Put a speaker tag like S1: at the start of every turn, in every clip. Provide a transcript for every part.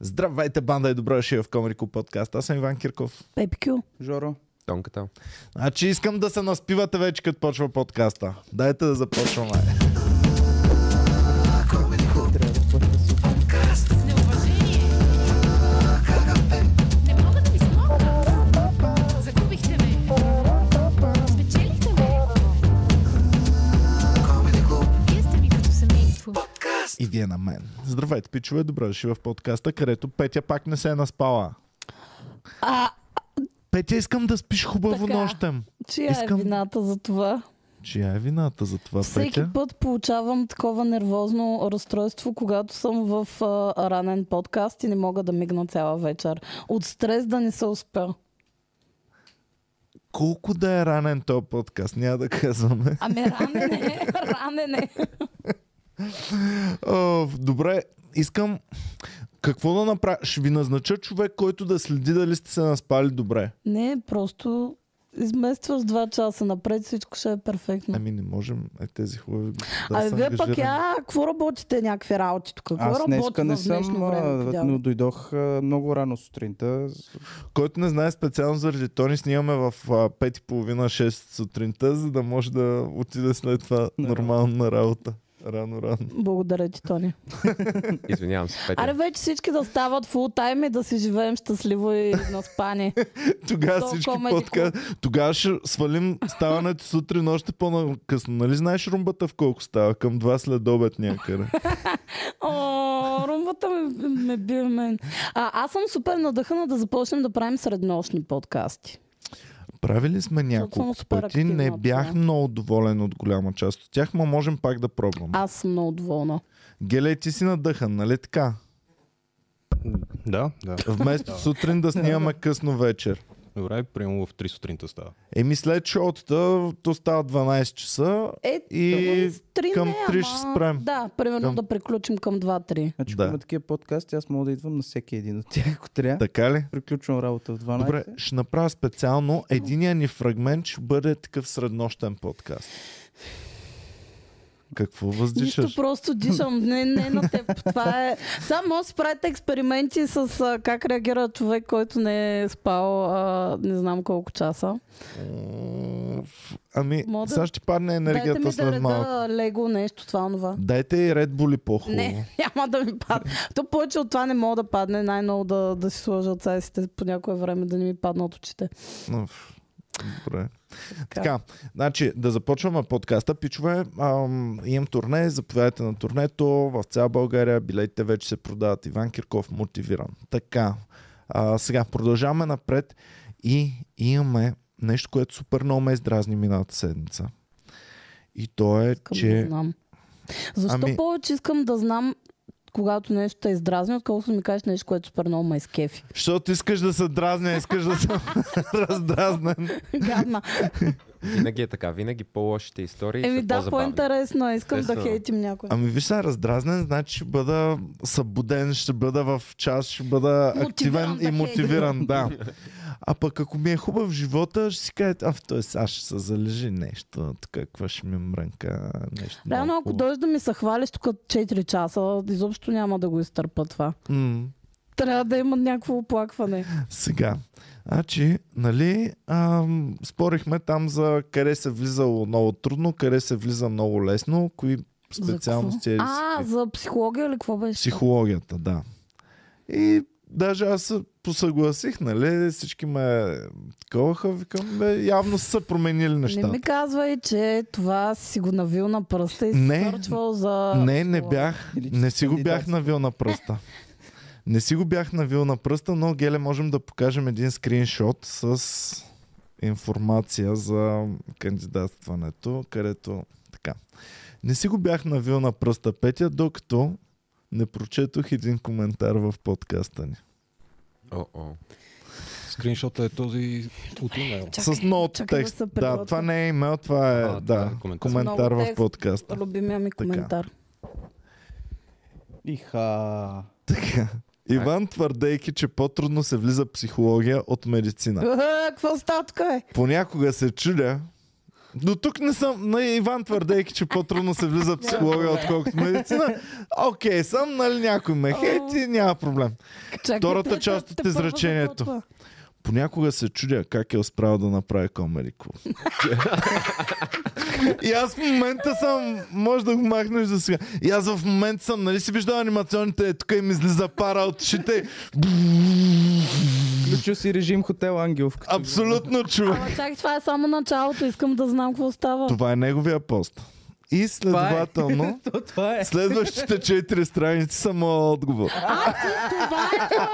S1: Здравейте, банда и добро дошли в Комрико подкаст. Аз съм Иван Кирков.
S2: Пепи Кю.
S3: Жоро.
S4: Тонката.
S1: Значи искам да се наспивате вече, като почва подкаста. Дайте да започваме. И вие на мен. Здравейте, пичове, добре дошли в подкаста, където Петя пак не се е наспала.
S2: А,
S1: Петя, искам да спиш хубаво
S2: Така.
S1: нощем.
S2: чия
S1: Искам-
S2: е вината за това?
S1: Чия е вината за това,
S2: Всеки
S1: Петя?
S2: път получавам такова нервозно разстройство, когато съм в а, ранен подкаст и не мога да мигна цяла вечер. От стрес да не се успя.
S1: Колко да е ранен този подкаст, няма да казваме.
S2: Ами ранен е, ранен е.
S1: А, добре, искам... Какво да направя? Ще ви назнача човек, който да следи дали сте се наспали добре.
S2: Не, просто изместваш два часа напред, всичко ще е перфектно.
S1: Ами не можем е, тези хубави да
S2: Да, Абе,
S1: са
S2: вие пък,
S1: ангажирани.
S2: я, какво работите някакви работи тук? Какво
S3: Аз
S2: работи
S3: днеска не
S2: в днешно
S3: съм,
S2: време? по
S3: а,
S2: дял?
S3: но дойдох а, много рано сутринта.
S1: Който не знае специално заради Тони, снимаме в а, 5.30-6 сутринта, за да може да отиде след това
S3: На
S1: нормално на работа. Рано, рано.
S2: Благодаря ти, Тони.
S4: Извинявам се, Петя.
S2: Аре вече всички да стават фул тайм и да си живеем щастливо и на спане.
S1: Тогава
S2: То
S1: всички
S2: Comedy
S1: подка... Тогава ще свалим ставането сутрин още по-накъсно. Нали знаеш румбата в колко става? Към 2 след обед някъде.
S2: О, румбата ме, ме бие мен. А, аз съм супер надъхана да започнем да правим среднощни подкасти.
S1: Правили сме няколко
S2: супер
S1: пъти, не
S2: активна,
S1: бях
S2: да.
S1: много доволен от голяма част от тях, но можем пак да пробвам.
S2: Аз съм много доволна.
S1: Геле, ти си надъхан, нали така?
S5: Да, да.
S1: Вместо сутрин да снимаме късно вечер.
S5: Добре, приемо в 3 сутринта става.
S1: Еми след шоутата, то става 12 часа.
S2: Е,
S1: И
S2: три
S1: към
S2: не,
S1: три
S2: ама-
S1: ще спрем.
S2: Да, примерно
S1: Към-
S2: да приключим към 2-3.
S3: Значи,
S1: Да.
S3: да. има такива подкасти, аз мога да идвам на всеки един от тях, ако трябва. Да.
S1: Така ли?
S3: Приключвам работа в 12.
S1: Добре, ще направя специално. Единия ни фрагмент ще бъде такъв среднощен подкаст. Какво
S2: Нищо,
S1: въздишаш?
S2: просто дишам. Не, не на теб. Това е... Само може да си правите експерименти с а, как реагира човек, който не е спал а, не знам колко часа.
S1: М, Ами,
S2: Мога да-
S1: сега ще падне
S2: Дайте ми
S1: енергията
S2: да
S1: след малко.
S2: реда лего нещо, това, онова.
S1: Дайте и Red Bull и по-хубаво.
S2: Не, няма да ми падне. То повече от това не мога да падне. Най-много да, да си сложа от сайсите по някое време да не ми падна от очите.
S1: Уф, Добре. Така, значи да започваме подкаста. Пичове, ам, имам турне, заповядайте на турнето в цяла България. Билетите вече се продават. Иван Кирков мотивиран. Така, а, сега продължаваме напред и имаме нещо, което супер много ме издразни миналата седмица. И то е,
S2: Искам да
S1: че...
S2: знам. Защо
S1: Ами-
S2: повече искам да знам когато нещо те издразни, отколкото ми кажеш нещо, което супер много ме изкефи.
S1: Защото искаш да се дразня, искаш да съм раздразнен.
S2: Гадна.
S4: Винаги е така. Винаги по-лошите истории
S2: Еми
S4: са
S2: да,
S4: по-забавни.
S2: по-интересно е. Искам да
S4: Естествено.
S2: хейтим някой.
S1: Ами виж сега, раздразнен, значи ще бъда събуден, ще бъда в час, ще бъда
S2: Мотивиран е.
S1: активен
S2: да
S1: и мотивиран, да. А пък ако ми е хубав живота, ще си кажете, а в той сега ще се залежи нещо, тук какво ще ми мрънка, нещо
S2: Реално, ако дойдеш да ми се хвалиш тук 4 часа, изобщо няма да го изтърпа това.
S1: М-
S2: Трябва да има някакво оплакване.
S1: сега, значи, нали, ам, спорихме там за къде се влизало много трудно, къде се влиза много лесно, кои
S2: За какво?
S1: специалности е
S2: А, за психология ли какво беше?
S1: психологията, да. И даже аз се посъгласих, нали? Всички ме такова, викам, бе, явно са се променили
S2: Не ми
S1: нещата.
S2: казвай, че това си го навил на пръста и си
S1: Не,
S2: сърчвал за...
S1: Не, не бях,
S3: Или че
S1: не си го бях
S3: кандидатствал.
S1: навил на пръста. Не си го бях навил на пръста, но Геле можем да покажем един скриншот с информация за кандидатстването, където така. Не си го бях навил на пръста, Петя, докато не прочетох един коментар в подкаста ни.
S4: О, о.
S5: Скриншота е този от имейл.
S2: Чакай,
S1: с много
S2: чакай да
S1: текст.
S2: се
S1: Да,
S2: приготвя.
S1: това не е имейл, това е, да,
S5: А, това е коментар.
S1: коментар
S2: Много
S1: в
S2: текст.
S1: подкаста.
S2: Любимия ми
S1: Така.
S2: коментар.
S3: Иха.
S1: Така. Иван твърдейки, че по-трудно се влиза психология от медицина.
S2: Е, Какво става тук, бе?
S1: Понякога се чудя До тук не съм на Иван твърдейки, че по-трудно се влиза в психология, отколкото медицина. Окей, съм, нали някой ме хейти, няма проблем.
S2: Чакай,
S1: Втората
S2: те- те-
S1: част от
S2: те първо
S1: изречението.
S2: започва.
S1: Понякога се чудя как е успял да направи комери клуб. и аз в момента съм, може да го махнеш за сега. И аз в момента съм, нали си виждал анимационните, тук им излиза пара от ушите.
S3: Включил си режим хотел Ангел. в като-
S1: Абсолютно човек.
S2: Ама чакай, това е само началото. Искам да знам какво става.
S1: Това е неговия пост. И
S3: Това е.
S1: следователно,
S3: То, това е.
S1: следващите четири страници са моят отговор.
S2: А, ти, това е твой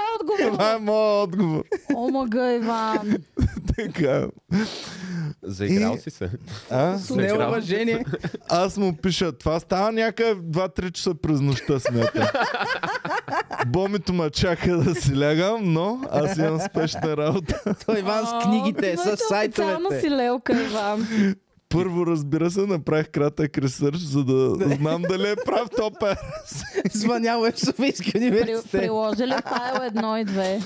S2: отговор.
S1: Това е моят отговор.
S2: Омага, Иван.
S1: Така.
S4: Заиграл
S1: И-
S4: си се.
S1: А?
S3: С неуважение.
S1: Аз му пиша, това става някъде в 2-3 часа през нощта смята. Бомито ме чака да си лягам, но аз имам спешна работа.
S3: Той
S1: е
S3: Иван с книгите, с
S2: Специална
S3: сайтовете.
S2: си лелка, Иван.
S1: Първо, разбира се, направих кратък ресърч, за да знам дали е прав топер.
S3: Звънял е в Софийския
S2: При,
S3: университет.
S2: приложи ли файл едно и две?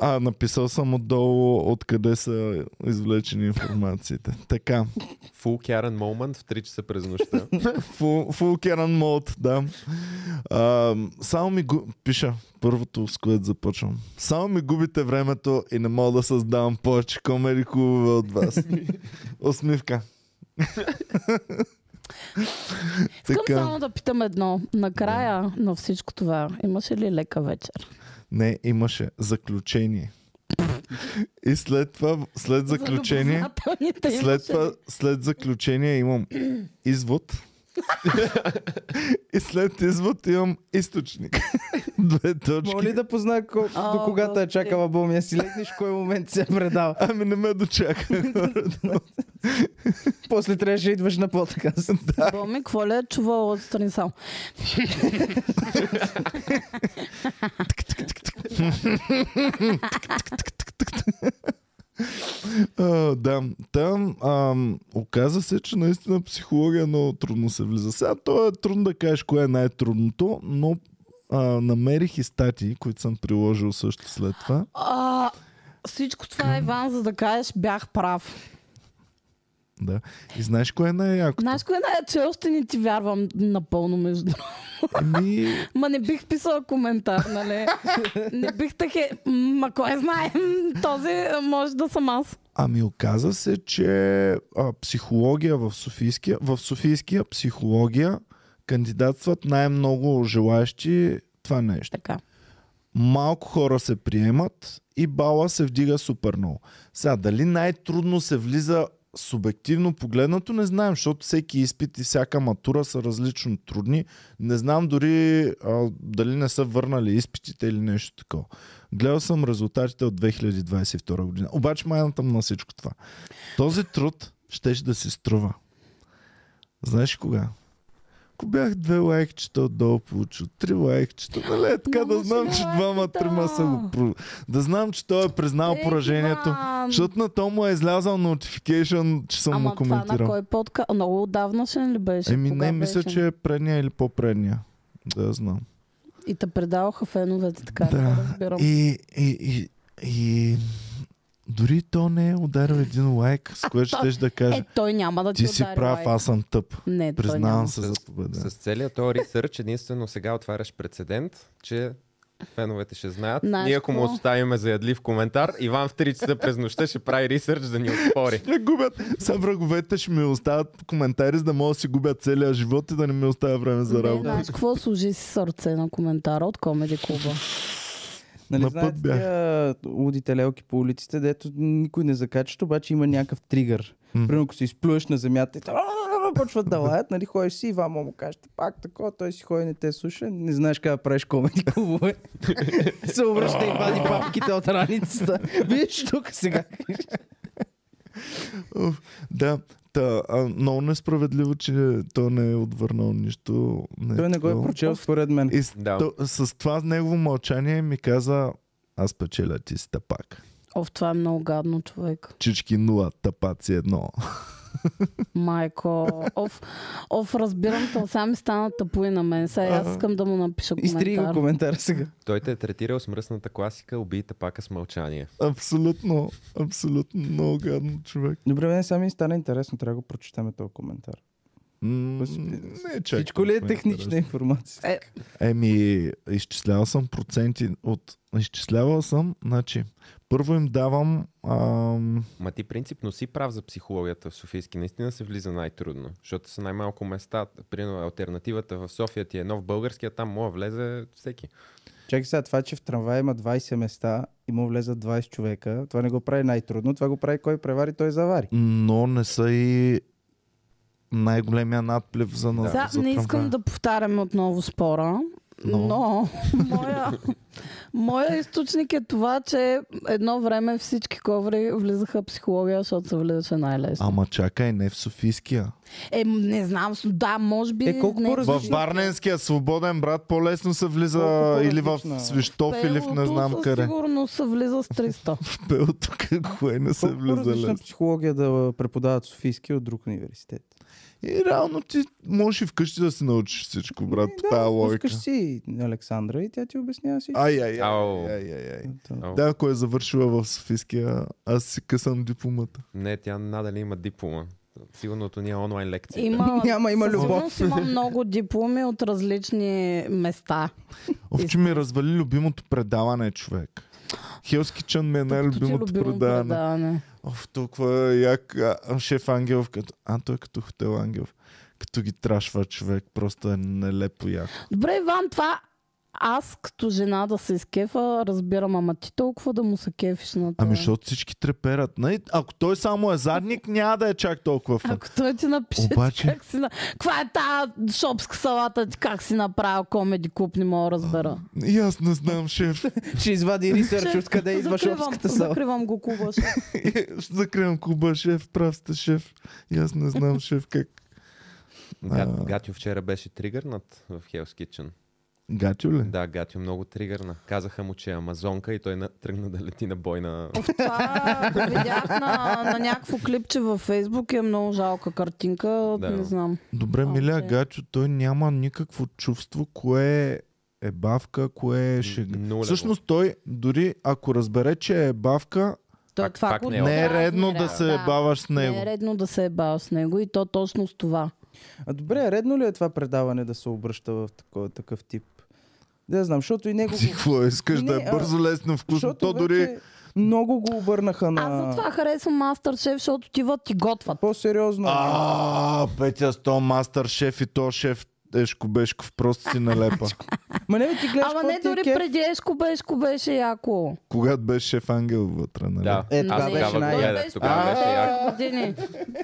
S1: А, написал съм отдолу откъде са извлечени информациите. Така,
S4: Full Karen Moment в 3 часа през нощта.
S1: full, full Karen mode, да. А, само ми гу... пиша първото, с което започвам. Само ми губите времето и не мога да създавам повече комери клубове от вас. Усмивка.
S2: Искам
S1: така.
S2: само да питам едно. Накрая на всичко това, имаше ли лека вечер?
S1: Не, имаше заключение. И след това, след заключение,
S2: За любознателните
S1: след,
S2: имаше
S1: това,
S2: ли?
S1: след заключение имам извод. и след извод имам източник. Две точки.
S3: Моля ли да позная кол...
S2: О,
S3: до когато е
S2: Господи.
S3: чакала Бомия си легнеш, в кой момент се е предал.
S1: Ами не ме дочака.
S3: После трябваше да идваш на подкаст.
S2: Боми, какво ли е чувал отстрани само?
S1: А, да, там ам, оказа се, че наистина психология много трудно се влиза. Сега то е трудно да кажеш кое е най-трудното, но а, намерих и статии, които съм приложил също след това.
S2: А, всичко това, Иван, за да кажеш, бях прав.
S1: Да. И знаеш кое е най-яко?
S2: Знаеш кое е, че още не ти вярвам напълно между другото.
S1: Ами,
S2: Ма не бих писала коментар, нали? не бих тъхе... Ма кой знае, М, този а, може да съм аз.
S1: Ами оказа се, че а, психология в Софийския, в Софийския психология кандидатстват най-много желаящи това нещо.
S2: Така.
S1: Малко хора се приемат и бала се вдига супер много. Сега, дали най-трудно се влиза субективно погледнато, не знаем, защото всеки изпит и всяка матура са различно трудни. Не знам дори а, дали не са върнали изпитите или нещо такова. Гледал съм резултатите от 2022 година. Обаче майнатам на всичко това. Този труд щеше да си струва. Знаеш ли кога? Ако бях две лайкчета отдолу получил, три лайкчета, нали е така
S2: Много
S1: да знам,
S2: си
S1: че двама,
S2: лайката.
S1: трима са го про... Да знам, че той е признал
S2: Е,
S1: поражението.
S2: Иван!
S1: Защото на то му е излязал notification, че съм
S2: Ама
S1: му
S2: това на
S1: коментирал.
S2: кой подка? Много отдавна ще не ли беше?
S1: Еми
S2: Кога
S1: не, мисля,
S2: беше?
S1: че е предния или по-предния. Да, знам.
S2: И те предаваха феновете, така да,
S1: Да.
S2: разбирам.
S1: И, и, и, и... Дори то не е ударил един лайк, с което
S2: А,
S1: щеш да
S2: Е,
S1: каже.
S2: той няма да ти,
S1: Ти си
S2: удари
S1: прав,
S2: лайк.
S1: аз съм тъп.
S2: Не, той няма.
S1: Признавам се за победа.
S4: С целият този ресърч единствено сега отваряш прецедент, че феновете ще знаят.
S2: Знаеш
S4: Ние ако му
S2: какво?
S4: оставим заядлив коментар, Иван в 3 часа през нощта ще прави ресърч да ни отпори.
S1: Ще губят. Сега враговете ще ми оставят коментари, за да могат да си губят целия живот и да не ми оставя време за
S2: Не,
S1: работа.
S2: знаеш какво служи си сърце на коментара от Комеди Клуба?
S3: Нали,
S1: На път
S3: знаете,
S1: бях.
S3: тия лудите лелки по улиците, дето никой не закачат, обаче има някакъв тригър.
S1: М.
S3: Примерно, ако се изплюеш на земята и та- почват да лаят, нали, ходиш си, Иван му каже, пак такова, той си ходи, не те слуша, не знаеш как да правиш комеди клубове. се обръща и вади папките от раницата. Виж тук сега.
S1: Уф, Да, та, а, много несправедливо, че то не е отвърнал нищо. е
S3: Той не го е
S1: такова.
S3: прочел според мен.
S1: И с,
S4: Да.
S1: то, с това негово мълчание ми каза, аз печеля ти си тапак.
S2: Оф, това е много гадно, човек.
S1: Чички нула, тапаци едно.
S2: Майко, оф, оф разбирам, то сам ми стана тъпо и на мен. Сега и аз искам да му напиша
S3: Изтри го
S2: коментар.
S3: коментар сега.
S4: Той те е третирал с мръсната класика, убийте пака с мълчание.
S1: Абсолютно, абсолютно много гадно човек.
S3: Добре, мен сега ми стана интересно, трябва да го прочетаме този коментар.
S1: М,
S3: Господи.
S1: Не, чак,
S3: Всичко ли е
S1: толкова
S3: технична
S1: интересно.
S3: информация?
S2: Е,
S1: Еми, изчислявал съм проценти от... Изчислявал съм, значи, първо им давам... Ам...
S4: Ма ти принципно си прав за психологията в Софийски. Наистина се влиза най-трудно, защото са най-малко места. Примерно альтернативата в София ти е нов българския, там мога влезе всеки.
S3: Чакай сега, това, че в трамвая има 20 места и му влезат 20 човека, това не го прави най-трудно, това го прави кой превари, той завари.
S1: но не са и най-големия надплив за нас.
S2: Сега
S1: за
S2: не искам
S1: трамвая.
S2: да повтарям отново спора,
S1: Но.
S2: но, моя, моя източник е това, че едно време всички коври влизаха в психология, защото се влизаше най-лесно.
S1: Ама чакай, не в Софийския.
S2: Е, м, не знам, с- да, може би...
S3: Е, колко
S2: не,
S1: В
S3: по-различни- Различно.
S1: Варненския свободен брат по-лесно се влиза
S3: Колко
S1: или в
S3: по-различна е.
S1: Свищов, или в не
S2: Пелото
S1: знам
S2: със
S1: къде.
S2: сигурно се влиза с 300.
S1: В Пелото, кое не се
S3: Колко
S1: влиза
S3: различна
S1: лесно.
S3: психология да преподават в Софийски от друг университет?
S1: И реално ти можеш и вкъщи да си научиш всичко, брат,
S2: Ами
S1: по тази логика.
S3: Пускаш Е, си Александра и тя ти обяснява всичко.
S1: Ай, ай,
S4: Ау.
S1: ай, ай, ай, ай.
S3: Та.
S4: Ау.
S1: Да, ако е завършила в Софийския, аз си късам дипломата.
S4: Не, тя надали има диплома. Сигурно от уния онлайн лекции.
S2: Е, Има,
S3: Няма, има
S2: със
S3: любов.
S2: сигурност Има много дипломи от различни места.
S1: Ов, че ми развали любимото предаване, човек. Хелски Чън ми е най-любимото предаване.
S2: предаване.
S1: Оф, толкова як а, шеф Ангелов, като... а той е като хотел Ангелов. Като ги трашва човек, просто е нелепо яко.
S2: Добре, Иван, това аз като жена да се изкефа, разбирам, ама ти толкова да му се кефиш на това.
S1: Ами, защото всички треперат. Най- ако той само е задник, няма да е чак толкова фан.
S2: Ако той ти напише,
S1: Обаче-
S2: Обаче... как си на... Каква е тая шопска салата, ти как си направил комеди клуб, не мога да разбера.
S1: И аз не знам, шеф.
S3: Ще извади ресърч
S2: Шеф,
S3: откъде Е, идва
S2: закривам-
S3: шопската сала.
S2: Закривам го клуба. шеф.
S1: Ще закривам клуба, шеф. Прав сте, шеф. И аз не знам, шеф, как.
S4: Гат, Гатю вчера беше тригърнат в Hell's Kitchen.
S1: Гатю ли?
S4: Да, Гатю много тригърна. Казаха му, че е амазонка и той на... тръгна да лети на бой на...
S2: Оф, Това го видях на, на някакво клипче във Фейсбук и е много жалка картинка.
S4: Да.
S2: Не знам.
S1: Добре,
S2: Момче.
S1: миля, Гачо, той няма никакво чувство, кое е бавка, кое е шега.
S4: нулево.
S1: Всъщност той, дори ако разбере, че е бавка,
S2: Той
S4: Пак-
S2: това
S4: пак
S2: го
S4: не е
S1: не е
S2: дразни,
S1: редно да
S2: реално.
S1: се ебаваш с
S2: Не е
S1: него.
S2: редно да се е бал с него и то точно с това.
S3: А добре, редно ли е това предаване да се обръща в такова, такъв тип? Да, знам, защото и него...
S1: Ти какво искаш да
S3: Не,
S1: е
S3: а,
S1: бързо, лесно, вкусно?
S3: Защото
S1: То дори...
S3: вече много го обърнаха на...
S2: Аз затова харесвам Мастер Шеф, защото отиват и готват.
S3: По-сериозно.
S1: А, Петя, с то мастър шеф и то шеф Ешко Бешков просто си налепа.
S3: Ма не бе, ти гледаш
S2: Ама
S3: какво
S2: не
S3: ти е
S2: дори
S3: кеф.
S2: преди Ешко Бешко беше яко.
S1: Когато беше шеф Ангел вътре, нали?
S4: Да,
S3: Е, това
S4: аз
S2: Не,
S3: беше
S4: тогава го
S3: най-
S4: гледах. Тогава беше яко.
S2: години.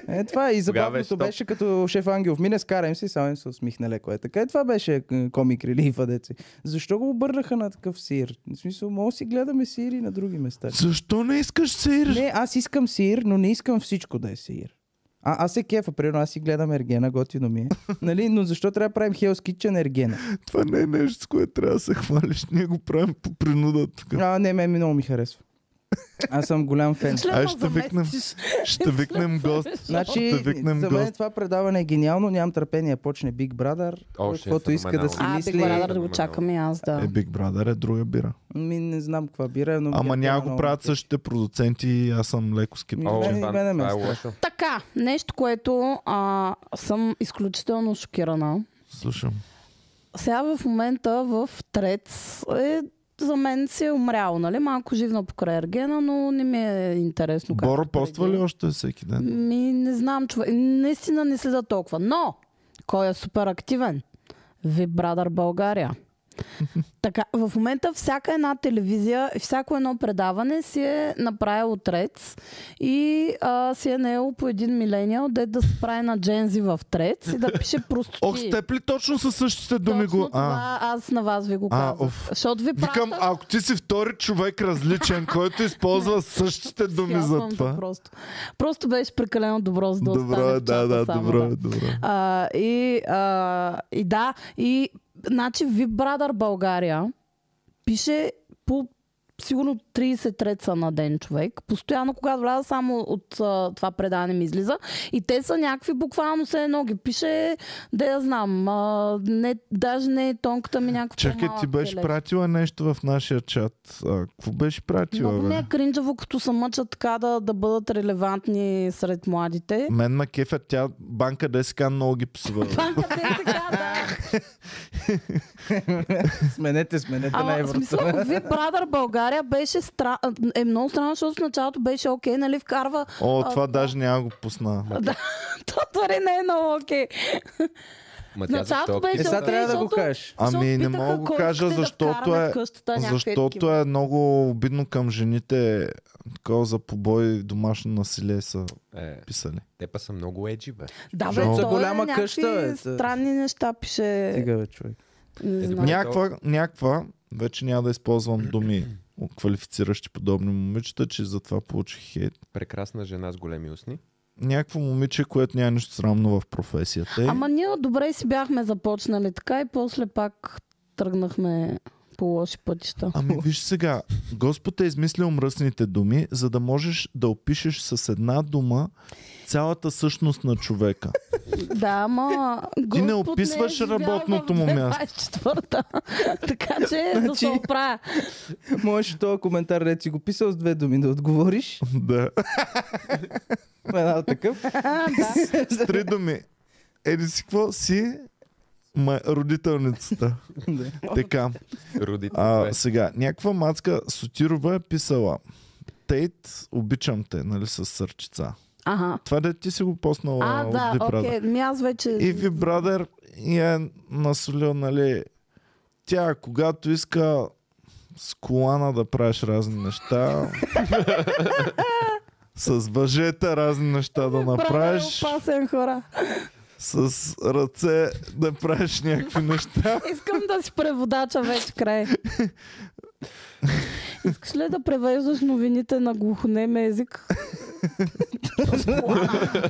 S3: Е, това е. И
S4: Тогава беше
S3: забавното
S4: топ.
S3: беше като шеф Ангелов. Мине, скарам си, само им се усмихна леко. Е, така е, това беше м, комик релифа, деци. Защо го обърнаха на такъв сир? В смисъл, мога да си гледаме сири на други места.
S1: Защо не искаш сир?
S3: Не, аз искам сир, но не искам всичко да е сир. А, аз се кефа, примерно аз си гледам ергена, готино ми е. Нали? Но защо трябва да правим Hell's Kitchen ергена?
S1: Това не е нещо, с което трябва да се хвалиш. Ние го правим по принуда тук.
S3: А, не, мен много ми харесва. Аз съм голям фен.
S1: Аз ще викнем, ще викнем гост.
S3: Значи,
S1: ще викнем
S3: за мен
S1: гост.
S3: това предаване е гениално, нямам търпение, почне Big Brother,
S4: О, ще е
S3: каквото иска да си
S4: феноменално.
S2: А,
S3: мисли.
S2: Биг Брадър да го чакам и аз, да.
S1: Е, Big Brother е друга бира.
S3: Ми не знам каква бира, но... ми
S1: Ама
S3: е
S1: няма го
S3: много
S1: правят
S3: кеф.
S1: същите продуценти и аз съм леко скептичен.
S4: О,
S3: Мен-
S4: Иван,
S3: мене ме
S4: това е
S3: страх.
S4: лошо.
S2: Така, нещо, което а, съм изключително шокирана.
S1: Слушам.
S2: Сега в момента в Трец е за мен си е умрял, нали? Малко живна покрай Ергена, но не ми е интересно. как
S1: Боро
S2: преди.
S1: поства ли още всеки ден?
S2: Ми, не знам, човек. Наистина не следа толкова. Но, кой е супер активен? Ви Брадър България. така, в момента всяка една телевизия, всяко едно предаване си е направило трец и а, си е наело по един милениал, де да се прави на джензи в трец и да пише просто
S1: Ох, с теб ли точно със същите думи го... А,
S2: това аз на вас ви го
S1: А,
S2: казвам.
S1: оф.
S2: Защото ви
S1: викам,
S2: пращат...
S1: ако ти си втори човек различен, който използва същите думи за
S2: Смятам те
S1: това.
S2: Просто. просто беше прекалено добро, за да
S1: Добро
S2: остане
S1: е,
S2: в
S1: да,
S2: чата
S1: да,
S2: само,
S1: добро
S2: да.
S1: е, добро е.
S2: А, и, а, и да, и значи Big Brother България пише по сигурно 30 реца на ден човек. Постоянно, когато вляза само от а, това предаване ми излиза. И те са някакви, буквално се едно ги пише, да я знам. А, не, даже не е тонката ми някаква
S1: Чакай, ти
S2: по-малък
S1: беше
S2: телец.
S1: пратила нещо в нашия чат. А, какво беше пратила,
S2: Много
S1: бе?
S2: ми е кринджаво, като се мъчат така да, да бъдат релевантни сред младите.
S1: Мен ма кефа, тя банка ДСК много ги псува.
S2: Банка ДСК, да.
S3: Сменете, сменете на
S2: Ама в
S3: еврото.
S2: смисъл, Big Brother България беше стра... е много странно, защото в началото беше окей, нали, вкарва
S1: О,
S2: А,
S1: това
S2: да.
S1: даже няма го пусна.
S2: То дори не е много окей.
S4: Ма тя за
S2: Началото
S4: топки-
S2: беше
S3: Е, сега
S2: окей,
S3: трябва да го
S2: защото-
S3: кажеш.
S2: защото
S1: Ами, не
S2: питаха
S1: мога да
S2: кой
S1: кажа,
S2: искате да
S1: защото
S2: вкараме
S1: е-
S2: в къщата, някакви
S1: Защото
S2: такива.
S1: е много обидно към жените. Такова за побой и домашно насилие са
S4: Е,
S1: писали.
S4: те па са много еджи, бе.
S2: Да, бе,
S1: Жалко.
S2: то
S1: За
S2: е
S3: голяма
S2: някакви
S3: къща, бе, е, та.
S2: Странни неща
S1: Е.
S2: пише.
S3: Стига, бе, човек.
S2: Не
S4: Е,
S2: знам.
S4: добре.
S1: Някаква, някаква, вече няма да използвам думи, квалифициращи подобни момичета, че затова получих хейт.
S4: Прекрасна жена с големи устни.
S1: Някакво момиче, което няма нищо срамно в професията.
S2: Ама
S1: Ама...
S2: ние добре си бяхме започнали така и после пак тръгнахме по лоши пътища.
S1: Ами виж сега, Господ е измислил мръсните думи, за да можеш да опишеш с една дума цялата същност на човека.
S2: Да, ама Господ
S1: не описваш
S2: е живял
S1: работното му
S2: в
S1: място.
S2: 24-та. така че да се
S3: Значи-
S2: оправя.
S3: Можеш този коментар, ред си го писал с две думи да отговориш.
S1: да.
S3: Една от такъв.
S2: А, да.
S1: С три думи. Еди си какво си? Ма, родителницата.
S3: Да.
S1: така.
S4: Родите.
S1: А,
S4: две.
S1: сега, някаква мацка Сотирова е писала. Тейт, обичам те, нали, с сърчица.
S2: Ага.
S1: Това да ти си го поснала
S2: А,
S1: от
S2: да,
S1: Big Brother.
S2: окей. Ми аз вече...
S1: И ви брадър я е насолил, нали, тя, когато иска с колана да правиш разни неща, с въжета разни неща да
S2: Брат,
S1: направиш,
S2: е опасен хора.
S1: с ръце да правиш някакви неща.
S2: Искам да си преводача вече край. Искаш ли да превеждаш новините на глухонем език?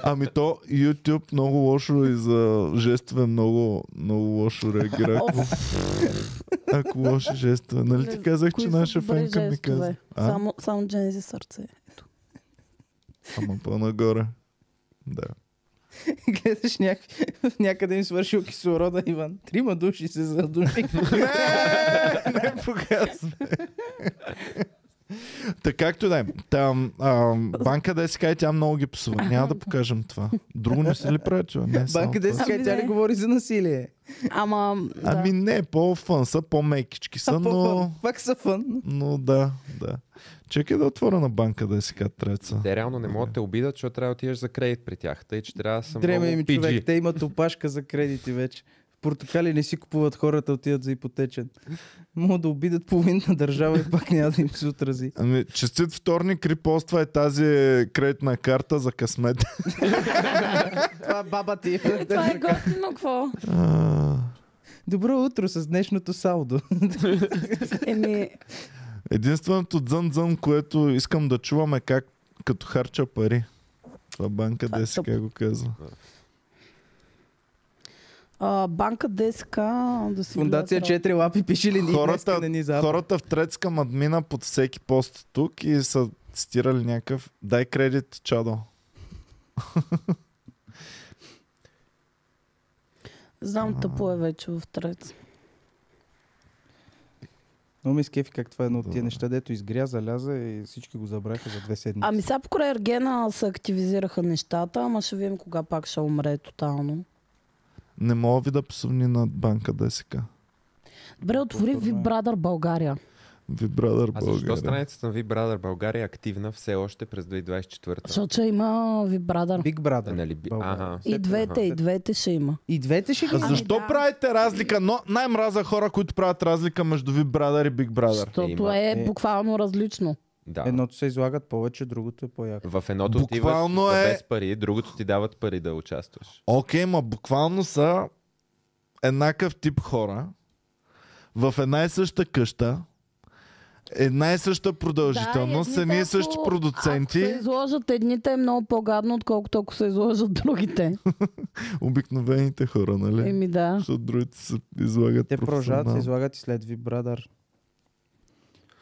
S1: Ами то YouTube много лошо и за жестове много, много лошо реагира. Ако, ако лоши жестове. Нали ти
S2: Не,
S1: казах,
S2: кои
S1: че
S2: са
S1: наша
S2: добри
S1: фенка ми
S2: жестове?
S1: каза. А?
S2: Само, само Джензи сърце.
S1: Ама по-нагоре. Да.
S3: Гледаш някакви... някъде им свършил кислорода, Иван. Трима души се задуши.
S1: не показвай. Така както и да е. Там, а, банка да си кай, тя много ги псува. Няма да покажем това. Друго не си ли пратила? Не, е само
S3: Банка да
S1: това.
S3: си
S2: Ами
S3: кай, тя
S2: не.
S3: не говори за насилие.
S2: Ама, да.
S1: Ами не, по-фън са, по-мекички са,
S3: А,
S1: но...
S3: по-фън. Пак са фън.
S1: Но да, да. Чакай да отворя на банка да си кажа треца.
S4: Те реално не могат да те обидат, защото трябва да отидеш за кредит при тях. Тъй, че трябва да съм
S3: Дреме
S4: много
S3: им
S4: PG.
S3: човек. Те имат опашка за кредити вече. Портокали не си купуват хората, отиват за ипотечен. Могат да обидат половината държава и пак няма да им се отрази.
S1: Ами, честит вторник, репоства е тази кредитна карта за късмет.
S3: Това е баба ти.
S2: Е, това е готино, какво?
S1: А,
S3: Добро утро с днешното салдо.
S2: Еми,
S1: Единственото дзън-дзън, което искам да чувам е как като харча пари. Това банка
S2: Това е
S1: да си
S2: тъпо.
S1: как го казва.
S2: а, банка ДСК да си
S3: Фундация
S2: вляза.
S3: 4 лапи пише ли ни
S1: Хората-
S3: хората, не ни запад.
S1: Хората в Трецка мадмина под всеки пост тук и са цитирали някакъв дай кредит, чадо.
S2: Знам, тъпо е вече в трет.
S3: Но ми скефи как това е едно от
S1: Да.
S3: тия неща, дето изгря, заляза и всички го забраха за две седмици.
S2: Ами сега покрай Ергена се активизираха нещата, ама ще видим кога пак ще умре тотално.
S1: Не мога ви да псовни над банка ДСК.
S2: Добре, отвори
S3: Културно е.
S2: Ви Брадър България.
S1: Ви, брадър
S4: А защо
S1: България.
S4: страницата на Ви Брадър България е активна все още през 2024?
S2: Защото ще има Ви Брадър.
S3: Биг Брадър.
S4: Нали, би...
S3: България.
S4: Ага.
S2: И двете, и
S3: Ага.
S2: двете ще има.
S3: И двете ще ги...
S1: А защо
S2: Ами да.
S1: правите разлика? Но най-мраза хора, които правят разлика между Ви Брадър и Биг Брадър.
S2: Защото
S4: Има.
S2: е
S3: Е.
S2: буквално различно.
S4: Да.
S3: Едното се излагат повече, другото е по-яко.
S4: В едното
S1: Буквално
S4: отиваш
S1: е-
S4: е... без пари, другото ти дават пари да участваш.
S1: Окей, ма буквално са еднакъв тип хора в една и съща къща, една и съща продължителност,
S2: Да, и
S1: едни и
S2: едните,
S1: същи
S2: ако- Ако
S1: продуценти,
S2: се изложат едните е много по-гадно, отколкото ако се изложат другите.
S1: обикновените хора, нали?
S2: Еми да.
S1: Защото другите се излагат
S3: Те продължават, се
S1: професионално.
S3: излагат и след Ви Брадър.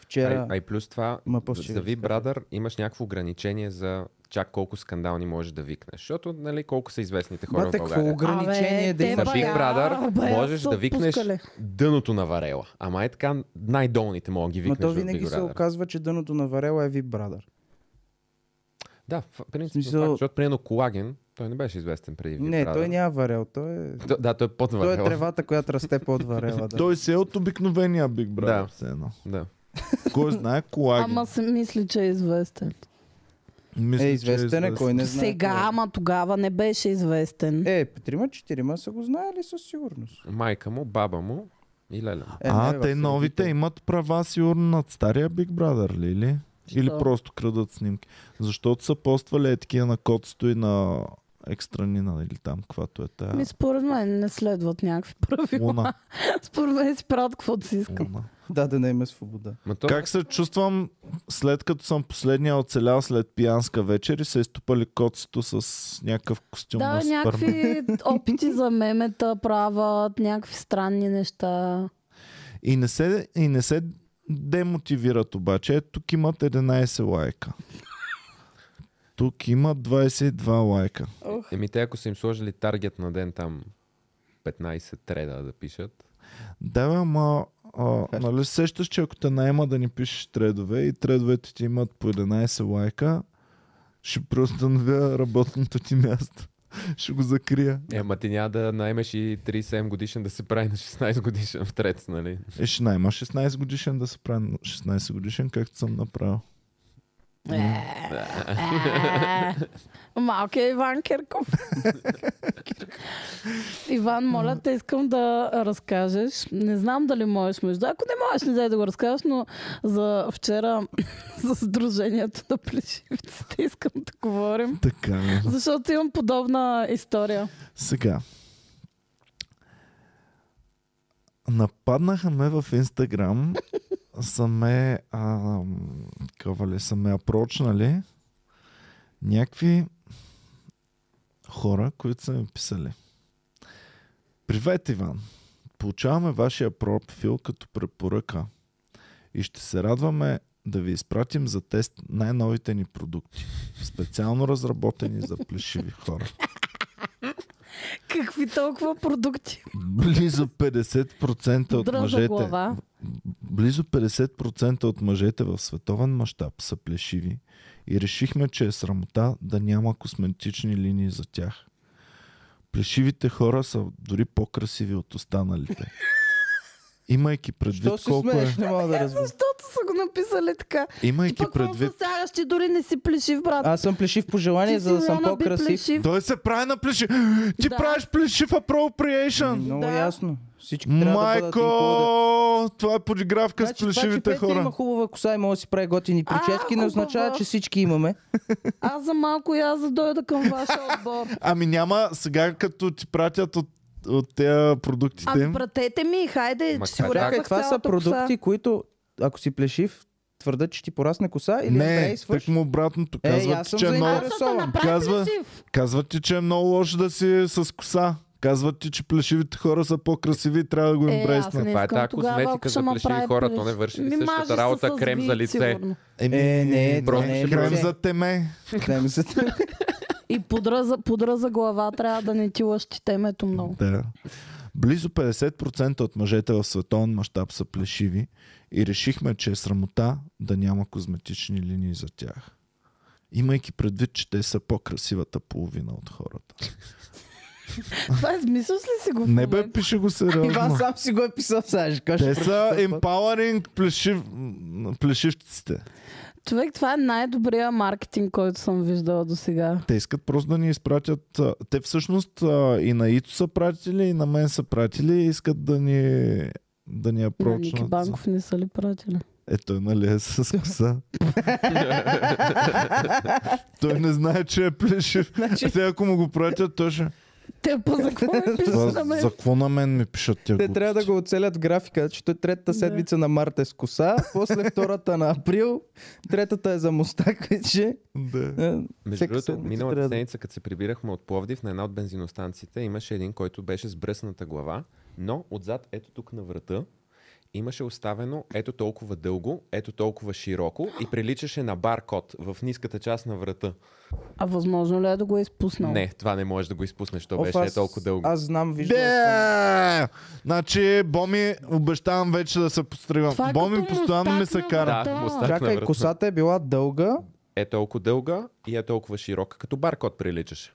S3: вчера.
S4: А, и- а и плюс това,
S3: Ма
S4: Ма,
S3: после ще
S4: за
S3: ви
S4: Ви
S3: разкажа.
S4: Брадър имаш някакво ограничение за чак колко скандални можеш да викнеш. Защото, нали, колко са известните хора
S3: Бате,
S4: в
S3: какво
S4: България.
S3: ограничение
S2: Абе,
S3: да
S2: те
S4: На
S3: имаш?
S2: бая-
S4: Big Brother
S2: бая
S4: можеш
S2: са
S4: да викнеш
S2: отпускали.
S4: дъното на варела. Ама е така, най-долните мога да ги
S3: Ма
S4: викнеш
S3: то
S4: в
S3: винаги
S4: Big
S3: се
S4: Brother.
S3: оказва, че дъното на варела е ви брадър.
S4: Да, в принцип,
S3: Смисъл-
S4: Смисъл... защото примерно колаген, той не беше известен преди Big
S3: Не,
S4: Brother.
S3: той няма варел. Той е,
S4: Т- Да, той е под
S3: той е
S4: варела.
S3: тревата, която расте под варела. Да.
S1: Той си е от обикновения Big Brother.
S4: Да.
S1: Все едно.
S4: Да.
S1: Кой знае колаген?
S2: Ама се мисли, че е известен.
S1: Мисля,
S3: Е,
S1: че
S3: известен е, кой не знае.
S2: Сега,
S3: кой е.
S2: ама тогава не беше известен.
S3: Е, петрима, четирима са го знаели със сигурност.
S4: Майка му, баба му и леля. му.
S3: Е,
S1: а,
S3: не,
S1: те
S3: в
S1: новите
S3: средите.
S1: имат права сигурно над стария Big Brother ли? ли? Или
S2: Що?
S1: просто крадат снимки? Защото са поствали е такива на котсто и на екстранина или там, каквато е
S2: Ми
S1: тая.
S2: според мен не следват някакви правила.
S1: Луна.
S2: Според мен си правят каквото си искат.
S1: Луна.
S3: Да, да не има свобода.
S4: Ма то,
S1: Как се чувствам след като съм последния оцелял след пиянска вечер и се изтопали котсето с някакъв костюм на
S2: Да,
S1: Супермен?
S2: някакви опити за мемета правят, някакви странни неща.
S1: И не се, и не се демотивират обаче. Ето тук имат 11 лайка. Тук имат 22 лайка.
S4: Еми те, ако са им сложили таргет на ден там 15 треда да пишат.
S1: Да, бе, ама а, нали се сещаш, че ако те найма да ни пишеш тредове и тредовете ти имат по 11 лайка, ще преустановя работното ти място. Ще го закрия.
S4: Е, ама ти няма да наймеш и 37 годишен да се прави на 16 годишен в трец, нали?
S1: Е, ще найма 16 годишен да се прави на 16 годишен, както съм направил.
S2: Малкият Иван Кирков. Иван, моля те, искам да разкажеш. Не знам дали можеш между. Ако не можеш, не дай да го разкажеш, но за вчера за Сдружението на плешивците искам да говорим.
S1: Така. нали? бе.
S2: Защото имам подобна история.
S1: Сега. Нападнаха ме в Инстаграм. са ме... А, кава ли, са ме апрочнали някакви хора, които са ми писали. Привет, Иван! Получаваме вашия профил като препоръка и ще се радваме да ви изпратим за тест най-новите ни продукти, специално разработени за плешиви хора.
S2: Какви толкова продукти?
S1: Близо 50% от
S2: Удръжа
S1: мъжете.
S2: глава.
S1: Близо 50% от мъжете в световен мащаб са плешиви и решихме, че е срамота да няма косметични линии за тях. Плешивите хора са дори по-красиви от останалите. Имайки предвид
S3: Що се
S1: колко е.
S3: смееш, не мога да разбера.
S2: Защото са го написали така. Ти
S1: Имайки
S2: пък предвид...
S1: предвид.
S2: сягаш, ти дори не си плешив, брат.
S3: Аз съм плешив по желание,
S2: Ти
S3: за да
S2: си
S3: съм
S2: Леона Би
S3: по-красив.
S2: плешив.
S1: Той се прави на плешив. Ти
S2: Да.
S1: правиш плешив appropriation.
S3: Много
S2: Да.
S3: ясно. Всички трябва да бъдат инклюден.
S1: Майко! Това е подигравка с
S3: Значи това, че
S1: плешивите
S3: Петя
S1: хора.
S3: има хубава коса и може да си прави готини
S2: А,
S3: прически, не
S2: хубава.
S3: означава, че всички имаме.
S2: Аз за малко и аз да дойда към вашия отбор.
S1: Ами няма, сега като ти пратят от, от тези продуктите
S2: Ами
S1: им,
S2: пратете ми и хайде,
S4: Ма
S2: че си
S4: как?
S2: го
S4: Чакай,
S3: Чакай,
S2: рязах
S3: това са
S2: цялата
S3: продукти, които, ако си плешив, твърдат, че ти порасне коса или не,
S1: не,
S3: брейсваш.
S1: тък му обратното.
S3: Е,
S1: Казват,
S3: аз
S1: ти,
S3: съм
S1: че е много,
S2: коса. Аз да
S3: Нарисован.
S2: направи
S1: Казва-
S2: плешив.
S1: казват ти, че е много лошо да си с коса. Казват ти, че плешивите хора са по-красиви и трябва да го
S2: Е, аз
S1: имбрейсна.
S2: не
S4: Това е
S2: искам
S4: тая
S2: тогава,
S4: козметика
S2: ако
S4: за
S2: ще ме
S4: плешиви
S2: прави
S4: хора, то
S2: плешив.
S4: не върши ли
S2: Ми,
S4: същата
S2: мажи се
S4: работа,
S2: с
S4: крем за
S2: вид,
S4: лице?
S2: сигурно.
S3: Е, не,
S1: просто
S3: не,
S1: ще
S3: не,
S1: крем
S3: не.
S1: за теме.
S3: Дай ми се-
S2: И подръза, подръза глава, трябва да не ти лъщи темето много.
S1: Да. Близо 50% от мъжете в световен мащаб са плешиви и решихме, че е срамота да няма козметични линии за тях. Имайки предвид, че те са по-красивата половина от хората.
S2: Това измисляш ли си го в
S1: Не бе,
S2: момента?
S1: пише го
S3: Иван
S1: сериозно.
S3: сам си го е писал, сега ще кажа.
S1: Те са empowering плешив... м, плешивците.
S2: Човек, това е най-добрия маркетинг, който съм виждала до сега.
S1: Те искат просто да ни изпратят... а, Те всъщност а, и на Ито са пратили, и на мен са пратили и искат да ни да ни я
S2: На Ники
S1: прочнат.
S2: Банков не са ли пратили?
S1: Е, той нали е с коса. той не знае, че е плешив. Те ако му го пратят, той ще...
S2: Значи- Те па за какво ми
S1: Това,
S2: пишеш на мен?
S1: за какво на мен ми пишат тя
S3: Те трябва да го оцелят в графика, че той третата седмица на март е с коса, после втората на април, третата е за мустак вече.
S1: Да.
S3: Е,
S4: Между
S3: всяка
S4: другото,
S3: седмица
S4: миналата
S3: трябва да-
S4: седмица, като се прибирахме от Пловдив, на една от бензиностанциите имаше един, който беше с бръсната глава, но отзад, ето тук на врата, имаше оставено ето толкова дълго, ето толкова широко и приличаше на баркод в ниската част на врата.
S2: А възможно ли е да го е изпуснал?
S4: Не, това не можеш да го изпуснеш, то
S3: Оф,
S4: беше е толкова дълго.
S3: Аз знам, виждал съм.
S1: Де! Значи, Боми, обещавам вече да се постригам.
S2: Това е
S1: Боми
S2: като
S1: постоянно ми се
S2: мустак на
S1: кара.
S2: врата.
S4: Да,
S2: Да.
S4: мустак на
S3: Чакай,
S4: врата.
S3: косата е била дълга.
S4: е толкова дълга и е толкова широка, като баркод приличаше.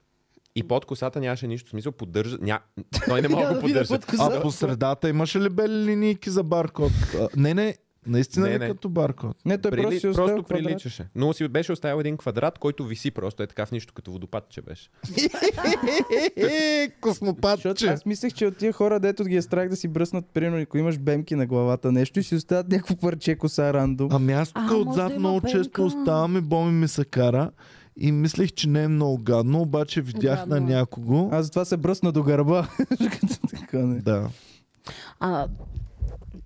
S4: И под косата нямаше нищо в смисъл, поддържа... Ня... Той не мога да го поддържа.
S1: А по средата имаше ли бели линийки за баркод? А, не, не, наистина
S4: Не,
S1: не,
S4: не.
S1: като баркод.
S3: Не, той просто
S4: Прили...
S3: си
S4: Просто,
S3: оставил квадрат.
S4: приличаше. Но си беше оставил един квадрат, който виси просто е така в нищо, като водопадче беше.
S1: Е,
S3: Защото
S1: космопатче.
S3: аз мислех, че от тия хора, дето ги е страх да си бръснат, примерно, ако имаш бемки на главата нещо и си оставят някакво парче коса рандом.
S1: Ами аз тук
S2: А, може
S1: отзад
S2: да има
S1: много
S2: пенка.
S1: често оставам и Боми ми се кара. И мислех, че не е много гадно, обаче видях
S2: Гадно
S1: на
S2: е.
S1: някого.
S3: Аз затова се бръсна до гърба. Като така, не. е."
S1: Да.
S2: А,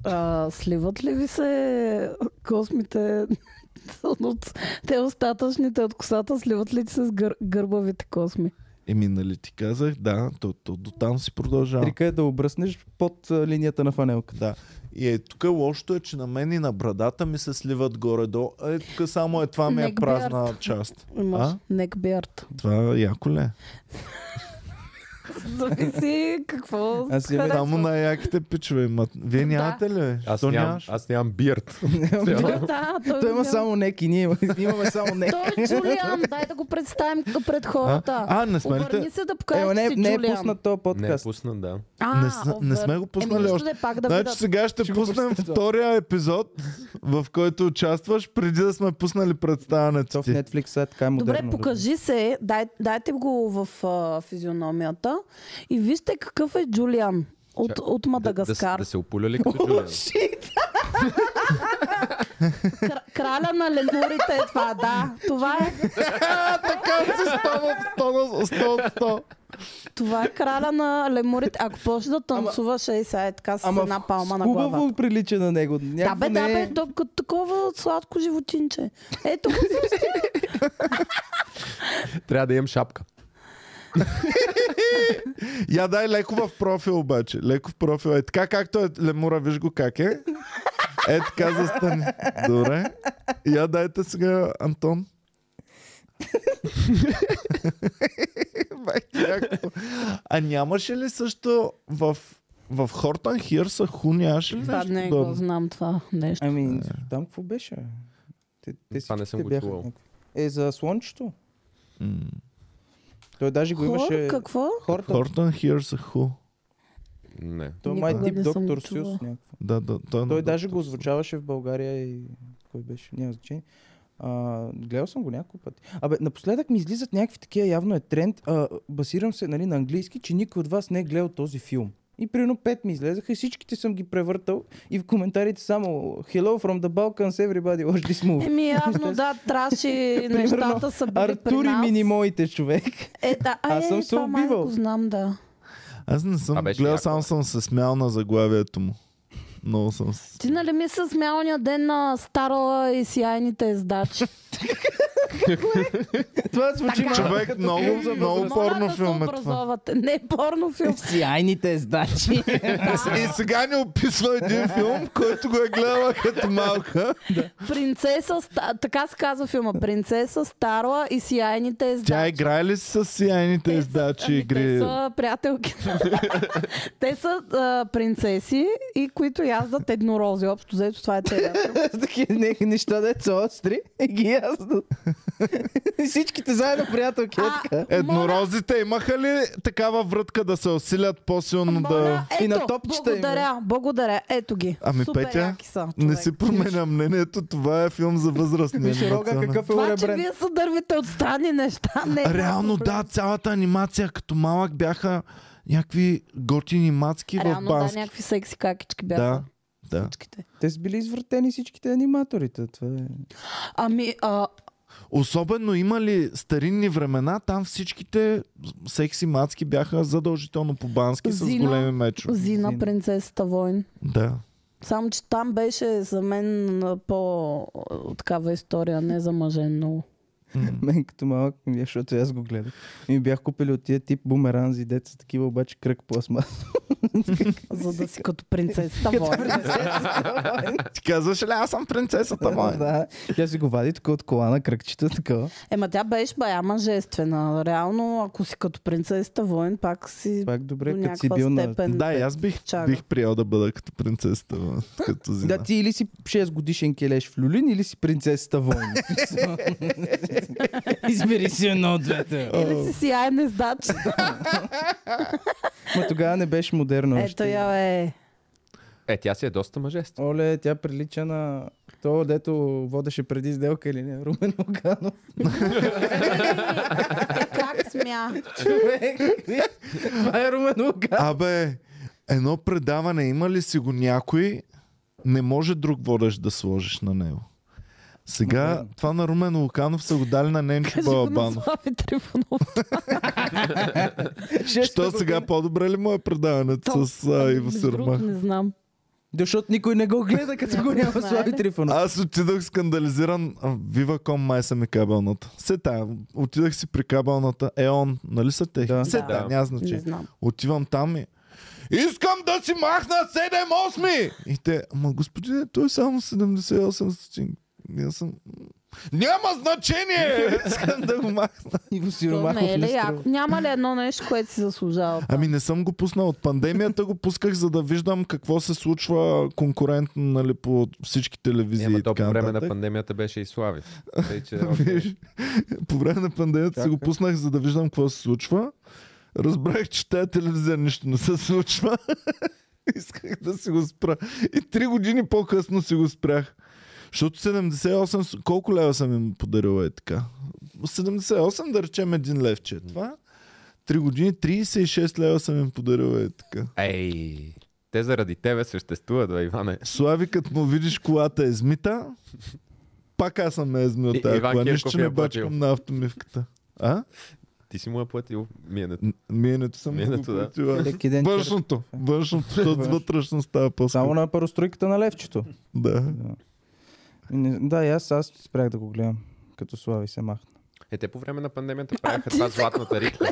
S2: а, сливат ли ви се космите? от, те остатъчните от косата сливат ли ти се с гър, гърбавите косми?
S1: Еми, нали ти казах, да, то, то, до там си продължава.
S3: Трика е да обръснеш под а, линията на фанелка.
S1: Да. И е, тук лошото е, че на мен и на брадата ми се сливат горе-долу. Е, тук само е това ми е
S2: Нек
S1: празна част.
S2: Имаш
S1: А?
S2: некбиард.
S1: Това яко ли? е?
S2: Зависи какво
S3: Аз имам-
S2: харесва.
S1: Само на яките пичове имат. Вие нямате ли?
S4: Аз,
S1: Що
S4: нямам,
S1: нямаш?
S4: аз нямам бирт. е
S2: Да, той,
S3: Той има
S2: няма-
S3: само неки, ние има- имаме само неки.
S2: Той е Джулиан, дай да го представим тук пред
S1: А,
S2: хората.
S1: а, не сме ли те?
S2: Обърни се да покажеш,
S3: Е,
S2: че
S3: не,
S2: си
S3: не е
S2: Джулиан.
S3: пуснат този
S4: Не е
S3: подкаст.
S4: пуснат, да.
S2: А,
S1: Не сме- не сме го
S2: овър.
S1: пуснали
S2: Еми, нищо
S1: още.
S2: Да е пак да
S1: Значи
S2: видят.
S1: сега ще,
S3: Ще го
S1: пуснем
S3: пуснем, да.
S1: втория епизод, в който участваш, преди да сме пуснали представянето
S3: То в
S1: ти.
S3: Netflix е така е модерно.
S2: Добре, покажи се, дай, дайте го в а, физиономията и вижте какъв е Джулиан от,
S4: Чак-
S2: от
S4: Да, да,
S2: Мадагаскар.
S4: да се опуляли като
S3: Oh,
S4: Джулиан.
S2: Кра- Краля на ленурите е това, да. Това е,
S1: Така си 100 100 100 100.
S2: това е краля на лемурите. Ако почне да танцуваш, е сега е така с
S3: Ама
S2: една палма на глава.
S3: хубаво прилича на него.
S2: Да
S3: Някакво
S2: бе, да
S3: не е-
S2: бе, то, като такова сладко животинче. Ето го същия.
S4: Трябва да имам шапка.
S1: Я дай леко в профил обаче. Леко в профил. Е така както е лемура, виж го как е. Е така застани. Добре. Я дайте сега Антон. Майки, яко. а нямаше ли също в, в Хортън Хир са хуняше ли
S2: Това
S1: нещо
S2: не е го
S1: подобно?
S2: знам това нещо.
S3: Ами, там какво беше? бе? Те, те
S4: Е. Това не съм
S3: всичките
S4: го
S3: бяха
S4: чувал.
S3: някакви. Е, за слънчето.
S1: М.
S3: Той даже го имаше...
S2: Хор, какво?
S3: Хората.
S1: Хортън Хир са ху.
S4: Не.
S3: Той
S2: Никога
S3: май тип
S2: не съм
S3: доктор
S2: го чувала.
S3: Сюс някакво.
S1: Да, да, той, е
S3: Той
S1: на
S3: даже го
S1: доктор.
S3: озвучаваше в България и... Кой беше? Няма значение. А, гледал съм го няколко пъти. Абе, напоследък ми излизат някакви такива, явно е тренд. А, басирам се нали, на английски, че никой от вас не е гледал този филм. И примерно пет ми излезаха и всичките съм ги превъртал и в коментарите само Hello from the Balkans, everybody watch this movie.
S2: Еми явно да, траши нещата са били
S3: Артури
S2: при нас.
S3: минимоите човек.
S2: Е, да, а,
S3: Аз
S2: е,
S3: съм се
S2: това май
S3: убивал.
S2: го знам, да.
S1: Аз не съм
S4: А,
S1: гледал,
S4: беше яко,
S1: само
S4: бе.
S1: съм се смял на заглавието му. Много съм се
S2: Ти нали ми се смялния ден на Старала и сияйните ездачи?
S3: Това звучи малко
S1: Човек,
S3: като
S1: много-
S3: филм за
S1: много-
S2: Моля
S1: порно
S2: да се
S1: филм е това.
S2: образовате. Не, порно филм.
S3: Сияйните сдачи.
S1: И сега ни описва един филм, който го е гледала като малка.
S2: Принцеса, Ста- така се казва филма. Принцеса Старла и сияйните ездачи.
S1: Тя играе ли си с сияйните издачи
S2: ами, Те
S1: игри?
S2: са приятелки. те са а, принцеси и които яздат еднорози. Общо, заето това е те.
S3: Такива не- неща, деца остри и ги яздат. И Всичките заедно приятелки. е
S2: А,
S3: така.
S1: Еднорозите имаха ли такава врътка да се усилят по-силно да...
S2: Моля, ето,
S3: И на топчета им е.
S2: благодаря, благодаря. Ето ги.
S1: Ами,
S2: Супер
S1: Петя,
S2: яки са,
S1: Не
S2: човек.
S1: си променя мнението, това е филм за възрастни.
S3: Виж рога
S1: анимационен.
S3: какъв е
S2: Това, че
S3: уребрен.
S2: вие се дървите от странни неща, не е
S1: Реално
S2: проблем.
S1: да, цялата анимация като малък бяха някакви готини мацки в
S2: Реално да,
S1: Бански.
S2: някакви секси какички бяха.
S1: Да, да.
S2: Всичките.
S3: Те са били извъртени всичките аниматорите. Това е.
S2: Ами, а,
S1: Особено има ли старинни времена, там всичките секси мацки бяха задължително по бански с
S2: Зина.
S1: големи мечове.
S2: Зина,
S3: Зина.
S2: принцесата Войн.
S1: Да.
S2: Само, че там беше за мен а, по а, такава история, не за мъжен много.
S3: Мен като малък, ми беше, защото и аз го гледах. И ми бях купили от тия тип бумеранзи, деца такива, обаче кръг пластмас.
S2: за да си като принцесата воля.
S1: Ти казваш ли, аз съм принцесата моя.
S3: да, тя си го вади тук от кола на кръгчета, такова.
S2: Ема тя беше бая мъжествена. Реално, ако си като принцесата воин, пак си
S3: Пак е добре,
S2: до
S3: като си
S2: някаква
S3: бил на...
S2: степен.
S1: Да, и аз бих,
S2: Чага.
S1: бих приел да бъда като принцесата. бе, Като зина.
S3: Да, ти или си 6 годишен келеш в люлин, или си принцесата войн. Избери си едно от двете.
S2: Или си сияе нездач.
S3: Ма тогава не беше модерно.
S2: Ето
S3: още.
S2: я е.
S4: Е, тя си е доста мъжества.
S3: Оле, тя прилича на то, дето водеше преди сделка или не, Румен Луганов.
S2: Как смя?
S3: Човек, това е Румен Луганов.
S1: Абе, едно предаване, има ли си го някой, не може друг водещ да сложиш на него. Сега това на Румен Луканов са го дали на Ненчо
S2: Кажи го на
S1: Балабанов.
S2: Слави Трифонов.
S3: Шеста
S1: Що сега
S3: година. по...
S1: по-добре ли му е предаването
S2: То- ами,
S1: с
S3: е
S1: а, Иво
S2: Между другото,
S1: Сирмах?
S2: Не знам.
S3: Да, Защото никой не го гледа, като го няма
S2: Знаем.
S3: Слави Трифонов.
S1: Аз отидох скандализиран. а, Viva.com май са ми кабелната. Се тая, отидах си при кабелната. Еон, нали са те?
S3: Да.
S1: Се
S2: Да.
S1: тая, няма значи.
S2: Не знам.
S1: Отивам там и... Искам да си махна 7-8! И те, ама господине, той е само 78 стотинки. И Аз съм... Няма значение! Искам да го махна.
S3: Иво
S2: То
S3: Сиромахов
S2: не е
S3: не
S2: ли яко?
S3: струва.
S2: Няма ли едно нещо, което си заслужава?
S1: Ами не съм го пуснал. От пандемията го пусках, за да виждам какво се случва конкурентно нали, по всички телевизии.
S4: Ема
S1: и
S4: то по
S1: така
S4: време на
S1: нататък.
S4: пандемията беше и Слави. Тъй, че, окей.
S1: Виж, по време на пандемията си го
S3: Чакай.
S1: пуснах, за да виждам какво се случва. Разбрах, че тая телевизия нищо не се случва. Исках да си го спра. И три години по-късно си го спрях. Защото 78, с- колко лева съм им подарила е така? 78, да речем, един левче. е Това три години, 36 лева съм им подарила е така.
S4: Ей, те заради тебе съществуват, бе, Иване.
S1: Слави, като му видиш колата е змита, пак аз съм я измил
S4: И-
S1: тази
S4: Иван
S1: кола. Нищо
S4: Кирков
S1: че
S4: я
S1: не
S4: е платил.
S1: бачкам на автомивката. А?
S4: Ти си му е платил миенето.
S1: Н- Миенето съм
S4: Миенето,
S1: го
S4: да.
S1: платила.
S3: Всеки ден
S1: Външното. Външното, защото вътрешно става по
S3: Само
S1: скъпо
S3: на първостройката на левчето.
S1: Да.
S3: Не- Да, и аз, аз спрях да го гледам, като Слави се махна.
S4: Е, те по време на пандемията
S2: А, ти
S4: правяха това
S2: си
S4: златната ритма.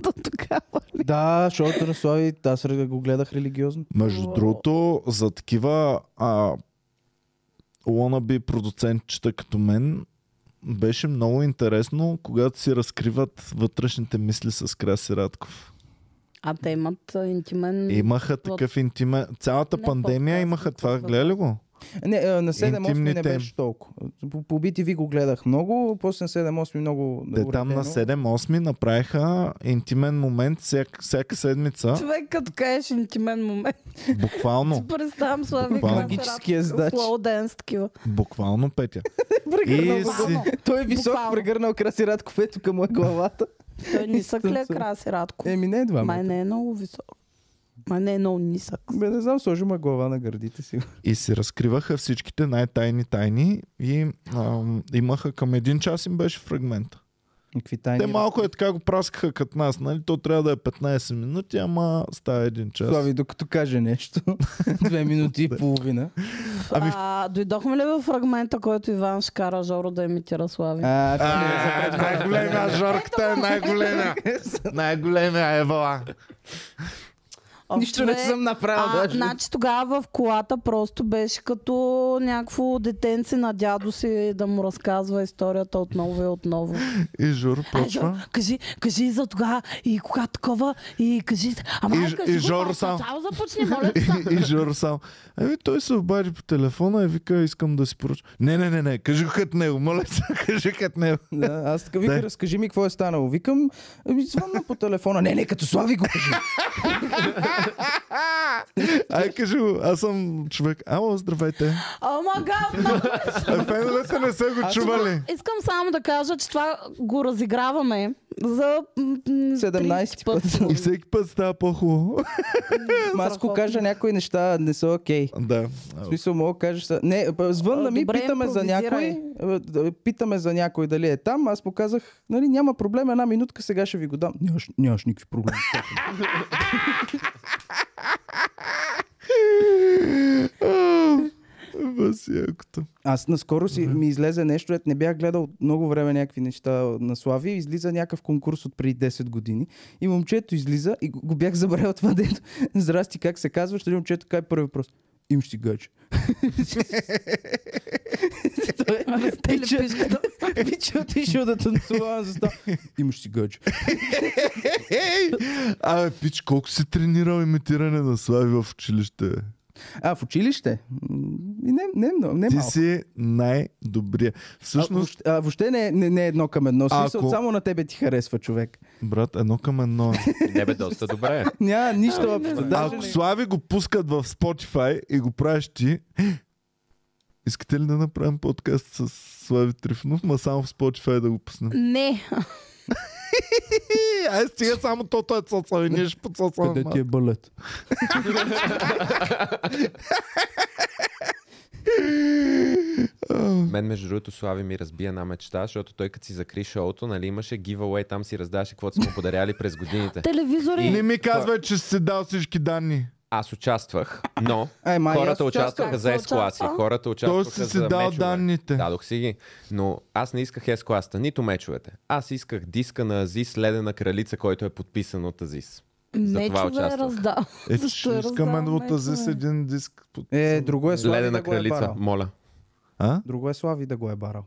S2: До тогава.
S3: Да, защото на Слави, аз го гледах религиозно.
S1: Между
S2: Уау.
S1: другото, за такива а, лонаби продуцентчета като мен, беше много интересно, когато си разкриват вътрешните мисли с Краси Радков.
S2: А те имат а, интимен...
S1: Имаха такъв интимен... Цялата
S2: Не,
S1: пандемия
S2: подкаст,
S1: имаха
S2: не,
S1: това.
S2: подкаст.
S1: Гледа ли го?
S3: Не, е, на 7-8 не
S1: Интимните.
S3: беше толкова. По, по BTV го гледах много, после на 7-8 много
S1: Де там на 7-8 направиха интимен момент всяк, всяка седмица.
S2: Човек, като кажеш интимен момент,
S1: Буквално.
S2: си представям Слави
S1: Буквално.
S3: Магическия здач.
S2: Слоу денс такива.
S1: Буквално, Петя. И си...
S3: Той е висок,
S2: Буквално.
S3: прегърнал Краси Радков, ето към му е главата.
S2: Той нисък ли е
S3: Съм-
S2: краси, Радко?
S3: Еми не едва.
S2: Май
S3: Май...
S2: не е много висок. Май не е много нисък.
S3: Бе, не знам, сложи му е глава на гърдите си.
S1: И си разкриваха всичките най-тайни тайни и ам, имаха към един час им беше фрагмент.
S3: Какви тайни.
S1: Те малко е така го праскаха като нас, нали? То трябва да е 15 минути, ама става един час.
S3: Слави, докато каже нещо. Две минути и половина.
S1: Ами в-
S2: А, дойдохме ли във фрагмента, който Иван ще кара Жоро да имитира Слави?
S3: А,
S1: А,
S3: ти не е за пред-
S1: най-големия жарката е най-големия. Най-големия е вала.
S2: Общо
S3: Нищо не
S2: е-
S3: съм направил
S2: А,
S3: даже.
S2: значи тогава в колата просто беше като някакво детенце на дядо си да му разказва историята отново и отново.
S1: И Жор
S2: Ай, Жор,
S1: почва.
S2: кажи, кажи за тогава и кога такова и кажи... Ама,
S1: И
S2: ай,
S1: Ж-
S2: кажи
S1: и
S2: го,
S1: Жоро
S2: ама,
S1: сам.
S2: отначало започни, моля те.
S1: И, и Жор сам. Ами той се обади по телефона и вика, искам да си поръчам. Не, не, не, не, кажи го като него, моля се, кажи като него.
S3: Да, аз така вика,
S1: Да.
S3: разкажи ми какво е станало. Викам, ами звънна по телефона. Не, не, като Слави го кажи.
S1: Ай, кажи го, аз съм човек. Ало, здравейте.
S2: О, ма гад, много
S1: А Феновете не са го чували.
S2: Искам само да кажа, че това го разиграваме за
S3: 17
S2: 17
S3: път.
S1: И всеки път става по-хубаво.
S3: Ма аз ако кажа някои неща, не са окей.
S1: Да.
S3: В смисъл, мога да кажеш. са- Не, па, звънна
S2: А,
S3: ми,
S2: добре,
S3: питаме за някой. а, да, Питаме за някой дали е там. Аз му казах, нали, няма проблем, една минутка сега ще ви го дам. Нямаш, нямаш никакви проблеми.
S1: Ау, Това си е якото.
S3: Аз наскоро си ми излезе нещо, ето не бях гледал от много време някакви неща на Слави. Излиза някакъв конкурс от преди 10 години. И момчето излиза и го го бях забравил това дето. Здрасти, как се казваш? Дали момчето кай първи въпрос? Им ще гача. Той е пича, пича отишъл да танцува на застава. Им ще гача.
S1: Ей! Абе, пич, колко си тренирал имитиране на слави в училище? бе?
S3: А, в училище? М, и Не, не, много, не
S1: Ти
S3: малко.
S1: си най-добрия.
S3: А,
S1: Всъщност,
S3: въобще, а, въобще не, е- не, не е едно към едно. Смисъл,
S1: Ако-
S3: Само на тебе ти харесва човек.
S1: брат, едно към едно. е.
S4: Не бе, доста добре.
S2: Ами,
S3: Няма нищо общо. Даже
S1: Ако
S3: не-
S1: Слави го пускат в Spotify и го правиш ти, искате ли да направим подкаст с Слави Трифонов, ма само в Spotify да го пуснем?
S2: Не,
S1: Е, Ай, стига само то, той е цоцал и ние ще подцоцал.
S3: Къде ти е балет?
S4: Мен, между другото, Слави ми разби една мечта, защото той като си закри шоуто, нали, имаше giveaway, там си раздаваше каквото сме подаряли през годините.
S2: телевизори.
S1: Не ми казвай, че си дал всички данни.
S4: Аз участвах, но
S1: Е,
S3: Ай, май, аз
S4: хората
S3: участвах.
S4: участваха за
S2: Аз
S4: S-класи,
S2: участвах.
S4: хората
S1: Той
S4: участваха
S1: си си
S4: за
S1: дал
S4: мечове.
S1: данните.
S4: Дадох си ги, но аз не исках S-класта, нито мечовете. Аз исках диска на Азис Ледена кралица, който е подписан от Азис.
S2: не,
S4: затова
S2: че го е
S4: участвах.
S2: раздал.
S1: Е,
S2: Защо
S1: че
S2: е
S1: искаме да
S2: раздал,
S1: отази с
S2: майко ми?
S1: един диск. под- Ами,
S3: Е, друго е Слави
S4: Ледена
S3: да го е
S4: кралица,
S3: барал.
S4: моля.
S1: А?
S3: Друго е Слави да го е барал.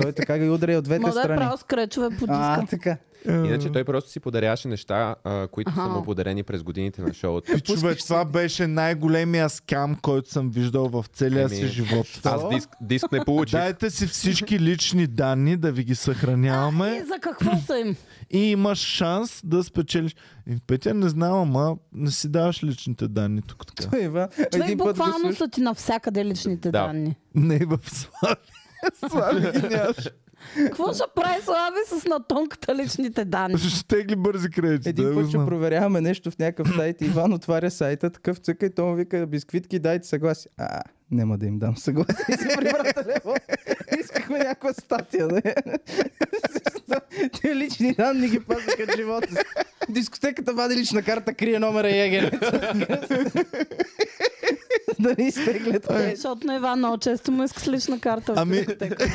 S3: Той е така ги удря и от двете
S2: Ма да е
S3: страни.
S2: правил скречове по диска.
S3: А, така.
S4: Иначе той просто си подаряваше неща, а, които са
S2: Аха.
S4: му подарени през годините на шоуто.
S1: Пичове, това беше най-големия скам, който съм виждал в целия
S4: Еми,
S1: си живот.
S4: Аз диск, диск не Ами, получих.
S1: Дайте си всички лични данни да ви ги
S2: И
S3: Е.
S1: съхраняваме
S2: за какво са им?
S1: и имаш шанс да спечелиш. И Петя не знам, ама не си даваш личните данни тук така.
S3: Той, Ива,
S2: Човек
S3: един път го
S2: буквално
S3: слуша.
S2: са ти навсяка личните
S4: Да.
S2: данни.
S1: Не и в Слави. Слави ги нямаш.
S2: Какво ще прави Слави с натонката личните данни?
S1: Ще тегли бързи кредити.
S3: Един
S1: да го
S3: път ще
S1: знам.
S3: проверяваме нещо в някакъв сайт. и Иван отваря сайта, такъв цъка и то му вика бисквитки, дайте съгласие. А, няма да им дам съгласие. И си прибра телефон. Искахме някаква статия да е. Те лични данни ги пазиха от живота си. Дискотеката вади лична карта, крие номера и е егер. да не изтеглят.
S2: Е, Защото на Иван много често му иска с лична карта. в
S1: Ами-
S2: библиотека.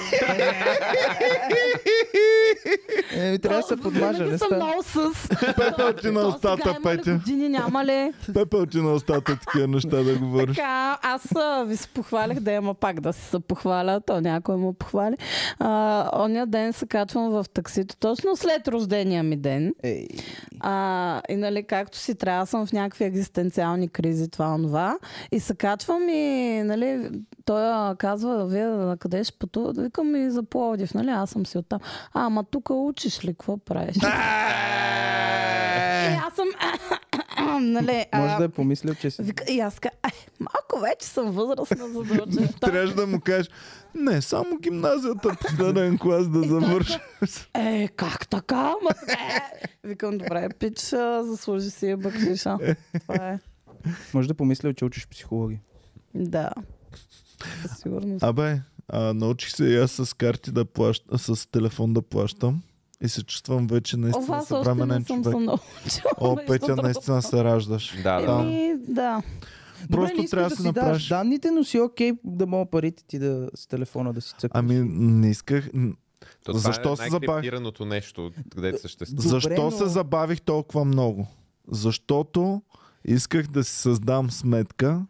S3: Е, трябва да се подмажа,
S2: Винаги
S3: не
S2: съм
S3: става. е
S2: много с.
S1: Пепел ти на
S2: То сега
S1: устата,
S2: има ли
S1: Петя.
S2: години няма ли?
S1: Пепел ти на устата, такива неща да говориш.
S2: Така, аз а, ви се похвалих да има пак да се похваля, то някой му похвали. А, оня ден се качвам в таксито, точно след рождения ми ден.
S3: Ей.
S2: А, и нали, както си трябва, съм в някакви екзистенциални кризи, това, онова. И се качвам и, нали, той а, казва, вие на къде ще пътувате? Викам и за Пловдив, нали, аз съм си оттам. А, ама тук учиш ли, какво правиш? и
S1: е.
S2: аз съм... нали, а,
S3: Може да е помислил, че си...
S2: Вика, и аз ка, ай, малко вече съм възрастна за да уча в тази
S1: Трябваше да му кажеш, не, само гимназията последен клас да завърша.
S2: Е, как така? Ма, е. Викам, добре, пич, а, заслужи си я бакшиша. Това е.
S3: Може да помислил, че учиш психологи.
S2: Да. Със сигурност.
S1: Абе, а, научих се и аз с карти да плащам, с телефон да плащам и се чувствам вече
S2: О,
S1: наистина
S2: аз още не
S1: съвременен
S2: съм се
S1: човек.
S2: научила.
S1: О,
S2: между
S1: Петя,
S2: другото.
S1: наистина се раждаш.
S4: Да, да.
S2: Еми, да.
S1: Просто
S3: не искаш
S1: трябва да си направиш.
S3: даш данните, но си окей да мога парите ти да с телефона да си цъкаш.
S1: Ами, не исках. н-
S4: То това
S1: Защо
S4: е
S1: се забавих?
S4: най-криптираното нещо, където съществува.
S3: Добре,
S1: Защо
S3: но-
S1: се забавих толкова много? Защото исках да си създам сметка,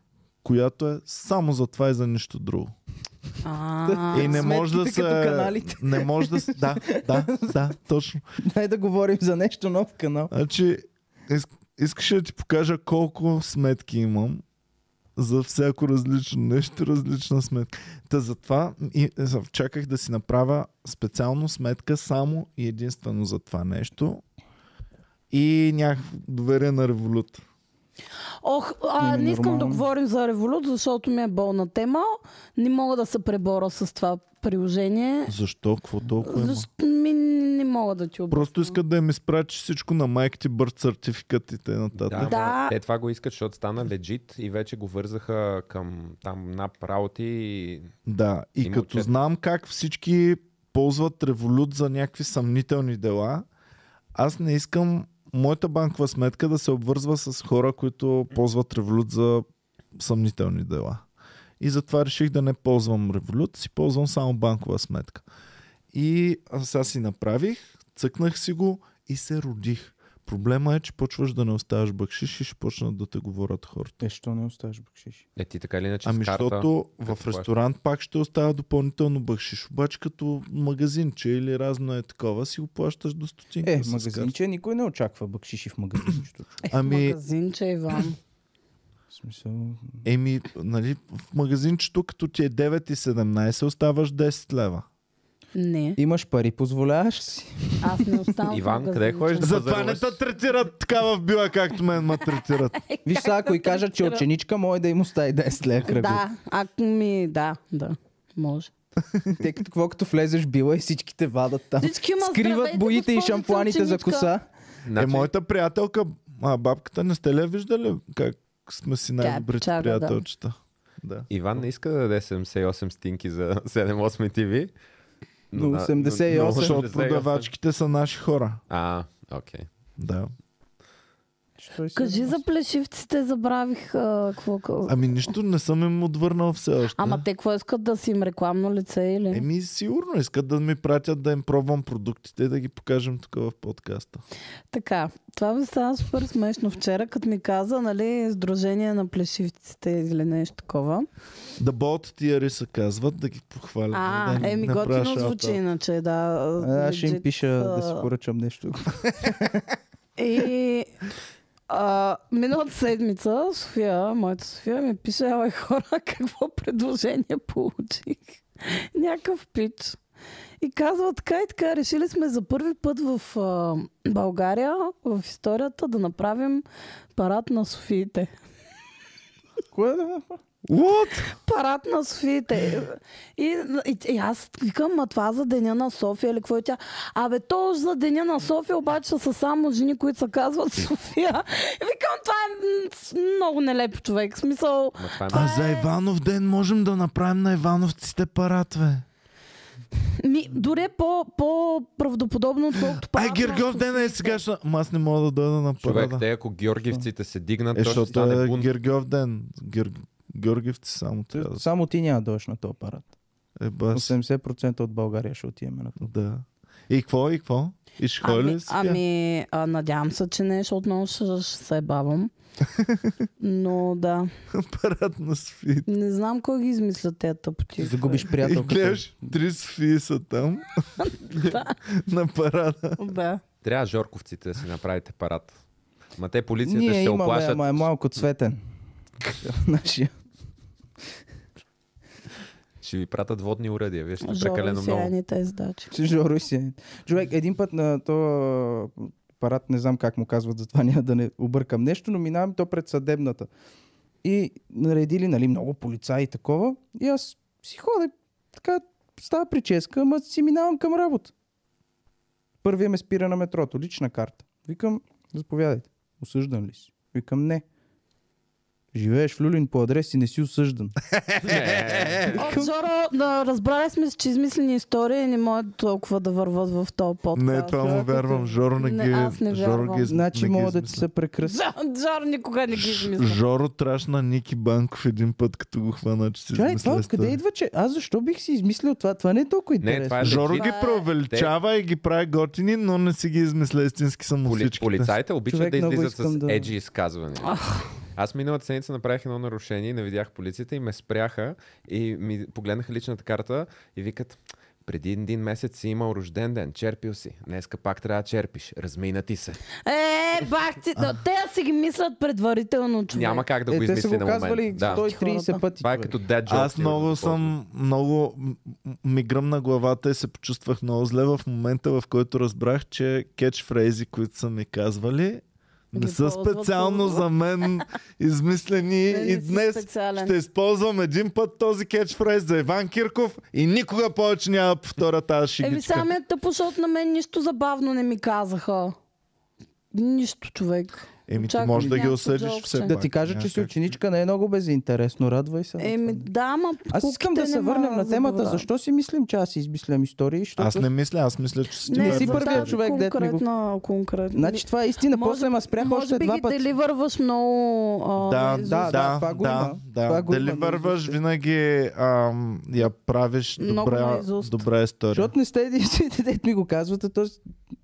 S1: която е само за това и за нищо друго.
S2: А,
S1: и не може да
S3: сметките
S1: се...
S3: като каналите.
S1: Не може да се... Да, да, да, точно.
S3: Дай да говорим за нещо нов канал.
S1: Значи, иск, искаше да ти покажа колко сметки имам за всяко различно нещо, различна сметка. Та затова и, за- чаках да си направя специално сметка само и единствено за това нещо. И нямах доверие на револют.
S2: Ох,
S1: Ами,
S2: а,
S3: Еми,
S2: не искам да
S3: нормално.
S2: говорим за револют, защото ми е болна тема. Не мога да се пребора с това приложение.
S1: Защо? Какво толкова има?
S2: Защо ми не мога да ти обясня.
S1: Просто искат да им изпрачи всичко на майка ти, бърт сертификат и т.н.
S4: Да,
S1: нататък.
S2: Да.
S4: да. Те това го искат, защото стана легит и вече го вързаха към там нап работи. и-
S1: Да, и
S4: Има
S1: като
S4: отчет.
S1: знам как всички ползват револют за някакви съмнителни дела, аз не искам моята банкова сметка да се обвързва с хора, които ползват револют за съмнителни дела. и затова реших да не ползвам Revolut, си ползвам само банкова сметка. И аз сега си направих, цъкнах си го и се родих. Проблема е, че почваш да не оставаш бъкшиш и ще почнат да те говорят хората.
S3: Е, що не оставаш бакшиш?
S4: Е, ти така ли иначе
S1: Ами
S4: с карта... е.
S1: защото в
S4: плащаш?
S1: ресторант пак ще остава допълнително бъкшиш, обаче като магазинче или разно е такова, си го плащаш до стотинка.
S3: Е,
S1: с карта.
S3: магазинче, никой не очаква бакшиши в магазинчето.
S2: е
S3: човек.
S1: Ами,
S2: Магазинче, Иван.
S3: В смисъл...
S1: еми, нали, в магазинчето като ти е 9,17 оставаш 10 лева.
S2: Не,
S3: Имаш пари, позволяваш си.
S2: аз не оставам.
S4: Иван,
S2: в
S4: къде ходиш да
S2: магазинче.
S1: Затова не
S4: Е, пазаруваш?
S1: те третират така в била, както мен ме третират. Е,
S2: Е,
S3: Виж сега, ако и кажат, че
S2: третира?
S3: ученичка, може да им остави 10 лева кръгли.
S2: Да, ако ми, да, да. Може.
S3: Те като какво като влезеш в била и всички те вадат там.
S2: Всички ма
S3: Скриват
S2: здравейте,
S3: боите и
S2: госпожица
S3: шампуаните за
S2: ученичка.
S3: коса.
S1: Е,
S4: Значи,
S1: моята приятелка, а, бабката, не сте ли я виждали как сме си най-добрите
S2: печага, е да.
S1: приятелчета? Да.
S4: Иван не иска да даде 78 стинки за 7-8 TV. но
S3: Но
S4: на-
S3: 88.
S4: но- но
S1: Защото
S4: 88.
S1: продавачките са наши хора.
S4: А, окей.
S1: Да.
S3: Що си
S2: Кажи
S3: за-
S2: за плешивците, забравих а, какво казах.
S1: Ами нищо не съм им отвърнал все още.
S2: Ама те какво искат да си им рекламно лице или?
S1: Еми, Е, сигурно искат да ми пратят да им пробвам продуктите и да ги покажем тук в подкаста.
S2: Така, това ми стана супер смешно вчера, като ми каза, нали, Сдружение на плешивците или нещо такова.
S1: Да болт тия ри се казват, да ги похвалят.
S2: А,
S1: Е, да им
S2: еми,
S1: направя
S2: готино
S1: шаут-аут.
S2: звучи иначе, да.
S3: А, Е, Аз ще им
S2: legit,
S3: пиша да си
S2: а,
S3: поръчам нещо.
S2: И а, миналата седмица София, моята София, ми пише, ай хора, какво предложение получих. Някакъв пич. И казва така и така, решили сме за първи път в а, България, в историята, да направим парад на Софиите.
S3: Кое е да?
S1: What?
S2: парад на Софиите. И, и, и аз викам, ма това за деня на София или какво е тя? Абе, то за деня на София обаче са само жени, които се казват София. И викам, това е м, много нелепо човек. В смисъл,
S4: Ма това е
S1: А за Иванов ден можем да направим на Ивановците парад, бе.
S2: ми, дори е по, по-правдоподобно, отколкото парад
S1: Ай,
S2: на
S1: Гергов
S2: Софиите.
S1: ден е сега. ще- Ма аз не мога да дойда на
S4: Човек,
S1: парада.
S4: те ако георгиевците се дигнат,
S1: Е,
S4: е, то ще
S1: защото
S4: стане
S1: е
S4: бунт.
S1: Гергов ден. Гер... Георгиевци само
S3: Ти-
S1: трябва. да са.
S3: Само ти няма да дойдеш на този парад.
S1: Е, бас.
S3: 80% от България ще отиваме на
S1: Да. И какво, и какво? И ще ходи
S2: Ами,
S1: ли сега?
S2: ами а, надявам се, че не, защото отново ще, ще се бавам. Но да,
S1: парад на София.
S2: не знам кой ги измисля тези тъпоти.
S3: Ти загубиш
S1: И
S3: приятелката.
S1: гледаш, три Софии са там. на парада.
S2: Да.
S4: Трябва жорковците да си направите парад. Ма те полицията
S3: Ние
S4: ще се
S3: имаме,
S4: оплашат.
S3: ама е малко цветен. Нашия.
S4: Ще ви пратят водни уръдия. Вие сте
S2: Жора
S4: прекалено много.
S2: Сияни тези дачи.
S3: Жоро си. Човек, един път на то парад, не знам как му казват, затова няма да не объркам нещо, но минавам то пред съдебната. И наредили, нали, много полицаи и такова. И аз си ходя, така, става прическа, ама си минавам към работа. Първия ме спира на метрото, лична карта. Викам, заповядайте. Осъждан ли си? Викам, не. Живееш в Люлин по адрес и не си осъждан.
S2: От Жоро, да, разбрали сме, че измислени истории не могат толкова да върват в този подкаст.
S1: Не, това му вярвам. Жоро не
S2: Не,
S1: ги...
S2: аз не
S1: Жоро
S2: вярвам.
S1: ги... из-
S3: Значи
S1: не ги
S3: мога да ти
S1: измисля.
S3: се прекръсти.
S2: Жор, Жоро никога не ги измисля.
S1: Жоро трашна Ники Банков един път, като го хвана, че си
S3: Чай, това
S1: измисля
S3: откъде
S1: история. идва?
S3: идва, че аз защо бих си измислил това? Това не е толкова интересно.
S4: Не, това е
S1: Жоро
S4: легит.
S1: ги
S2: Това е-
S1: преувеличава и ги прави готини, но не си ги измисля истински само
S4: Поли,
S1: всичките.
S4: полицаите обичат
S3: Човек,
S4: да
S3: много
S4: излизат
S3: искам
S4: с
S3: да-
S4: еджи изказвания. Аз миналата седмица направих едно нарушение и не видях полицията и ме спряха и ми погледнаха личната карта и викат преди един месец си имал рожден ден, черпил си. Днеска пак трябва да черпиш. Размина ти се.
S2: Е, бах ти, да, те си ги мислят предварително, човек.
S4: Няма как
S3: е,
S4: да го
S3: те са
S4: измисли
S3: го
S4: на
S3: казвали
S4: момент. Да.
S3: 130 пъти.
S4: Това е
S3: човек.
S4: като dead joke.
S1: Аз
S4: сигурно,
S3: е
S1: много
S4: използвам.
S1: съм, много м- м- ми гръмна главата и се почувствах много зле в момента, в който разбрах, че кетчфрейзи, които са ми казвали, не
S2: Ги
S1: са
S2: ползват
S1: специално
S2: много.
S1: за мен измислени
S2: Не, не
S1: и
S2: си
S1: днес
S2: специален.
S1: ще използвам един път този кетчфрейз за Иван Кирков и никога повече няма да повторя тази
S2: Еми,
S1: шигичка.
S2: сега ми е тъпо, защото на мен нищо забавно не ми казаха. Нищо, човек.
S1: Еми, ти
S2: Очаквам
S1: можеш да ги
S2: някакво
S1: осъдиш
S2: джокче.
S1: все
S2: Да
S1: пак.
S3: Да ти кажа,
S1: няма
S3: че си
S1: как.
S3: ученичка, не е много безинтересно. Радвай се.
S2: Еми, да, ама
S3: Аз искам
S2: куките
S3: да се
S2: не ме
S3: върнем на темата.
S2: забавляват.
S3: Защо си мислим, че аз си измислям истории? Защото...
S1: Аз не мисля, аз мисля, че си
S3: не
S1: ти
S3: си
S1: е възможно.
S2: за
S3: първият
S2: тази
S3: човек, дето ми го-
S2: Конкретна, конкретна.
S3: Значи това е истина.
S2: Може
S3: После ме спрях
S2: Може
S3: още
S2: би
S3: два
S2: ги
S3: пъти.
S2: деливърваш много... А,
S1: Да,
S2: из-
S1: да,
S3: да,
S1: да,
S3: това го
S1: да,
S3: има.
S1: да.
S3: Това го има,
S1: Дали върваш,
S3: наизуст.
S1: винаги ам, я правиш
S2: Много
S1: добра,
S2: наизуст.
S1: добра история.
S3: Защото не сте единствените, дете ми го казвате, то, си-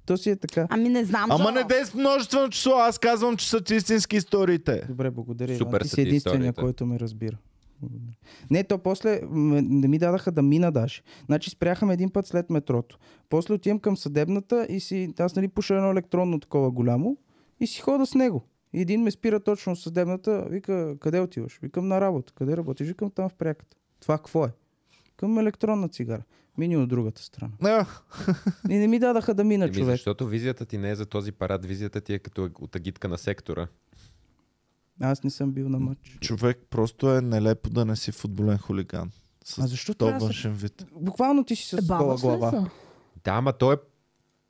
S3: то си е така.
S2: Ами не знам,
S1: Ама
S2: Жоро.
S1: не дей с множествено число, аз казвам, че са ти истински историите.
S3: Добре, благодаря.
S4: Супер
S3: Иван. Ти си
S4: са ти
S3: единствения,
S4: историите.
S3: който ме разбира. Благодаря. Не, то после м, не ми дадаха да мина даже. Значи спряхаме един път след метрото. После отивам към съдебната и си, аз нали пуша едно електронно такова голямо и си хода с него. И един ме спира точно в съдебната, вика, къде отиваш? Викам на работа. Къде работиш? Викам там в пряката. Това какво е? Към електронна цигара. Мини от другата страна.
S1: А,
S3: И не ми дадаха да мина,
S4: Еми,
S3: Е, човек.
S4: Ами, защото визията ти не е за този парад, визията ти е като от агитка на сектора.
S3: Аз не съм бил на матч.
S1: човек, просто е нелепо да не си футболен хулиган. С
S3: А защо
S1: то
S3: трябва да се-
S1: външен
S4: Е,
S1: вид. Е,
S3: Буквално ти си с такова
S2: Е, Баваш ли
S3: глава.
S2: са?
S4: Да, ама той е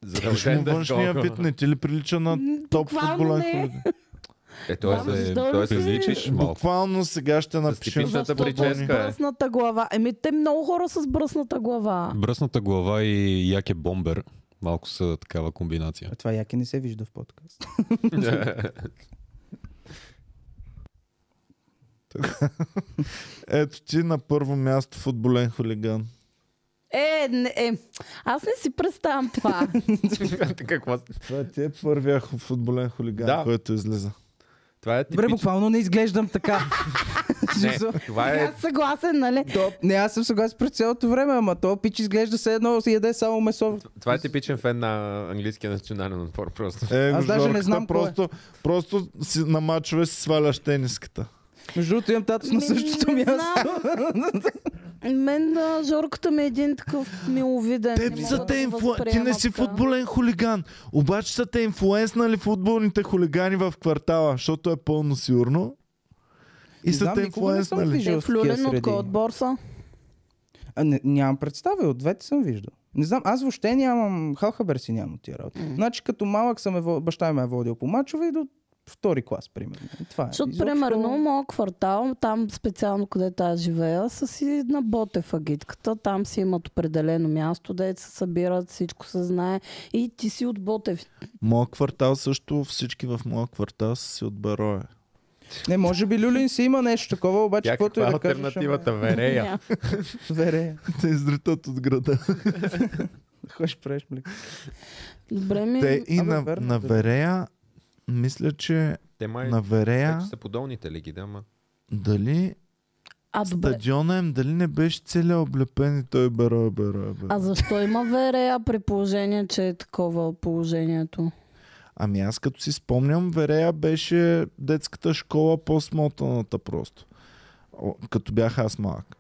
S1: Виж му
S4: задължен да е
S1: външния
S4: такова.
S1: вид, не ти ли прилича на топ
S2: буквално
S1: футболен
S2: не.
S1: хулиган?
S4: Е, той е
S2: Баваш
S4: за-
S2: да
S4: той е
S2: си.
S4: за- малко.
S1: Буквално сега ще напишем.
S4: типичната
S1: футболни.
S4: прическа. Така е.
S2: Бръсната глава. Еми, те много хора с бръсната глава.
S5: Бръсната глава и яке бомбер. Малко са такава комбинация.
S3: А това яки не се вижда в подкаст.
S1: Ето ти на първо място футболен хулиган.
S2: Е, не, е, аз не си представям това.
S4: Какво?
S1: Това ти е първия ху- футболен хулиган,
S4: Да.
S1: който излиза.
S4: Това е
S3: Добре,
S4: типично.
S3: буквално не изглеждам така.
S4: Не,
S3: Смисъл,
S4: това е
S2: аз съгласен, нали?
S3: то, не, аз съм съгласен през цялото време, ама то пич изглежда все едно си яде само месо.
S4: Това е типичен фен на английския национален отбор просто.
S1: Е,
S3: Аз
S1: го,
S3: даже не
S1: Жорката,
S3: знам кой е.
S1: просто, просто си, на мачове си сваляш тениската.
S3: Между другото имам татус на
S2: Ми,
S3: същото
S2: не
S3: място.
S2: Мен а, Жорката ми е един такъв миловиден. Е, не
S1: Те
S2: мога
S1: са
S2: да
S1: те
S2: го
S1: инфлу... Ти не
S2: възприема
S1: си
S2: така.
S1: футболен хулиган, обаче са те инфлуенснали футболните хулигани в квартала, защото е пълно сигурно. И
S3: Не
S1: са
S3: знам,
S1: те
S3: никога не съм
S1: инфлуенснали.
S3: виждал.
S2: Те
S3: Жорсткия
S2: в Люлин от
S3: среди.
S2: кой отбор са?
S3: А, не, нямам представа, и от двете съм виждал. Не знам, аз въобще нямам, халхабер си нямам от тия работи. Значи като малък съм е, во- баща ми е водил по мачове и до втори клас, примерно. И Това е.
S2: Защото,
S3: Изобщо-
S2: примерно, моят квартал, там специално където аз живея, са си на Ботев агитката. Там си имат определено място, де се събират, всичко се знае. И ти си от Ботев.
S1: Моя квартал също, всички в моя квартал са си от барое.
S3: Не, може би Люлин си има нещо такова, обаче
S4: Тя
S3: каквото
S4: каква
S3: и
S4: е
S3: да кажеш.
S4: альтернативата? Верея.
S3: ама- Вере.
S1: Те изритат от града.
S3: Хош преш млеко.
S2: Добре ми...
S1: Те и
S3: Абе,
S1: на,
S3: верно,
S1: на
S3: да.
S1: Верея, мисля, че
S4: Те май
S1: на Верея,
S4: вече са подолните лиги, да, ма.
S1: дали
S2: А, добре.
S1: стадиона им, дали не беше целия облепен и той е бера, бера, бера.
S2: А защо има Верея при положение, че е такова положението?
S1: Ами аз като си спомням, Верея беше детската школа по-смотаната просто. О, Като бях аз малък.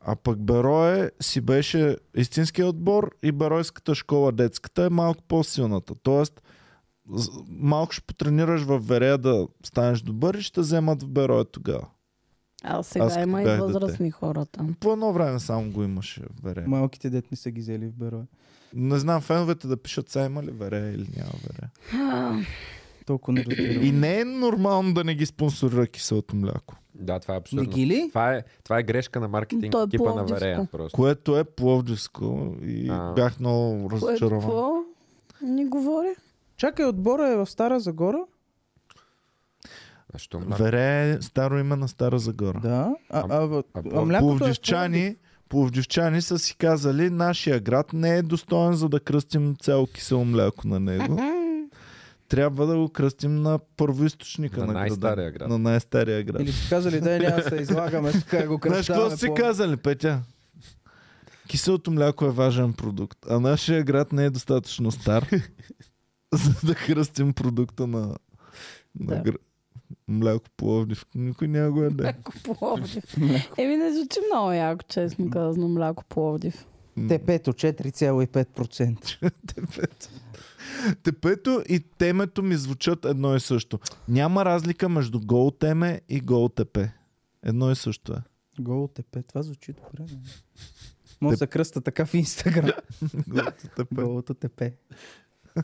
S1: А пък Берое си беше истинския отбор и Беройската школа детската е малко по-силната. Тоест, з- малко ще потренираш в Верея да станеш добър и ще вземат в Берое тогава.
S2: А
S1: Аз е
S2: сега
S1: като
S2: има и
S1: бях
S2: възрастни хора там.
S1: По едно време само го имаше Верея.
S3: Малките дет не са ги взели в бюро.
S1: Не знам феновете да пишат сега има ли Верея или няма Верея.
S3: Толкова не
S1: И
S3: разбирам.
S1: не е нормално да не ги спонсорира киселото мляко.
S4: Да, това е
S3: Не
S4: абсурдно.
S3: ги ли?
S4: Това е, това е грешка на маркетинг
S2: Той е
S4: екипа на
S2: пловдивско.
S4: Верея просто.
S1: което е пловдивско и а.
S4: А.
S1: бях
S3: е
S1: много
S2: Което
S1: разочарован.
S2: какво? Ни говори.
S3: Чакай, отбора е в Стара Загора?
S4: А що мар-
S1: Вере е старо име на Стара Загора. Да.
S3: Да. А, а, в-
S4: а
S3: а млякото е в
S1: Пловдивчани,
S3: Пловдив.
S1: пловдивчани са си казали, нашия град не е достоен за да кръстим цяло кисело мляко на него. Трябва да го кръстим на първоисточника на,
S4: На
S1: града.
S4: най-стария град.
S1: На най-стария град.
S3: Или си казали, да, няма да се излагаме, тук го кръщаваме.
S1: Знаеш какво си
S3: по-
S1: казали, Петя? Киселото мляко е важен продукт, а нашия град не е достатъчно стар, за да кръстим продукта на, на
S2: Да.
S1: гр... мляко Пловдив. Никой няма го яде.
S2: Мляко Пловдив. Еми не звучи много яко, честно казано, мляко Пловдив.
S3: Тепето 4,5%.
S1: Тепето. Тепето и темето ми звучат едно и също. Няма разлика между гол теме и гол тепе. Едно и също е.
S3: Гол тепе, това звучи добре. не? Може да се кръста така в Инстаграм.
S1: Голото тепе.
S3: Голото тепе.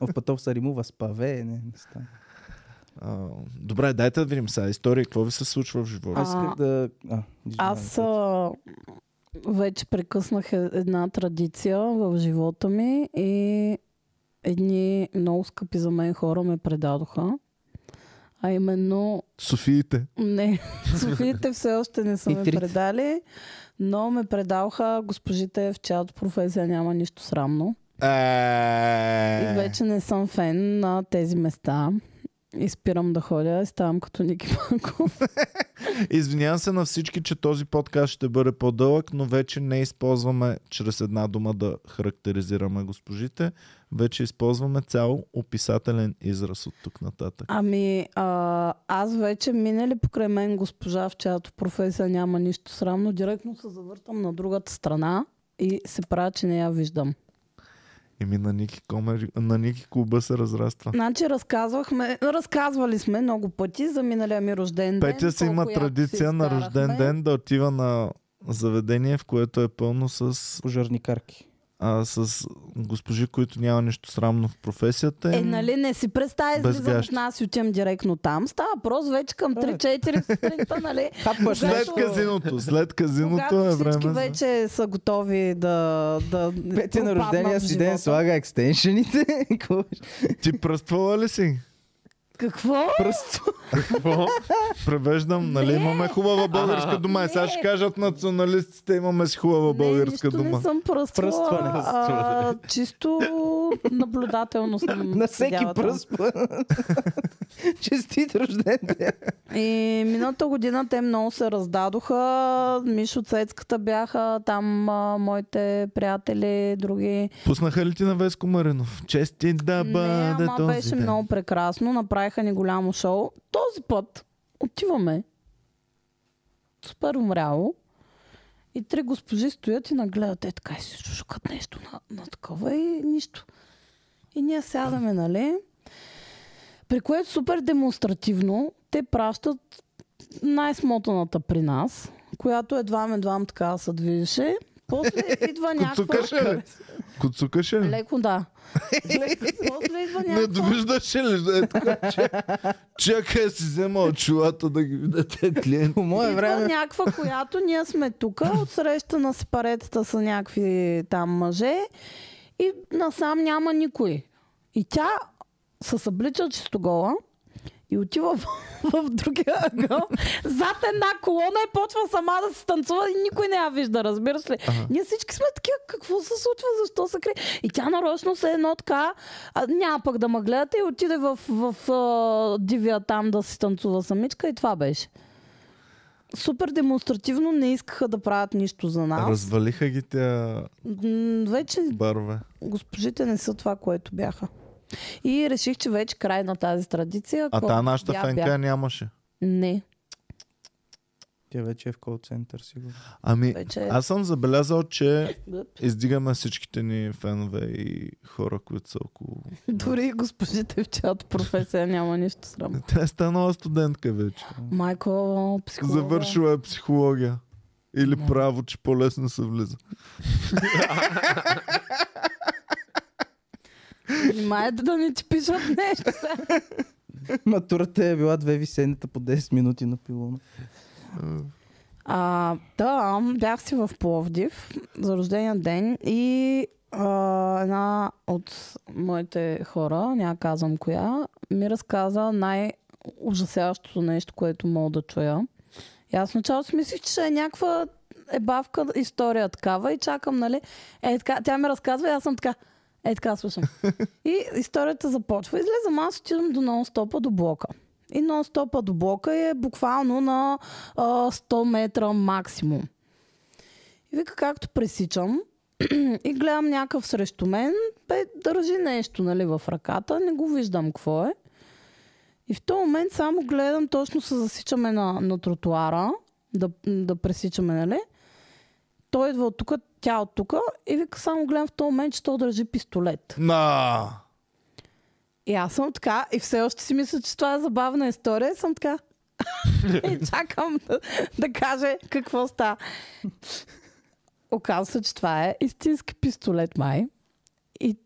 S3: О, пътов се римува с паве, не, не става.
S1: А, добре, дайте да видим сега история. Какво ви се случва в живота?
S3: Аз исках да... А,
S2: Аз
S3: извинявай.
S2: а, вече прекъснах е- една традиция в живота ми и едни много скъпи за мен хора ме предадоха. А именно,
S1: Софиите.
S2: не, Софиите все още не са ме
S3: Хитрите.
S2: предали, но ме предалха госпожите в чиято професия няма нищо срамно.
S1: Е...
S2: И вече не съм фен на тези места. И спирам да ходя и ставам като Ники Панков.
S1: Извинявам се на всички, че този подкаст ще бъде по-дълъг, но вече не използваме чрез една дума да характеризираме госпожите. Вече използваме цял описателен израз от тук нататък.
S2: Ами, а, аз вече мине ли покрай мен госпожа, в чиято професия няма нищо срамно, директно се завъртам на другата страна и се правя, че не я виждам.
S1: Еми на Ники, Комер, на Ники Куба се разраства.
S2: Значи разказвахме, разказвали сме много пъти за миналия ми рожден ден.
S1: Петя си
S2: колко
S1: има
S2: яко
S1: традиция на
S2: изкарахме.
S1: рожден ден да отива на заведение, в което е пълно с,
S3: Пожарникарки.
S1: а, с госпожи, които няма нищо срамно в професията.
S2: Е,
S1: им.
S2: нали, не си представя, излизам от
S1: Безгащи.
S2: нас и отивам директно там. Става въпрос вече към 3-4 сутринта, нали?
S3: Хапваш
S1: След
S2: Защото-
S1: казиното, след казиното
S2: Когато
S1: е
S2: всички
S1: време. за-
S2: вече са готови да, да
S3: Петя на
S2: пропаднат
S3: рождения
S2: в
S3: си ден
S2: живота.
S3: слага екстеншените. Какво е? беше?
S1: Ти пръствала ли си?
S2: Какво?
S3: Просто.
S4: Какво?
S1: Превеждам, нали? Имаме хубава българска дума. И сега ще
S2: Не.
S1: кажат националистите, имаме си хубава българска
S2: не, нищо
S1: дума.
S2: не съм пръствала.
S3: Пръстване.
S2: а, чисто наблюдателно съм
S3: На всеки
S2: седяла там.
S3: пръст. Честит рожден ден.
S2: И миналата година те много се раздадоха. Мишо Цецката бяха там а, моите приятели, други.
S1: Пуснаха ли ти на Веско Маринов? Чести да
S2: не,
S1: бъде
S2: ама
S1: този
S2: беше
S1: ден.
S2: много прекрасно. Направиха ни голямо шоу. Този път отиваме. Супер умряло. И три госпожи стоят и нагледат. Е така и си шушукат нещо на, на такова и нищо. И ние сядаме, нали? При което супер демонстративно те пращат най-смотаната при нас, която едва-едвам така се движеше. После идва
S1: Куцукаше
S2: някаква...
S1: ли? Куцукаше ли?
S2: Леко да. После идва
S1: Не
S2: някаква...
S1: довиждаше ли? Е, така, че... Чакай, си взема очилата да ги видя те клиенти.
S3: По мое
S2: Идва
S3: време.
S2: някаква, която ние сме тук, отсреща на сепаретата са някакви там мъже и насам няма никой. И тя се съблича чистогола и отива в, в другия ъгъл, зад една колона и почва сама да се танцува и никой не я вижда, разбираш ли? Ага. Ние всички сме такива, какво се случва, защо се крие? И тя нарочно се едно така, а, няма пък да ме гледате и отиде в, в, а, дивия там да си танцува самичка и това беше. Супер демонстративно не искаха да правят нищо за нас. Раз...
S1: Развалиха ги тя
S2: Вече
S1: барове.
S2: госпожите не са това, което бяха. И реших, че вече край на тази традиция.
S1: А
S2: Ако
S1: та нашата
S2: я
S1: фенка е
S2: бях-
S1: нямаше.
S2: Не.
S3: Тя вече е в кол център, сигурно.
S1: Ами,
S2: Вече е.
S1: аз съм забелязал, че
S2: Гъп.
S1: издигаме всичките ни фенове и хора, които са около...
S2: Дори и госпожите в чиято професия няма нищо срамно.
S1: Тя е станала студентка вече.
S2: Майко, психолога.
S1: Завършила е психология. Или право, че по-лесно се влиза.
S2: Внимайте да не ти пишат нещо.
S3: Матурата е била две висенета по 10 минути на пилона.
S2: А, да, бях си в Пловдив за рождения ден и а, една от моите хора, няма казвам коя, ми разказа най-ужасяващото нещо, което мога да чуя. И аз в началото си мислих, че ще е някаква ебавка история такава и чакам, нали? Е, така, тя ми разказва и аз съм така. Е, така слушам. И историята започва. Излезам, аз отивам до нон-стопа до блока. И нон-стопа до блока е буквално на а, 100 метра максимум. И вика, както пресичам и гледам някакъв срещу мен, бе, държи нещо нали, в ръката, не го виждам какво е. И в този момент само гледам, точно се засичаме на, на тротуара, да, да пресичаме, нали? Той идва от тук, тя от тук и вика, само гледам в този момент, че той държи пистолет.
S1: На!
S2: И Е, аз съм така, и все още си мисля, че това е забавна история, и съм така. и чакам да, да каже какво става. Оказва се, че това е истински пистолет, май. И,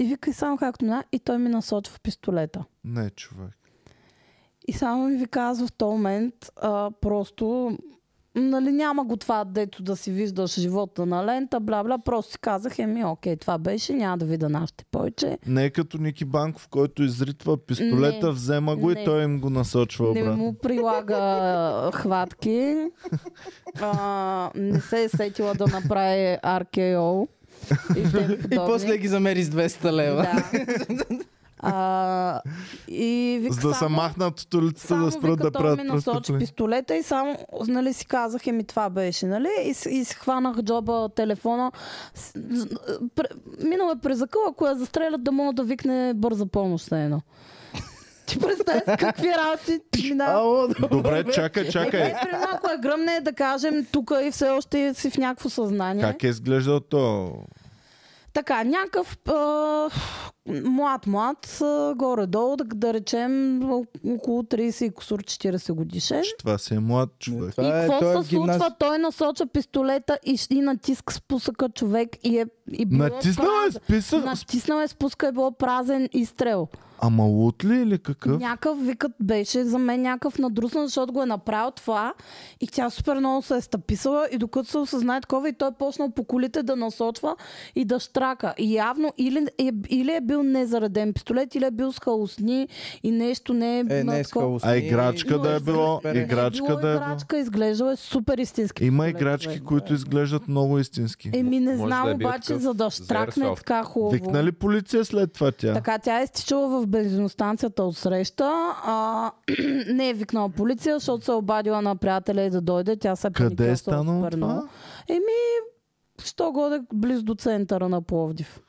S2: и вика и само както мина, и той ми насочва пистолета.
S1: Не, човек.
S2: И само ми вика, аз в този момент а, просто нали, няма го това, дето да си виждаш живота на лента, бла-бла. Просто си казах, еми, окей, това беше, няма да видя нашите повече.
S1: Не е като Ники Банков, който изритва пистолета,
S2: Не,
S1: взема го и
S2: не.
S1: той им го насочва
S2: Не
S1: обратно.
S2: му прилага хватки. А, не се е сетила да направи RKO. И, тем
S3: И
S2: подобни.
S3: после ги замери с 200 лева.
S2: Да. А, и вика,
S1: За да са
S2: само-
S1: махнат от улицата,
S2: само
S1: да спрат
S2: вика,
S1: да
S2: той
S1: правят
S2: ми
S1: пръстъпления.
S2: насочи пистолета и само, нали, си казах, еми това беше, нали? И, с- и си хванах джоба, телефона. С- з- пр- Минал е през закъл, ако я застрелят, да мога да викне бърза помощ на едно. Ти представи си какви работи минават.
S3: Ало,
S1: Добре, чакай,
S2: Е,
S1: чакай.
S2: примерно, ако е гръмне, да кажем, тук и все още си в някакво съзнание.
S1: Как е изглеждал то?
S2: Така, някакъв а, млад-млад, а, горе-долу, да, да речем около 30 и кусор 40 годишен.
S1: Че това си е млад човек.
S2: И
S3: Това е-
S2: какво
S3: той е
S2: се
S3: в гимназ-
S2: случва? Той насоча пистолета и, ш- и натиска спусъка човек и е и било
S1: Натиснал е
S2: празен.
S1: списък.
S2: Натиснал е спуска и било празен изстрел.
S1: Ама лут ли е или какъв?
S2: Някакъв викът беше за мен някакъв надрусан, защото го е направил това и тя супер много се е стъписала и докато се осъзнае такова и той е почнал по колите да насочва и да штрака. И явно или е, или е бил незареден пистолет, или е бил с халусни и нещо не е,
S3: Е,
S2: на
S3: не, с
S2: такова-
S3: хаоса.
S1: А играчка
S2: но
S1: да е
S2: е
S1: било.
S3: супер.
S2: не е
S1: Играчка
S2: било
S1: да е било.
S2: играчка, изглеждал е супер истински.
S1: Има
S2: пистолет,
S1: играчки,
S2: човек.
S1: които изглеждат много истински.
S2: Еми не
S4: Може да
S2: знам,
S4: е бил
S2: обаче
S4: такъв
S2: за да
S4: за
S2: штракне
S4: Airsoft.
S2: така хубаво.
S1: Викна ли полиция след това тя?
S2: Така, тя е изтичала в бензиностанцията от среща. А, не е викнала полиция, защото се е обадила на приятеля и да дойде. Тя се е
S1: Къде е
S2: паникьосала
S1: станало
S2: супер много.
S1: това?
S2: Еми, що годе близо до центъра на Пловдив.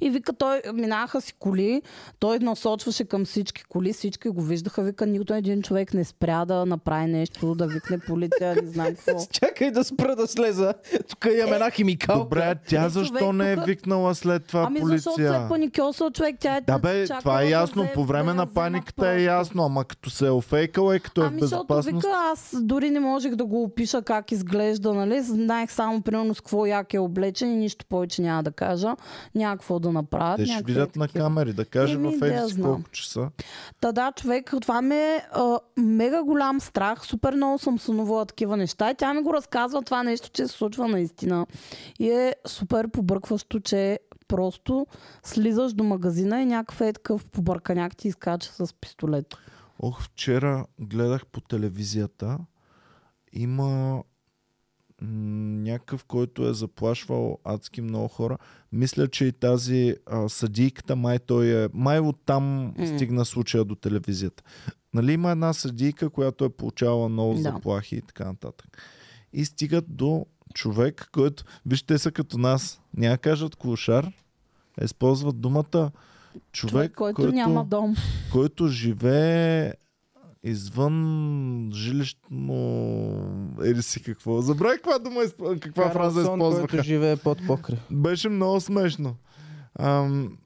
S2: И вика, той минаха си коли, той насочваше към всички коли, всички го виждаха, вика, нито един човек не спря да направи нещо, да викне полиция, не знам какво.
S3: Чакай да спра да слеза. Тук имам една химикалка.
S1: Добре, а тя
S2: Е,
S1: защо
S2: човек,
S1: не е
S2: тука-
S1: викнала след това
S2: Ами защото се е
S1: полиция?
S2: паникьосал човек, тя е
S1: Да бе,
S2: чакала
S1: това е
S2: да
S1: ясно.
S2: взе-
S1: По време
S2: да
S1: на
S2: взема
S1: паниката е
S2: просто.
S1: ясно, ама като се е офейкал е като е в
S2: Ами защото вика,
S1: безопасност.
S2: аз дори не можех да го опиша как изглежда, нали? Знаех само примерно с какво як е облечен и нищо повече няма да кажа. Няма какво да направят.
S1: Те ще
S2: някакви
S1: видят на
S2: такива.
S1: камери, да каже
S2: Еми,
S1: в
S2: да я
S1: Ефес
S2: знам.
S1: колко часа.
S2: Та да, човек, това ми е а, мега голям страх. Супер много съм сънувала такива неща. И тя ми го разказва това нещо, че се случва наистина. И е супер побъркващо, че просто слизаш до магазина и някакъв е такъв побърканяк ти изкача с пистолет.
S1: Ох, вчера гледах по телевизията. Има м, някакъв, който е заплашвал адски много хора. Мисля, че и тази а, съдийката, май той е... Май оттам mm. стигна случая до телевизията. Нали има една съдийка, която е получавала много
S2: Да.
S1: заплахи и така нататък. И стигат до човек, който... Вижте, те са като нас. Няма кажат клошар, а използват думата човек,
S2: Човек, който, който няма дом.
S1: който живее извън жилищно... Ели си какво. Забравих каква, дума, изп- каква фраза
S3: Карлсон,
S1: използваха.
S3: който живее под покрив.
S1: Беше много смешно. Ам,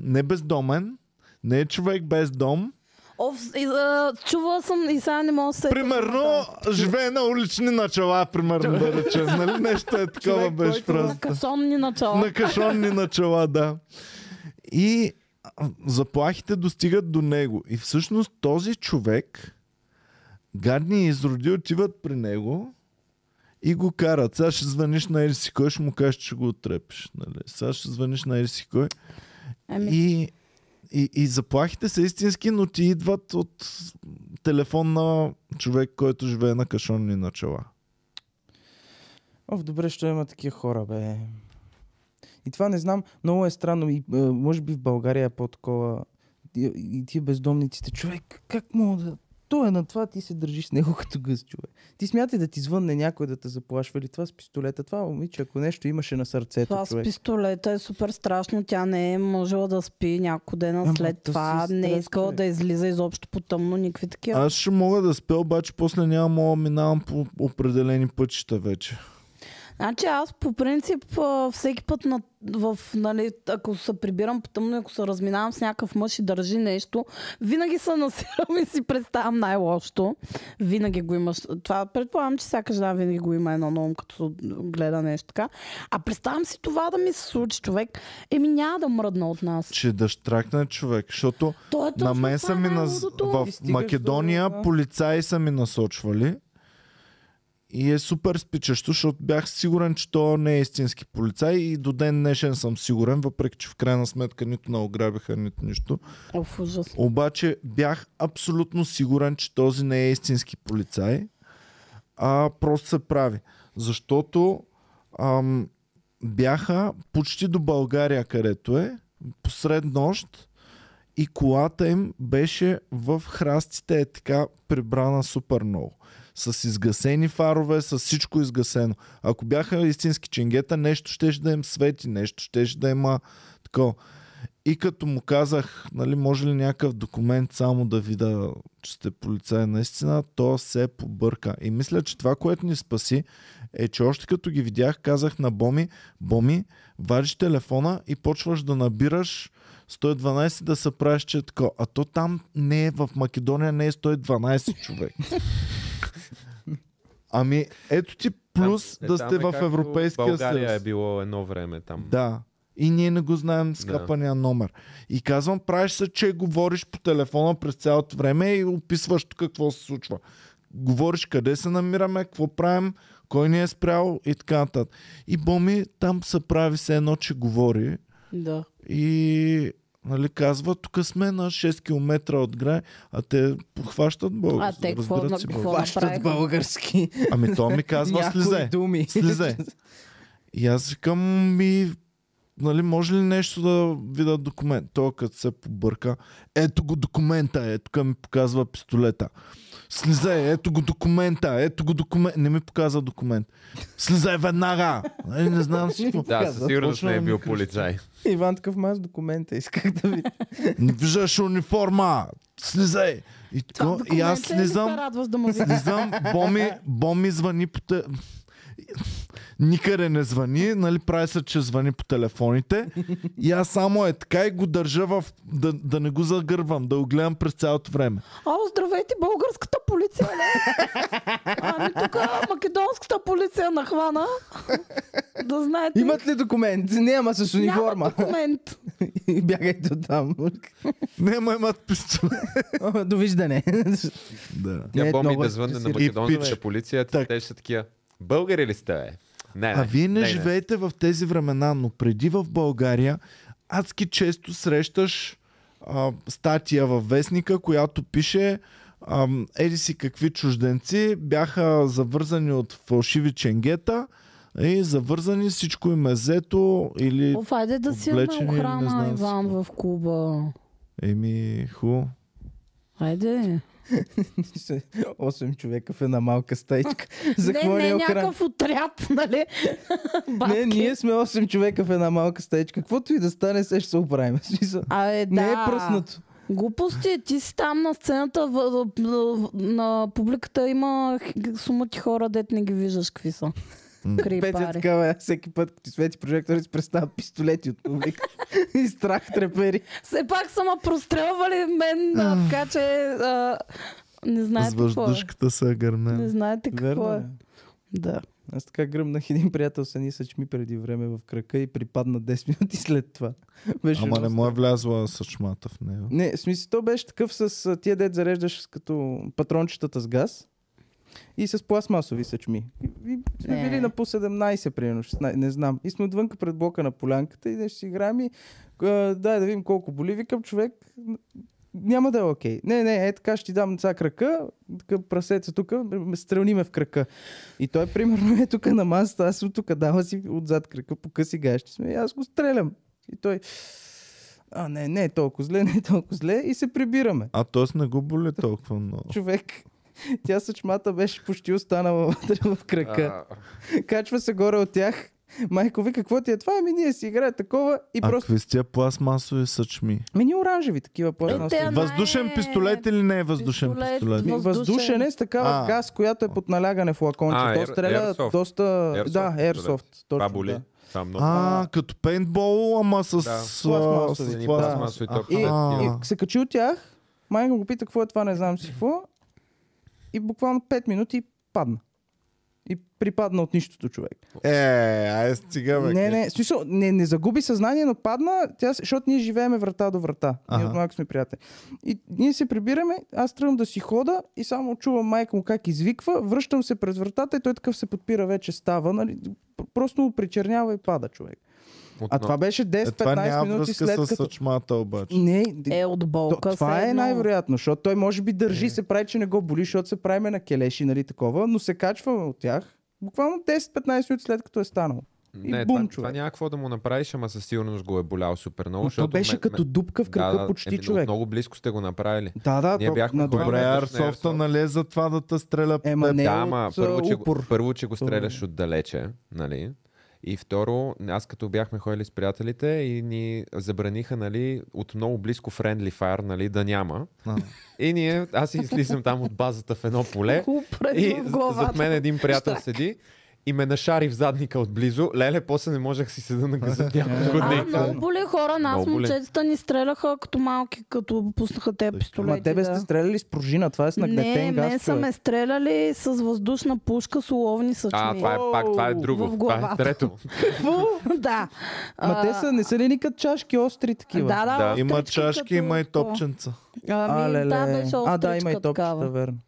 S1: не бездомен, не е човек без дом.
S2: Оф, и, а, чувала съм и сега не мога да се... сетя
S1: Примерно,
S2: думата.
S1: живее на улични начала, примерно да речем. Нали? Нещо е такова
S3: Човек,
S1: беше
S3: който-
S1: фразата.
S2: На касонни начала.
S1: на кашонни начала, да. И а, заплахите достигат до него. И всъщност този човек, гадни изроди, отиват при него и го карат. Сега ще звъниш на Ериси кой, ще му кажеш, че го отрепиш. Нали? Сега ще звъниш на Ериси кой.
S2: Ами,
S3: Е,
S1: И, и, и заплахите са истински, но ти идват от телефон на човек, който живее на кашонни начала.
S3: Оф, добре, що има такива хора, бе. И това не знам, много е странно. И, е, може би в България е по-такова. И, и тия бездомниците. Човек, как мога да... Той е на това, ти се държиш с него като гъс, човек. Ти смятай да ти звънне някой да те заплашва или това с пистолета. Това момиче, ако нещо имаше на сърцето,
S2: това с
S3: човек.
S2: пистолета е супер страшно. Тя не е можела да спи няколко дена
S3: Ама
S2: след
S3: да
S2: това.
S3: си
S2: Не е
S3: стрес,
S2: искала
S3: човек.
S2: да излиза изобщо по тъмно, никакви такива.
S1: Аз ще мога да спя, обаче после няма мога да минавам по определени пътища вече.
S2: Значи аз по принцип а, всеки път, на, в, нали, ако се прибирам по тъмно, ако се разминавам с някакъв мъж и държи нещо, винаги се насирам и си представям най-лошото. Винаги го имаш. Това предполагам, че всяка жена винаги го има едно на ум, като гледа нещо така. А представям си това да ми се случи човек. Еми няма да мръдна от нас.
S1: Че да штракне човек, защото
S2: Той е
S1: на
S2: точно
S1: мен
S2: това
S1: са ми
S2: е
S1: наз...
S2: най-лудото.
S1: в
S3: И стигаш до-
S1: Македония
S3: да.
S1: полицаи са ми насочвали. И е супер спичащо, защото бях сигурен, че то не е истински полицай и до ден днешен съм сигурен, въпреки че в крайна сметка нито не ограбиха, нито нищо.
S2: Оф, ужас.
S1: Обаче бях абсолютно сигурен, че този не е истински полицай, а просто се прави. Защото ам, бяха почти до България, където е, посред нощ и колата им беше в храстите е така прибрана супер много. С изгасени фарове, с всичко изгасено. Ако бяха истински ченгета, нещо щеше да им свети, нещо щеше да има такова. И като му казах, нали, може ли някакъв документ само да видя, че сте полицай наистина, то се побърка. И мисля, че това, което ни спаси, е, че още като ги видях, казах на Боми, Боми, вадиш телефона и почваш да набираш 112 да се правиш, че е тако. А то там не е, в Македония не е 112 човек. Ами, ето ти плюс
S4: Там- е,
S1: да
S4: там
S1: сте
S4: е
S1: в
S4: както
S1: Европейския
S4: България
S1: съюз.
S4: е било едно време там.
S1: Да. И ние не го знаем скъпания да. номер. И казвам, правиш се, че говориш по телефона през цялото време и описваш тук какво се случва. Говориш къде се намираме, какво правим, кой ни е спрял и така нататък. И Боми там се прави се едно, че говори
S2: Да.
S1: и нали, казва, тук сме на 6 км от грай, а те похващат
S2: А
S1: българ.
S2: те какво на- какво?
S3: Хващат
S2: направиха?
S3: български.
S1: Ами то ми казва,
S3: Някои
S1: слизай.
S3: думи.
S1: Слизай. И аз викам ми, нали, може ли нещо да видя документ? Той като се побърка, ето го документа, ето тук ми показва пистолета. Слизай, ето го документа, ето го документ. Не ми показа документ. Слизай веднага! Нали, не знам си какво.
S4: Да, със сигурност
S1: Почна
S4: не е
S1: да ми
S4: бил
S1: крещи.
S4: полицай.
S3: Иван такъв маз документа, исках да ви...
S1: Не виждаш униформа! Слизай! И,
S2: Това
S1: тако, и аз
S2: документ е да
S1: слизам.
S2: се радваш да му видиш.
S1: Слизам, Боми, Боми звъни по те... Никъде не звъни, нали, прави се, че звъни по телефоните. И аз само е така и го държа в... Да, да не го загървам, да го гледам през цялото време.
S2: О, здравейте, българската полиция, не? Ами тук македонската полиция нахвана. Да знаете.
S3: Имат ли документ? Няма с униформа.
S2: Няма документ.
S3: И Бягайте от там.
S1: Няма имат пистолет.
S3: Довиждане.
S1: Да.
S4: Тя
S3: Не,
S4: бомби
S3: много е
S4: да звънне на
S3: стресирано.
S1: И
S4: македонската
S1: пич.
S4: полиция,
S1: Так.
S4: те ще са такива. Българи ли сте, бе? Не,
S1: А вие не,
S4: не
S1: живеете в тези времена, но преди в България адски често срещаш а, статия във вестника, която пише ам, еди си какви чужденци бяха завързани от фалшиви ченгета и завързани всичко им е взето или...
S2: О, хайде да си имаме
S1: Облечени, не
S2: охрана,
S1: знам си
S2: Иван, в Куба.
S1: Еми, ху.
S2: Хайде.
S3: 8 човека в една малка стайчка. За
S2: не,
S3: какво
S2: не,
S3: ни е охрана?
S2: някакъв отряд, нали?
S3: Не,
S2: Бабки.
S3: ние сме 8 човека в една малка стайчка. Каквото и да стане, се ще се оправим. В смисъл,
S2: Абе, да.
S3: Не е пръснато.
S2: Глупости, ти си там на сцената, в, в, в, на публиката има х- сума ти хора, дет не ги виждаш какви са. Крипари.
S3: Петя е такава, аз всеки път, като ти свети прожектора, си представя пистолети от публика. и страх трепери.
S2: Все пак са ме прострелвали мен, а, така че а, не
S1: С
S2: знаете какво е.
S1: въздушката се е гърнена.
S2: Не знаете какво
S3: Верно
S2: е.
S3: е.
S2: Да.
S3: Аз така гръмнах един приятел с едни съчми преди време в крака и припадна 10 минути след това. Беше
S1: Ама не
S3: много
S1: му е влязла съчмата в него.
S3: Не, в смисъл, то беше такъв с а, тия дет зареждаш с като патрончетата с газ и с пластмасови съчми. И, и сме
S2: Не.
S3: били на по 17, примерно, 16, не знам. И сме отвънка пред блока на полянката и да ще си играем и а, дай да видим колко боли. Викам човек, н- няма да е окей. Не, не, е така ще ти дам сега крака, така прасеца тук, м- стрелни ме в крака. И той примерно е тук на масата, аз съм тук, дава си отзад крака, по къси гащи сме и аз го стрелям. И той, а не, не е толкова зле, не е толкова зле и се прибираме.
S1: А т.е. не го боли толкова много.
S3: Човек, тя съчмата беше почти останала вътре в крака. Качва се горе от тях, Майко, ви какво ти е това? Ами ние си играе такова и
S1: А
S3: просто...
S1: какви сте пластмасови съчми?
S3: Мини оранжеви такива пластмасови.
S2: Е, те- Ама
S1: Въздушен
S2: е,
S1: пистолет или не е въздушен
S2: пистолет,
S1: пистолет?
S3: Ми, Въздушен е с такава
S1: А.
S3: газ, която е под налягане в лаконче.
S4: А,
S3: То
S4: ер-
S3: стреля
S4: airsoft.
S3: доста...
S4: Airsoft
S3: да,
S4: пистолет.
S3: Airsoft. Точно,
S4: Това боли.
S3: Да.
S4: Това много.
S1: А, като пейнтбол, ама с...
S4: Да.
S1: а,
S3: Пластмасови.
S1: с пласт-
S4: Едни пластмасови
S1: Аха.
S4: топки, да.
S3: И се качи от тях, майка го пита какво е това, не знам си какво. И буквално 5 минути падна. И припадна от нищото човек.
S1: Е, ай стига, бе.
S3: не, не, в смисъл, не, не загуби съзнание, но падна, тя, с- защото ние живееме врата до врата. Ние
S1: Аха.
S3: от малко сме приятели. И ние се прибираме, аз тръгвам да си хода и само чувам майка му как извиква, връщам се през вратата и той такъв се подпира вече става, нали? П- Просто му причернява и пада човек. А
S4: Отново.
S3: това беше
S1: Е, това
S3: 10-15
S1: няма
S3: минути
S1: връзка
S3: след
S1: с
S3: като...
S1: съчмата обаче.
S3: Не,
S2: Е, от болка.
S3: то, това
S2: все
S3: е
S2: едно.
S3: най-вероятно, защото той може би държи,
S1: Е.
S3: се прави, че не го боли, защото се правиме на келеши, нали такова, но се качваме от тях буквално 10-15 минути след като е станало. И
S4: Не,
S3: бум,
S4: това, това
S3: човек.
S4: няма какво да му направиш, ама със сигурност го е болял супер много.
S3: Но то
S4: защото
S3: беше
S4: ме-
S3: като
S4: ме-
S3: дупка в кръка
S4: да, да,
S3: почти
S4: еми, но
S3: човек.
S4: Много близко сте го направили.
S3: Да, да,
S4: Ние
S3: то-
S4: бяхме
S3: на добре.
S4: хора.
S1: Добре,
S4: не е
S1: Арсофта
S4: Airsoft.
S1: нали е за това да те стреля по
S3: Ема
S1: теб.
S3: не
S4: да,
S3: от,
S4: ама
S3: а,
S4: първо че, го,
S3: упор.
S4: първо, че го
S3: То е.
S4: стреляш отдалече, нали? И второ, аз като бяхме ходили с приятелите и ни забраниха, нали, от много близко Friendly Fire, нали, да няма.
S1: А.
S4: И ние, аз излизам там от базата в едно поле
S2: Го упред
S4: и
S2: е в
S4: з-
S2: главата.
S4: зад
S3: е
S4: мен един приятел седи и ме нашари в задника отблизо. Леле, после не можех да си седа на газа
S1: Е,
S4: няколко
S2: А,
S4: дни.
S2: много боли хора. Нас
S4: Много боли.
S2: момчетата ни стреляха като малки, като пуснаха те
S3: Ама
S2: пистолети.
S3: тебе
S2: да.
S3: сте стреляли с пружина, това е с
S2: не, е-
S3: нагнетен
S2: мен
S3: газ.
S2: са ме
S3: човек.
S2: стреляли с въздушна пушка с уловни съчми.
S4: А, това е пак, това е
S3: Оу,
S4: друго.
S2: в
S4: Това е
S2: главата.
S4: трето.
S2: да.
S3: Ма
S2: А,
S3: те са, не са ли никак чашки остри
S2: Да,
S3: такива?
S2: да,
S4: Да.
S2: острички
S1: Има чашки,
S2: като
S1: има и
S2: такова.
S1: топченца.
S2: Ами,
S3: Алеле.
S2: да, беше остричка
S3: а, да, има и топчета,
S2: такава.
S3: верно.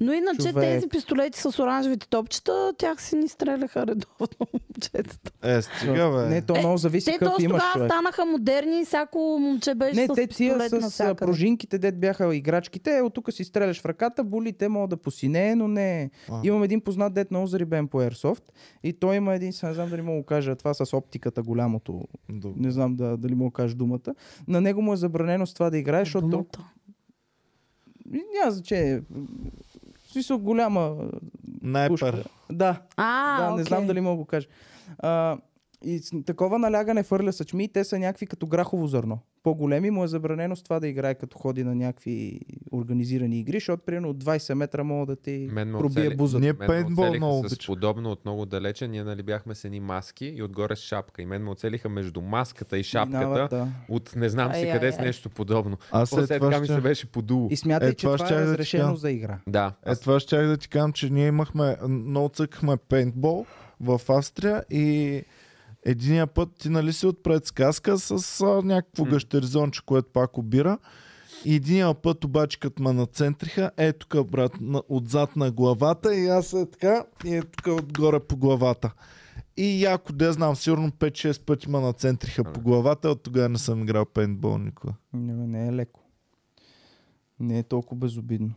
S2: Но иначе
S3: Човек.
S2: тези пистолети с оранжевите топчета, тях си ни стреляха редовно момчетата.
S1: Е, стига, бе.
S3: Не, то
S2: Е,
S3: много зависи
S2: Те
S3: какъв
S2: точно
S3: имаш
S2: тогава
S3: човек.
S2: станаха модерни и всяко момче беше
S3: Не,
S2: с
S3: те тия
S2: пистолет
S3: с а,
S2: навсякъде.
S3: пружинките, дед бяха играчките, е, от тук си стреляш в ръката, боли, те могат да посине, но не.
S1: А.
S3: Имам един познат дед много зарибен по Airsoft и той има един, сега не знам дали мога да го кажа, това с оптиката голямото,
S1: Добре.
S3: не знам да, дали мога да кажа думата. На него му е забранено с това да играе, защото
S2: Думата.
S3: няма значение. В смисъл голяма пушка.
S1: Найпер.
S3: Да,
S2: А,
S3: да, не
S2: окей.
S3: знам дали мога да го кажа. А, и с- такова налягане фърля съчми и те са някакви като грахово зърно. По-големи му е забранено с това да играе като ходи на някакви организирани игри, защото примерно от 20 метра мога да ти
S4: Мен ме
S3: пробие
S4: оцели.
S3: бузата.
S1: Ние
S4: Мен
S1: Е, пейнтбол
S4: ме
S1: много
S4: оцелиха с
S1: обичам.
S4: подобно от много далече. Ние нали бяхме с едни маски и отгоре с шапка. И мен ме оцелиха между маската и
S3: Минават,
S4: шапката.
S3: да.
S4: От не знам си
S2: Ай,
S4: къде
S2: ай,
S4: с
S2: ай.
S4: нещо подобно.
S1: Аз
S4: После
S1: след
S4: е
S1: това
S4: така ми
S1: ще...
S4: се беше подуло.
S3: И смятай,
S1: Е,
S3: че
S1: това
S3: това,
S1: ще
S3: е
S1: я да ти
S3: разрешено
S1: кажа.
S3: за игра.
S4: Да.
S1: Е, това ще да ти кажа, че ние имахме, много цъкахме пейнтбол в Австрия и единия път ти нали си отпред с каска с а, някакво
S4: М.
S1: гъщеризонче, което пак обира. И единия път обаче, като ме нацентриха, е тук, брат, на, отзад на главата и аз е така, и е тук отгоре по главата. И яко, де знам, сигурно 5-6 пъти ме нацентриха по главата, от тогава не съм играл пейнтбол никога.
S3: Не, бе, не е леко. Не е толкова безобидно.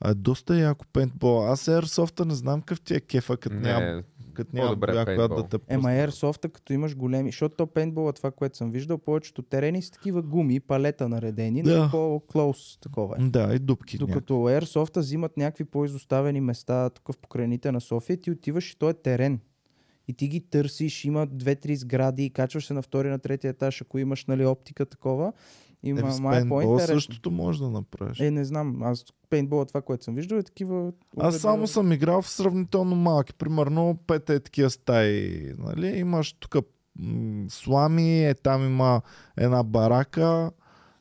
S1: А е доста яко пейнтбол. Аз Airsoft не знам какъв ти е кефа, като нямам
S4: Не,
S1: Като няма
S4: По-добре
S1: коя, която да
S4: пейнтбол.
S1: те
S3: Ема
S1: пусне.
S3: Airsoft, като имаш големи, защото то пейнтбола, това, което съм виждал, повечето терени са такива гуми, палета наредени,
S1: Да.
S3: да. по-клоус такова е.
S1: Да, и дупки. Докато...
S3: Докато Airsoft взимат някакви по-изоставени места тук в покрайните на София, ти отиваш и то е терен. И ти ги търсиш, има две-три сгради, качваш се на втори, на третия етаж, ако имаш нали, оптика такова.
S1: Е,
S3: Има
S1: с
S3: е, май е
S1: пейнтбол
S3: по-интересно.
S1: същото може да направиш. Е,
S3: Е, не знам, аз пейнтбола това, което съм виждал е такива...
S1: Аз само съм играл в сравнително малки. Примерно пет е такива стаи. Нали? Имаш тук м- слами, е там има една барака.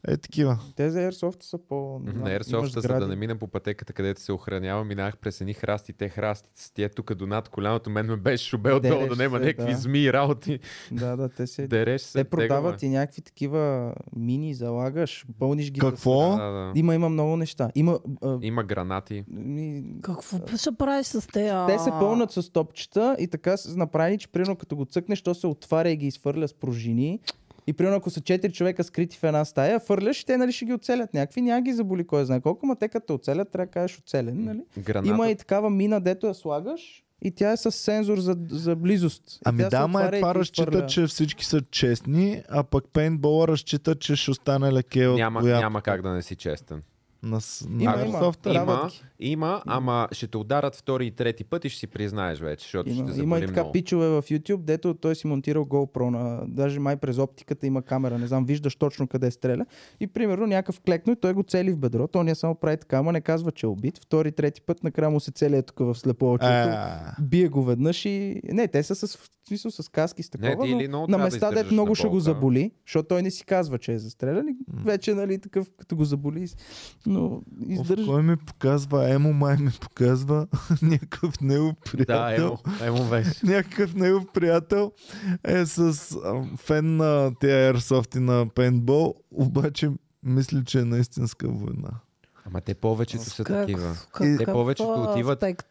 S1: Е такива.
S3: Те за Airsoft са по... не знам,
S4: на
S3: имаш
S4: Airsoft, за
S3: сгради.
S4: да не мина по пътеката, където се охранява, минах през едни храсти, те храстите си тия тук до над коляното, мен ме беше шубел
S3: Дереш
S4: долу, да няма
S3: се,
S4: някакви
S3: да.
S4: змии работи.
S3: Да, да, те се...
S4: Дереш се.
S3: Те продават
S4: тегаме.
S3: и някакви такива мини, залагаш, пълниш ги. с-
S1: Какво?
S4: Да, да.
S3: Има, има много неща. Има... а,
S4: Има гранати.
S3: ми-
S2: Какво ще правиш с те?
S3: Те се пълнат с топчета и така са направени, че примерно като го цъкнеш, то се отваря и ги изфърля с пружини. И примерно ако са четири човека скрити в една стая, фърляш и те нали ще ги оцелят някакви, няма ги заболи кой знае колко, ма те като те оцелят, трябва да кажеш оцелен, нали?
S4: Граната.
S3: Има и такава мина, дето я слагаш и тя е с сензор за, за близост. И
S1: Ами
S3: тя се
S1: да, ма
S3: отваря
S1: е
S3: и
S1: това
S3: ти
S1: разчита,
S3: изфърля.
S1: че всички са честни, а пък пейнтбола разчита, че ще остане леке от
S4: Няма,
S1: коя...
S4: няма как да не си честен.
S1: на, с-
S3: Има,
S1: на
S4: Ако-
S3: има.
S1: софта.
S4: Има,
S3: Работки.
S4: има, ама ще те ударат втори и трети път и ще си признаеш вече, защото ще
S3: Има, има
S4: те
S3: и
S4: заболи
S3: така
S4: много.
S3: пичове в YouTube, дето той си монтирал GoPro. На, даже май през оптиката има камера, не знам, виждаш точно къде стреля. И примерно някакъв клекно и той го цели в бедро. Той не само прави така, ама не казва, че е убит. Втори, трети път накрая му се цели е тук в слепо очето.
S1: А,
S3: Бие го веднъж и... Не, те са с, в смисъл, с каски с такова,
S4: ти
S3: но
S4: или много
S3: на
S4: трябва да
S3: места,
S4: издържаш
S3: дето много
S4: на
S3: ще го
S4: болка.
S3: заболи, защото той не си казва, че е застрелян. и Вече, нали, такъв, като го заболи, но
S1: Оф,
S3: издържа.
S1: Кой ми показва? Емо май ми показва някакъв негов
S4: Да,
S1: приятел.
S4: емо, емо беше.
S1: някакъв негов приятел е с а, фен на тия Airsoft и на пейнтбол, обаче мисли, че е на истинска война.
S4: Ама те повечето са такива.
S2: какъв е
S4: Те повечето отиват-
S2: аспект?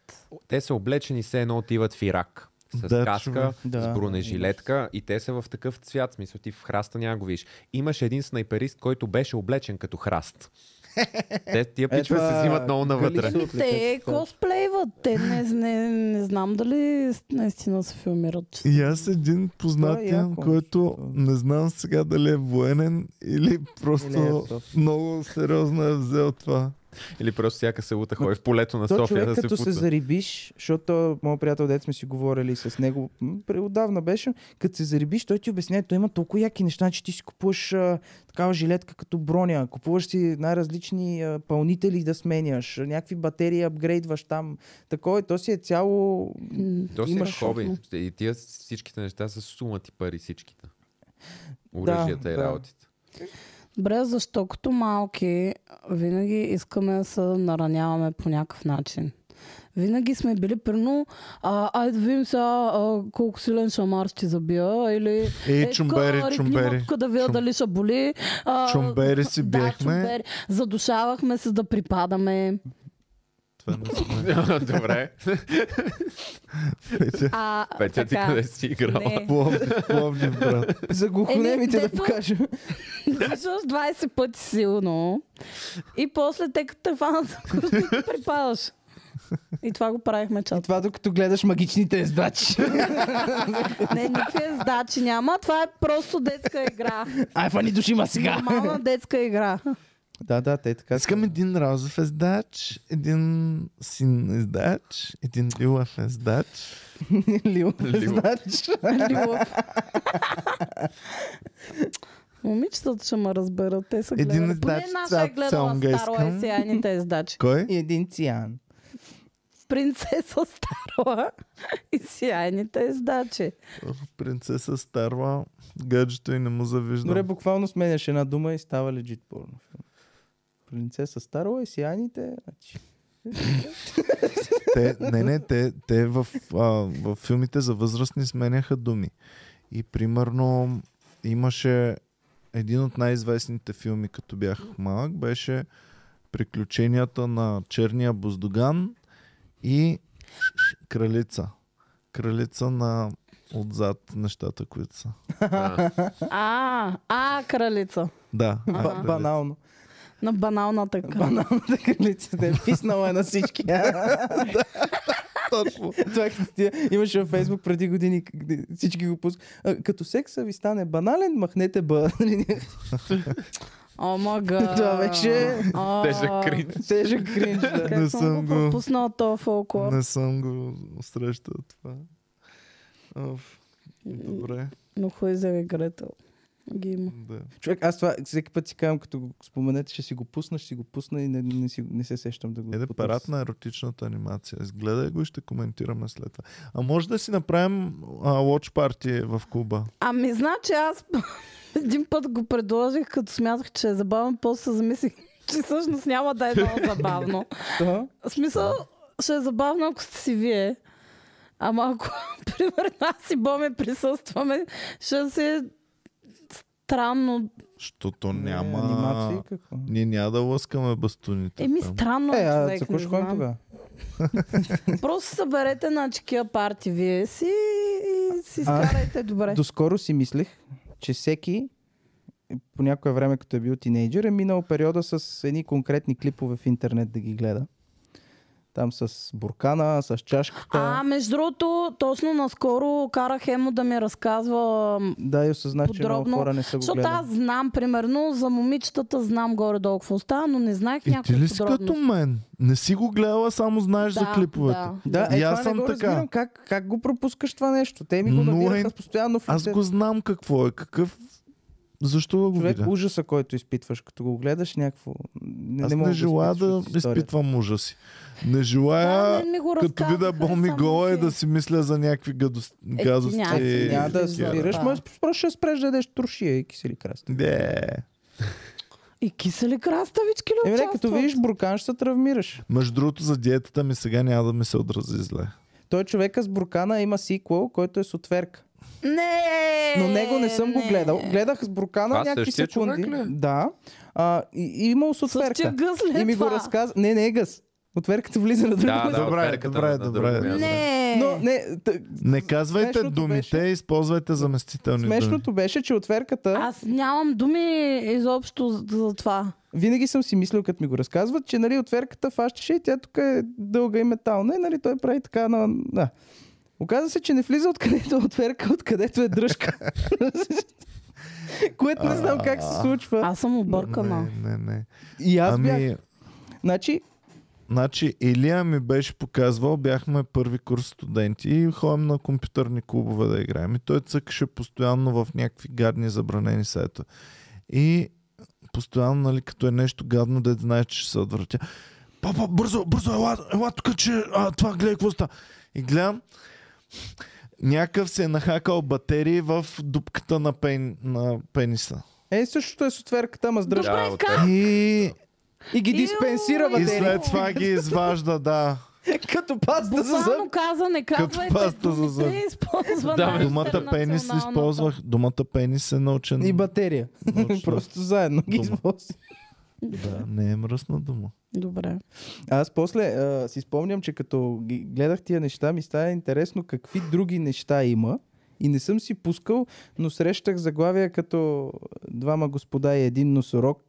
S4: Те са облечени все едно отиват в Ирак. С
S1: Да,
S4: каска,
S1: човек.
S3: Да.
S4: с бронежилетка и те са в такъв цвят. Смисъл ти в храста няма го видиш. Имаше един снайперист, който беше облечен като храст. Те
S3: Е,
S4: тия пичове се взимат много навътре.
S3: Галисо.
S2: Те косплейват. Те не, не, не знам дали наистина се филмират.
S1: И аз един познат
S3: е
S1: имам,
S3: яко,
S1: който
S3: защото-
S1: не знам сега дали е военен или
S3: Или
S1: просто
S3: Airsoft.
S1: много сериозно е взел това.
S4: Или просто всяка селута ходи в полето на
S3: То
S4: София
S3: човек,
S4: да се
S3: е като се
S4: пута.
S3: зарибиш, защото моят приятел, дет сме си говорили с него, м, пре- отдавна беше, като се зарибиш, той ти обяснява, той има толкова яки неща, че ти си купуваш а, такава жилетка като броня, купуваш си най-различни а, пълнители да сменяш, някакви батерии апгрейдваш там, такова и то си е цяло...
S2: М,
S4: То си е
S3: Имаш
S4: хоби. И тия всичките неща са сума ти пари всичките.
S3: Да,
S4: Оръжията и
S3: да.
S4: работите.
S2: Добре, защо като малки винаги искаме да се нараняваме по някакъв начин? Винаги сме били, примерно, а, айде да видим сега а, колко силен шамар ще забия, или...
S1: Ей,
S2: така,
S1: чумбери,
S2: ритни
S1: чумбери.
S2: мапка да видя
S1: Чум-
S2: дали ще боли. А,
S1: Чумбери си
S2: да,
S1: биехме.
S2: чумбери. Задушавахме се да припадаме.
S1: Това не сме.
S4: Добре.
S1: Петя.
S2: А,
S4: Петя, ти
S2: така,
S4: къде си играла?
S2: не.
S1: Пловдив, Пловдив, брат.
S3: За глухонемите
S2: Еми,
S3: да
S2: те-
S3: покажа.
S2: Дишаш 20 пъти силно и после те като те фанат за кръстник, припадаш. И това го правихме
S3: И
S2: чат.
S3: това докато гледаш магичните е ездачи.
S2: Не, никакви ездачи няма. Това е просто детска игра.
S3: Ай, фани души ма сега!
S2: Нормална детска игра.
S3: Да, да, те така.
S1: Искам един розов ездач, един син ездач, един лилав ездач.
S3: Лил,
S4: Лил.
S3: знаеш.
S2: Любов. Момичетата ще ме разберат. Те са
S1: Един
S2: гледали. Поне
S1: ездач
S2: една ще
S1: цял
S2: е гледала
S1: цонга
S2: Старла
S1: искам.
S2: и сияйните ездачи.
S1: Кой?
S3: И един циан.
S2: Принцеса Старла и сияйните ездачи.
S1: Принцеса Старла. Гаджето и не му завиждам.
S3: Добре, буквално сменяш една дума и става легит порно. филм. Принцеса Старла и сияните. значи.
S1: Те, не, не, те, те в, а, в филмите за възрастни сменяха думи. И примерно имаше един от най-известните филми, като бях малък, беше Приключенията на черния буздоган и кралица. Кралица на отзад нещата, които са.
S4: А,
S2: А, а, кралица.
S1: Да. а,
S3: Ба-
S1: кралица.
S3: банално.
S2: На баналната кралица.
S3: Баналната кралица да е писнала е на всички.
S1: Точно.
S3: Това като тия, имаше във Фейсбук преди години, къде всички го пускат. А, Като секса ви стане банален, махнете ба.
S2: О, мага.
S3: Това беше
S4: Тежък кринч.
S3: тежък кринж. да.
S1: Не съм го-
S2: пропуснал този фолклор.
S1: Не съм го срещал това. Оф, добре,
S2: Но хуй за Гретел. Ги има.
S1: да.
S3: Човек, аз това всеки път си казвам, като го споменете, ще си го пусна, ще си го пусна и не, не, си, не се сещам да го
S1: Еде
S3: потърся.
S1: Е, парад на еротичната анимация. Изгледай го и ще коментираме след това. А може да си направим а, лоч парти в клуба.
S2: Ами, значи аз един път го предложих, като смятах, че е забавно, после се замислих, че всъщност няма да е много забавно.
S3: Що?
S2: В смисъл, ще е забавно, ако сте си вие. Ама ако, примерно, аз и Боми присъстваме, ще си е странно.
S1: Защото
S3: Не,
S1: няма...
S3: Е, Анимации какво?
S1: Ние няма да лъскаме бастуните.
S2: Еми,
S1: там.
S2: странно
S3: Е, а
S2: човек, не
S3: цъкуш
S2: знам.
S3: ходим тогава.
S2: Просто съберете на чекия парти вие си и си
S3: А,
S2: изкарайте добре.
S3: Доскоро си мислех, че всеки по някое време, като е бил тинейджър, е минал периода с едни конкретни клипове в интернет да ги гледа. Там с буркана, с чашката.
S2: А, между другото, точно наскоро карах Емо да ми разказва м,
S3: Да, и осъзна, че много
S2: подробно,
S3: хора не са го
S2: защото
S3: гледали.
S2: аз знам, примерно, за момичетата знам горе-долу какво става, но не знаех
S1: И
S2: някакви
S1: ти ли си
S2: подробности.
S1: като мен? Не си го гледала, само знаеш за
S2: Да,
S1: клиповете.
S2: да.
S3: Да,
S1: И
S3: е,
S1: аз
S3: това
S1: съм
S3: не го
S1: така.
S3: разбирам. Как, как го пропускаш това нещо? Те ми го
S1: Но е-
S3: навираха постоянно в
S1: Аз
S3: лицето.
S1: го знам какво е, какъв... Защо да го
S3: Човек,
S1: видя?
S3: ужаса, който изпитваш, като го гледаш някакво... Не,
S1: Аз
S3: не, мога
S1: не
S3: да
S1: желая
S3: изпиташ
S1: да
S3: от историята.
S1: изпитвам мужа си. Не
S2: Да,
S1: желая,
S2: мен ми го
S1: като видя
S2: разказаха,
S1: Боми
S2: само
S1: гола и
S2: окей.
S1: да си мисля за някакви гадос-
S2: ти
S1: гадости.
S2: няма-
S1: и
S3: Е, Няма да
S2: Е,
S1: такива.
S3: спираш,
S2: да.
S3: може просто ще спреш да ядеш туршия и кисели краста.
S1: Не.
S2: И кисели краставички ли
S3: Еми, Е, не,
S2: участват?
S3: като видиш буркан, ще се травмираш.
S1: Между другото, за диетата ми сега няма да ми се отрази зле.
S3: Той човека с буркана има сиквел, който е с отверка.
S2: Не!
S3: Но него не съм го гледал. Гледах с буркана
S5: Това
S3: някакви
S5: същия
S3: секунди.
S5: човек ли е?
S3: Да. А, и, и имал с
S2: Същия
S3: отверка.
S2: гъс ли е
S3: И ми го
S2: това?
S3: разказа. Не, не е гъс. Отверката влиза на друго.
S5: Да, да,
S1: Добре,
S5: отверката
S1: добре,
S5: на друго
S1: добре.
S5: място.
S2: Не!
S3: Но не, тъ-
S1: Не казвайте
S3: Смешното
S1: думите,
S3: беше-
S1: използвайте заместителни думи.
S3: смешното беше, че отверката...
S2: Аз нямам думи изобщо за- за това.
S3: Винаги съм си мислил, като ми го разказват, че нали, отверката фащаше и тя тук е дълга и метална и нали, той прави така на... Да. Оказва се, че не влиза откъдето е отверка, а откъдето е дръжка. Което не знам как се случва.
S2: Аз съм объркана.
S1: Не, не, не.
S3: И аз бях.
S1: Ами,
S3: Значи,
S1: Значи Илия ми беше показвал, бяхме първи курс студенти и ходим на компютърни клубове да играем. И той цъкаше постоянно в някакви гадни забранени сайта. И постоянно, нали, като е нещо гадно, да знаеш, че ще се отвратя. Папа, бързо, бързо, ела, ела тук, че а, това гледай какво става. И гледам, някакъв се е нахакал батерии в дупката на, пен, на пениса.
S3: е същото е с отверката, ама с дръжка.
S2: Добре,
S4: Да,
S2: как?
S1: И,
S3: И ги
S2: Иу,
S3: диспенсира
S2: и
S1: и
S2: Батерии.
S3: батерии.
S1: след това ги изважда, да.
S3: Като паста за зъб.
S2: Буквално каза, не казвайте
S1: паста за зъб.
S2: думите, използва
S4: Да,
S2: нашата
S1: Думата пенис
S2: националната.
S1: използвах. Думата пенис е научен.
S3: И батерия.
S1: Точно.
S3: Просто заедно ги
S1: Дума.
S3: използвам.
S1: Да, не е мръсна дума.
S2: Добре.
S3: Аз после а, си спомням, че като ги гледах тия неща, ми стана интересно какви други неща има. И не съм си пускал, но срещах заглавия като двама господа и един носорог.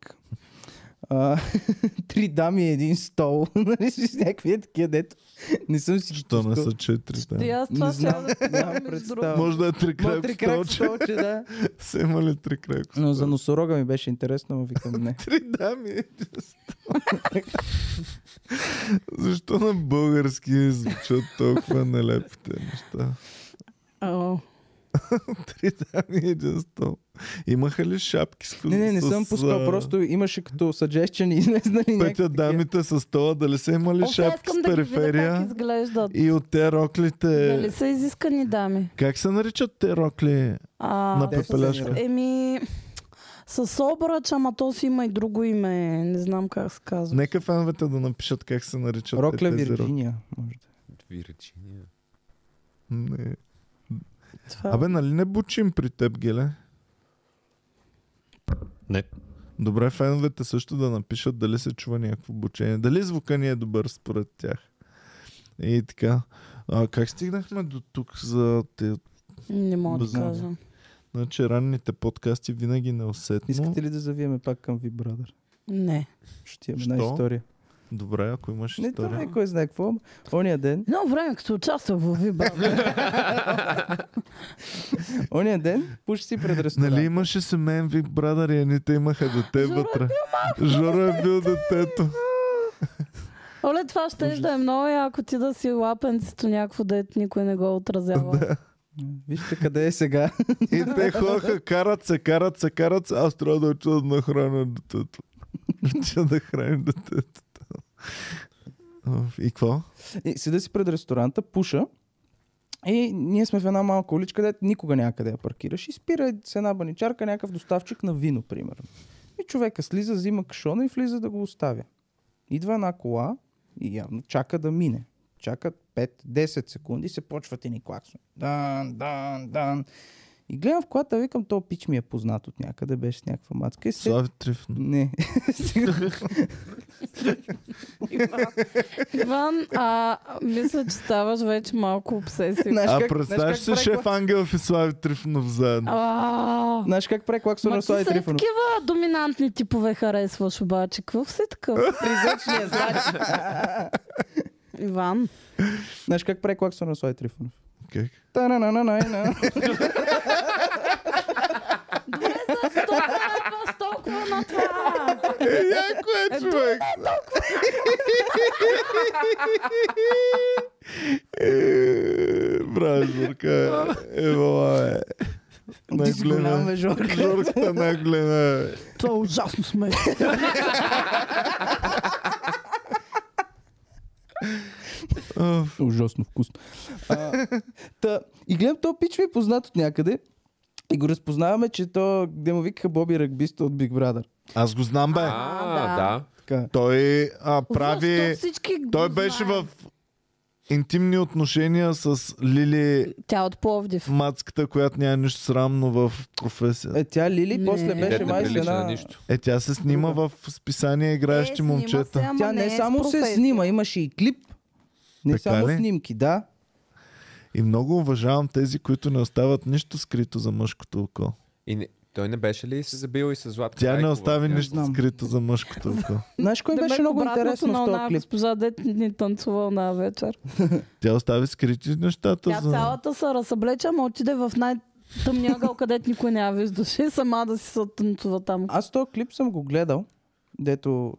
S3: А, три дами и един стол. Нали с някакви такива дето. Не съм си ги
S1: Що не
S3: пускал.
S1: са четири,
S2: И
S1: да.
S2: аз
S3: Не
S2: това ще
S3: знам,
S2: да
S3: нямам
S2: между
S3: представа.
S2: другото.
S1: Може да е три
S3: Ма,
S1: крак
S3: три крак
S1: столче.
S3: столче, да.
S1: Са имали три крак
S3: Но за носорога ми беше интересно, но викам не.
S1: Три дами. и един стол. Защо на български звучат толкова нелепите неща?
S2: О,
S1: Три дами и един стол. Ами, Имаха ли шапки с
S3: Не, не, не
S1: с,
S3: съм
S1: а,
S3: пускал, просто имаше като suggestion и излезнали някакви.
S1: Петя
S3: такива.
S1: дамите с стола, дали са имали
S2: Оф,
S1: шапки с
S2: искам да ги видя как
S1: периферия?
S2: изглеждат. Нали
S1: И от те роклите...
S2: Дали са изискани дами?
S1: Как се наричат те рокли?
S2: А,
S1: На
S2: с-
S1: пепеляшка.
S2: Еми, с обръч, ама то си има и друго име. Не знам как се казва.
S1: Нека феновете да напишат как се наричат те
S3: Рокля
S1: е тези рокли.
S3: Вирджиния, може да.
S4: Вирджиния.
S1: Не.
S2: Това.
S1: Абе, нали не бучим при теб, Геле?
S5: Не.
S1: Добре, феновете също да напишат дали се чува някакво бучение. Дали звука ни е добър според тях. И така. А, как стигнахме до тук за те...
S2: Не мога да
S1: Знам.
S2: кажа.
S1: Значи ранните подкасти винаги неусетно.
S3: Искате ли да завиеме пак към Ви Брадър?
S2: Не.
S3: Ще имаме една
S1: Що?
S3: история.
S1: Добре, ако имаш
S3: Не, то
S1: история.
S3: не е кой знае какво. ама Ония ден,
S2: Едно време, като участвах в Вибра.
S3: ония ден, пуши си пред ресторант.
S1: Нали имаше семейен Big Brother и едните имаха дете
S2: Жоро е
S1: вътре. Жоро е бил детето.
S2: Оле, това ще да е много яко ти да си лапенцето някакво, дето никой не го отразява.
S3: Вижте къде е сега.
S1: И те ходеха, карат се, карат се, карат се. Аз трябва да отида да нахраня детето. Отида да храним детето. там. Оф, И какво?
S3: И седа си пред ресторанта, пуша. И ние сме в една малка уличка, където никога някъде я паркираш. И спира с една баничарка някакъв доставчик на вино, примерно. И човека слиза, взима кашона и влиза да го оставя. Идва една кола и явно чака да мине. Чакат 5-10 секунди, се почват и ни клаксон. Дан, дан, дан. И гледам в колата, викам, то пич ми е познат от някъде, беше с някаква мацка. И се...
S1: Слави Трифон.
S3: Не.
S2: Иван, а, мисля, че ставаш вече малко обсесивен.
S3: Знаеш
S1: А
S3: как- знаеш
S1: представяш
S3: как
S1: се
S3: прави
S1: шеф
S3: клаксон?
S1: Ангелов и Слави Трифонов заедно.
S2: А,
S3: Знаеш как прави клаксона
S2: Ма
S3: на
S2: ти са
S3: Слави
S2: и
S3: Трифонов?
S2: такива доминантни типове харесваш обаче. Какво си такъв?
S3: Призъчния, значи.
S2: Иван.
S3: Знаеш как прави клаксона на Слави Трифонов?
S1: Как?
S3: Та-на-на-на-на-на. Е,
S2: Защо се толкова на това?
S1: Яко е човек. Е, Брат, Жорка, ева е.
S3: Ти си голям, бе,
S1: Най-голема.
S3: Жорка.
S1: Жорката най-голема е.
S2: Това е ужасно смешно.
S1: А,
S3: Ужасно вкусно. А, та, и гледам, то пич ми е познат от някъде. И го разпознаваме, че то, де му викаха Боби Ръгбиста от Big Brother.
S1: Аз го знам, бе.
S4: А,
S2: да.
S4: да.
S3: Така.
S1: Той а, прави...
S2: Защо всички го
S1: Той беше
S2: знаят?
S1: в интимни отношения с Лили
S2: Тя от Пловдив.
S1: Мацката, която няма нищо срамно в професията.
S3: Е, тя Лили
S2: Не. Дете
S3: после беше
S4: Дет не
S3: май с
S4: прилича на
S3: една...
S4: нищо.
S1: Е, тя се снима в списание Играещи
S2: Е, снима се,
S1: момчета.
S2: ама
S3: Тя не,
S2: е с
S3: само се
S2: професия.
S3: снима, имаше и клип. Не
S1: Така
S3: само
S1: ли?
S3: снимки, да.
S1: И много уважавам тези, които не остават нищо скрито за мъжкото око.
S4: И не, той не беше ли се забил и с Златко
S1: Тя не
S4: Райкова?
S1: остави
S4: Тя-
S1: нищо
S3: знам.
S1: скрито за мъжкото око.
S3: Знаеш кой
S2: Да
S3: беше
S2: бе,
S3: много
S2: обратното
S3: интересно
S2: на
S3: в този
S2: оная
S3: клип?
S2: Госпожа дет ни танцува на вечер.
S1: Тя остави скрити нещата
S2: Тя
S1: за...
S2: цялата се разъблече, ама отиде в най-тъмния гъл, където никой не я виждаше. Сама да си се танцува там.
S3: Аз този клип съм го гледал, дето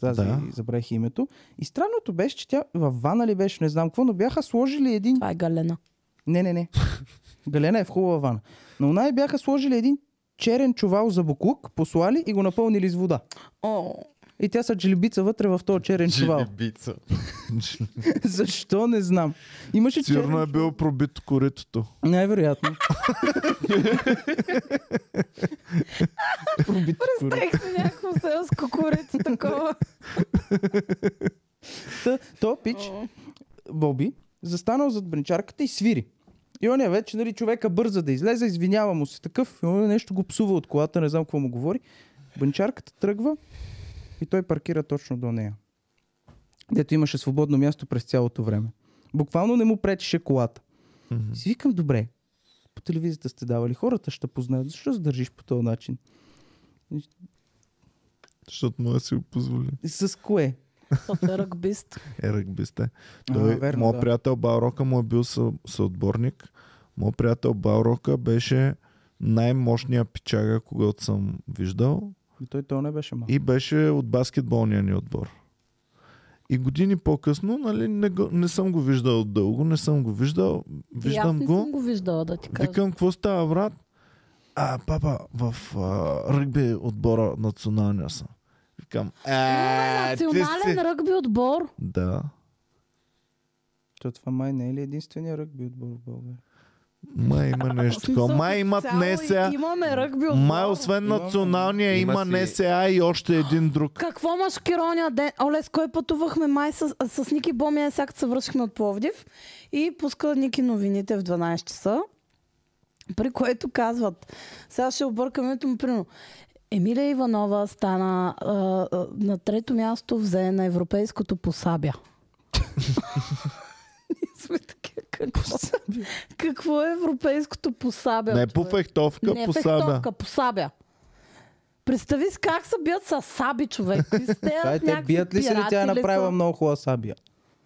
S3: тази
S1: Да.
S3: да. забравих името. И странното беше, че тя във вана ли беше, не знам какво, но бяха сложили един...
S2: Това е Галена.
S3: Не, не, не. Галена е в хубава вана. Но най бяха сложили един черен чувал за буклук, послали и го напълнили с вода.
S2: О,
S3: И тя са джилибица вътре в този черен чувал.
S4: Жилебица.
S3: Защо не знам. Имаше
S1: Сигурно
S3: черен...
S1: е било пробито коритото.
S3: Най-вероятно. Пробит корит.
S2: тех си някакво селско корето такова.
S3: Та, То пич, Боби, застанал зад бренчарката и свири. И оня вече, нали, човека бърза да излезе, извинява му се такъв, и оня нещо го псува от колата, не знам какво му говори. Бренчарката тръгва и той паркира точно до нея. Дето имаше свободно място през цялото време. Буквално не му пречеше колата. И си викам, добре, по телевизията сте давали, хората ще познаят, защо се държиш по този начин?
S1: Защото му да си го позволи.
S3: И С кое?
S2: Сата ръгбист.
S1: Е, ръгбисте.
S3: А,
S1: Той,
S3: верно,
S1: моят
S3: да.
S1: приятел Балрока му е бил съ, съотборник. Моят приятел Балрока беше най-мощният пичага, когато съм виждал.
S3: И той то не беше малко.
S1: И беше от баскетболния ни отбор. И години по-късно, нали, не, го- не съм го виждал дълго, не съм го виждал.
S2: И аз
S1: Виждам
S2: не
S1: го.
S2: съм го виждала да ти кажа.
S1: Викам, какво става, брат? А, папа, в а, ръгби отбора националния съм. Викам,
S2: Имаме
S1: а, е, ти
S2: е национален
S1: си...
S2: ръгби отбор.
S1: Да.
S3: То това май не е ли единствения ръгби отбор в България?
S1: Май има нещо
S2: В смисъл,
S1: такова. Май имат
S2: цяло и-
S1: НСА.
S2: Имаме ръгби отбор.
S1: Май освен
S3: Имаме.
S1: националния
S4: Има
S1: има
S4: си-
S1: НСА и още един друг.
S2: Какво маскирония ден? Оле, с кой пътувахме май с, с Ники Бомия, сега като се връщахме от Пловдив и пуска Ники новините в 12 часа, при което казват, сега ще объркам името му, примерно, Емилия Иванова стана а, а, на трето място взе на европейското посабя. Ние сме такива, какво, какво е европейското посабя?
S1: Не е
S2: човек?
S1: по фехтовка,
S2: Не е
S1: по сада.
S2: фехтовка, посабя. Представи си как се бият с саби, човек. Ти сте
S3: Това е, те
S2: някакви
S3: бият ли се или
S2: пирати
S3: тя е
S2: ли
S3: направила
S2: са?
S3: много хубава сабия?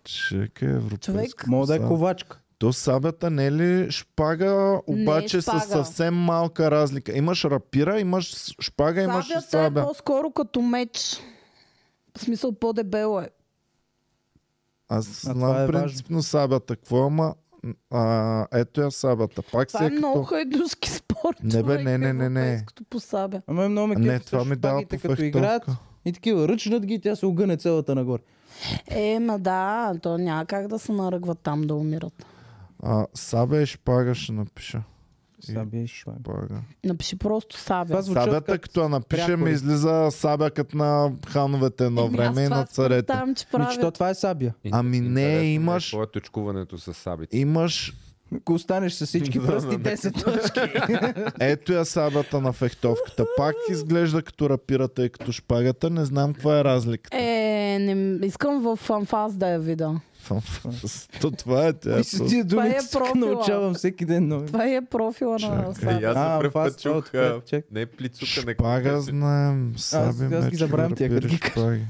S1: Чека, европейско.
S2: Човек.
S3: Мога да е
S1: сада.
S3: ковачка.
S1: То сабята не е ли шпага,
S2: Не е
S1: обаче
S2: шпага.
S1: с съвсем малка разлика. Имаш рапира, имаш шпага, имаш и
S2: Сабята е
S1: сабя.
S2: по-скоро като меч. В смисъл по-дебело е.
S1: Аз
S3: А
S1: знам
S3: това е
S1: принципно сабята. Какво е, ама а, ето я сабята. Пак
S2: Това
S1: се
S2: е
S1: като...
S2: много хайдуски спорт.
S1: Не, бе,
S2: човек,
S1: не, не, не, не.
S2: европейското посабя.
S3: Ама е много ме
S1: Не,
S3: кефи
S1: това
S3: също
S1: ми дава
S3: шпагите,
S1: по
S3: като
S1: фехтовка.
S3: играят и такива ръчнат ги, и тя се огъне целата нагоре.
S2: Е, ма да, то няма как да се наръгват там да умират.
S1: А, сабя и шпага ще напиша. И
S3: Сабия е. и шпага.
S1: Шпага.
S2: Напиши просто сабя.
S3: Това звучат
S1: Сабята,
S3: като...
S1: като я напише,
S3: прякори.
S1: ми излиза сабя като на хановете едно
S2: Еми, аз
S1: време и
S2: това
S1: на
S2: си
S1: царете.
S2: представям, че
S3: е Ами, че то
S2: правят.
S3: това е сабия.
S1: Ами не,
S4: Интересно ми е
S1: имаш-
S4: какво е точкуването с сабите.
S1: Имаш
S3: Ако останеш с всички пръсти,
S1: е
S3: 10 точки.
S1: Ето я сабята на фехтовката. Пак изглежда като рапирата и като шпагата. Не знам каква е разликата.
S2: Е, не, искам в анфас да я видя.
S1: То това е тя.
S3: И с тия
S2: Това е
S3: думи се
S2: профила.
S3: научавам всеки ден нови.
S2: Това е профила на
S4: И
S2: сабя.
S4: аз за
S3: А,
S4: пръв
S3: фаст
S4: път чух...
S3: фуд,
S4: а,
S3: чак, чак.
S4: Не е плицука, не
S1: Шпага знаем. Саби,
S3: аз ги
S1: мечове,
S3: забравям тия, като
S1: рапири,
S3: ги кажа.
S1: шпаги.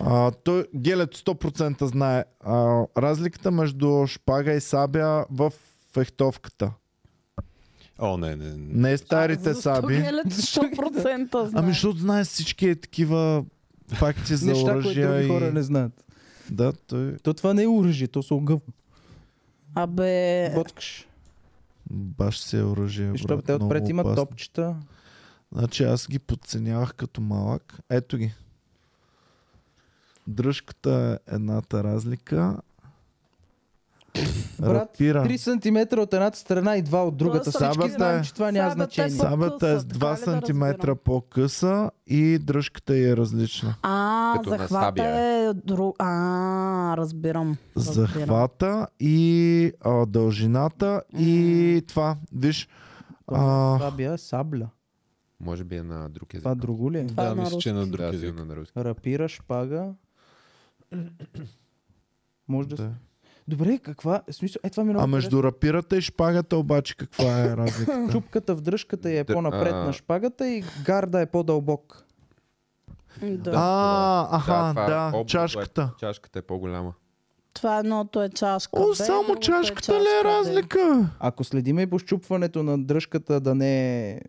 S1: А, той, Гелет 100% знае а, разликата между шпага и сабя в фехтовката.
S5: О, не, не. не.
S1: Не старите саби.
S2: Гелет 100% знае.
S1: Ами, защото знае всички е такива факти за
S3: Неща, които
S1: оръжия
S3: други
S1: и...
S3: хора не знаят.
S1: Да, той...
S3: То това не е оръжие, то се огъва.
S2: Абе,
S3: Боткаш.
S1: Баш си е оръжие,
S3: Защото
S1: брат.
S3: те
S1: Е, много
S3: отпред имат
S1: опасно.
S3: топчета.
S1: Значи аз ги подценявах като малък. Ето ги. Дръжката е едната разлика.
S3: Брат,
S1: Рапира.
S3: 3 см от едната страна и 2 от другата.
S2: Тоест,
S1: сабата
S3: Всички знаем,
S1: е-
S3: че това няма
S2: сабата е
S3: значение.
S2: по-
S1: Сабята е с
S2: по-къса, така ли да
S1: 2 см
S2: разбирам?
S1: по-къса и дръжката й е различна.
S2: а,
S4: Като на
S2: захвата
S4: сабия
S2: е друг... А, разбирам. разбирам.
S1: Захвата и а, дължината и това. Виж, а,
S3: Това бия е сабля.
S4: Може би е на друг език.
S3: Това друго ли е?
S2: Това е
S5: Да,
S2: на
S5: мисля, че е на друг
S4: Да,
S5: език.
S4: сигурно на руски.
S3: Рапира, шпага. Може да...
S1: да.
S3: Добре, каква... в Смисъл... Е, това ми е много
S1: а между рапирата и шпагата обаче каква е разликата?
S3: интересно. Чупката в дръжката я е
S4: Др-
S3: по-напред
S4: а.
S3: на шпагата и гарда е по-дълбок.
S2: Да.
S1: а,
S4: Да,
S1: аха,
S4: това е
S1: да,
S4: облако, е-
S1: чашката.
S4: Чашката е по-голяма.
S2: Това едното е чашка.
S1: О,
S2: бе,
S1: само
S2: другото
S1: чашката ли е
S2: чашка, бе.
S1: разлика?
S3: Ако следиме и по щупването на дръжката да не е, е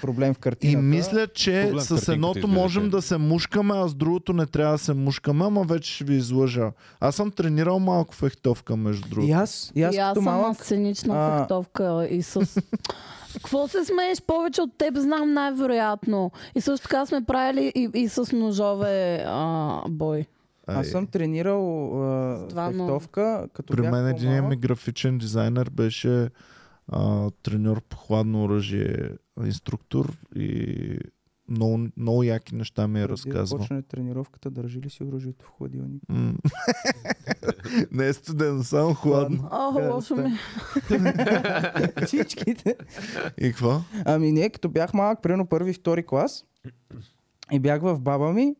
S3: проблем в
S1: И
S3: картината...
S1: мисля, че
S5: Проблем в
S1: с
S5: картинката,
S1: едното
S5: изглежда,
S1: можем
S5: че.
S1: да се мушкаме, а с другото не трябва да се мушкаме, ама вече ще ви излъжа. Аз съм тренирал малко фехтовка, между
S3: И
S1: другото.
S3: аз, и аз,
S2: И аз
S3: като
S2: съм на
S3: малък...
S2: сценична
S3: А.
S2: фехтовка и с... Какво се смееш повече от теб, знам най-вероятно. И също така сме правили и, и с ножове а, бой.
S1: Ай,
S3: Аз съм тренирал
S2: С
S3: е,
S2: два много.
S3: фехтовка, като
S1: При
S3: бях
S1: мен един
S3: по-малък.
S1: ми е графичен дизайнер беше а, треньор по хладно оръжие, инструктор и много, много яки неща ми е
S3: Преди да
S1: разказвал.
S3: Почне тренировката, държи ли си оръжието в хладилник?
S1: М. не е студено, само хладно.
S2: О,
S3: Да,
S2: лошо
S3: да.
S2: ми.
S3: Всичките.
S1: И какво?
S3: Ами ние, като бях малък, примерно първи, втори клас, и бях в баба ми,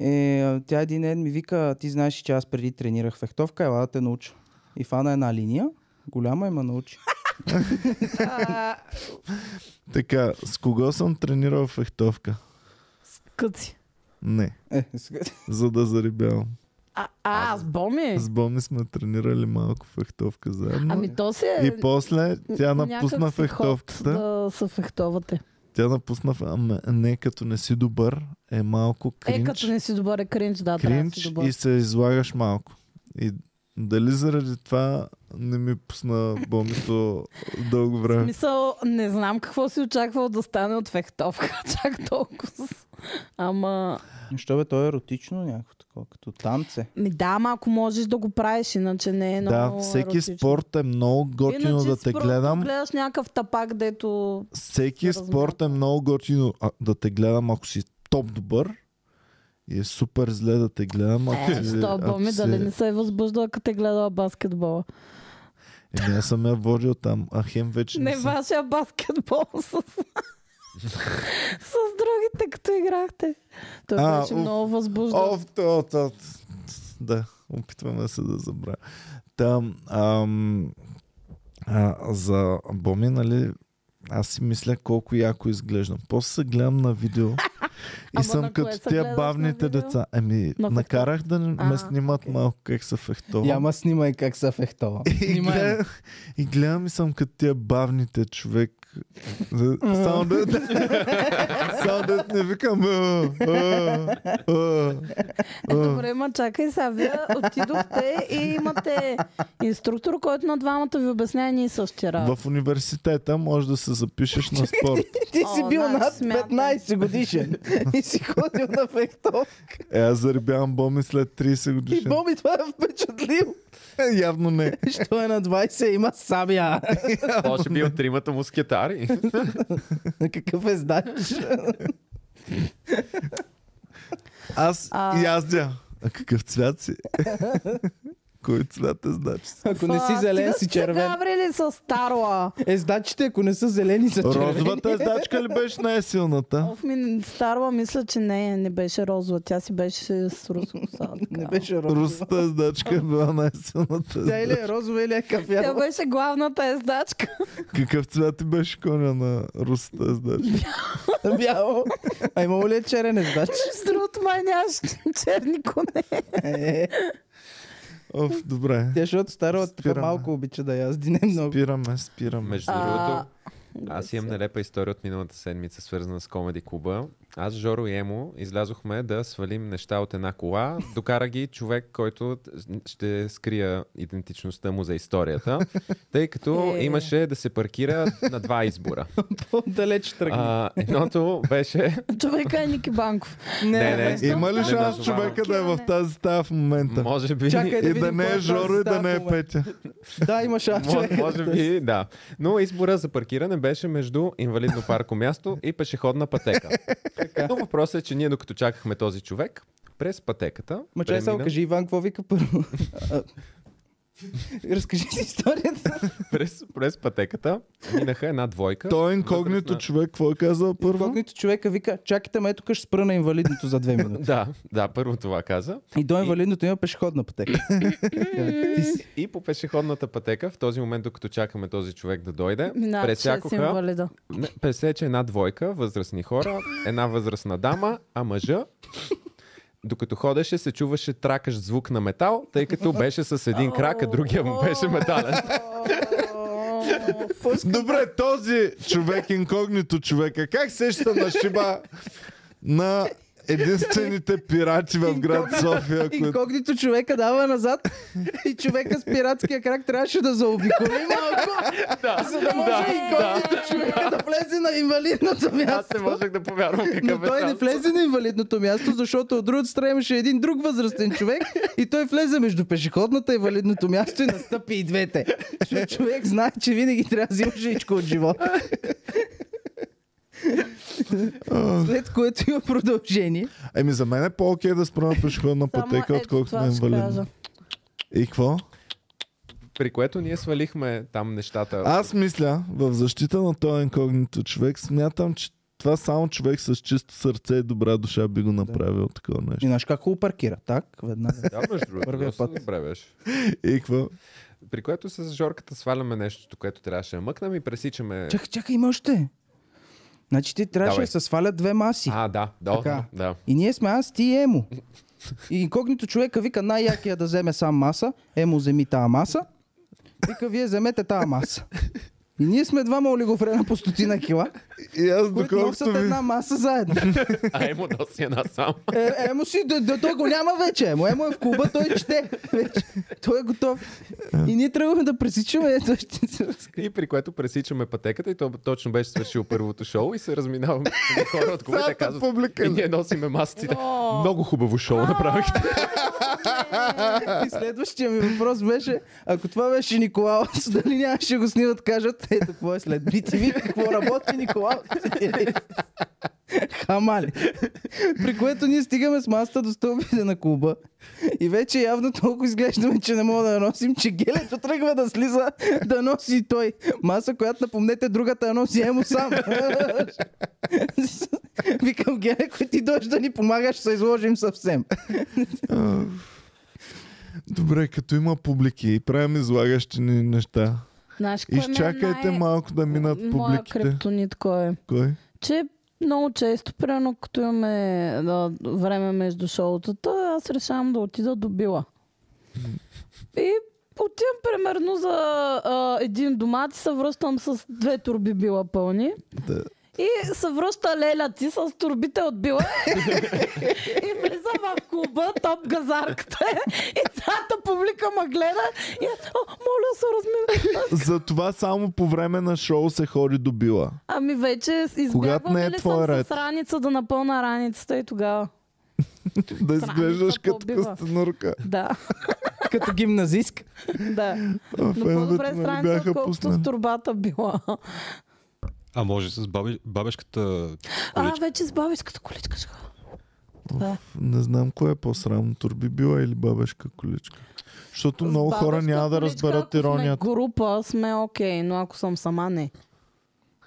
S3: е, тя един ден ми вика, ти знаеш, че аз преди тренирах фехтовка, ела да те науча. И фана една линия, голяма има научи.
S1: Така, с кого съм тренирал фехтовка?
S2: Къци.
S1: Не,
S3: Е, сега-
S1: за да зарибявам.
S2: А, а, с Боми?
S1: С Боми сме тренирали малко фехтовка заедно.
S2: Е. Ами то си е...
S1: И после тя напусна
S2: някак си
S1: фехтовката.
S2: ход Да се фехтовате.
S1: Тя напусна... фе- Ама не, като не си добър, е малко кринч.
S2: Е, като не си добър е кринч, да, трябва да
S1: кринч
S2: си добър.
S1: и се излагаш малко. И дали заради това не ми пусна бомито дълго
S2: В
S1: време.
S2: смисъл, не знам какво си очаквал да стане от фехтовка, чак толкова. Ама,
S3: Що бе, то е еротично някакво такова, като танце.
S2: ми да, ама ако можеш да го правиш, иначе не е
S1: Да,
S2: много
S1: всеки
S2: еротично.
S1: спорт е много готино
S2: Иначе
S1: да
S2: си
S1: те
S2: просто
S1: гледам.
S2: гледаш някакъв тапак, дето...
S1: Всеки
S2: се
S1: спорт е много готино а, да те гледам, ако си топ добър. И е супер зле да те гледам. Ако
S2: Е,
S1: си,
S2: Що,
S1: ако
S2: Боми,
S1: си-
S2: дали не се е възбуждала, като е гледала баскетбола?
S1: Еми, аз съм я водил там, а хем вече не,
S2: Не
S1: съм.
S2: вашия баскетбол с... с другите, като играхте. Той
S1: А,
S2: беше
S1: уф.
S2: много възбуждал.
S1: Оф, то, то, да, опитваме се да забравя. Там, ам, а, за Боми, нали, аз си мисля колко яко изглеждам. После се гледам на видео и
S2: Ама
S1: съм
S2: на кое
S1: като
S2: се
S1: тия
S2: гледаш
S1: бавните
S2: на видео?
S1: деца. Еми,
S2: На
S1: накарах да не- ме
S2: А,
S1: снимат
S2: окей.
S1: малко как се фехтовам.
S3: Яма снимай как са фехтова.
S1: И,
S2: Е,
S1: гледам, и гледам и съм като тия бавните човек. За- Само да... Само да не викам... «А, а, а».
S2: Е, добре, ма чакай сега. Вие отидохте и имате инструктор, който на двамата ви обяснява ние същия работа.
S1: В университета можеш да се запишеш на спорт.
S3: Ти
S2: О,
S3: си бил
S2: значи
S3: над
S2: смятай.
S3: 15 годишен и си ходил на фехтовка.
S1: Е, аз заребявам боми след 30
S3: И
S1: годишен. Е,
S3: Боби това е впечатлил.
S1: Явно не.
S3: Що е на 20 и има сабя.
S4: Може би от тримата мускетари.
S3: Какъв е знаеш?
S1: Аз
S2: А.
S1: и аз дя. А какъв цвят си? Кой цвят е значи? си?
S3: Ако не си
S2: А,
S3: зелен,
S2: стига сте
S3: си
S2: се
S3: червен.
S2: гаврили с Старла.
S3: Е, значите, ако не са зелени, са червени.
S1: Розовата ездачка ли беше най-силната?
S2: Оф, ми, Старла мисля, че не, е, не беше розова. Тя си беше с руско коса.
S3: Не
S2: така.
S3: беше розова.
S1: Русата ездачка е била най-силната.
S3: Тя или
S1: ездачка.
S3: е розова, или е
S2: Тя
S3: кафява.
S2: беше главната ездачка.
S1: Какъв цвят ти беше коня на русата ездачка?
S3: Бяло. А имало ли е черен ездач?
S2: С другото сменяш черни коне.
S3: Е,
S1: Оф, добре.
S3: Тя, защото старо така
S1: Спираме.
S3: малко обича да язди, не много.
S1: Спираме, спираме.
S4: Между
S2: А,
S4: другото, аз имам нелепа история от миналата седмица, свързана с комеди клуба. Аз, Жоро и Емо излязохме да свалим неща от една кола. Докара ги човек, който ще скрия идентичността му за историята, тъй като
S2: Е.
S4: имаше да се паркира на два избора.
S3: По-далеч тръгна.
S4: А, едното беше...
S2: Човека е Ники Банков.
S4: Не, не.
S3: без-
S1: Има ли
S4: Не,
S1: шанс
S4: не,
S1: човека да е в тази стая в момента?
S4: Може би...
S3: Чакай да
S1: И да
S3: видим
S1: не
S3: кой
S1: е
S3: е
S1: Жоро и да
S3: тази
S1: не е
S3: стая в
S1: Петя.
S3: Да, има шанс.
S4: Може,
S3: човек.
S4: може би, да. Но избора за паркиране беше между инвалидно парко място и пешеходна пътека. Но въпросът е, че ние докато чакахме този човек, през пътеката...
S3: Ма чай само
S4: премина-
S3: кажи, Иван, какво вика първо? А, Разкажи си историята.
S4: През, през пътеката минаха една двойка.
S1: Той е инкогнито
S4: възрастна-
S1: човек, какво е казал първо?
S3: Когнито човека вика, чакайте ме, тук ще спра на инвалидното за две минути.
S4: Да, да, първо това каза.
S3: И до инвалидното има пешеходна пътека. Така, Ти си.
S4: И по пешеходната пътека, в този момент, докато чакаме този човек да дойде,
S2: Мина, че си
S4: пресякоха
S2: инвалида.
S4: Не, пресече една двойка, възрастни хора, една възрастна дама, а мъжа, докато ходеше, се чуваше тракащ звук на метал, тъй като беше с един крак, а другия му беше метален.
S1: Добре, този човек, инкогнито човека, как се ще на шиба на единствените пирати в град София, които...
S3: Инкогнито човека дава назад и човека с пиратския крак трябваше да заобиколи малко, за да може инкогнито човека да влезе на инвалидното място.
S4: Аз не можех да повярвам
S3: Но
S4: какъв е
S3: той не
S4: шансът.
S3: влезе на инвалидното място, защото от другата страна имаше един друг възрастен човек и той влезе между пешеходната и инвалидното място и настъпи и двете. Защото човек знае, че винаги трябва да взима жичко от живота. След което има продължение.
S1: Еми за мен е по-окей да спра на пешеходна
S2: Само
S1: пътека,
S2: ето
S1: отколкото
S2: това
S1: на
S2: ще кажа.
S1: инвалидна. И какво?
S4: При което ние свалихме там нещата.
S1: Аз мисля, в защита на този инкогнито човек, смятам, че това само човек с чисто сърце и добра душа би го направил такова
S3: И
S1: нещо.
S3: знаеш как хубаво паркира? Так, веднага.
S4: Да, между другото,
S3: Първия
S4: доста
S3: път.
S4: добре беше.
S1: И какво?
S4: При което с Жорката сваляме нещото, което трябваше да мъкнем и пресичаме.
S3: Чакай, чакай, има още. Значи ти трябваше
S4: Давай.
S3: да се свалят две маси.
S4: А, да, да,
S3: Така.
S4: да.
S3: И ние сме аз, ти и Емо. И инкогнито човека вика най-якия да вземе сам маса. Емо вземи тая маса. Вика вие вземете тая маса. И ние сме двама олигофрена по стотина кила,
S1: И аз
S3: които
S1: доколкото
S3: носят
S1: ви...
S3: една маса заедно.
S4: А Емо носи една само.
S3: Е, емо си, да, да, той го няма вече. Емо, емо е в клуба, той чете. Вече. Той е готов. И ние тръгваме да пресичаме. Ето ще се разкажа.
S4: И при което пресичаме пътеката и то точно беше свършил първото шоу и се разминаваме с хора от колите
S1: Цялата
S4: казват.
S1: публика
S2: Е,
S4: И
S1: ли?
S4: Е, ние носиме масците. Много хубаво шоу направихте.
S3: И следващия ми въпрос беше, ако това беше Николаус, дали нямаше да го снимат, кажат, ето какво е след BTV, какво работи Николаус. Хамали. При което ние стигаме с масата до стълбите на клуба. И вече явно толкова изглеждаме, че не мога да я носим, че гелето тръгва да слиза, да носи и той. Маса, която напомнете другата, я носи емо сам. Викам, Геле, ако ти дойдеш да ни помагаш, ще се изложим съвсем.
S1: А, Добре, като има публики и правим излагащи ни неща.
S2: Знаеш, кое ми е
S1: Изчакайте
S2: най-
S1: малко да минат
S2: Моя
S1: публиките.
S2: криптонит кой е?
S1: Кой?
S2: че много често, примерно като имаме да, време между шоутата, аз решавам да отида до била. И отивам примерно за а, един домат и се връщам с две турби била пълни.
S1: Да.
S2: И се връща Леля ти с турбите от била и влиза в клуба, топ газарката е. и цялата публика ме гледа и аз, О, моля се размина.
S1: Затова само по време на шоу се ходи до била.
S2: Ами вече
S1: Когато
S2: избягвам
S1: не е
S2: е ли
S1: твой
S2: съм
S1: ред.
S2: с раница да напълна раницата и тогава.
S1: Да изглеждаш като
S2: по-била.
S1: костенурка.
S2: Да,
S3: като гимназистка.
S2: да.
S1: А
S2: Но по-добре
S1: феновете
S2: с
S1: ме не
S2: раница,
S1: нали, бяха
S2: отколкото
S1: пуснали.
S2: с турбата била.
S5: А може с баби, бабешката
S2: А,
S5: количка.
S2: вече с бабичката количка ще ходя. Това е.
S1: Не знам кое е по-срамно. Турби била или бабешка количка. Защото много
S2: С
S1: хора
S2: бабичка
S1: няма да
S2: количка,
S1: разберат
S2: ако сме
S1: иронията.
S2: група сме окей, но ако съм сама не.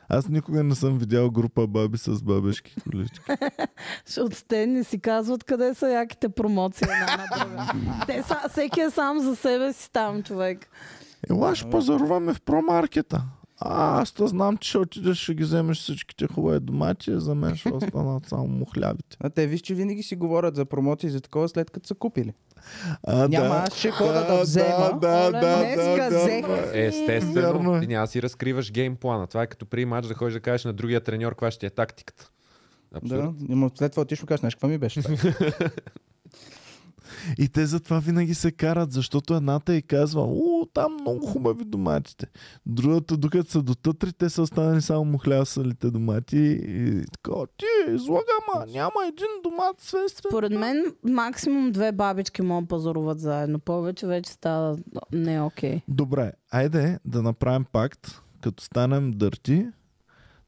S1: Аз никога не съм видял група баби с бабешки колички.
S2: Защото те не си казват къде са яките промоции една на друга. те са, всеки е сам за себе си там, човек.
S1: Ела ще пазаруваме в промаркета. А, аз то знам, че ще отидеш, ще ги вземеш всичките хубави домати, а за мен ще останат само мухлябите.
S3: А те виж, че винаги си говорят за промоции за такова след като са купили.
S1: А,
S3: Няма,
S1: да.
S3: аз ще хода да взема.
S1: Да, да, да,
S3: Днеска
S1: да, да,
S3: взех.
S1: да. Вярно
S4: Естествено,
S1: е.
S4: ти няма да си разкриваш геймплана. Това е като при матч да ходиш да кажеш на другия треньор каква ще ти е тактиката.
S3: Да,
S4: Абсолютно.
S3: но след това отиш му кажеш, знаеш, каква ми беше? това?»
S1: И те затова винаги се карат, защото едната е и казва, о, там много хубави доматите. Другата, докато са до тътри, те са останали само мухлясалите домати. И така, ти, излага, ма, няма един домат свестен.
S2: Поред мен максимум две бабички могат да пазаруват заедно. Повече вече става не е окей.
S1: Добре, айде да направим пакт, като станем дърти,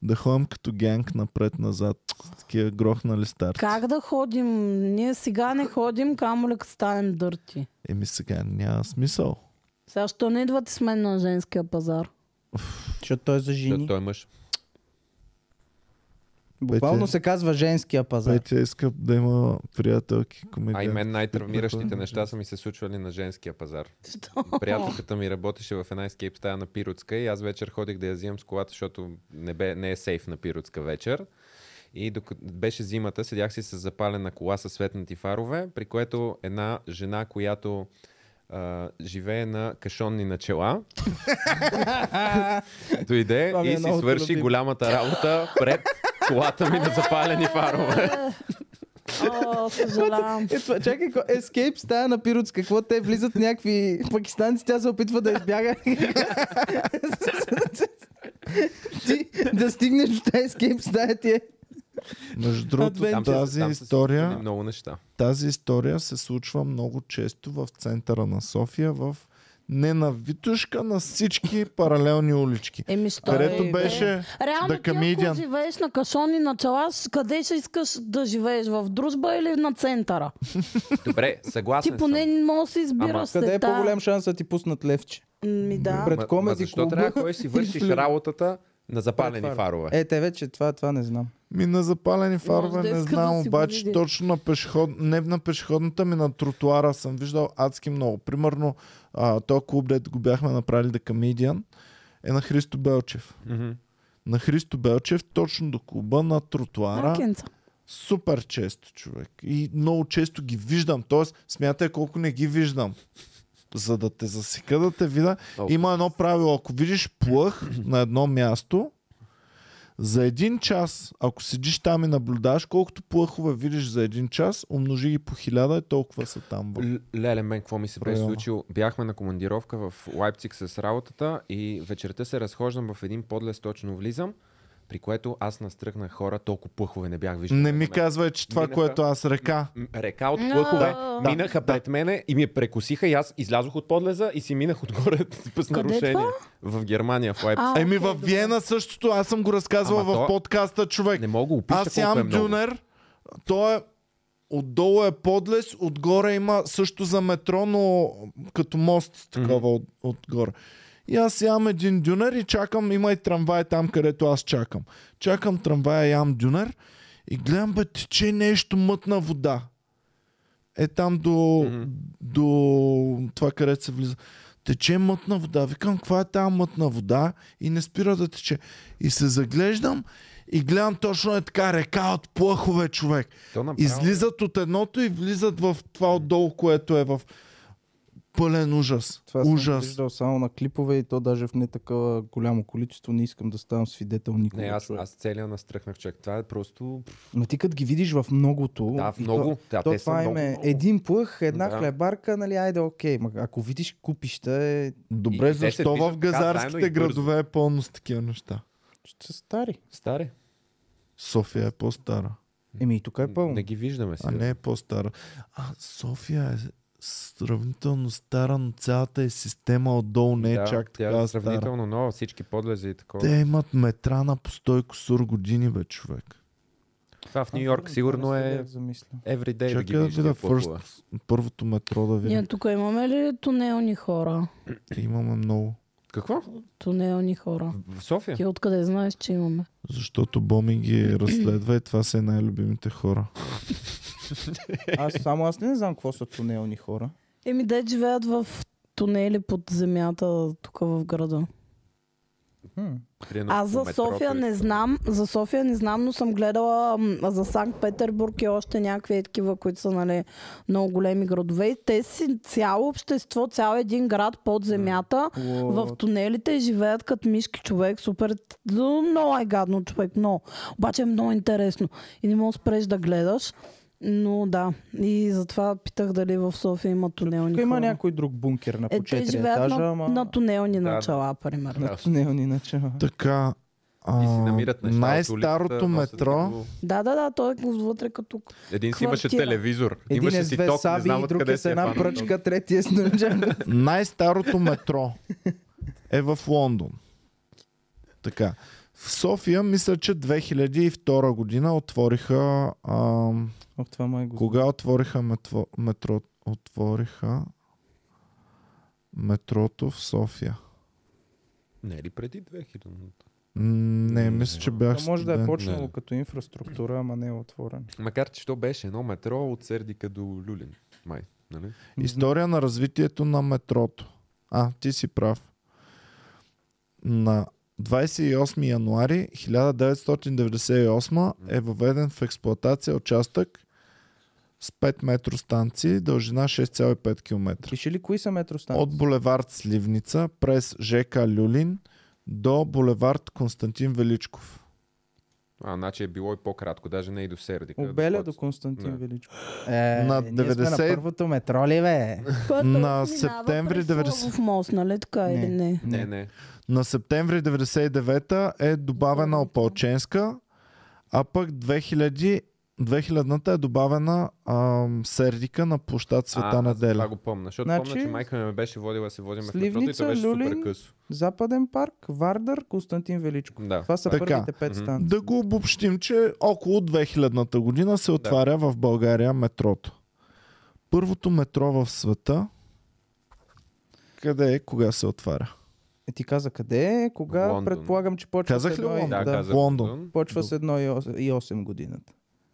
S1: да ходим като генг напред-назад. с Такива грохнали старци.
S2: Как да ходим? Ние сега не ходим, камо ли като станем дърти.
S1: Еми сега няма смисъл.
S2: Сега що не идвате с мен на женския пазар?
S3: Защото той е за
S4: Да,
S3: жени.
S4: той е мъж.
S3: Буквално
S1: Пете.
S3: се казва женския пазар.
S1: Петя иска да има приятелки,
S4: А и
S1: комедианти.
S4: мен най-травмиращите неща са ми се случвали на женския пазар. Приятелката ми работеше в една ескейп стая на Пиротска и аз вечер ходих да я взимам с колата, защото не, бе, не е сейф на Пиротска вечер. И докато беше зимата, седях си с запалена кола със светнати фарове, при което една жена, която а, живее на кашонни начала, дойде
S3: Това ми е
S4: и си
S3: много
S4: свърши
S3: любим.
S4: голямата работа пред колата ми на запалени фарове.
S2: О, съжалявам.
S3: Е, това, чакай, ко- Escape стая на Пиротска. Какво те влизат някакви пакистанци, тя се опитва да избяга. Ти да стигнеш до тази Escape стая ти е.
S1: Между другото,
S3: Адвенчър.
S1: тази
S4: там са се случили
S1: история,
S4: много неща.
S1: тази история се случва много често в центъра на София, в не на Витушка, на всички паралелни улички.
S2: Еми, що
S1: Където
S2: е, бе?
S1: беше
S2: Реално
S1: да
S2: ти, ако
S1: комедиан.
S2: живееш на кашони начала, с- къде ще искаш да живееш? В дружба или на центъра?
S4: Добре, съгласен
S2: Ти поне
S4: съм.
S2: не можеш да си избираш
S4: Ама
S2: се.
S3: Къде е
S2: та.
S3: по-голям шанс да ти пуснат левче?
S2: Ми да.
S3: пред
S4: Ма- ма
S3: комеди
S4: Защо
S3: клуба
S4: трябва да ходиш и вършиш
S3: влю-
S4: работата на запалени
S3: Пред
S4: фарове?
S3: Е, те вече това, това не знам.
S1: Ми на запалени
S2: Може
S1: фарове
S2: да
S1: не
S2: иска да
S1: знам,
S2: си го
S1: обаче
S2: види.
S1: точно на пешеход... не на пешеходната ми на тротуара съм виждал адски много. Примерно, а, то клуб, дето го бяхме направили да комедиан, е на Христо Белчев.
S4: Мгм.
S1: На Христо Белчев, точно до клуба, на тротуара.
S2: Макенца.
S1: Супер често, човек. И много често ги виждам. Тоест, смятай колко не ги виждам. За да те засека, да те видя.
S4: О,
S1: Има едно правило. Ако видиш плъх на едно място, за един час, ако седиш там и наблюдаваш, колкото плъхове видиш за един час, умножи ги по хиляда и толкова са там.
S4: Л- Леле, мен какво ми се беше
S1: Правилно.
S4: случило? Бяхме на командировка в Лайпциг с работата и вечерта се разхождам в един подлез, точно влизам, при което аз настръхнах хора, толкова плъхове не бях виждал.
S1: Не
S4: пред
S1: ми
S4: мен.
S1: казвай, че това,
S4: Минаха-
S1: което аз река.
S4: М, Река от
S2: Да,
S4: плъхове
S2: да,
S4: минаха пред мене и ми прекосиха и аз излязох от подлеза и си минах отгоре с
S2: Къде е
S4: нарушение.
S2: това?
S4: В Германия, в Лайпциг.
S2: А,
S1: Еми
S2: окей,
S1: във
S2: добре.
S1: Виена същото, аз съм го разказвал
S4: Ама
S1: в
S4: то-
S1: подкаста, човек.
S4: Не мога да опиша
S1: Аз
S4: колко е
S1: ям
S4: много.
S1: Дюнер. Той е отдолу е подлез, отгоре има също за метро, но като мост такова mm-hmm. от, отгоре. И аз ям един дюнер и чакам, има и трамвай там, където аз чакам. Чакам трамвая, ям дюнер и гледам, бе, тече нещо мътна вода. Е там до, mm-hmm. до това, където се влиза. Тече мътна вода. Викам, каква е тази мътна вода? И не спира да тече. И се заглеждам и гледам точно е така река от плъхове, човек.
S4: То направо-
S1: Излизат от едното и влизат в това отдолу, което е в пълен ужас.
S3: Това съм
S1: ужас.
S3: виждал само на клипове и то даже в не такова голямо количество. Не искам да ставам свидетел никога.
S4: Не, аз,
S3: човек.
S4: аз целия настръхнах човек. Това е просто...
S3: Ма ти като ги видиш в многото...
S4: Да, в
S3: и
S4: много.
S3: То,
S4: Да,
S3: то
S4: те са
S3: това им
S4: много,
S3: е
S4: много.
S3: един плъх, една
S4: Да.
S3: хлебарка, нали, айде, окей. Ма ако видиш купища, е...
S1: Добре,
S4: И- и те се
S1: защо в
S4: движат така заедно
S1: газарските
S4: и бързо.
S1: градове е пълно с такива неща?
S3: че са стари.
S4: Старе,
S1: София е по-стара.
S3: Еми и тук е пълно.
S4: не ги виждаме си.
S1: А не е по-стара. А София е сравнително стара, но цялата е система отдолу не е
S4: да,
S1: чак
S4: тя
S1: така стара.
S4: е сравнително нова, всички подлези и такова.
S1: Те имат метра на по 100 години, бе, човек.
S4: Това в Нью Йорк сигурно е everyday да ги
S1: Чакай да
S4: вижда.
S1: видя first, първото метро да видим.
S2: Ние тук имаме ли тунелни хора?
S1: Имаме много.
S4: Какво?
S2: Тунелни хора.
S4: В София?
S2: Ти откъде знаеш, че имаме?
S1: Защото Боми ги разследва и това са и най-любимите хора.
S3: Аз само аз не знам какво са тунелни хора.
S2: Еми, де живеят в тунели под земята, тук в града.
S4: Примерно
S2: Аз
S4: по
S2: за
S4: метрото
S2: София
S4: и
S2: не
S4: това.
S2: знам, за София не знам, но съм гледала м, за Санкт Петербург и още някакви такива, които са нали, много големи градове. И те си цяло общество, цял един град под земята, в тунелите и живеят като мишки човек. Супер, много е гадно човек, но. Обаче е много интересно и не мога да спреш да гледаш. Но да, и затова питах дали в София има тунелни
S3: Тук има
S2: хора.
S3: някой друг бункер на
S2: Е,
S3: по
S2: те
S3: 4
S2: живеят
S3: етажа,
S2: на,
S3: ама...
S2: на тунелни
S4: Да, да.
S2: начала, примерно.
S3: на тунелни начала.
S1: Така.
S4: И
S1: а,
S4: си намират неща от улицата,
S1: най-старото
S4: носят
S1: метро.
S4: го.
S2: Да, да, да, той е вътре като
S4: Един си имаше
S2: Квартира.
S4: телевизор.
S3: Един
S4: имаше
S3: е с
S4: си
S3: две
S4: ток, не
S3: саби
S4: знам
S3: и
S4: откъде
S3: друг е с
S4: си я
S3: една
S4: фанал.
S3: пръчка, третия е с ножа.
S1: Най-старото метро е в Лондон. Така. В София, мисля, че 2002 година отвориха. А,
S3: Ох, това май го...
S1: кога отвориха метро, метро? Отвориха метрото в София.
S4: Не е ли преди 2000?
S1: М, Не, мисля, че бях.
S3: То може да е
S1: студент.
S3: почнало
S5: Не.
S3: като инфраструктура, ама не е отворено.
S4: Макар, че то беше едно метро от Сердика до Люлин. Май, нали?
S1: История на развитието на метрото. А, ти си прав. На 28 януари 1998 е въведен в експлоатация участък с 5 метростанции, дължина 6,5 км.
S3: Пиши ли кои са метростанции?
S1: От булевард Сливница през ЖК Люлин до булевард Константин Величков.
S4: А, значи е било и по-кратко, даже не и до Сердика.
S3: От Беля до
S4: Пловдив.
S3: Константин
S4: Да.
S3: Величко. Е,
S1: На
S3: ние сме
S1: 90
S3: на първото метро ли, бе?
S2: Което
S1: На
S2: минава
S1: септември
S2: през
S1: 90.
S2: Славов мост, нали така
S3: Не.
S2: или не?
S4: Не, не.
S1: На септември 99 е добавена Опалченска, а пък 2000 2000-та е добавена ам, Сердика на площад Света
S4: а, аз
S1: Неделя.
S4: Това го помня, защото
S3: Значи-
S4: помня, че майка ми ме беше водила да се водим в метрото и
S3: Сливница,
S4: то беше супер
S3: Люлин.
S4: късо.
S3: Западен парк, Вардар, Константин Величко.
S4: Да.
S3: Това са
S1: Така.
S3: първите пет
S4: Мгм.
S3: станции.
S1: Да го обобщим, че около 2000-та година се отваря в България метрото. Първото метро в света къде е, кога се отваря?
S3: Е, ти каза къде е, кога?
S4: Лондон.
S3: Предполагам, че почва
S1: Казах
S3: с
S1: ли
S3: едно и-
S1: Лондон?
S4: Да,
S3: Да,
S4: казах
S1: Лондон.
S3: почва с 1,8 годината.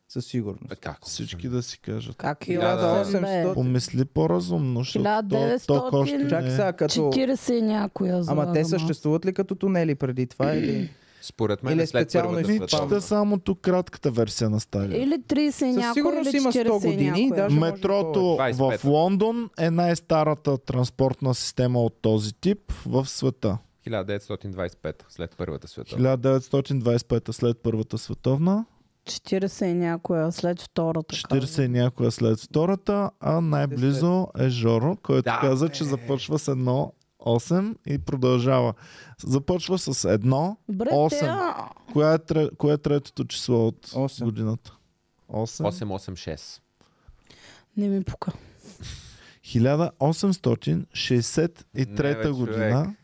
S3: Със
S4: А,
S3: сигурност.
S4: Е, Как?
S1: Всички да си кажат.
S2: Как и
S4: Да, да, да.
S3: 1800.
S1: Помисли по-разумно, защото то,
S2: 1900
S1: ток още не е.
S3: Чакай сега, като...
S2: 40 и някоя за
S3: Ама те съществуват ли като тунели преди това? Или...
S4: Според мен
S3: Или
S4: е след
S3: специално
S4: първата
S1: Ми чета
S4: световна.
S1: само тук кратката версия на стадия.
S2: Или 30 и
S3: Със
S2: някоя,
S3: сигурност
S2: или
S3: има 100
S2: 40 и
S3: години,
S2: някоя.
S3: даже- може
S1: Метрото
S4: повече.
S1: в
S4: 25-та.
S1: Лондон е най-старата транспортна система от този тип в света.
S4: 1925, след първата световна.
S1: 1925 след Първата световна,
S2: 40 и някоя след втората.
S1: 40 и някоя след Втората, а най-близо е Жоро, който
S4: Да,
S1: каза, че започва с едно 8 и продължава. Започва с едно,
S2: Бре,
S1: 8.
S2: те, а,
S1: кое е, тре, кое е третото число от
S3: Осем.
S1: годината? 8.
S4: 886.
S2: не ми пука.
S1: 1863
S4: Не, бе,
S1: година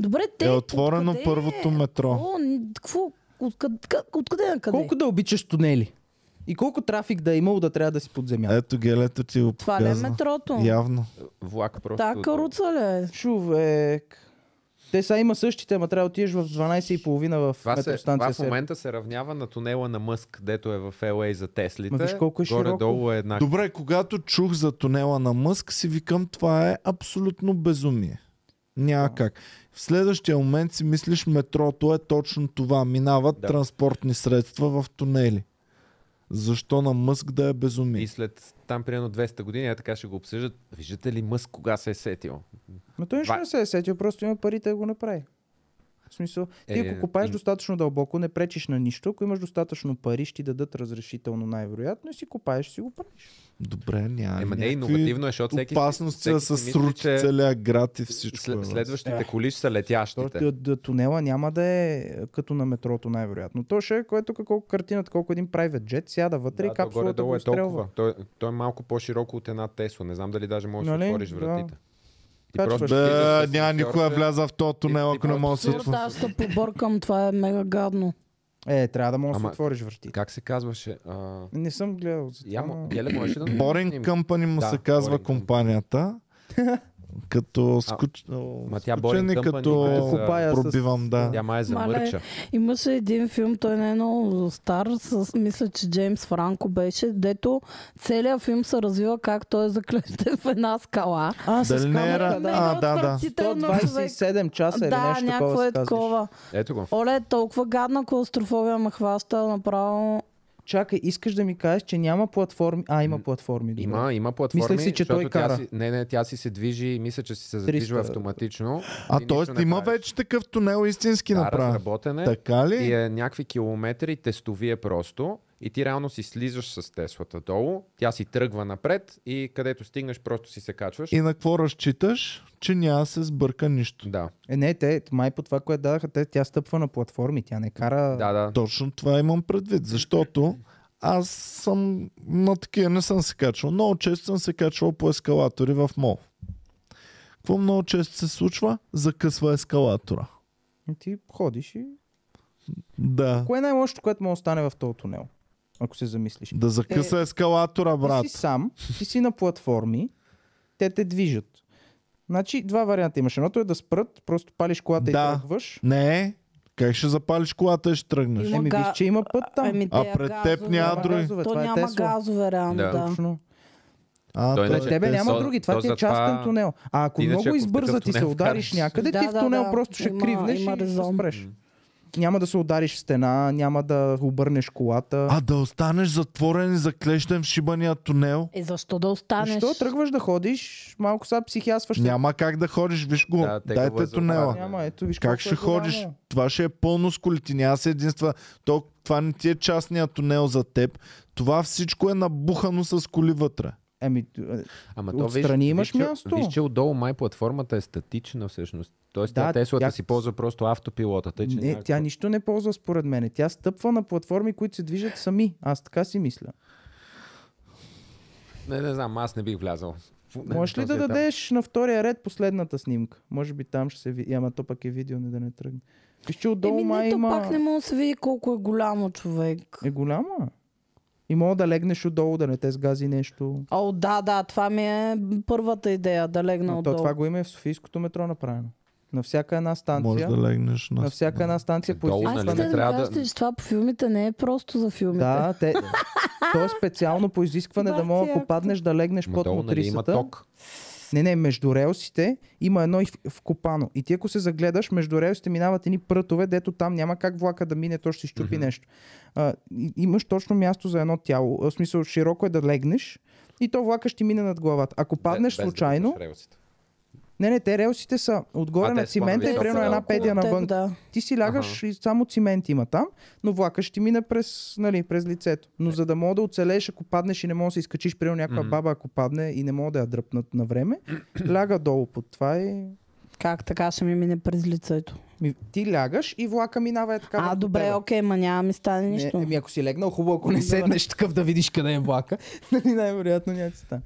S2: Добре, те...
S1: е отворено
S2: откъде-
S1: първото метро.
S2: О, н- Какво? Откъде, откъде на къде?
S3: Колко да обичаш тунели? И колко трафик да е имало да трябва да си под земята?
S1: Е, Ето гелето ти го
S2: Това ли е
S1: показва.
S2: метрото?
S1: Явно.
S4: Влак просто...
S2: Та
S4: от-
S2: каруца ли е?
S3: Човек. Те сега има същите, ама трябва да отидеш в 12.30 в
S4: Това, се, това
S3: метростанция.
S4: в момента се равнява на тунела на Мъск, дето е в LA за Теслите.
S3: Ма виж колко е широко.
S4: Горе-долу е една...
S1: Добре, когато чух за тунела на Мъск, си викам, това е абсолютно безумие. Няма как. В следващия момент си мислиш, метрото е точно това. Минават
S4: Да.
S1: транспортни средства в тунели. Защо на Мъск да е безумие?
S4: И след там примерно 200 години, е така ще го обсъждат. Виждате ли Мъск кога се е сетил?
S3: Ма той нищо
S4: Ва-
S3: не се е сетил, просто има парите да го направи. В смисъл, ти
S4: Е,
S3: ако копаеш
S4: им-
S3: достатъчно дълбоко, не пречиш на нищо, ако имаш достатъчно пари, ще ти дадат разрешително най-вероятно и си копаеш, си го правиш.
S1: Добре, няма.
S4: Ема не,
S1: Ами някакви
S4: иновативно е, защото всеки... си-
S1: Опасности
S4: всеки
S1: да
S4: си
S1: се
S4: мисли,
S1: срути
S4: че
S1: целият град и всичко. е
S4: след-
S1: в-
S4: Следващите коли ще са
S3: Защото
S4: летящите.
S3: д- д- тунела няма да е е, като на метрото най-вероятно. То ще е което колко картината, колко един private jet сяда вътре
S4: Да,
S3: и
S4: то
S3: капсулата
S4: горе-долу
S3: го
S4: е
S3: изстрелва.
S4: толкова. Той, той е малко по-широко от една Тесла. Не знам дали даже можеш да
S3: Нали?
S4: отвориш
S3: Да.
S4: вратите. Ти
S3: Качваш
S4: просто
S3: се.
S4: стигаш
S1: Бе,
S4: с
S1: няма никой да
S4: шофьорите.
S1: вляза в този тунел,
S4: ти
S1: ако не
S4: просто
S1: мога да се
S4: сигурно
S2: Сигурно
S1: отвори.
S2: аз ще побъркам, това е мега гадно.
S3: Е, трябва да можеш да
S4: Ама-
S3: отвориш вратите.
S4: Как се казваше? А...
S3: Не съм гледал за това.
S4: Ямо,
S3: но-
S4: Геле, можеш ли да...
S1: Боринг Company му
S4: Да,
S1: се казва
S4: Boring Company.
S1: компанията. Като скуч... о,
S4: ма тя
S1: скучен
S4: Борин
S1: и
S4: Къмпани
S1: като
S4: е за-
S3: Копая с-
S1: пробивам, да.
S4: Тя май
S2: Мале.
S4: е замърча.
S2: Имаше един филм, той не е много стар, с, мисля, че Джеймс Франко беше, дето целият филм се развива как той е заклещен в една скала.
S3: А,
S1: Дали не е ра-
S2: Мен е
S1: А, да, да.
S2: отвратително, човек.
S3: 127 часа или
S2: Да,
S3: нещо
S2: някакво
S3: такова
S2: е
S3: се казваше.
S2: такова.
S4: Ето го.
S2: Оле, толкова гадна клаустрофобия ме хваща направо.
S3: Чакай, искаш да ми кажеш, че няма платформи. А, има платформи. добре.
S4: Има, има платформи.
S3: Мислех си, че
S4: защото
S3: той
S4: тя
S3: кара.
S4: Си, не, не, тя си се движи и мисля, че си се задвижва
S3: 300.
S4: автоматично.
S1: А
S4: и Ами нищо
S1: т.е.
S4: не
S1: има
S4: правиш.
S1: вече такъв тунел истински
S4: Да,
S1: направен.
S4: разработен е.
S1: Така
S3: Нали?
S1: ли?
S4: И е някакви километри, тестовие просто. И ти реално си слизаш с Теслата долу, тя си тръгва напред и където стигнеш просто си се качваш.
S1: И на какво разчиташ, че няма да се сбърка нищо.
S4: Да,
S3: Е, не, те, май по това, което дадаха, те, тя стъпва на платформи, тя не кара...
S4: да, да.
S1: Точно това имам предвид, защото аз съм на такива не съм се качвал. Много често съм се качвал по ескалатори в мол. Какво много често се случва? Закъсва ескалатора.
S3: И ти ходиш и...
S1: Да.
S3: Кое е най-лошото, което може да стане в този тунел? Ако се замислиш.
S1: Да закъса ескалатора, брат.
S3: Е. Ти си сам, ти си на платформи, те те движат. Значи два варианта имаш. Едното е да спрат, просто палиш колата
S1: Да.
S3: и тръгваш.
S1: Не, как ще запалиш колата и ще тръгнеш?
S2: Има
S3: Еми,
S2: га-
S3: виж, че има път там.
S2: Еми,
S1: А
S2: те
S1: пред теб
S2: газове-
S1: няма други.
S3: газове,
S2: То
S3: това е
S2: няма
S3: Тесла.
S2: газове, реално,
S4: Да.
S2: да.
S3: Точно.
S1: А,
S4: Той
S1: той е
S3: Пред
S4: Значи,
S3: Е, тебе
S4: те
S3: няма
S4: са-
S3: други, това
S4: то
S3: ти е
S4: затова-
S3: частен тунел. А ако
S4: Иначе,
S3: много
S4: ако в такъв
S3: избързат и се
S4: тунел
S3: удариш
S4: караш.
S3: някъде,
S2: Да,
S3: ти в
S2: да,
S3: тунел
S2: да.
S3: просто ще
S2: Има-
S3: кривнеш
S2: има
S3: и ще
S2: резон.
S3: спреш. Няма да се удариш в стена, няма да обърнеш колата.
S1: А да останеш затворен и заклещен в шибания тунел?
S2: Е, защо да останеш?
S3: Защо тръгваш да ходиш, малко сега психиастваш.
S1: Няма как да ходиш, виж го.
S4: Да, те го
S1: Дайте тунела.
S4: възобравят.
S3: Няма, ето виж
S1: Как
S3: колко
S1: ще
S3: е голямо.
S1: ходиш? Това ще е пълно с колите. Няма се единства. То, това не ти е частния тунел за теб. Това всичко е набухано с коли вътре.
S3: Еми,
S4: Ама
S3: Отстрани имаш
S4: че-
S3: място.
S4: Виж, че отдолу май платформата е статична всъщност. Тоест
S3: Да,
S4: да, Теслата
S3: тя-
S4: си ползва просто автопилота. Тъй, че
S3: не, тя нищо не ползва според мен. Тя стъпва на платформи, които се движат сами. Аз така си мисля.
S4: не, не знам, аз не бих влязал. Фу, не,
S3: Можеш ли
S4: що
S3: да
S4: си е там?
S3: дадеш на втория ред последната снимка? Може би там ще се види. Ама то пък е видео, не да не тръгне. Виж, че отдолу
S2: Еми,
S3: май
S2: не, то
S3: има...
S2: пак не мога да се види колко е голямо човек.
S3: Е голяма. И мога да легнеш отдолу, да не те сгази нещо.
S2: О, да, да, това ми е първата идея, да легна
S3: Но то,
S2: отдолу.
S3: това го има и в Софийското метро направено. На всяка една
S1: Може
S3: станция.
S1: да легнеш на...
S3: На всяка една станция по
S4: Долу,
S3: изискване.
S2: Аз
S4: нали?
S2: ще да
S4: не
S2: ми
S4: трябва да-
S2: кажете, че това по филмите не е просто за филмите.
S3: Да, те, то е специално по изискване да
S2: Бах
S3: мога,
S2: ти
S3: ако
S2: яко.
S3: паднеш, да легнеш
S4: Ма
S3: под
S4: долу, нали, има
S3: мотрисата.
S4: ток.
S3: Не, не, между релсите има едно и в- вкопано. И ти ако се загледаш, между релсите минават едни прътове, дето там няма как влака да мине, то ще си щупи нещо. А, и- имаш точно място за едно тяло. В смисъл, широко е да легнеш и то влака ще мине над главата. Ако паднеш
S4: Без- без да
S3: случайно,
S4: буташ релсите.
S3: не, не, те релсите са отгоре
S4: А,
S3: на
S4: те са по-нависоко,
S3: цимента и примерно
S4: да.
S3: една
S2: Около
S3: педия
S2: теб,
S3: навън.
S2: да.
S3: Ти си лягаш и само цимент има там, но влака ще ти мине през, нали, през лицето. Но за да мога да оцелееш, ако паднеш и не мога да се изкачиш, примерно някаква баба, ако падне и не мога да я дръпнат на време, ляга долу под това и...
S2: Как така ще ми мине през лицето?
S3: Ми, ти лягаш и влака минава е така.
S2: а,
S3: върху
S2: добре,
S3: тебе.
S2: окей, ма няма ми стане нищо.
S3: Не, еми, ако си легнал, хубаво, ако не седнеш такъв да видиш къде е влака, нали, най-вероятно няма да ти стане.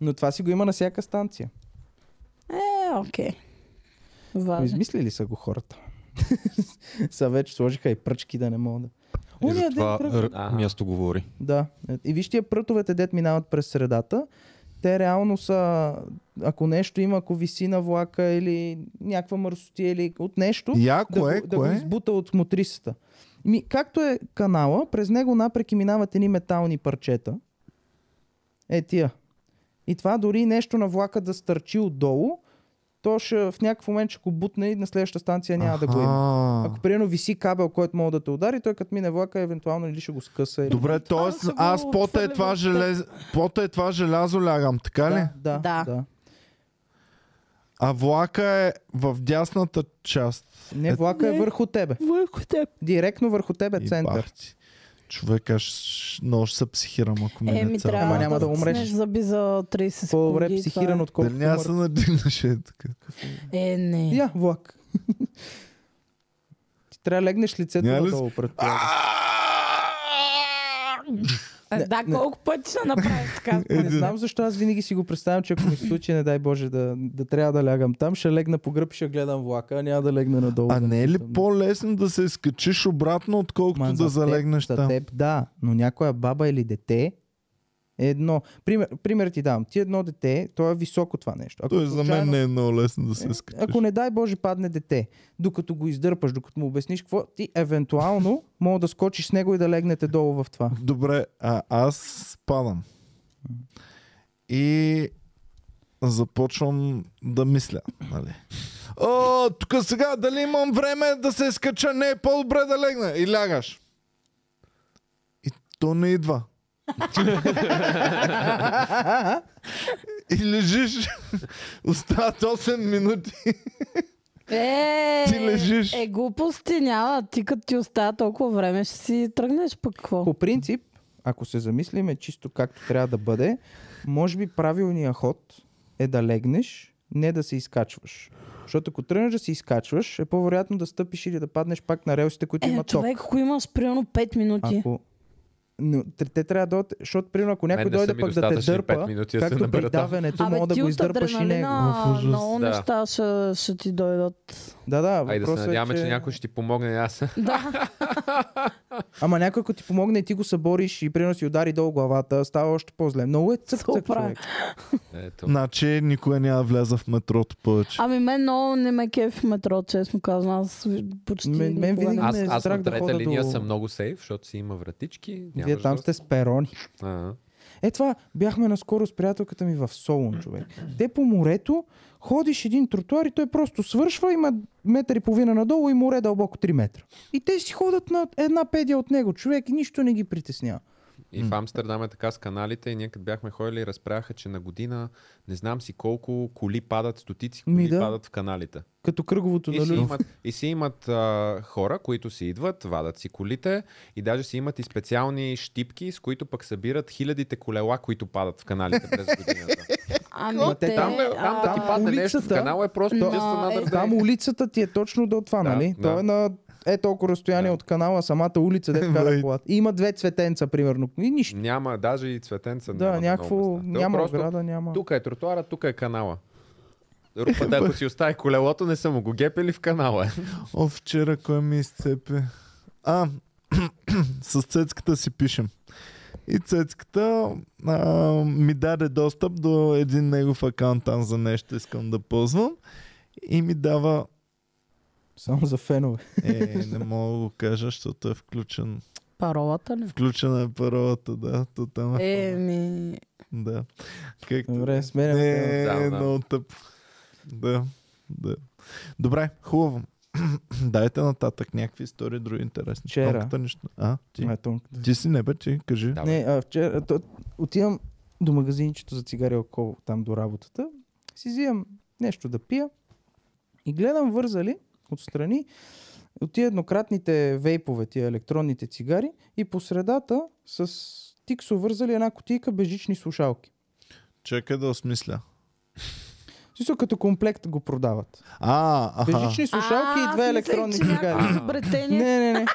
S3: Но това си го има на всяка станция.
S2: Е, окей. Важно.
S3: Измислили са го хората. Са вече сложиха и пръчки да не мога да.
S5: И за
S3: Ония ден
S5: това е,
S3: кръг-
S5: р-
S4: Аха.
S5: място говори.
S3: Да. И виж тия прътовете, дет минават през средата. Те реално са, ако нещо има, ако виси на влака или някаква мърсотия или от нещо,
S1: Яко
S3: да,
S1: е,
S3: го, да го
S1: кое?
S3: избута от мотрисата. Ми, както е канала, през него напреки минават едни метални парчета. Е, тия. И това дори нещо на влака да стърчи отдолу, то ще, в някакъв момент ще го бутне и на следващата станция няма да го има.
S1: Аха.
S3: Ако примерно виси кабел, който мога да те удари, той като мине влака, евентуално или ще го скъса. Или...
S1: Добре,
S2: да
S1: т.е.
S2: са го
S1: аз пота е
S2: отхвърлили
S1: това
S2: от теб.
S1: железо, пота е това желязо лягам, така ли?
S3: Да, да,
S2: Да.
S3: да. да.
S1: А влака е в дясната част.
S3: Не, влака е
S2: Не.
S3: върху тебе.
S2: Върху теб.
S3: Директно върху тебе
S1: И
S3: Е, център.
S1: бах ти. Човек, аз ш- много ще се психирам, ако
S3: Е,
S1: ми
S2: Еми,
S1: не цял.
S2: трябва
S3: Ама няма да умреш.
S2: стиснеш зъби за 30 секунди.
S3: По-добре
S2: това е.
S3: психиран,
S1: Дали
S3: отколкото
S1: няма да се
S3: мъртв.
S1: надигнеш е така?
S2: Е, не.
S3: Я, влак. Ти трябва да легнеш лицето
S1: Няма ли-
S3: надолу пред това.
S2: Е, да, колко пъти ще направиш така?
S3: Не знам защо аз винаги си го представям, че ако ми се случи, не дай Боже, да, да трябва да лягам там, ще легна по гръб и ще гледам влака, а няма да легна надолу.
S1: А не е ли
S3: Ма,
S1: по-лесно да се изкачиш обратно, отколкото
S3: за
S1: да
S3: теб-
S1: залегнеш
S3: за
S1: там?
S3: Теб, да, но някоя баба или дете е едно. Пример, пример ти давам. Ти едно дете, то е високо това нещо.
S1: Той за мен
S3: случайно-
S1: не е много лесно да се скачиш.
S3: Ако не дай Боже падне дете, докато го издърпаш, докато му обясниш какво, ти евентуално мога да скочиш с него и да легнете долу в това.
S1: Добре, а аз спадам. И започвам да мисля. Нали? О, тук сега дали имам време да се скача? Не, по-добре да легна. И лягаш. И то не идва. и лежиш. Остават 8 минути.
S2: Е,
S1: Ти лежиш.
S2: Е, глупости няма. Ти като ти остава толкова време, ще си тръгнеш пък какво?
S3: По принцип, ако се замислиме чисто както трябва да бъде, може би правилният ход е да легнеш, не да се изкачваш. Защото ако тръгнеш да се изкачваш, е по-вероятно да стъпиш или да паднеш пак на релсите, които
S2: Е,
S3: имат ток.
S2: човек, ако имаш примерно 5 минути.
S3: Ако... Но, те, те трябва да дойдат, защото примерно ако някой
S4: не са
S3: дойде
S4: ми
S3: пък да те
S4: достатъчни пет
S3: дърпа,
S4: минути да се
S3: както при
S4: набера там.
S3: даването,
S2: Абе, нали,
S3: мога да
S2: ти
S3: го
S2: от
S3: издърпаш и него.
S2: адреналина
S1: Уф, ужас.
S2: много
S4: Да.
S2: неща ще, ще ти дойдат.
S3: Да, да,
S4: Ай да се
S3: въпросът
S4: надяваме,
S3: е,
S4: че... някой ще ти помогне. Аз
S2: Да,
S3: Ама някой, ако ти помогне и ти го събориш и примерно си удари долу главата, става още по-зле. Много е цък, цък
S2: Супер.
S3: човек.
S4: Ето.
S1: Значи никога няма да вляза в метрото повече.
S2: ами мен много не ме кеф в метро, честно казвам. Аз ви- почти
S3: Мен- мен
S2: никога не-
S3: винаги-
S4: Аз,
S3: ме е
S4: аз
S3: страх
S4: на
S3: да
S4: трета
S3: ходя
S4: линия
S3: до-
S4: съм много сейф, защото си има вратички.
S3: Вие
S4: нямаш
S3: там
S4: доста.
S3: сте с перони.
S4: А,
S3: Е, това бяхме наскоро с приятелката ми в Солун, човек. Те по морето ходиш един тротуар и той просто свършва, има метър и половина надолу и море дълбоко 3 метра. И те си ходят на една педия от него, човек, и нищо не ги притеснява.
S4: И в Амстердам е така с каналите и ние като бяхме ходили, разправяха, че на година не знам си колко коли падат, стотици
S3: Ми
S4: коли
S3: да. нали?
S4: падат в каналите.
S3: Като кръговото
S4: И
S3: на
S4: си
S3: Люлин. Е,
S4: имат, и си имат а, хора, които си идват, вадат си колите и даже си имат и специални щипки, с които пък събират хилядите колела, които падат в каналите през годината.
S2: Ами
S3: те
S2: те...
S4: Там,
S1: е-
S4: бе, там да ти
S3: а,
S4: падне нещо в
S3: улицата-
S4: канала е просто
S2: Да,
S4: just another
S2: е,
S4: day.
S3: Там улицата ти е точно до това,
S4: Да,
S3: нали?
S4: да.
S3: То е на е толкова разстояние
S4: Да.
S3: от канала, самата улица, де
S1: Right.
S3: кара колата. И Има две цветенца, примерно. И нищо.
S4: Няма, даже и цветенца няма.
S3: Да,
S4: на много
S3: някакво,
S4: места. Те
S3: няма
S4: просто
S3: ограда, няма.
S4: Тук е тротуара, тук е канала. Рупата, ако си остави колелото, не съм го гепели в канала.
S1: О, вчера кой ми изцепи? А, с цецката си пишем. И цецката а, ми даде достъп до един негов акаунт там за нещо искам да ползвам. И ми дава...
S3: Само за фенове.
S1: Е, не мога да го кажа, защото е включен.
S2: Паролата ли?
S1: Включена е паролата, да. То там е.
S2: Еми...
S1: Да. Как...
S3: Добре, сменяме. тема.
S1: Не,
S4: Да,
S1: е
S4: да.
S1: много тъп. Да, да. Добре, хубаво. Дайте нататък някакви истории, други интересни.
S3: Вчера.
S1: Томката Нищо. А, ти.
S3: Е, тонката.
S1: Ти си не бе, ти кажи.
S4: Да, бе.
S3: Не, а вчера то, отивам до магазинчето за цигари около там до работата. Си взимам нещо да пия и гледам вързали отстрани от тия еднократните вейпове, тия електронните цигари и по средата с тиксо вързали една кутийка бежични слушалки.
S1: Чакай да осмисля.
S3: В Смисъл, като комплект го продават.
S1: А, аха.
S3: Бежични слушалки и две електронни цигари.
S2: Бретени.
S3: Не, не, не.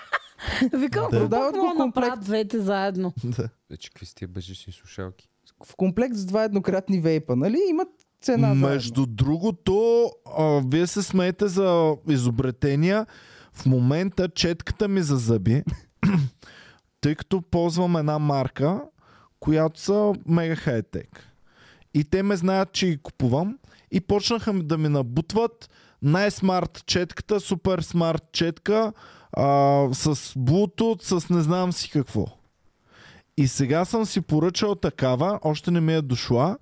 S2: Викам,
S3: Да.
S2: какво
S3: Дават
S2: пък
S3: го
S2: мога да
S3: комплект.
S2: направят двете заедно?
S4: Вече какви сте бежични слушалки?
S3: В комплект с два еднократни вейпа, нали? Имат цена. заедно.
S1: Между другото, а, вие се смеете за изобретения. В момента четката ми за зъби, тъй като ползвам една марка, която са мега хайтек. И те ме знаят, че ги купувам. И почнаха ми да ми набутват най-смарт четката, супер смарт четка, а, с Bluetooth, с не знам си какво. И сега съм си поръчал такава, още не ми е дошла.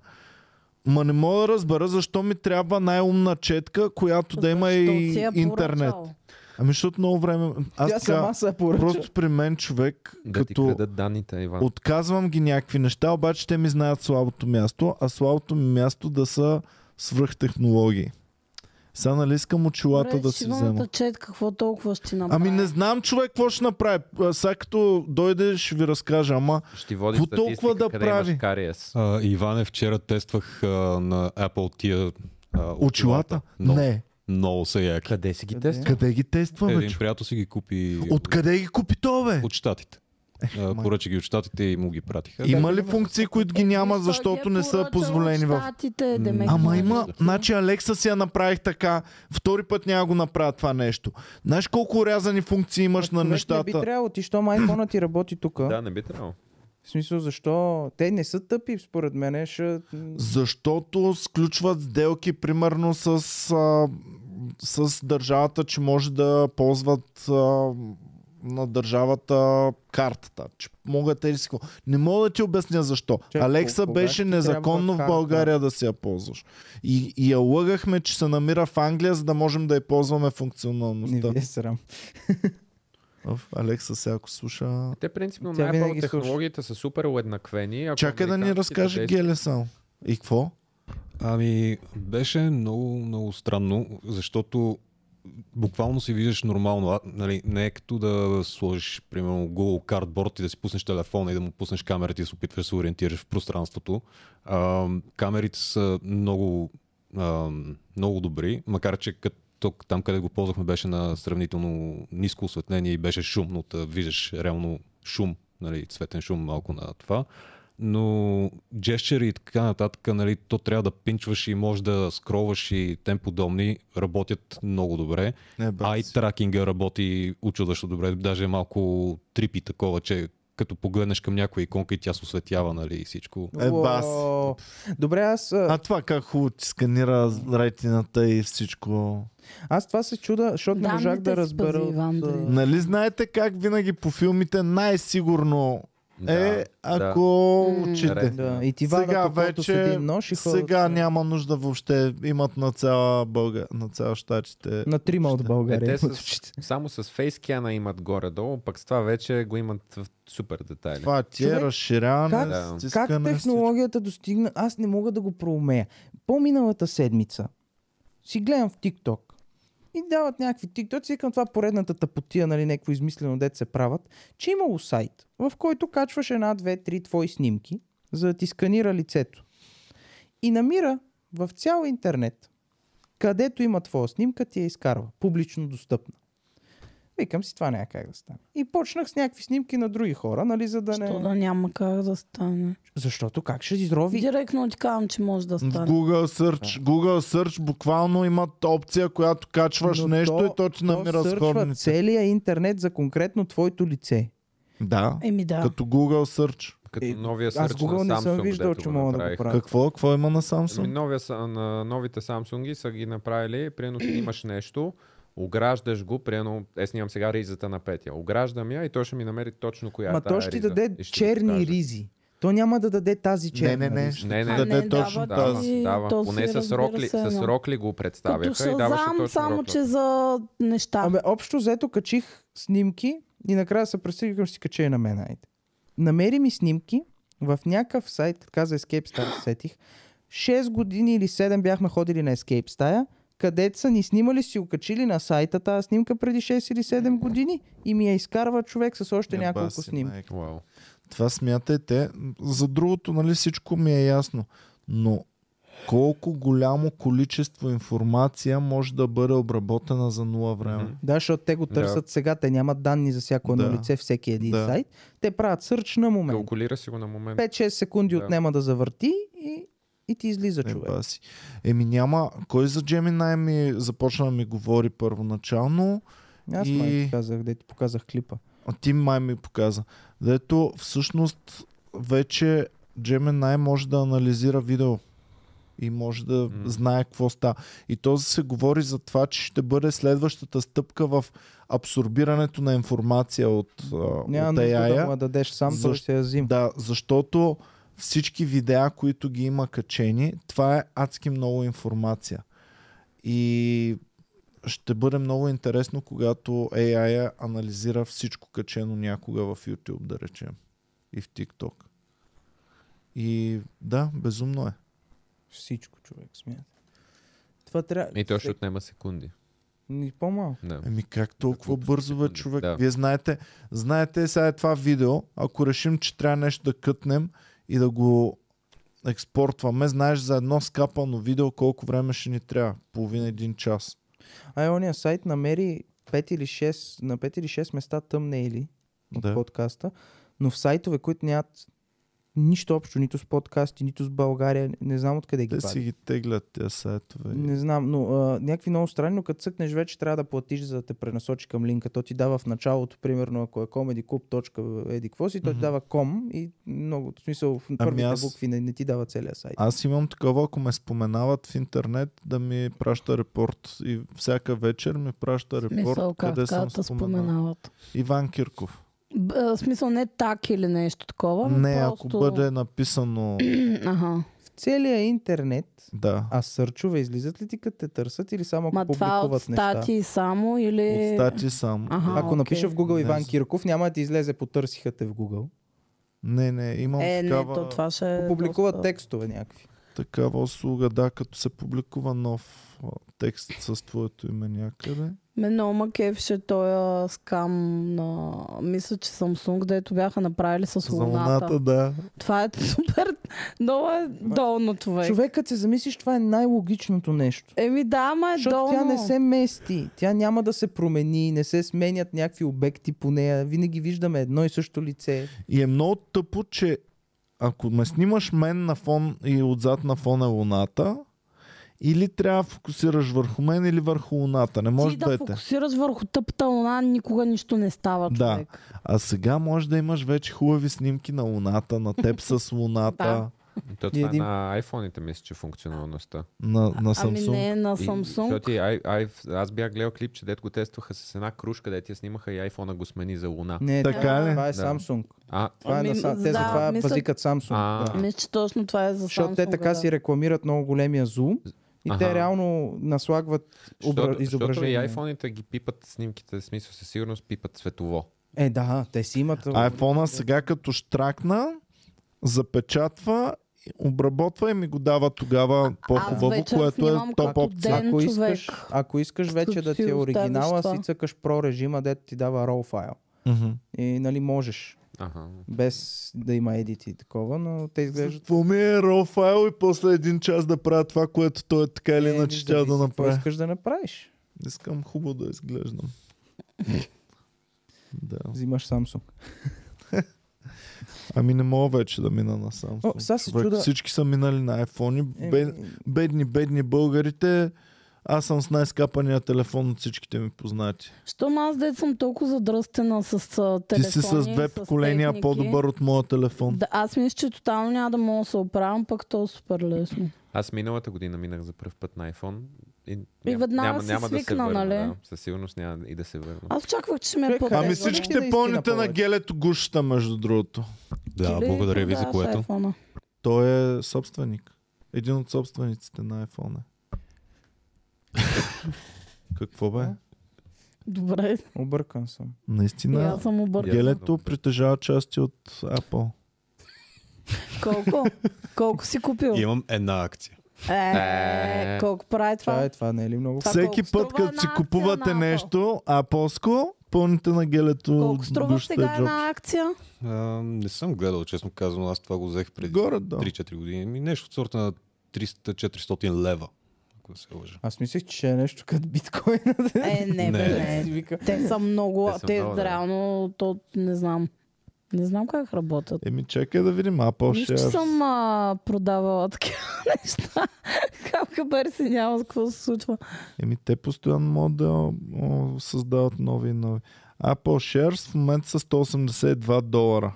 S1: Ма не мога да разбера защо ми трябва най-умна четка, която да има
S2: Защо
S1: и
S2: си я
S1: интернет.
S2: поръчал?
S1: Ами защото много време... Аз
S3: Тя
S1: така,
S3: сама се я поръча.
S1: просто при мен човек,
S4: Да ти
S1: като
S4: крадат данните, Иван.
S1: отказвам ги някакви неща, обаче те ми знаят слабото място, а слабото ми място да са свръхтехнологии. Сега нали искам очилата
S2: Добре,
S1: да си
S2: шибаната
S1: взема.
S2: чет, какво толкова ще ти направи?
S1: Ами не знам човек какво ще направи. А, Сега като дойде ще ви разкажа, ама
S4: Ще ти води
S1: какво толкова
S4: статистика,
S1: да
S4: къде
S1: прави?
S4: имаш кариес.
S5: А, Иване, вчера тествах а, на Apple тия а,
S1: очилата?
S5: Много,
S1: Не.
S5: много са яки.
S4: Къде си ги
S3: Къде?
S4: тества?
S1: Къде ги тестваме?
S5: Един
S1: човек?
S5: приятел си ги купи
S1: Откъде ги купи то, бе?
S5: от щатите. А,
S1: май.
S5: Поръча ги от щатите и му ги пратиха.
S1: Има ли функции, които ги няма,
S2: Защо
S1: защото
S2: ги е
S1: не са
S2: поръчал
S1: позволени в
S2: щатите, демек,
S1: Ама
S2: нали?
S1: има, значи Алекса си я направих така, втори път няма го направя това нещо. Знаеш колко урязани функции имаш на
S3: Ами, Човек, Не би
S1: нещата?
S3: трябвало ти, щом айфона ти работи тук.
S4: Да, не би трябвало.
S3: В смисъл, защо? Те не са тъпи, според мен. е, Ще...
S1: Защото сключват сделки, примерно, с, а, с държавата, че може да ползват а, на държавата картата. Че могат те си... какво. Не мога да ти обясня защо.
S3: Че,
S1: Алекса
S3: кога
S1: беше
S3: ти
S1: незаконно в
S3: трябва карта?
S1: България да си я ползваш. И, и я лъгахме, че се намира в Англия, за да можем да я ползваме
S3: Не
S1: функционалността.
S3: ви е срам.
S1: Оф, Алекса сега ако слуша...
S4: Те принципно
S3: Тя винаги
S4: най-първо технологиите са супер уеднаквени. Ако
S1: Чакай да ни
S4: американските
S1: разкаже
S4: действат-
S1: Геле само. И какво?
S5: Ами, беше много, много странно, защото буквално си виждаш нормално. А, нали, не е като да сложиш, примерно, Google Cardboard и да си пуснеш телефона и да му пуснеш камерата и да се опитваш да се ориентираш в пространството. А, камерите са много, а, много добри, макар че като тук, там, къде го ползвахме, беше на сравнително ниско осветление и беше шумно. Та виждаш реално шум, нали, цветен шум малко на това. Но джещери и така нататък, нали, то трябва да пинчваш и може да скролваш и тем подобни, работят много добре.
S1: Не, бе,
S5: Ай
S1: си.
S5: тракинга работи учудващо добре, даже е малко трипи такова, че като погледнеш към някоя иконка и тя се осветява, нали, и всичко.
S1: Е, бас.
S3: Уау. Добре, аз... а,
S1: А това как хубаво ти сканира ретината и всичко.
S3: Аз това се чуда, защото не можах
S2: Данните
S3: да
S2: си
S3: разбера.
S2: пази,
S3: от,
S2: Иван,
S3: а,
S2: дори.
S1: Нали знаете как винаги по филмите най-сигурно е,
S4: Да,
S1: ако очите.
S4: Ред.
S3: Да, и ти
S1: Сега вече,
S3: един нож и хората-
S1: сега няма нужда въобще, имат на цяла Бълга, на цяла щатите.
S3: На трима от
S4: Е,
S3: България.
S4: те
S3: имат
S4: с,
S3: очите.
S4: само с фейскяна имат горе-долу, пък с това вече го имат в супер детайли.
S1: Това ти е
S3: Човек,
S1: разширяване,
S3: как-
S1: да.
S4: Да.
S1: стискане.
S3: Как технологията достигна, аз не мога да го проумея. По-миналата седмица си гледам в TikTok и дават някакви TikTok, си към това поредната тъпотия, нали, някакво измислено дете се правят, че е имало сайт, в който качваш една, две, три твои снимки, за да ти сканира лицето. И намира в цял интернет, където има твоя снимка, ти я изкарва, публично достъпна. Викам си, това няма как да стане. И почнах с някакви снимки на други хора, нали, за да не...
S2: Що значи? да няма как да стане.
S3: Защото как ще изрови?
S2: Директно ти казвам, че може да
S1: В
S2: стане.
S1: Google Search, Google Search буквално имат опция, която качваш
S3: Но
S1: нещо и то ти намира
S3: сърчва
S1: сходници.
S3: целия интернет за конкретно твоето лице.
S1: Да,
S2: Еми да.
S1: като Google Search.
S4: Като
S3: Е,
S4: новия
S3: аз
S4: сърч
S3: Google
S4: на
S3: не
S4: Samsung,
S3: съм виждал,
S4: дето
S3: че мога да го
S4: направиха.
S3: правя.
S1: Какво? Какво има на
S4: Ами,
S1: Samsung?
S4: новия, са- на новите Samsung са ги направили, приедно ти имаш нещо, ограждаш го, приедно, е снимам сега ризата на Петя. Ограждам я и той ще ми намери точно коя
S3: Ма
S4: е тая
S3: то ще ти
S4: риза
S3: даде
S4: и ще ти
S3: черни
S4: покаже.
S3: ризи. То няма да даде тази
S1: Не,
S3: черна
S1: не, не.
S3: риза.
S1: ще
S4: Не,
S1: ти
S4: не.
S1: даде
S2: А, не,
S1: точно
S2: дава
S1: тази.
S4: Дава,
S2: И
S4: дава.
S2: то
S4: Поне
S2: си
S4: с
S2: разбира
S4: рокли,
S2: се,
S4: с
S2: но-
S4: рокли го представяха
S2: Като
S4: и даваше точно
S2: Шазам, само
S4: рокли.
S2: че за неща.
S3: Абе, общо взето качих снимки и накрая се пресигах, ще си кача и на мен. Айде. Намери ми снимки в някакъв сайт, като каза Escape Star, се сетих. 6 години или 7 бяхме ходили на Escape Staya, където са ни снимали, си окачили на сайта тази снимка преди 6 или 7 години и ми я изкарва човек с още
S1: Еба
S3: няколко
S1: си,
S3: снимки.
S1: майка.
S4: Уау.
S1: Това смятайте. За другото, нали, всичко ми е ясно. Но колко голямо количество информация може да бъде обработена за нула време?
S3: Да, защото те го
S4: Да.
S3: търсят сега, те нямат данни за всяко едно
S1: Да.
S3: лице, всеки един
S1: Да.
S3: сайт. Те правят сърч на момент.
S4: Калкулира си го на момент.
S3: 5-6 секунди
S4: Да.
S3: отнема да завърти и, и ти излиза човек.
S1: Еба си. Е, Еми няма. Кой за Gemini ми започна да ми говори първоначално?
S3: Аз
S1: И-
S3: май ти казах, де ти показах клипа.
S1: А ти май ми показа. Дето всъщност вече Gemini може да анализира видео и може да
S4: М.
S1: знае какво става. И то се говори за това, че ще бъде следващата стъпка в абсорбирането на информация от, а, от
S3: Няма нужда
S1: AI.
S3: да му е я дадеш сам, той
S1: Защо-
S3: ще я взима.
S1: Да, защото всички видеа, които ги има качени, това е адски много информация. И ще бъде много интересно, когато AI анализира всичко качено някога в YouTube, да речем. И в TikTok. И да, безумно е.
S3: Всичко човек смята. Това трябва...
S4: И той ще отнема секунди.
S3: Ни по-малко.
S4: Да.
S1: Еми Ами как толкова
S4: Какво
S1: бързо бе,
S4: секунди,
S1: човек? Да.
S4: да.
S1: Вие знаете, знаете сега е това видео, ако решим, че трябва нещо да кътнем и да го експортваме, знаеш за едно скапано видео колко време ще ни трябва? Половина един час.
S3: Ай, ония сайт намери 5 или 6, на 5 или 6 места тъмнейли от
S1: Да.
S3: подкаста, но в сайтове, които нямат нищо общо, нито с подкасти, нито с България. Не знам откъде ги
S1: Те
S3: вади.
S1: си ги теглят тия сайтове.
S3: Не знам, но а, някакви много странни, но като цъкнеш вече трябва да платиш, за да те пренасочи към линка. То ти дава в началото, примерно, ако е comedyclub.edicvosi, mm-hmm. то ти дава com и много, в смисъл, в
S1: Ами
S3: първите
S1: аз-
S3: аз... букви не, не ти дава целия сайт.
S1: Аз имам такова, ако ме споменават в интернет, да ми праща репорт. И всяка вечер ми праща репорт,
S2: Мисъл, как
S1: къде съм
S2: да
S1: споменал.
S2: споменават.
S1: Иван Кирков.
S2: Б, а, в смисъл не так или нещо такова. ами
S1: Не,
S2: просто...
S1: ако бъде написано...
S2: Аха.
S3: В целия интернет,
S1: Да.
S3: а сърчове излизат ли ти като те търсят или само ако
S2: Ма това
S3: публикуват
S2: от статии
S3: неща?
S2: само или...
S1: От стати само.
S2: Е. Аха,
S3: Ако
S2: окей.
S3: напиша в Google
S1: Не
S3: Иван
S1: знам.
S3: Кирков, няма да ти излезе, потърсиха те в Google.
S1: Не, не, имам
S2: Е, не,
S1: такава,
S2: то това ще... е
S3: Публикуват
S2: доста-
S3: текстове някакви.
S1: такава услуга, да, като се публикува нов а, текст с твоето име някъде.
S2: Мен много ма кефеше този е скам на... Мисля, че Samsung, дето бяха направили с
S1: За
S2: луната.
S1: луната, да.
S2: Това е супер... Много е долно, човек.
S3: Човекът се замислиш, това е най-логичното нещо.
S2: Еми да, ама е
S3: Защото
S2: долно.
S3: тя не се мести, тя няма да се промени, не се сменят някакви обекти по нея, винаги виждаме едно и също лице.
S1: И е много тъпо, че ако ме снимаш мен на фон и отзад на фона е луната, или трябва да фокусираш върху мен или върху луната. Не може е
S2: Ти да
S1: двете.
S2: фокусираш върху тъпта луна, никога нищо не става,
S1: Да.
S2: човек.
S1: А сега може да имаш вече хубави снимки на луната, на теб с луната,
S2: Да.
S4: То, това
S3: един-
S4: е на iPhone-ите, мисля, че функционалността.
S1: на, на Samsung.
S2: Ами не, на Samsung.
S4: Защото и, ай, ай, аз бях гледал клип, че дето го тестваха с една кружка, дете я снимаха и iPhone го смени за луна.
S3: Не,
S1: Така
S3: това,
S1: ли?
S3: това е
S4: Да.
S3: Samsung.
S4: А,
S3: Това е
S2: Ами,
S3: на, Са- те
S2: да,
S3: затова
S2: мисля-
S3: пазикат Samsung.
S4: А.
S3: да.
S2: Мисля, че точно това е за
S3: Защото те
S2: Samsung,
S3: така
S2: да.
S3: си рекламират много големия зум и те
S4: Аха.
S3: реално наслагват обра...
S4: защото, защото и
S3: изображение.
S4: iPhone-ите ги пипат снимките, в смисъл със сигурност пипат цветово.
S3: Е, да, те си имат...
S1: Айфона сега като штракна, запечатва, обработва и ми го дава тогава по-хубаво,
S2: вечер
S1: което е
S2: снимам
S1: топ
S2: като
S1: опция.
S2: ден,
S3: ако
S2: човек.
S3: искаш, ако искаш вече да
S2: си
S3: ти е
S2: оставиш
S3: оригинала,
S2: това.
S3: си цъкаш про режима, дето ти дава RAW файл.
S1: Мгм.
S3: И нали можеш,
S4: Ага.
S3: без да има едити и такова, но те изглеждат
S1: Какво ми е RAW файл и после един час да правя това, което той е така или
S3: Е,
S1: иначе
S3: вижда
S1: ще
S3: ли
S1: да
S3: си, какво
S1: направя.
S3: искаш да направиш?
S1: Искам хубаво да изглеждам. да.
S3: Взимаш Samsung.
S1: Ами не мога вече да мина на Samsung.
S3: О, сега се
S1: човек.
S3: чуда-
S1: Всички са минали на iPhone.
S3: Е,
S1: Бед, бедни, бедни българите. Аз съм с най-скапания телефон от всичките ми познати.
S2: Щом аз дет съм толкова задръстена с а,
S1: Ти
S2: телефони,
S1: си с две поколения
S2: техники.
S1: по-добър от моя телефон.
S2: Да, аз мисля, че тотално няма да мога да се оправям, пък то е супер лесно.
S4: Аз миналата година минах за първ път на iPhone и,
S2: веднага си свикна,
S4: върна.
S2: нали?
S4: Да. Със сигурност няма и да се върна.
S2: Аз очаквах, че ще ме е
S3: Човек,
S2: по
S1: Ами
S3: Е,
S1: всичките
S3: наистина
S1: помните на
S3: повече.
S1: гелето гушата, между другото.
S5: Да, благодаря ви за което.
S1: Той е собственик. Един от собствениците на iPhone. е. Какво бе?
S2: Добре,
S3: Объркан съм.
S2: и
S1: Наистина,
S2: аз съм объркан.
S1: гелето притежава части от Apple.
S2: Колко? Колко си купил?
S5: И имам една акция.
S2: Е,
S4: Е.
S2: колко прави
S3: Това
S2: това?
S3: е това, не е ли много?
S2: Това
S1: Всеки
S2: колко
S1: път,
S2: струва
S1: като
S2: една
S1: си
S2: акция
S1: купувате
S2: на Apple?
S1: нещо Apple-ско, пълните на гелето
S2: Колко струва
S1: гушата
S2: сега
S1: и джоб.
S2: една акция?
S5: А, не съм гледал, честно казано. Аз това го взех преди
S1: Горе, да.
S5: 3-4 години. Ми нещо от сорта на 300-400 лева. Ако не се лъжа.
S3: Аз мислех, че ще е нещо като биткоин.
S2: Е, не, бе,
S5: Не.
S2: не. Те са много,
S4: Те са
S2: те
S4: много, да.
S2: реално, то не знам. Не знам как работят.
S1: Еми чакай да видим Apple
S2: Нищо, че
S1: ще...
S2: съм а, продавала такива неща. Капка бари си няма с какво се случва.
S1: Еми те постоянно могат да о, създават нови и нови. Apple Shares в момента са 182 долара.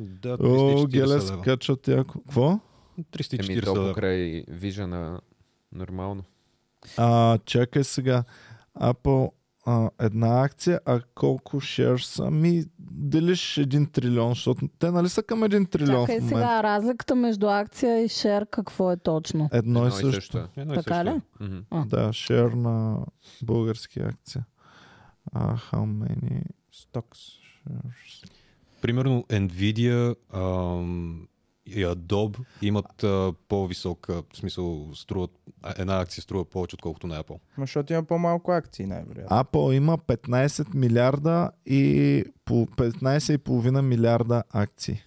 S5: Да,
S1: О, геле
S5: 340 лева.
S1: скачат яко. Какво?
S4: Еми то
S5: 340 лева.
S4: покрай вижа на нормално.
S1: А, чакай сега. Apple а, една акция, а колко shares са? Ми делиш един трилион, защото те нали са към един трилион
S2: Чакай
S1: в момента.
S2: сега, разликата между акция и шер какво е точно?
S1: Едно и също.
S5: Едно и
S2: Така
S5: също.
S2: ли?
S4: Мгм.
S1: Да, шер на български акция. А, how many
S3: Стокс.
S1: shares?
S5: Примерно Nvidia ам, и Adobe имат а, по-висока, в смисъл, струват, а, една акция струва повече, отколкото на Apple.
S3: Ма, Защото има по-малко акции, най-вероятно.
S1: Apple има 15 милиарда и по 15,5 милиарда акции.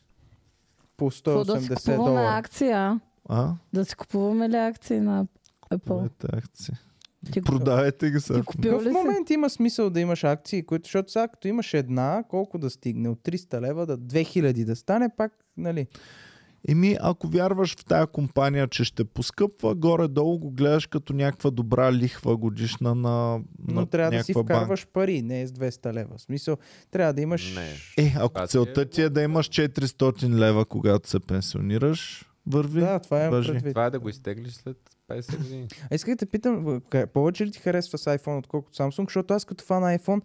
S3: По
S2: Какво да си
S3: 180
S2: купуваме
S3: долара.
S2: акция?
S1: А?
S2: Да си купуваме ли акции на Apple?
S1: Купувайте акции.
S2: Ти, го-
S1: Продавайте ги
S2: ти
S1: сега.
S2: купил ли си?
S3: в момент има смисъл да имаш акции, които, защото сега като имаш една, колко да стигне? От 300 лева да 2000 да стане, пак, нали?
S1: Еми, ако вярваш в тая компания, че ще поскъпва, горе-долу го гледаш като някаква добра лихва годишна на,
S3: Но
S1: на
S3: трябва да си
S1: някаква банка.
S3: вкарваш пари, не е с 200 лева. В смисъл, трябва да имаш...
S4: Не.
S1: Е, ако
S4: Това ти
S1: целта
S4: е
S1: ти е да имаш 400 лева, когато се пенсионираш, върви.
S3: Да, това е
S1: Важи.
S3: предвид.
S4: Това е да го изтеглиш след 50 години.
S3: А исках да питам, в- ка- повече ли ти харесва с iPhone, отколкото Samsung, защото аз като фан на iPhone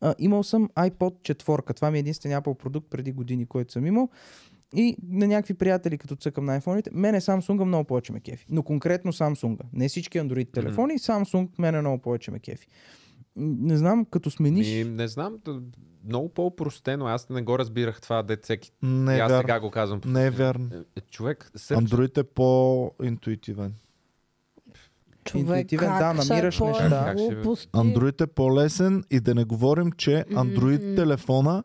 S3: а, имал съм iPod 4. Това ми е единствен Apple продукт преди години, който съм имал. И на някакви приятели, като цъкам на iPhone-ите, мене Samsung много повече ме кефи. Но конкретно Samsung. Не всички Android телефони, Samsung мене много повече ме кефи. М, Не знам, като смениш...
S4: Ми, не знам, т- много по-простено. Аз не го разбирах това, де всеки.
S1: Не
S4: Не,
S1: е
S4: аз
S1: вярно.
S4: сега го казвам. по-
S1: Не е вярно.
S4: Е, Човек, сърч...
S1: Android е по-интуитивен.
S2: Човек,
S3: интуитивен,
S2: как
S3: да,
S2: ще е
S3: намираш
S2: по-
S3: неща.
S4: Как ще-
S2: глупости?
S1: Android е по-лесен и да не говорим, че Android телефона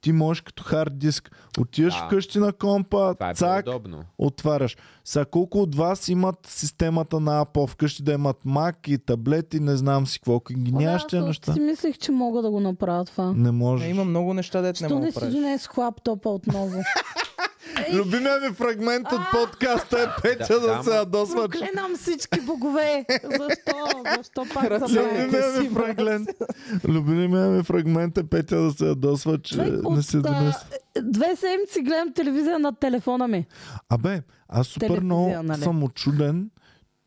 S1: ти можеш като хард диск. Отиваш
S4: Да.
S1: вкъщи на компа,
S4: това е
S1: цак,
S4: по-удобно.
S1: отваряш. Сега колко от вас имат системата на Apple вкъщи да имат Mac и таблети, не знам си какво. Ги
S2: Абе,
S1: нямаш
S2: аз
S1: тези
S2: още
S1: неща.
S2: си мислех, че мога да го направя това.
S1: Не
S3: Е,
S1: може.
S3: Има много неща, дето не
S2: Що
S3: мога
S2: не
S3: да
S2: си
S3: правиш.
S2: донес лаптопа отново? Е.
S1: Любимия ми фрагмент от подкаста е Петя
S4: да,
S1: да се
S4: ама-
S1: ядосва. че-
S2: Проклинам всички богове! Защо? Защо пак за мен?
S1: Любимия ми фрагмент. Любимия ми фрагмент е Петя да се ядосва, че
S2: Човек,
S1: Е, не
S2: е от
S1: се
S2: а,
S1: донесе.
S2: две седмици гледам телевизия на телефона ми.
S1: Абе, аз супер
S2: Телевизия,
S1: много
S2: нали?
S1: съм очуден,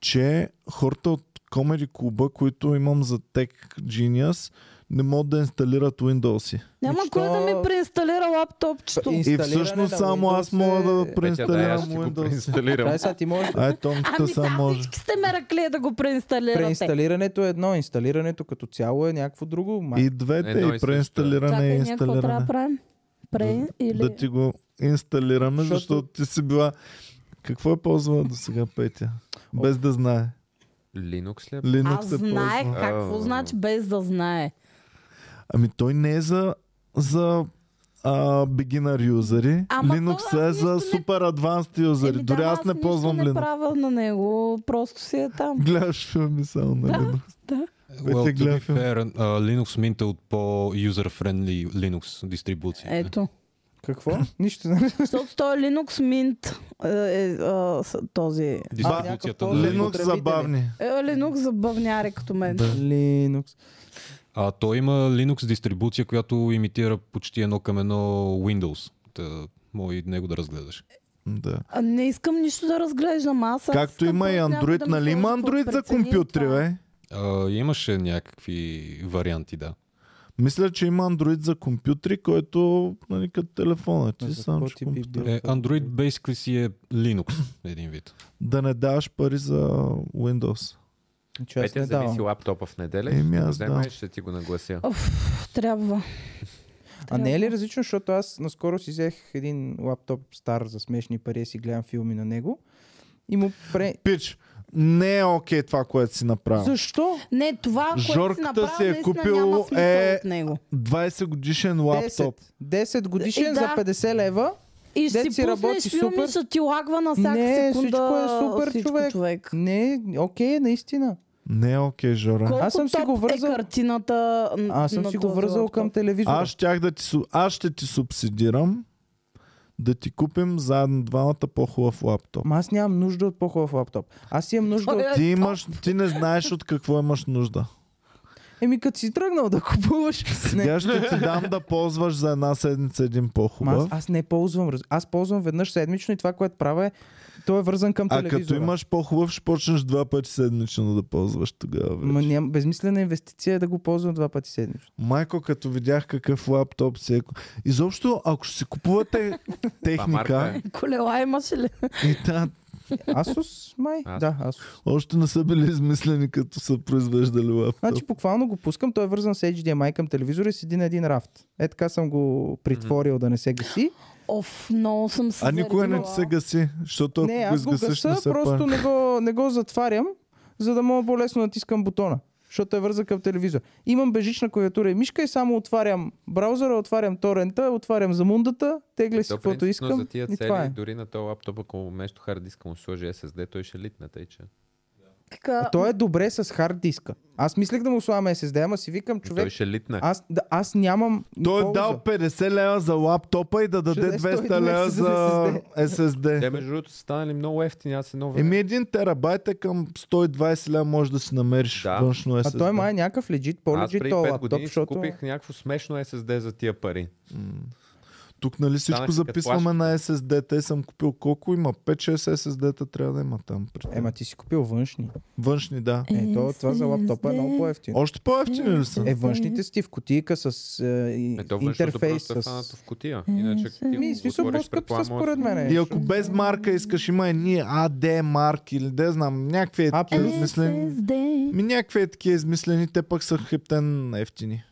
S1: че хората от Комеди клуба, които имам за Tech Genius, не могат да инсталират Windows си.
S2: Няма
S3: Нищо.
S2: кой да ми преинсталира лаптопчето.
S3: И-
S1: И
S3: Инсталиране
S1: всъщност
S3: на
S1: само аз
S3: Windows
S1: мога
S3: е-
S1: да
S4: Петя, да, аз
S1: преинсталирам
S4: ще го
S1: е Windows. си.
S4: преинсталирам.
S3: Ай, сега ти можеш да
S1: Ай, тонката
S2: Ами
S1: само
S2: сега
S1: може.
S2: всички сте ме ръкли да го преинсталирате.
S3: Преинсталирането е едно, инсталирането като цяло е някакво друго. Май.
S1: И двете,
S4: Едно и
S1: и
S4: също,
S1: преинсталиране, и
S2: Чакай, ние какво трябва да
S1: инсталиране.
S2: правим? Пре или...
S1: Да ти го инсталираме,
S3: Защото-
S1: защото ти си била... Какво е ползвала до сега Петя? Без да знае.
S4: Linux ли е?
S1: Linux
S2: Аз
S1: е
S2: знае
S1: ползва.
S2: какво
S4: Ау.
S2: значи без да знае.
S1: Ами той не е за, за а, beginner юзери.
S2: Ама
S1: Linux
S2: то аз
S1: е за
S2: нищо не-
S1: супер адванст юзери.
S2: Еми
S1: Дори
S2: да,
S1: аз не
S2: нищо
S1: ползвам
S2: не
S1: Linux.
S2: правя на него, просто си е там.
S1: Гледаш филми само на Linux.
S5: Well, to
S1: гледа
S5: be
S1: филм.
S5: fair, uh, Linux Mint е от по-user-friendly Linux дистрибуция.
S2: Ето.
S3: Какво? Нищо нали? не
S2: Защото той е Linux Mint е, е, а, с- този.
S5: Дистрибуцията
S3: А,
S5: на
S3: някакъв
S5: Linux.
S1: Linux
S3: потребители.
S1: забавни.
S2: Е, Linux за бъвняри като мен.
S1: Да.
S3: Linux.
S5: А, той има Linux дистрибуция, която имитира почти едно към едно Windows. Та, мога и него да разгледаш.
S1: Да.
S2: А, не искам нищо да разглеждам аз. аз
S1: Както
S2: искам
S1: има и
S2: просто някой
S1: Android,
S2: да ми
S1: нали
S2: сложи
S1: има
S2: какво
S1: Android за
S2: прецени
S1: компютри,
S2: това.
S1: бе?
S5: А, имаше някакви варианти, да.
S1: Мисля, че има Android за компютри, който нали, като телефона ти
S3: За
S1: сам
S3: какво
S1: ще
S3: ти би
S1: компютър.
S3: бил?
S5: Е, Android basically си е Linux, един вид.
S1: Да не даваш пари за Windows.
S3: Че аз
S4: Петя,
S3: не
S4: вземи си
S3: давам.
S4: лаптопа в неделя
S1: Еми,
S4: и ще го
S1: аз
S4: взема
S1: да.
S4: и ще ти го наглася.
S2: Оф, трябва.
S3: А не е ли различно, защото аз наскоро си взех един лаптоп стар за смешни пари и си гледам филми на него. И му пре...
S1: Пич, не е окей това, което си направил.
S3: Защо?
S2: Не, това, което си
S1: Жорката
S2: направил,
S1: си е
S2: наистина
S1: купил,
S2: няма смисъл
S1: е,
S2: от него.
S1: 20 годишен лаптоп.
S3: 10, 10 годишен
S2: И
S3: за
S2: Е, да.
S3: 50 лева.
S2: И ще
S3: Дет
S2: си,
S3: си работи
S2: пуснеш филми,
S3: супер.
S2: ще ти лагва на всяка
S3: Не,
S2: секунда.
S3: всичко е супер,
S2: всичко,
S3: човек.
S2: човек.
S3: Не, окей, е, наистина.
S1: Не е окей, Жора.
S2: Колко
S3: Аз съм си
S2: топ
S3: го вързал-
S2: Е картината н-
S3: Аз съм
S2: на
S3: си го
S2: този
S3: вързал
S2: лаптоп?
S3: към телевизора.
S1: Аз, щях да ти, су- аз ще ти субсидирам да ти купим заедно двамата по-хубав лаптоп.
S3: Ма аз нямам нужда от по-хубав лаптоп. Аз имам нужда от...
S2: Той е
S1: Ти, имаш, ти не знаеш от какво имаш нужда.
S3: Еми, като си тръгнал да купуваш... Не,
S1: Сега ще ти дам да ползваш за една седмица един
S3: Ма аз,
S1: по-хубав.
S3: аз не ползвам. раз- Аз ползвам веднъж седмично и това, което правя е, той е вързан към
S1: А
S3: телевизора.
S1: като имаш по-хубав, ще почнеш два пъти седмично да ползваш тогава. вече.
S3: Ма, ням, безмислена инвестиция е да го ползвам два пъти седмично.
S1: Майко, като видях какъв лаптоп си е... Изобщо, ако ще си купувате
S4: марка
S1: техника
S4: е.
S2: Колела имаше ли?
S1: и та,
S3: Asus, май?
S4: Asus.
S3: Да, Asus.
S1: още не са били измислени, като са произвеждали лаптоп.
S3: Значи буквално го пускам, той е вързан с HDMI към телевизора и седи на един рафт. Е така съм го притворил да не се гаси.
S2: Оф, много съм се
S1: А никога не ти
S2: заредила.
S1: се гаси, защото
S3: не,
S1: ако го
S3: аз го
S1: изгасиш,
S3: гаса,
S1: не се
S3: просто
S1: пази.
S3: не го, не го затварям, за да мога по-лесно да натискам бутона. Защото е вързан към телевизора. Имам бежична клавиатура и мишка и само отварям браузъра, отварям торента, отварям замундата, тегля си
S4: То,
S3: каквото
S4: принципно,
S3: искам.
S4: За тия
S3: и това
S4: цели,
S3: е.
S4: дори на този лаптоп, ако вместо хард диска му сложи SSD, той ще литне, тъй че.
S2: Така,
S3: А то е добре с хард диска. Аз мислех да му слагам SSD, ама си викам
S4: Той
S3: човек.
S4: ще литне.
S3: Аз, да, аз нямам.
S1: Той е
S3: полза.
S1: дал 50 лева за лаптопа и да даде
S3: даде
S1: 200
S3: 120
S1: лева
S3: за
S1: за SSD.
S4: Те, между другото, са станали много ефтини. Аз едно време.
S1: Еми един терабайт е към 120 лева може да си намериш
S4: Да.
S1: външно
S3: А
S1: SSD.
S3: той май е някакъв легит,
S4: Аз
S3: по-легит
S4: преди
S3: този
S4: 5
S3: лаптоп,
S4: години
S3: защото...
S4: защото... купих някакво смешно SSD за тия пари.
S1: Тук нали всичко
S4: Станах си като
S1: записваме на SSD. Те съм купил колко има? 5-6 SSD-та трябва да има там. пред теб.
S3: Ема ти си купил външни.
S1: Външни, да.
S3: Е, то, това за лаптопа е много по-ефтино.
S1: Още по-ефтини ли са?
S3: Е, външните си в кутийка с е, и-
S4: Е, то външното
S3: интерфейс.
S4: просто е
S3: С...
S4: фанато в кутия. Иначе като ти
S3: Ми,
S4: го
S3: в смисъл,
S4: отвориш,
S3: по-скъпо са
S4: предполагам,
S3: според мен.
S1: И ако без марка искаш, има едни AD марки или да знам, някакви е
S3: А,
S1: такива
S3: плюс-
S1: измислени. Ми някакви е такива измислени, те пък са хептен ефтини.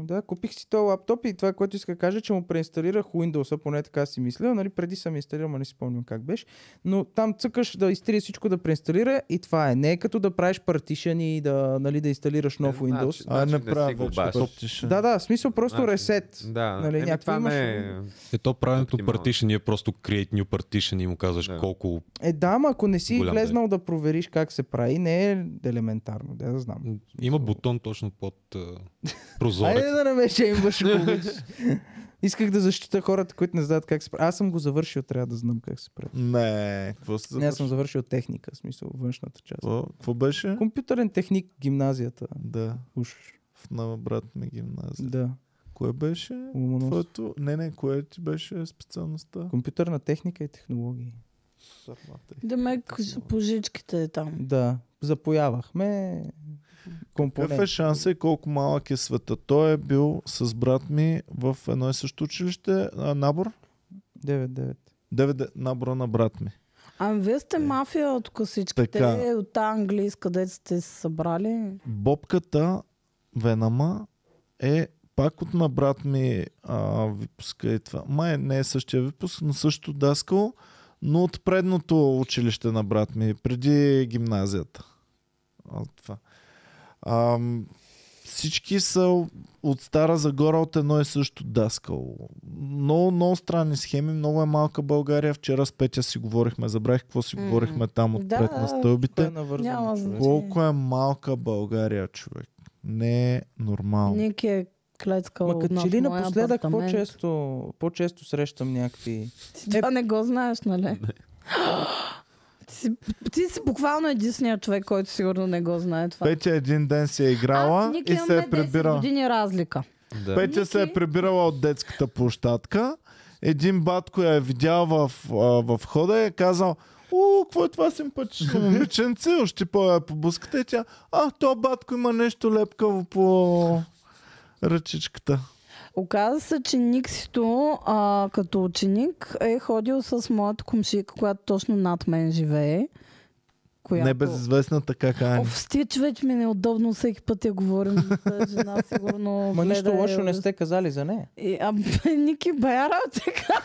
S3: Да, купих си този лаптоп и това, което иска да кажа, че му преинсталирах Windows, поне така си мисля. Нали, преди съм инсталирал, ма не си спомням как беше. Но там цъкаш да изтрие всичко да преинсталира и това е. Не е като да правиш партишъни и да, нали, да инсталираш нов
S4: Значи,
S3: Windows.
S1: А, не
S4: Значи не си го
S1: правя вече
S4: баш.
S1: топтиша.
S3: Да, да, в смисъл просто
S4: Значи,
S3: ресет.
S4: Да,
S3: Нали,
S4: нали,
S3: някакво
S4: това
S3: имаш-
S4: не е...
S5: Е то правилното
S4: Оптимално.
S5: partition е просто create new partition и му казваш
S4: Да.
S5: колко...
S3: Е, да, ама ако не си
S5: Голям
S3: влезнал да провериш как се прави, не е елементарно, да, да знам.
S5: Има бутон точно под а,
S3: Айде
S5: прозорец.
S3: да не ме шеймваш, ако обичаш. Исках да защита хората, които не знаят как се прави. Аз съм го завършил, трябва да знам как се прави.
S1: Не, какво се
S3: Не, аз съм
S1: завърши?
S3: завършил техника, в смисъл външната част.
S1: Какво- Какво беше?
S3: Компютърен техник, гимназията.
S1: Да,
S3: Уж.
S1: в на брат ми гимназия.
S3: Да.
S1: Кое беше?
S3: Ломоносов.
S1: Твоето... Не, не, кое ти беше специалността?
S3: Компютърна техника и технологии.
S2: Демек е по жичките е там.
S3: Да. Запоявахме
S1: Какъв е
S3: компонент.
S1: шанса и колко малък е света? Той е бил с брат ми в едно и също училище. А, набор?
S3: 9-9.
S1: Девет де- набора на брат ми.
S2: А вие сте мафия от косичките,
S1: Е. Така.
S2: от тази английска, дете сте се събрали.
S1: Бобката Венама е пак от на брат ми а, випуска и това. Май не е същия випуск, но също даскал, но от предното училище на брат ми, преди гимназията. А, това. А, всички са от Стара Загора от едно и също даскал. Много, много странни схеми, много е малка България. Вчера с Петя си говорихме, забравих какво си
S2: М.
S1: говорихме там отпред
S2: Да,
S1: на стълбите.
S3: Кой е навързано,
S2: Няма
S3: човек?
S2: значение.
S1: Колко е малка България, човек. Не е нормално.
S2: Ники е клецкал
S3: Ма
S2: от
S3: като
S2: над
S3: че ли
S2: моя
S3: напоследък
S2: апартамент.
S3: по-често, Е. по-често срещам някакви...
S2: Ти това не го знаеш, нали? ти, си, ти си буквално единственият човек, който сигурно не го знае това.
S1: Петя един ден си е
S2: Аз с
S1: играла
S2: Ники
S1: и се
S2: имаме
S1: е
S2: 10
S1: прибирала.
S2: години разлика.
S4: Да.
S1: Петя се е
S2: Ники.
S1: прибирала от детската площадка. Един батко я е видял в, а, в хода и е казал О, какво е това симпатично момиченце? Още по, е, по буската и тя. А, то батко има нещо лепкаво по ръчичката.
S2: Оказа се, че Никсито а, като ученик е ходил с моята комшика, която точно над мен живее. Която...
S1: Небезизвестна така Кани.
S2: Оф, с тия човеч ми е неудобно всеки път я говорим за тази жена, сигурно
S3: Ма нищо
S2: гледа
S3: лошо
S2: я.
S3: не сте казали за нея.
S2: И, а, бе, Ники Баяра така.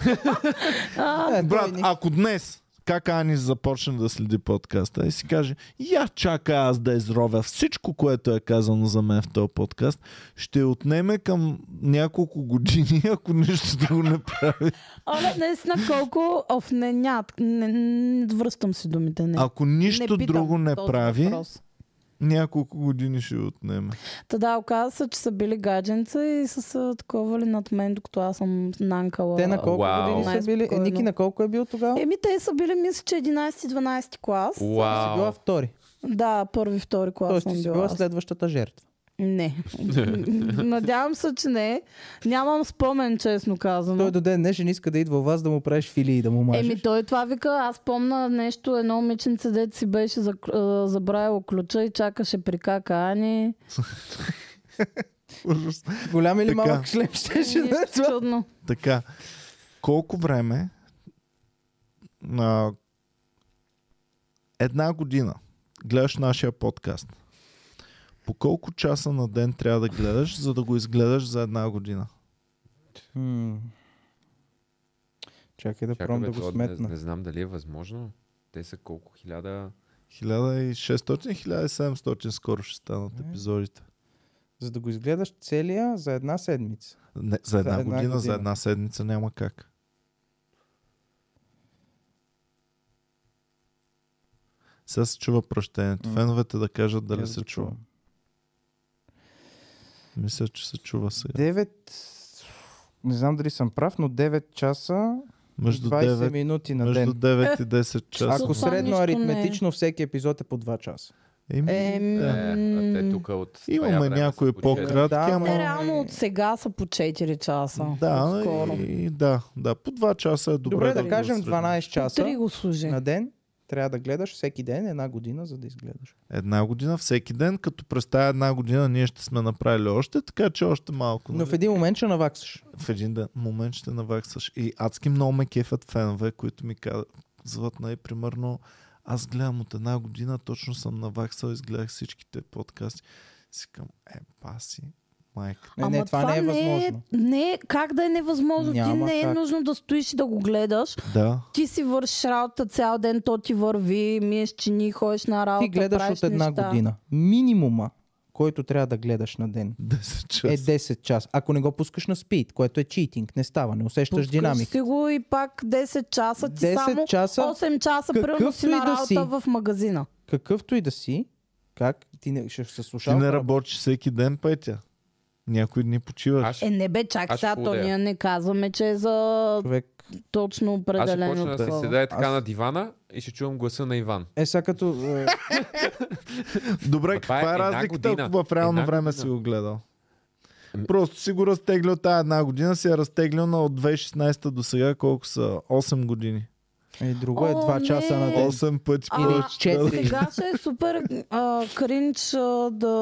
S2: а,
S3: Е, той
S1: Брат,
S3: ни-
S1: ако днес как Ани започне да следи подкаста и си каже, я чака аз да изровя всичко, което е казано за мен в този подкаст, ще отнеме към няколко години, ако нищо друго не прави.
S2: оле, наистина колко... Оф, не, няма. Не, не, връщам си думите. Не.
S1: Ако нищо
S2: питам
S1: друго не
S2: този
S1: прави,
S2: въпрос.
S1: няколко години ще отнеме.
S2: Та да, оказа се, че са били гадженца и са се таковали над мен, докато аз съм нанкала.
S3: Те на колко
S4: Вау.
S3: години са били? Е,
S2: Най-спокойно.
S3: Ники на колко е бил тогава?
S2: Еми, те са били, мисля, че 11-12 клас.
S3: Си била
S4: Вау.
S3: втори.
S2: Да, първи, втори клас
S3: Тоест
S2: съм
S3: ти си
S2: била.
S3: била
S2: аз.
S3: следващата жертва.
S2: Не. Надявам се, че не. Нямам спомен, честно
S3: Той
S2: казано.
S3: до ден днешен иска да идва у вас да му правиш филии и да му мажеш.
S2: Еми той това вика, аз помна нещо, едно момиченце, дете си беше зак- а, забравило ключа и чакаше при кака Ани.
S1: Ужас.
S3: Голям или
S1: Така.
S3: малък шлем ще ще да е
S2: Нищо
S3: това?
S2: чудно.
S1: Така, колко време на една година гледаш нашия подкаст? По колко часа на ден трябва да гледаш, за да го изгледаш за една година?
S3: М. Чакай да
S4: Чакай,
S3: пробвам
S4: бе,
S3: да го
S4: това не,
S3: сметна.
S4: не знам дали е възможно. Те са колко хиляда...
S1: 1600-1700 скоро ще станат епизодите.
S3: За да го изгледаш целия за една седмица.
S1: Не, за една, за една година, година, за една седмица няма как. Сега се чува пръщението.
S3: М.
S1: Феновете да кажат дали
S3: Я
S1: се
S3: да
S1: чува. Мисля, че се чува сега.
S3: 9... Не знам дали съм прав, но 9 часа и
S1: Между
S3: 20
S1: 9,
S3: минути на
S1: между
S3: ден.
S1: 9 и 10 часа.
S3: Ако
S2: Това
S3: средно
S2: нищо не е.
S3: аритметично всеки епизод е по 2 часа.
S1: Еми,
S2: Ем,
S1: Ами, да.
S4: Е, а те тук от
S1: Имаме
S4: това време
S1: някои
S4: са почели.
S1: по-кратки. Кратки, ама-
S2: Те реално от сега са по 4 часа.
S1: Да,
S2: Скоро.
S1: и, да, да, по 2 часа е добре.
S3: Добре, да
S1: го
S3: кажем
S1: средим.
S3: 12
S2: Три
S3: часа
S2: го служи.
S3: на ден. Трябва да гледаш всеки ден една година, за да изгледаш.
S1: Една година всеки ден, като през тая една година ние ще сме направили още, така че още малко.
S3: Но
S1: нали?
S3: в един момент ще наваксаш.
S1: в един ден, момент ще наваксаш. И адски много ме кефят фенове, които ми казват, най примерно, аз гледам от една година, точно съм наваксал, изгледах всичките подкасти. Си към, е, паси, майка.
S3: Не, не, това, не е възможно.
S2: Не, е, как да е невъзможно? Ти
S3: Няма
S2: не е
S3: как.
S2: нужно да стоиш и да го гледаш.
S1: Да.
S2: Ти си вършиш работа цял ден, то ти върви, миеш чини, ходиш на работа,
S3: Ти гледаш
S2: правиш
S3: от една
S2: неща.
S3: година. Минимума, който трябва да гледаш на ден,
S1: 10
S3: е
S1: часа.
S3: 10 часа. Ако не го пускаш на спид, което е читинг, не става, не усещаш
S2: Пускаш
S3: динамика.
S2: си го и пак 10 часа, ти
S3: 10
S2: само
S3: часа,
S2: 8 часа,
S3: какъвто
S2: примерно си
S3: и
S2: на
S3: да
S2: работа
S3: си.
S2: в магазина.
S3: Какъвто и да си, как ти не, ще се
S1: Ти
S3: слушал.
S1: не работиш всеки ден, петя. Някои дни почиваш.
S4: Аз,
S2: Е,
S4: е,
S2: не бе, чак
S4: Аз
S2: сега,
S4: ще
S2: то
S4: лудея.
S2: ние не казваме, че е за
S3: човек.
S2: точно
S4: аз ще
S2: определено
S4: почна да се
S2: такова.
S4: седя е така
S3: Аз-
S4: на дивана и ще чувам гласа на Иван.
S3: Е, сега като... Е,
S1: Добре,
S4: Ма това е
S1: каква е,
S4: една
S1: разликата,
S4: година.
S1: ако в реално
S4: Една
S1: време
S4: година.
S1: си го гледал?
S4: Ами-
S1: Просто си го разтеглил тая една година, си я разтеглил на от 2016 до сега колко са? 8 години.
S3: е друго е
S2: О,
S3: 2
S2: не.
S3: часа на ден.
S1: 8 пъти
S2: А,
S1: повече.
S3: четири.
S2: Сега ще е супер а, кринч а, да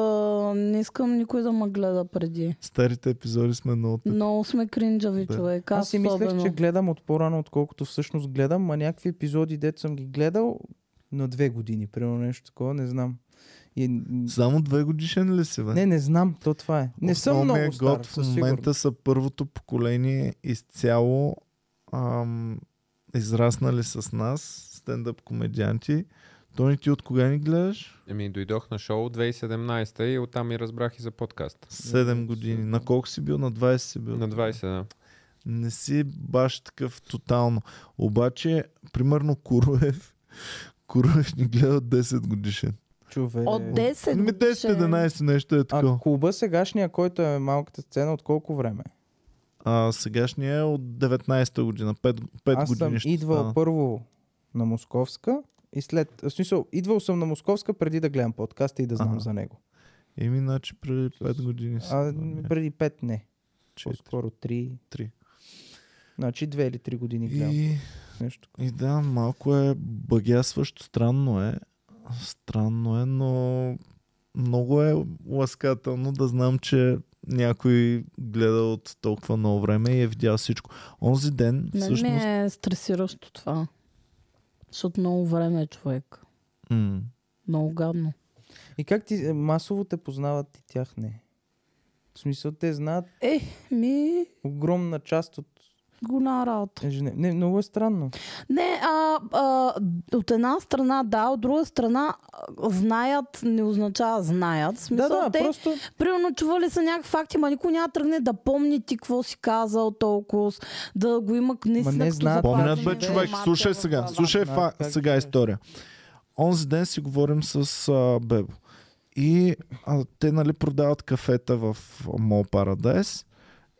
S2: не искам никой да ме гледа преди.
S1: Старите епизоди сме много тъпи.
S2: Много сме кринджави
S1: Да.
S2: човек. Аз,
S3: Аз си мислех,
S2: особено.
S3: че гледам от по-рано, отколкото всъщност гледам, ма някакви епизоди, дет съм ги гледал на две години, примерно нещо такова, не знам. И,
S1: Само две годишен ли си, бе?
S3: не, не знам, то това е. Не съм
S1: Е. Основният
S3: много стар,
S1: год в
S3: със
S1: момента са първото поколение изцяло ам, израснали с нас, стендъп комедианти. Тони, ти от кога ни гледаш?
S4: Еми, дойдох на шоу 2017 и оттам и разбрах и за подкаст.
S1: 7 години. На колко си бил? На 20 си бил.
S4: На 20, да.
S1: не си баш такъв тотално. Обаче, примерно Куруев, Куруев ни гледа от 10 годишен.
S3: Човек.
S2: От 10
S1: Ми
S2: годишен.
S1: 10-11 нещо е
S3: А
S1: такова.
S3: клуба сегашния, който е малката сцена, от колко време?
S1: А, сегашния е от 19-та година. 5, 5
S3: Аз съм
S1: години ще
S3: идвал
S1: стана.
S3: първо на Московска и след... В смисъл, идвал съм на Московска преди да гледам подкаста и да знам
S1: Ага.
S3: за него.
S1: Еми, значи преди 5 години си.
S3: А,
S1: бил, не,
S3: преди 5 не.
S1: четири,
S3: По-скоро 3.
S1: три.
S3: Значи 2 или 3 години гледам.
S1: И,
S3: Нещо.
S1: и да, малко е багясващо. Странно е. Странно е, но много е ласкателно да знам, че някой гледа от толкова много време и е видял всичко. Онзи ден,
S2: Мен
S1: всъщност,
S2: ми е стресиращо това. Защото много време е човек.
S1: М.
S2: Много гадно.
S3: И как ти е, масово те познават и тях не? В смисъл, те знаят
S2: Е, ми,
S3: огромна част от
S2: голяма работа.
S3: Жене. Не, много е странно.
S2: Не, а, а, от една страна да, от друга страна а, знаят не означава знаят. В
S3: Да,
S2: Смисъл,
S3: да,
S2: те,
S3: просто
S2: Примерно чували са някакви факти, ма никой няма да тръгне да помни ти какво си казал толкова, да го има наистина
S3: не
S2: като
S3: знаят.
S2: запазена
S1: Помнят бе,
S3: Пазни
S1: човек.
S2: информация
S1: Слушай
S2: в
S1: сега.
S2: главата.
S1: Слушай
S3: Знаят
S1: фа,
S3: как
S1: сега
S3: ще-
S1: история. Онзи ден си говорим с а, Бебо. И а, те, нали, продават кафета в Мол Парадайс.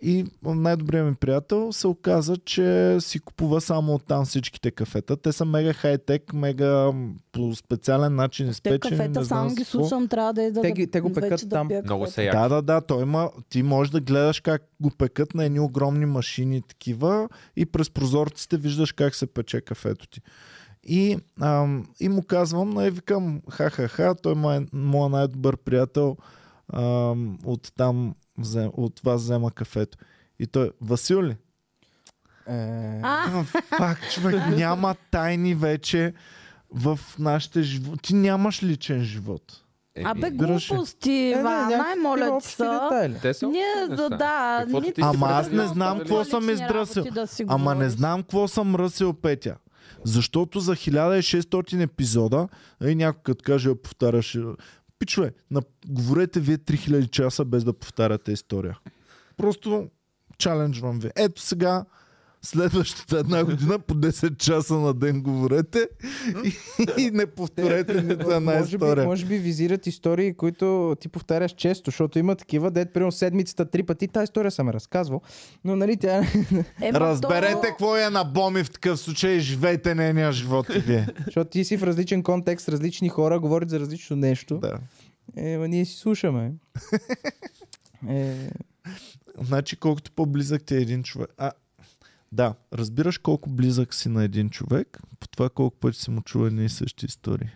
S1: И най-добрият ми приятел се оказа, че си купува само от там всичките кафета. Те са мега хай-тек, мега м, по специален начин
S2: Те
S1: изпечени. не
S2: кафета
S1: знам
S2: само
S1: с
S2: ги
S1: какво.
S2: слушам, трябва да и да
S3: Те ги- те го
S2: вече
S3: пекат
S2: да
S3: там.
S2: пия
S4: Много
S2: кафе.
S4: се яки.
S1: Да, да, да. Той има, ти можеш да гледаш как го пекат на едни огромни машини такива и през прозорците виждаш как се пече кафето ти. И, ам, и му казвам, но и викам, ха-ха-ха, той е моят най-добър приятел ам, от там, взем, от вас взема кафето. И той, Васил ли?
S3: е,
S2: А,
S1: А, Пак, човек, няма тайни вече в нашите животи. Ти нямаш личен живот.
S2: абе
S1: Гръше.
S2: глупости,
S3: е,
S2: Иван, най-моля ти са.
S3: детайли.
S4: те са
S2: Ние,
S4: общо неща.
S2: да, да,
S4: Каквото
S2: ние
S4: ти си
S1: Ама
S4: представиш,
S1: аз не знам
S4: споделиш.
S1: какво съм
S2: лични
S1: издръсил.
S2: работи Да си
S1: Ама не
S2: говориш.
S1: знам какво съм мръсил Петя. Защото за 1600 епизода, и някой като каже, повтаряш. е, Пичове, на... говорете вие 3000 часа без да повтаряте история. Просто чаленджвам ви. Ето сега Следващата една година по 10 часа на ден говорете и, и не повторете нито е една
S3: може, би,
S1: история.
S3: може би визират истории, които ти повтаряш често, защото има такива, дед, примерно седмицата три пъти, тази история съм я разказвал, но нали тя...
S2: Ема
S1: Разберете
S2: то-
S1: какво е на Боми в такъв случай и живейте нейния живот и вие.
S3: защото ти си в различен контекст, различни хора говорят за различно нещо.
S1: Да.
S3: Е, ма ние си слушаме. Е,
S1: Значи колкото по-близък ти е един човек. А, да, разбираш колко близък си на един човек, по това колко пъти си му чува едни и същи истории.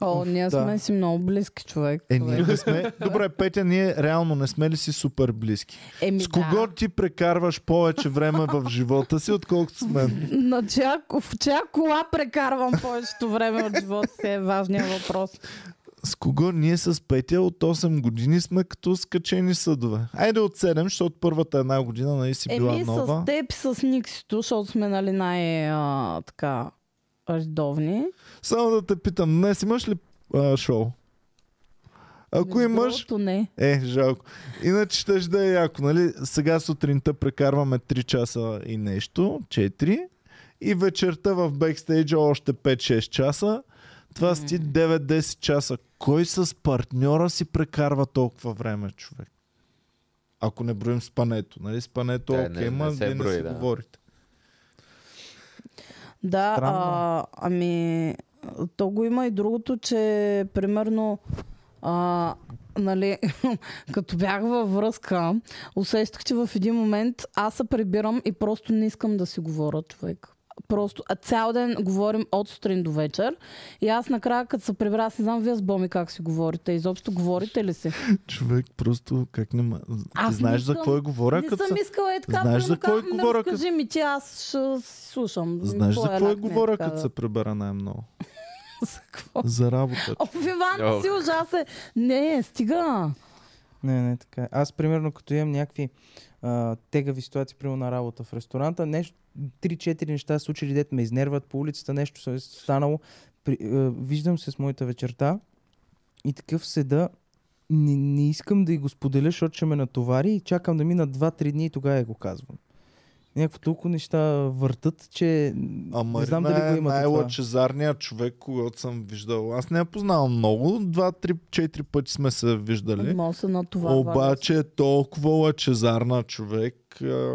S2: О, ние
S3: Да.
S2: сме си много близки човек.
S1: Е, ние не сме. Добре, Петя, ние реално не сме ли си супер близки?
S2: Еми,
S1: С кого ти прекарваш повече време в живота си, отколкото с мен?
S2: Да. На чия, в чия кола прекарвам повечето време от живота си е важният въпрос.
S1: С кого ние с Петя от 8 години сме като скачени съдове? Айде от 7, защото първата една година нали си била
S2: Еми,
S1: нова.
S2: Е, с теб, с Никсито, защото сме нали най- а, така редовни.
S1: Само да те питам, днес имаш ли а, шоу? Ако
S2: Между
S1: имаш,
S2: другото, не.
S1: Е, жалко. Иначе ще да е яко, нали? Сега сутринта прекарваме 3 часа и нещо, 4. И вечерта в бекстейджа още 5-6 часа. Това са ти 9-10 часа. Кой с партньора си прекарва толкова време, човек? Ако не броим спането, нали? Спането,
S4: Да,
S1: окей,
S4: не- не
S1: ма,
S4: се
S1: вие не
S4: брои,
S1: си
S4: да.
S1: говорите.
S2: Да,
S3: Странно е.
S2: а, ами, то го има и другото, че примерно, а, нали, като бях във връзка, усещах, че в един момент аз се прибирам и просто не искам да си говоря човек. Просто а цял ден говорим от сутрин до вечер и аз накрая като се прибра, аз не знам вие с Боми как си говорите. Изобщо говорите ли си?
S1: Човек, просто как не... ма-
S2: Аз
S1: Ти
S2: не
S1: знаеш за
S2: искам-
S1: кой говоря,
S2: не
S1: като
S2: съм
S1: се...
S2: искала е така,
S1: Знаеш за
S2: примерно,
S1: кой
S2: казвам, ми
S1: говоря,
S2: Разкажи ми, ти аз ще си слушам.
S1: Знаеш за
S2: Твоя
S1: кой
S2: лак ми е
S1: говоря,
S2: така,
S1: като
S2: да.
S1: се пребера най-много?
S2: За какво?
S1: За работа.
S2: О, Иван,
S4: Ох.
S2: си ужасен. Не, стига.
S3: не, не, така. е. Аз, примерно, като имам някакви а, тегави ситуации, примерно на работа в ресторанта, нещо, 3-4 неща се случили, дет ме изнерват по улицата, нещо се е станало. При, а, виждам се с моята вечерта и такъв седа, не, не искам да й го споделя, защото ще ме натовари и чакам да мина 2-3 дни и тогава я го казвам. Някакво толкова неща въртат, че
S1: А
S3: не
S1: Марина
S3: знам дали
S1: е
S3: го имате това.
S1: най-лъчезарният човек, когато съм виждал. Аз не я познавам много. Два, три, четири пъти сме се виждали.
S2: Може се на това.
S1: Обаче е толкова лъчезарна човек. а,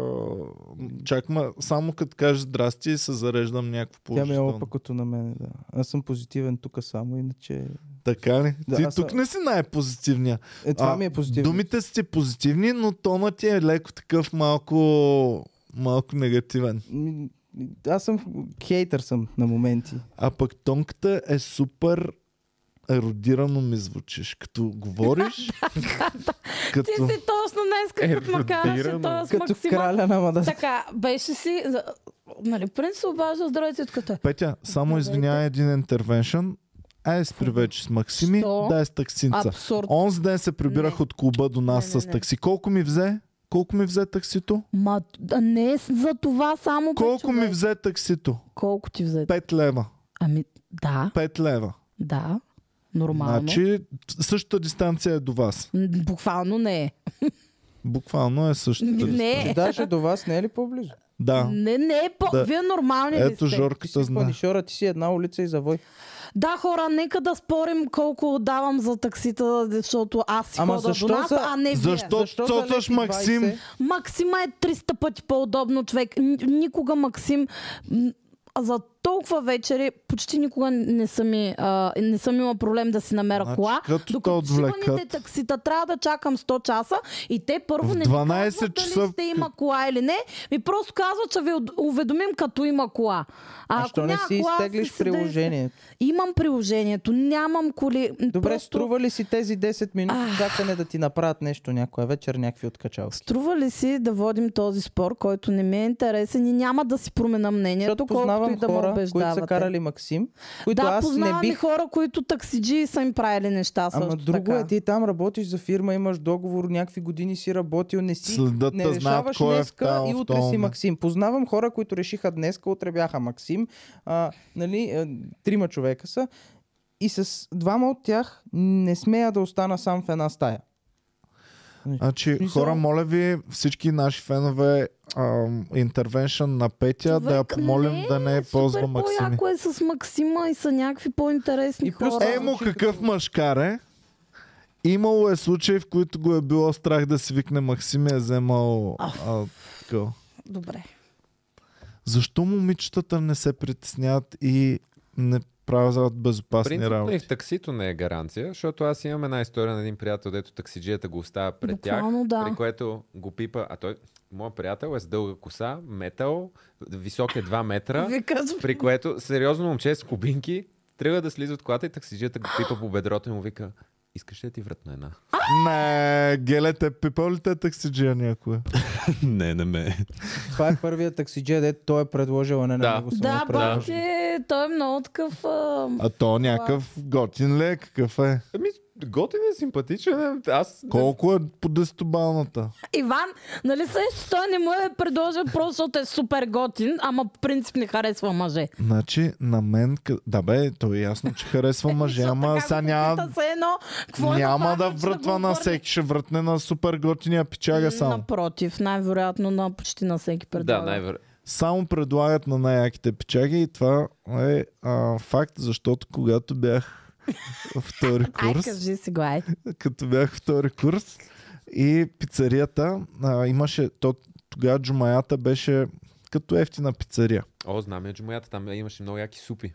S1: Чак ма, само като кажеш здрасти се зареждам някакво
S3: Тя ми е
S1: положително.
S3: опакото на мен, да. Аз съм позитивен тук само, иначе...
S1: Така ли?
S3: Да,
S1: Ти
S3: аз съм-
S1: тук не си най-позитивния.
S3: Е, това ми е позитивно.
S1: Думите си позитивни, но тонът ти е леко такъв малко, малко негативен.
S3: Ми, Аз съм хейтър съм на моменти.
S1: А пък тонката е супер еродирано ми звучиш. Като говориш,
S2: Ти
S1: като...
S2: си точно днес,
S1: Е,
S2: като ме караше
S4: еродирано.
S1: нали?
S2: този
S3: Като
S2: Максима.
S3: краля на мада.
S2: Така, беше си... за- Нали, принц се обажда, здравейте, откъде?
S1: Петя, само
S2: Здравейте.
S1: извинявай един интервеншън. Ай спри вече с Максими,
S2: Що?
S1: дай с таксинца.
S2: Абсурд.
S1: Онзи ден се прибирах
S2: Не.
S1: от клуба до нас
S2: Не, не,
S1: с
S2: не.
S1: такси. Колко ми взе? Колко ми взе таксито?
S2: Ма, да не е за това само... бе,
S1: Колко ми
S2: човек.
S1: взе таксито?
S2: Колко ти взе?
S1: 5 лева.
S2: Ами, да,
S1: 5 лева.
S2: да. Нормално.
S1: Значи същата дистанция е до вас.
S2: М, Буквално не е.
S1: Буквално е същата дистанция.
S2: Не е.
S3: Даже до вас не е ли по-близо?
S1: Да.
S2: Не, не е по...
S1: Да.
S2: Вие нормални ли
S1: Ето
S2: сте?
S3: Ти
S1: Жорката
S3: си
S1: знае.
S3: панишора, ти си една улица и завой.
S2: Да, хора, нека да спорим колко давам за таксита, защото аз си
S3: Ама
S2: хода
S3: защо
S2: до нас,
S3: за-
S2: а не вие.
S1: Защо,
S3: Защо за
S1: цоцаш
S3: лети
S1: Максим?
S3: 20?
S2: Максима е 300 пъти по-удобно човек. Н- Никога Максим... м, За толкова вечери почти никога не съм, и, а, не съм имала проблем да си намеря
S1: Значи,
S2: кола.
S1: като те
S2: шибаните
S1: отвлекат.
S2: таксита трябва да чакам 100 часа и те първо
S1: В
S2: не
S1: 12
S2: ми казват
S1: часа-
S2: дали ще има кола или не. Ми просто казват, че ви уд- уведомим като има кола.
S3: А,
S2: ако
S3: що не
S2: няма
S3: си
S2: кола, аз
S3: изтеглиш
S2: седя и си-
S3: приложението?
S2: Имам приложението, нямам коли. м,
S3: Добре,
S2: просто...
S3: струва ли си тези 10 минути чакане да ти направят нещо някоя вечер, някакви откачалки?
S2: Струва ли си да водим този спор, който не ми е интересен и няма да си променя мнението,
S3: Защото
S2: колкото и
S3: познавам
S2: да ме
S3: хора, които са
S2: убеждавате?
S3: карали Максим, които
S2: да,
S3: аз не
S2: познавам и
S3: бих
S2: хора, които таксиджи са им правили неща също
S3: Ама друго
S2: така.
S3: е, ти там работиш за фирма, имаш договор, някакви години си работил, не си,
S1: Следът
S3: не
S1: те знаят
S3: решаваш
S1: кой е в
S3: днеска
S1: тая-
S3: и
S1: в
S3: утре
S1: този
S3: си
S1: момент.
S3: Максим. Познавам хора, които решиха днеска, утре бяха Максим, а, нали, а, трима човека са, и с двама от тях не смея да остана сам в една стая.
S1: Значи,
S3: Смисъл?
S1: хора, моля ви, всички наши фенове, ам, интервеншън на Петя, да я
S2: Човек,
S1: помолим
S2: не, е
S1: да не е ползва
S2: супер
S1: Максими.
S2: по-яко е с Максима и са някакви по-интересни
S3: И плюс-
S2: хора.
S3: Е,
S1: Емо какъв мъжкар е. Имало е случаи, в които го е било страх да си викне Максим и е вземал а, такъв.
S2: Добре.
S1: Защо момичетата не се притесняват и не правят безопасни
S4: Принципно и в
S1: работи?
S4: таксито не е гаранция, защото аз имам една история на един приятел, дето таксиджията го оставя пред
S2: Буквално,
S4: тях,
S2: да.
S4: при което го пипа, а той, моят приятел е с дълга коса, метал, висок е 2 метра,
S2: Ви казвам,
S4: при което сериозно момче с кубинки тръгва да слиза от колата и таксиджията го пипа по бедрото и му вика, искаш ли да ти вратна една?
S1: Не, гелете, пипал ли те таксиджия някоя?
S5: не, не ме.
S3: Това е първият таксидже, дето той е предложил, а не
S4: Да.
S3: на него
S2: Да,
S3: само
S2: бати, той е много такъв... А...
S1: А то някакъв готин ли е? Какъв е?
S4: Ами, готин е, симпатичен е. Аз
S1: Колко е по десетобалната?
S2: Иван, нали се, той не му е предложил просто защото е супер готин, ама по принцип не харесва мъже.
S1: Значи, на мен... къ- Да бе, то е ясно, че харесва мъже,
S2: Защото
S1: ама
S2: така
S1: сега
S2: го
S1: няма...
S2: пита се едно, какво е
S1: Няма да
S2: направил, че го
S1: вратва на
S2: обърне?
S1: всеки, ще вратне на супер готиния пичага само.
S2: Напротив, най-вероятно на почти на всеки предлага.
S4: Да, най-вероятно.
S1: Само предлагат на най-яките пичаги и това е а, факт, защото когато бях във втори
S2: Ай,
S1: курс,
S2: кажи си го, ай.
S1: като бях във втори курс и пицарията а, имаше, то, тогава джумаята беше като ефтина пицария.
S4: О, знам я джумаята, там имаше много яки супи.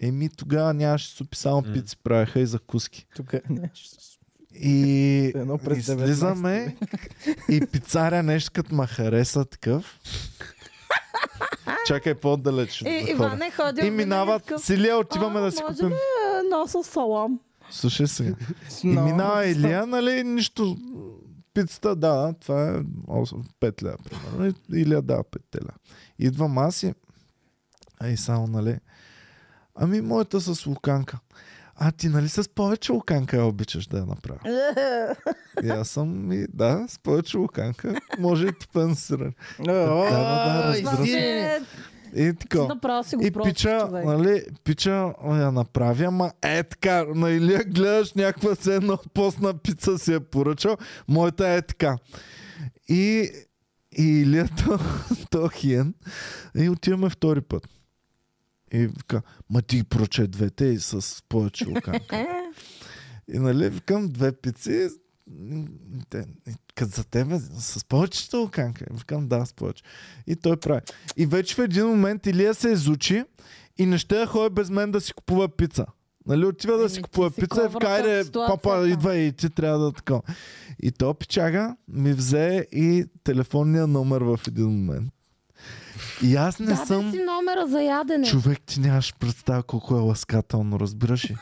S1: Еми тогава нямаше супи, само пици правеха и закуски.
S3: Тук е нещо.
S1: И,
S3: Едно през
S1: и слизаме и пицаря нещо като ма хареса такъв. Чакай по-далеч.
S2: И,
S1: да ходя.
S2: Иван е ходил
S1: И минават. Силия, отиваме да си
S2: може
S1: купим.
S2: ли е носил салам.
S1: Слушай сега. И минава Илия, нали, нищо. Пицата, да, да, това е 8, 5 ля, примерно. И- Илия дава 5 теля. Идвам аз и... Ай, само, нали? Ами, моята с луканка. А ти, нали, с повече луканка я обичаш да я направя? И аз съм и да, с повече луканка. Може и тупен сирен. да, разбира
S2: Това
S1: Здравей.
S2: си
S1: се.
S2: е...
S1: И
S2: ти
S1: така.
S2: Направо си го
S1: И
S2: просто,
S1: пича,
S2: човек.
S1: нали, пича я направя, ма е така, на Илия гледаш някаква се едно постна пица си е поръчал, моята е така. И, и Илия то, то хиен, и отиваме втори път. И вика, ма ти ги поръчай двете и с повече луканка. и нали, викам две пици, м, те, и Като за тебе, с повечето луканка. Викам, да, с повече. И той прави. И вече в един момент Илия се изучи и не ще да ходи без мен да си купува пица. Нали, отива да
S2: Еми,
S1: си
S2: ти
S1: купува
S2: си
S1: пица и в
S2: ковъртал
S1: кайде,
S2: ситуацията.
S1: папа, идва и ти трябва да така. И то пичага ми взе и телефонния номер в един момент. И аз не
S2: да,
S1: съм...
S2: си номера за ядене.
S1: Човек, ти нямаш представа колко е ласкателно, разбираш ли?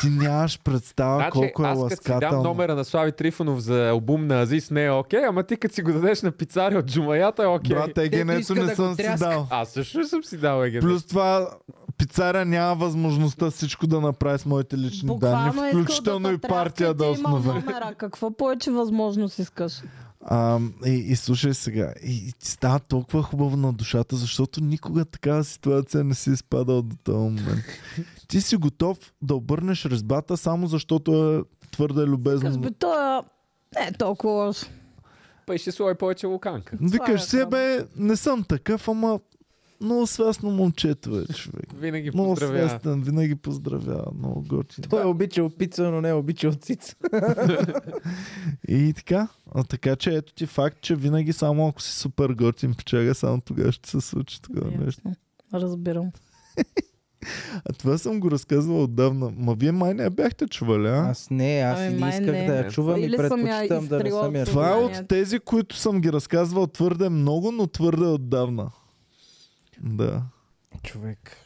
S1: Ти нямаш представа
S4: Значи,
S1: колко е
S4: аз като си дам
S1: ласкателно.
S4: номера на Слави Трифонов за албум на Азис, не е окей, ама ти като си го дадеш на пицаря от джумаята е окей.
S1: Брат, егенето
S3: иска
S1: не
S3: да го
S1: съм си
S3: тряска.
S1: дал.
S4: Аз също съм си дал еген.
S1: Плюс това, пицаря няма възможността всичко да направи с моите лични
S2: Буквално е
S3: е
S1: данни,
S2: искал
S1: включително
S2: да
S1: и партия да основе.
S2: Номера. Какво повече възможност искаш?
S1: А, и, и слушай сега, и, и ти става толкова хубаво на душата, защото никога такава ситуация не си изпадал до този момент. Ти си готов да обърнеш резбата, само защото е твърде
S2: Каш
S1: любезно.
S2: би, той е... Не е толкова лош.
S4: Па и ще слоя повече луканка.
S1: Викаш
S2: Това
S1: се,
S2: е
S1: бе, не съм такъв, ама много свестно момчето е, човек.
S4: Винаги
S1: Много е
S4: поздравя.
S1: свестен, винаги поздравява, много готин.
S3: Той е обичал пица, но не е обичал цица.
S1: И така. А, така че ето ти факт, че винаги само ако си супер готин печага, само тогава ще се случи такова
S2: Ясно.
S1: нещо.
S2: Е, Разбирам.
S1: А това съм го разказвал отдавна. Ма вие май не я бяхте чували, а?
S3: Аз не, аз
S2: Ами,
S3: и не
S2: май
S3: исках
S2: не.
S3: да я чувам и
S2: Или съм я
S3: предпочитам да не
S2: изтрила
S3: съм я
S2: от
S3: чувал.
S1: Това е
S2: не.
S1: от тези, които съм ги разказвал твърде много, но твърде отдавна. Да.
S3: Човек.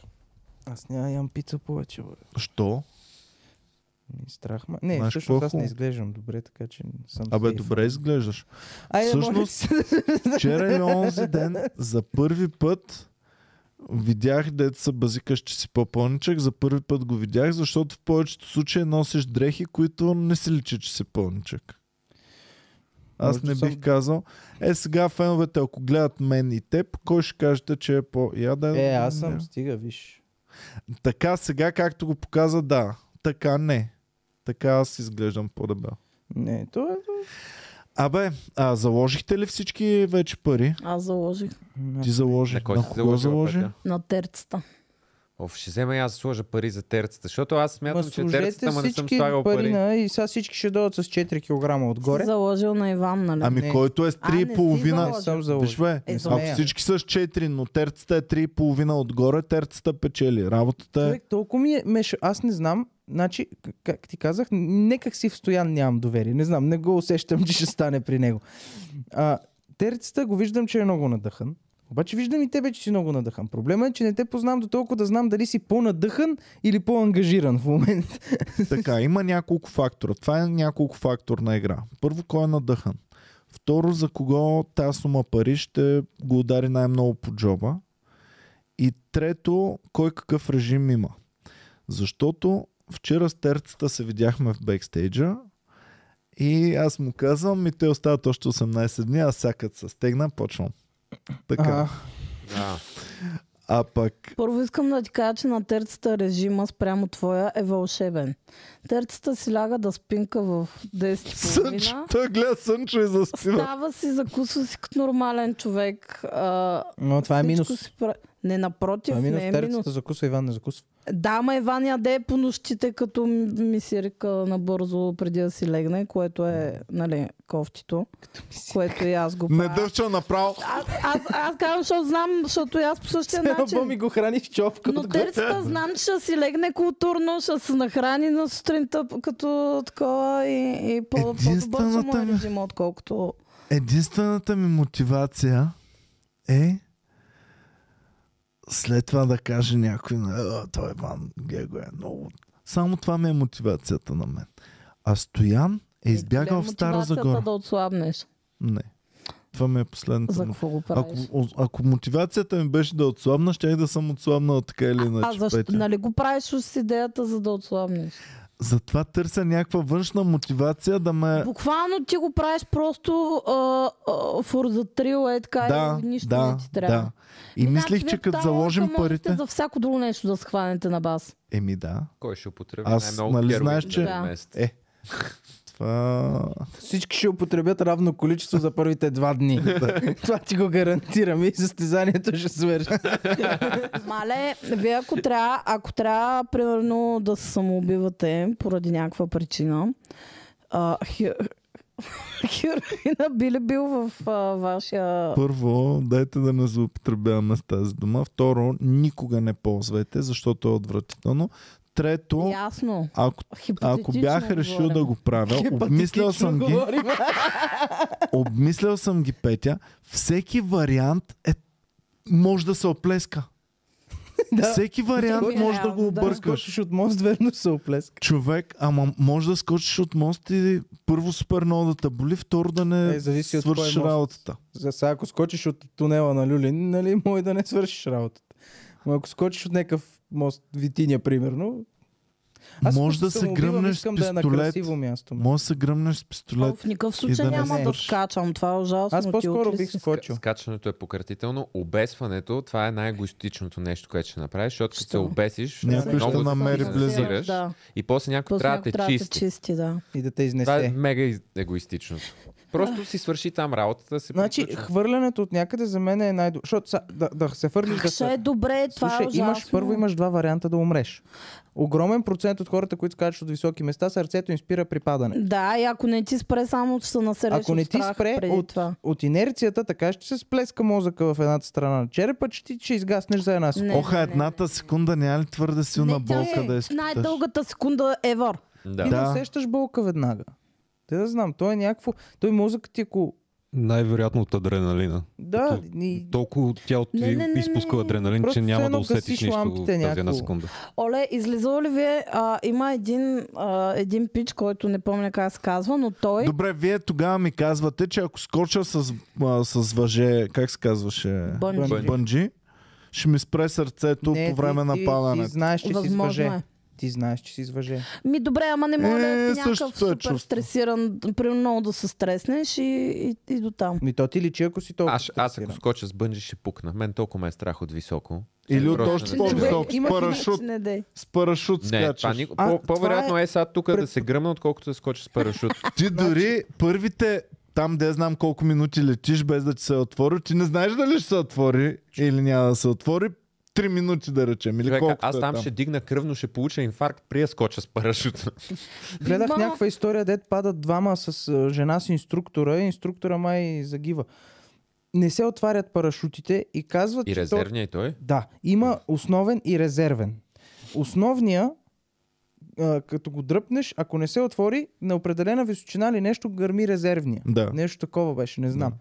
S3: Аз няма да ям пица повече, бе.
S1: Що?
S3: Ми Страх ме. Не,
S1: Знаеш
S3: всъщност
S1: какво е
S3: аз не
S1: хубаво?
S3: изглеждам добре, така че съм
S1: Абе,
S3: сейф.
S1: добре изглеждаш.
S3: Айде,
S1: всъщност-
S3: всъщност...
S1: Вчера и онзи ден за първи път видях деца се базикаш, че си по-пълничък. За първи път го видях, защото в повечето случаи носиш дрехи, които не се личи, че си пълничък. Аз
S3: Може
S1: не
S3: да съм-
S1: бих казал. Е, сега феновете, ако гледат мен и теб, кой ще кажете, че е по-яден?
S3: Е, аз съм,
S1: Не.
S3: стига, виж.
S1: Така сега, както го показа, да. Така не. Така аз изглеждам по-дебел.
S3: Не, то е...
S1: Абе, а заложихте ли всички вече пари?
S2: Аз заложих
S1: Ти заложи.
S4: На кой си
S1: кого
S4: заложи?
S2: на терцата.
S4: Оф, ще взема и аз да сложа пари за терцата, защото аз
S3: Ма
S4: смятам, че
S3: сложете
S4: терцата, ма не съм
S3: всички
S4: слагал пари.
S3: пари на и сега всички ще дойдат с 4 кг отгоре.
S2: Си заложил на Иван, нали?
S1: Ами
S3: Не.
S1: който е с
S2: А, не си
S1: 3,5...
S2: заложил.
S3: Не съм
S1: Виж
S3: заложил.
S1: бе,
S2: Е, за
S1: ако
S3: нея.
S1: всички са с 4, но терцата е 3,5 отгоре, терцата печели. Работата е...
S3: Човек, толкова ми е меш... Аз не знам, значи, к- как ти казах, некак си в стоян нямам доверие. Не знам, не го усещам, че ще стане при него. А, терцата го виждам, че е много надъхан. Обаче виждам и тебе, че си много надъхан. Проблема е, че не те познавам до толкова да знам дали си по-надъхан или по-ангажиран в момента.
S1: Така, има няколко фактора. Това е няколко факторна игра. Първо, кой е надъхан. Второ, за кого тази сума пари ще го удари най-много по джоба. И трето, кой какъв режим има. Защото вчера с терцата се видяхме в бекстейджа и аз му казвам, и те остават още 18 дни, аз сега като се стегна, почвам. Така.
S4: А,
S1: А пък
S2: Първо искам да ти кажа, че на терцата режима спрямо твоя е вълшебен. Терцата си ляга да спинка в 10.30.
S1: Сънчо, той гледа Сънчо и заспива.
S2: Става си, закусва си като нормален човек. А,
S3: Но това е минус.
S2: всичко Си пра... Не, напротив,
S3: Това е минус.
S2: не е минус.
S3: Терцата закусва, Иван не закусва.
S2: Да, ма Иван яде по нощите, като м- ми си река набързо преди да си легне, което е, нали, кофтито, което и аз го
S1: Не
S2: правя.
S1: дъвча направо.
S2: Аз, аз, аз казвам, защото знам, защото и аз по същия
S3: Бо
S2: начин.
S3: ми го храни в човка.
S2: Значи- Но терцата знам, че ще си легне културно, ще се нахрани на сутринта п- като такова и, и по, по-добър ще му
S1: Единствената
S2: е
S1: ми-
S2: режима, отколкото...
S1: Единствената ми мотивация е след това да каже някой на «А, той Иван Гего е много. Само това ми е мотивацията на мен. А Стоян е избягал в Стара
S2: Мотивацията
S1: Загора.
S2: да отслабнеш.
S1: Не. Това ми е последната
S2: За
S1: му-
S2: какво го правиш?
S1: Ако, ако мотивацията ми беше да отслабна, щях да съм отслабнал така или иначе.
S2: а защо?
S1: Петя.
S2: Нали го правиш с идеята, за да отслабнеш?
S1: Затова търся някаква външна мотивация да ме...
S2: Буквално ти го правиш просто а, а, форзатрил, е така,
S1: да,
S2: и нищо
S1: да,
S2: не ти трябва. Значи,
S1: да. И мислих, че като заложим парите...
S2: За всяко друго нещо да схванете на бас.
S1: Еми да.
S4: кой ще употреби
S1: Аз,
S4: най-много
S1: нали
S4: хероин
S1: знаеш,
S4: в
S1: че-
S4: един месец?
S1: Е, това...
S3: Всички ще употребят равно количество за първите два дни. Това ти го гарантирам и състезанието ще свърши.
S2: Мале, вие ако трябва, ако трябва, примерно, да се самоубивате поради някаква причина, а, хе- хероина би ли бил в а, вашия...
S1: Първо, дайте да не злоупотребяваме с тази дума. Второ, никога не ползвайте, защото е отвратително. Трето,
S2: Ясно.
S1: ако, ако
S2: Хипотетично
S1: бях решил
S2: говоря.
S1: да го
S3: Е,
S1: правя, обмислял съм ги, обмислял съм ги, Петя, всеки вариант е, може да се оплеска. Всеки вариант
S2: Всеки
S1: може да
S2: вариант,
S1: го
S2: да.
S1: объркаш.
S3: Скочиш от мост, верно се оплеска.
S1: Човек, ама може да скочиш от мост и първо супер много да те боли, второ да не
S3: Е, зависи от
S1: свършиш
S3: кой мост.
S1: работата.
S3: За сега, ако скочиш от тунела на Люлин, нали, може да не свършиш работата. Но ако скочиш от някакъв мост, Витиня, примерно, аз
S1: Може
S3: като
S1: да се
S3: самоубивам,
S1: гръмнеш с
S3: искам да е на
S1: пистолет.
S3: красиво място.
S1: Може да се гръмнеш с
S2: О,
S1: пистолет.
S2: в никакъв
S1: и
S2: случай
S1: да не
S2: няма да
S3: знаеш.
S2: скачам. Това е ужасно.
S3: Аз
S2: ти
S3: по-скоро
S2: отли
S3: бих
S2: си.
S3: скочил.
S4: Скачането е пократително, обесването, това е най-егоистичното нещо, което ще направиш, защото като
S2: Що?
S4: се обесиш,
S1: Някой
S4: много
S1: ще
S4: се
S1: намери
S4: фокусираш
S1: близък.
S2: Да.
S4: И после някой
S2: После
S4: трябва
S2: някой
S4: да те
S2: да те
S4: чисти.
S2: чисти, да.
S3: И да те
S4: Това е
S3: изнесе.
S4: мега из- егоистичното. Просто си свърши там работата, се
S3: Значи,
S4: приключва.
S3: хвърлянето от някъде за мен е най-добре. Защото са- да, да се фърлиш да
S2: Ще
S3: се
S2: е добре, това
S3: Ами, Слушай,
S2: е ужасно.
S3: имаш, първо имаш два варианта да умреш. Огромен процент от хората, които скачат от високи места, сърцето им спира при падане.
S2: Да, и ако не ти спре, само ще се насереш
S3: Ако не
S2: от
S3: ти
S2: страх
S3: спре
S2: преди
S3: от,
S2: това.
S3: от инерцията, така ще се сплеска мозъка в едната страна на черепа, че ти ще изгаснеш за една секунда.
S2: Не,
S1: Оха,
S2: не, не,
S1: едната секунда няма ли твърде силна
S2: Не, тя
S1: болка
S3: е
S1: да изпиташ?
S2: Най-дългата секунда ever.
S3: Ти
S4: Да.
S3: да.
S1: Да.
S3: не усещаш болка веднага. Те да знам, той е някакво... Той мозъкът ти ако...
S5: Най-вероятно от адреналина.
S3: Да,
S5: Като-
S3: ни...
S5: Толкова тялото
S2: Не,
S5: ти
S2: не, не, не,
S5: изпуска
S2: не.
S5: адреналин,
S3: Просто
S5: че няма
S3: все
S5: да
S3: едно
S5: усетиш
S3: гасиш
S5: нищо в
S3: лампите
S5: тази една
S3: някакво.
S5: секунда.
S2: Оле, излизало ли ви е, а, има един, а, един пич, който не помня как се казва, но той...
S1: Добре, вие тогава ми казвате, че ако скоча с, а, с въже, как се казваше?
S2: Бънджи.
S1: Бънджи. ще ми спре сърцето
S3: не,
S1: по време
S3: ти,
S1: на
S3: ти,
S1: падане.
S3: Ти знаеш, че си
S2: Възможно
S3: свъже.
S2: е.
S3: Ти знаеш, че си свъже.
S2: Ми добре, ама не мога да
S1: Е,
S2: е, си някакъв
S1: същото е
S2: супер
S1: чувство.
S2: стресиран, примерно много да се стреснеш и, и, и до там.
S3: Ми то ти личи, ако си толкова
S4: Аз, аз ако
S3: стресиран.
S4: скоча с бънджи, ще пукна. Мен толкова ме е страх от високо.
S1: Или от
S4: Просто
S1: още
S4: не мога.
S1: по-висок, с
S3: Има-
S1: парашут,
S2: Не, дей.
S1: с парашут
S4: Не, това
S1: скачаш.
S4: ни...
S3: А,
S4: по- по-вероятно е сега тук
S3: пред-
S4: да се гръмна, отколкото да скоча с парашут.
S1: Ти дори първите там де знам колко минути летиш без да ти се отвори, ти не знаеш дали ще се отвори или няма да се отвори. Три минути да речем. Или
S4: Човека,
S1: колкото
S4: аз
S1: е
S4: там ще дигна кръвно, ще получа инфаркт, прия скоча с парашута.
S3: Гледах
S2: Ма-
S3: някаква история, дед падат двама с а, жена с инструктора и инструктора май загива. Не се отварят парашутите и казват,
S4: И
S3: че то-
S4: резервния и той.
S3: Да, има основен и резервен. Основния, а, като го дръпнеш, ако не се отвори, на определена височина ли нещо гърми резервния.
S1: Да.
S3: Нещо такова беше, не знам.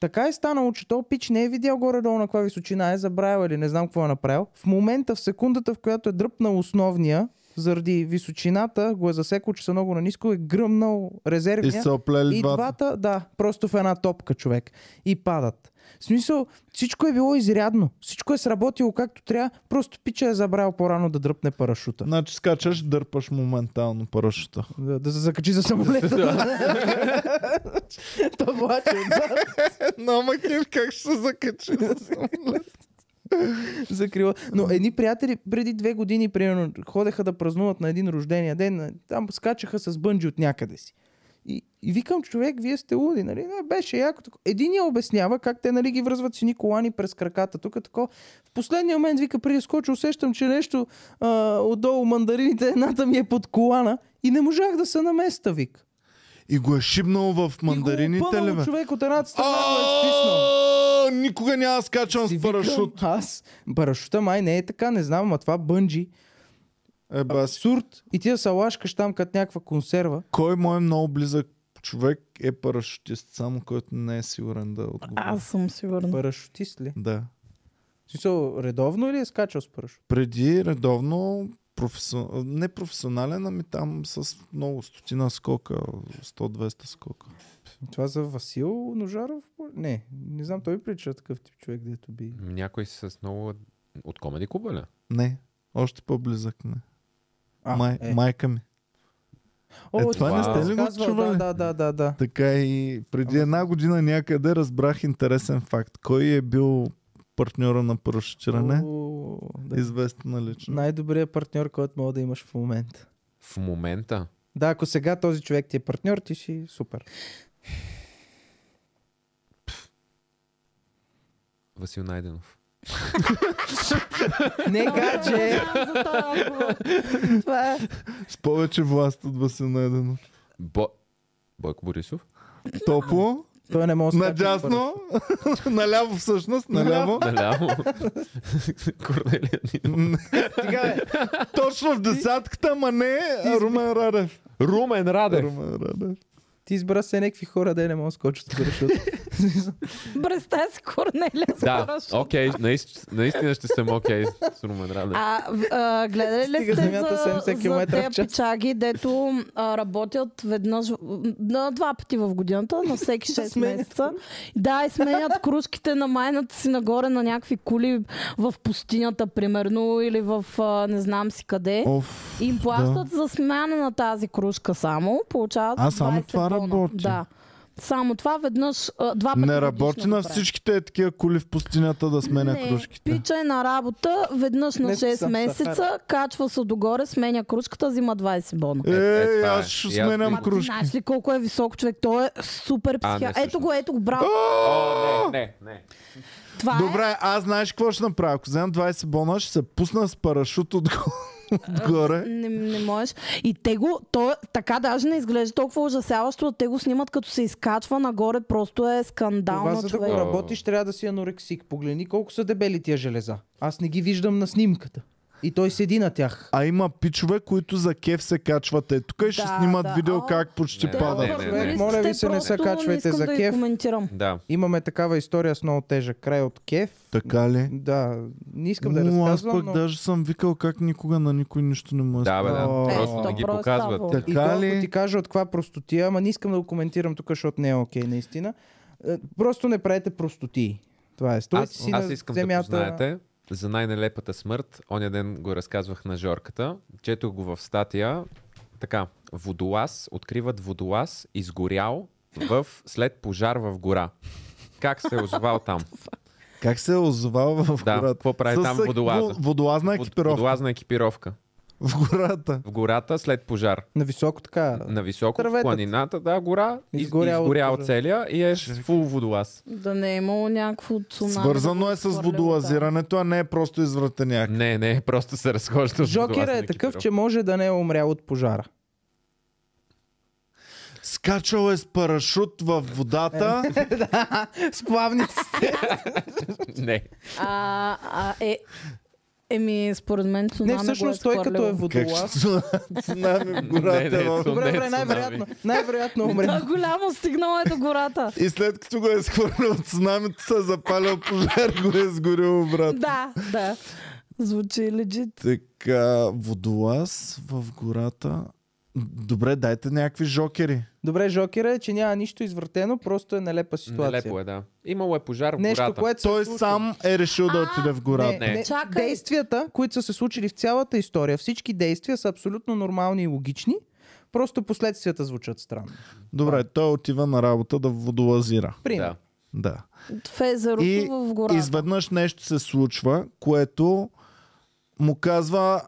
S3: Така е станало, че то пич не е видял горе-долу на каква височина е, забравил или не знам какво е направил. В момента, в секундата, в която е дръпнал основния, заради височината, го е засекал, че са много наниско, е гръмнал
S1: И
S3: резервния.
S1: са оплели
S3: И
S1: двата.
S3: двата, да, просто в една топка човек. И падат. В смисъл, всичко е било изрядно. Всичко е сработило както трябва. Просто пича е забрал по-рано да дръпне парашута.
S1: Значи скачаш, дърпаш моментално парашута.
S3: Да, да се закачи за самолета. То влачи отзад.
S1: Но макив, как ще се закачи?
S3: закрила. Но едни приятели преди две години, примерно, ходеха да празнуват на един рождения ден, на- там скачаха с бънджи от някъде си. И, и викам, човек, вие сте луди, нали? Не, беше яко. тако. Единия обяснява как те, нали, ги връзват сини колани през краката. Тук е тако. В последния момент, вика, преди да скоча, усещам, че нещо а, отдолу мандарините, едната ми е под колана и не можах да се наместа, вик.
S1: И го е шибнал в
S3: и го
S1: мандарините ли
S3: опънало
S1: бе?
S3: човек от едната страна го е стиснал.
S1: О, Никога няма да скачам
S3: Си
S1: с
S3: викам,
S1: парашут.
S3: Аз, парашута май не е така, не знам, ама това бънджи.
S1: Е, бас.
S3: абсурд. И ти да се лашкаш там като някаква консерва.
S1: Кой мой много близък човек е парашутист, само който не е сигурен да отговори.
S2: Аз съм сигурна.
S3: Парашутист ли?
S1: Да.
S3: В Смисъл, редовно ли е скачал с парашут?
S1: Преди редовно професион... не професионален, ами там с много стотина скока, 100-200 скока.
S3: Това за Васил Ножаров? Не, не знам, той прилича такъв тип човек, дето би.
S4: Някой с много... От Комеди Куба ли?
S1: Не, още по-близък не.
S3: А,
S1: Май,
S3: е.
S1: Майка ми.
S3: О,
S1: е,
S3: ти
S1: това
S4: не
S3: си
S4: сте
S1: ли го
S3: разказвал,
S1: чували?
S3: Да, да, да, да.
S1: Така и преди една година някъде разбрах интересен факт. Кой е бил партньора на парашутиране?
S3: О, да.
S1: Известна лично.
S3: Най-добрият партньор, който мога да имаш в момента.
S4: В момента.
S3: Да, ако сега този човек ти е партньор, ти си супер.
S4: Васил Найденов. Е,
S3: Не, гадже!
S2: Съжалявам Е, за този отговор. Това е
S1: С повече власт от Васил Найденов.
S4: Бо... Бойко Борисов?
S1: Топло,
S3: Той не може да скача с парашут.
S1: надясно, наляво всъщност, наляво.
S4: Наляво. Корнелия Нинова.
S3: Стига, бе.
S1: Точно в десятката, ама не Румен Радев.
S4: Румен Радев.
S1: Румен Радев.
S3: Ти избра се някакви хора, де не мога да скочат с парашут.
S2: Бръста с Корнелия с
S4: Да,
S2: парашут.
S4: окей, наистина, наистина ще съм окей с Румен Радев.
S2: А, в- а гледали ли
S3: Стига
S2: сте
S3: земята
S2: за,
S3: 70
S2: за
S3: километра в
S2: те
S3: час?
S2: пичаги, дето а, работят веднъж, в- на два пъти в годината, на всеки 6
S3: Сменят
S2: месеца. Да, и сменят кружките на майната си нагоре на някакви кули в пустинята, примерно, или в а, не знам си къде.
S1: Оф,
S2: Им плащат да. за смяна на тази кружка само, получават
S1: А, само
S2: 20
S1: това
S2: бона.
S1: работи.
S2: Да. Само това веднъж, а, два пъти
S1: Не
S2: годишно
S1: работи
S2: го
S1: на
S2: правят.
S1: всичките е такива коли в пустинята да сменя
S2: Не,
S1: кружките.
S2: Пича е на работа веднъж на
S3: Не
S2: 6
S3: съм
S2: месеца, качва се догоре, сменя кружката, взима 20 бона.
S1: Е,
S4: Е, е, това
S1: аз
S4: е.
S1: ще
S4: И аз
S1: сменям
S4: мисля.
S2: Ма ти
S1: кружки.
S2: знаеш ли колко е висок човек? Той е супер
S4: А, не,
S2: психиатър. Ето
S4: всъщност.
S2: го, ето го, браво.
S4: О, не, не, не.
S2: Това е.
S1: Добре, аз знаеш какво ще направя? Ако взема 20 бона, ще се пусна с парашут отго- отгоре.
S2: Не, не можеш. И те го, то, така даже не изглежда толкова ужасяващо, те го снимат като се изкачва нагоре, просто е
S3: Това
S2: скандално
S3: за да
S2: човек.
S3: го
S4: човек.
S3: работиш, трябва да си анорексик. Погледни колко са дебели тия железа. Аз не ги виждам на снимката. И той седи на тях.
S1: А има пичове, които за кеф се качват. Е, тук и ще
S2: Да,
S1: снимат
S2: да.
S1: видео
S2: О,
S1: как почти
S4: не,
S2: Те,
S1: падат.
S4: не, не, не.
S2: журналистите
S3: Моля ви се, не се
S2: просто
S3: качвайте
S2: искам
S3: за
S2: да ги
S3: кеф.
S2: коментирам.
S4: Да.
S3: Имаме такава история с много тежък край от Кев.
S1: Така ли?
S3: Да, не искам да я
S1: Но аз
S3: разказвам,
S1: пък
S3: но...
S1: даже съм викал как никога на никой нищо не му е
S4: Да, бе, да.
S1: ставало.
S3: Е,
S4: Просто не
S2: то
S4: ги
S2: просто
S4: показват.
S2: става.
S3: И
S1: Така
S3: то,
S1: ли?
S3: ако ти кажа от каква простотия, ама не искам да го коментирам тук, защото не е окей, наистина. Е, Просто не правете простотии. Това е. Стойте
S4: Аз,
S3: си
S4: аз
S3: на
S4: искам да
S3: земята.
S4: познаете за най-нелепата смърт. Оня ден го разказвах на Жорката. Четох го в статия. Така, водолаз, откриват водолаз, изгорял в, след пожар в гора. Как се е озовал там?
S1: Как се е озовал в
S4: Да,
S1: гората?
S4: какво прави
S1: С
S4: там
S1: еки-
S4: водолаза?
S1: Водолазна
S4: Вод-
S3: е
S1: екипировка.
S4: Водолазна екипировка.
S1: В гората.
S4: В гората след пожар.
S3: На високо така.
S4: На високо, в
S3: Дърветата.
S4: планината, да, гора, из-
S3: Изгорял
S4: изгорял,
S3: от пожар.
S4: целия и е с фул водолаз.
S2: Да не е имало някакво цунами.
S1: Свързано е с
S2: Хвърля го там.
S1: водолазирането, а не е просто извратеняк.
S4: Не, не, просто се разхожда от водолаз
S3: Жокера
S4: на
S3: е такъв,
S4: Кипиров.
S3: че може да не е умрял от пожара.
S1: Скачал е с парашут в водата.
S2: Е,
S3: Сплавни
S4: Не.
S2: А, а, е, Еми, според мен цунами
S3: Не, всъщност той като е
S1: Как
S3: водолаз.
S1: ще цу- цунами в
S4: Не, не,
S1: гората? в-
S4: цу-
S3: Добре,
S4: Не,
S3: добре, най-вероятно.
S4: Ами.
S3: Най-вероятно е умря.
S2: Да, е голямо стигнало е до гората.
S1: И след като го е схвърлил от цунамито, се е запалил пожар и го е сгорил обратно.
S2: да, да. Звучи легит.
S1: Така, водолаз в гората. Добре, дайте някакви жокери.
S3: Добре, Жокера е, че няма нищо извъртено, просто е нелепа ситуация.
S4: Нелепо е, да. Имало е пожар в
S3: Нещо,
S4: гората.
S3: което се е
S1: Той
S3: случило.
S1: сам е решил да
S2: А,
S1: отиде в
S3: Не,
S1: гората.
S4: Не.
S3: не.
S2: Чакай.
S3: Действията, които са се случили в цялата история, всички действия са абсолютно нормални и логични, просто последствията звучат странно.
S1: Добре, той отива на работа да водолазира.
S3: Пример.
S4: Да.
S3: Да.
S1: Да.
S2: Фезерото
S1: И
S2: в гората.
S1: изведнъж нещо се случва, което му казва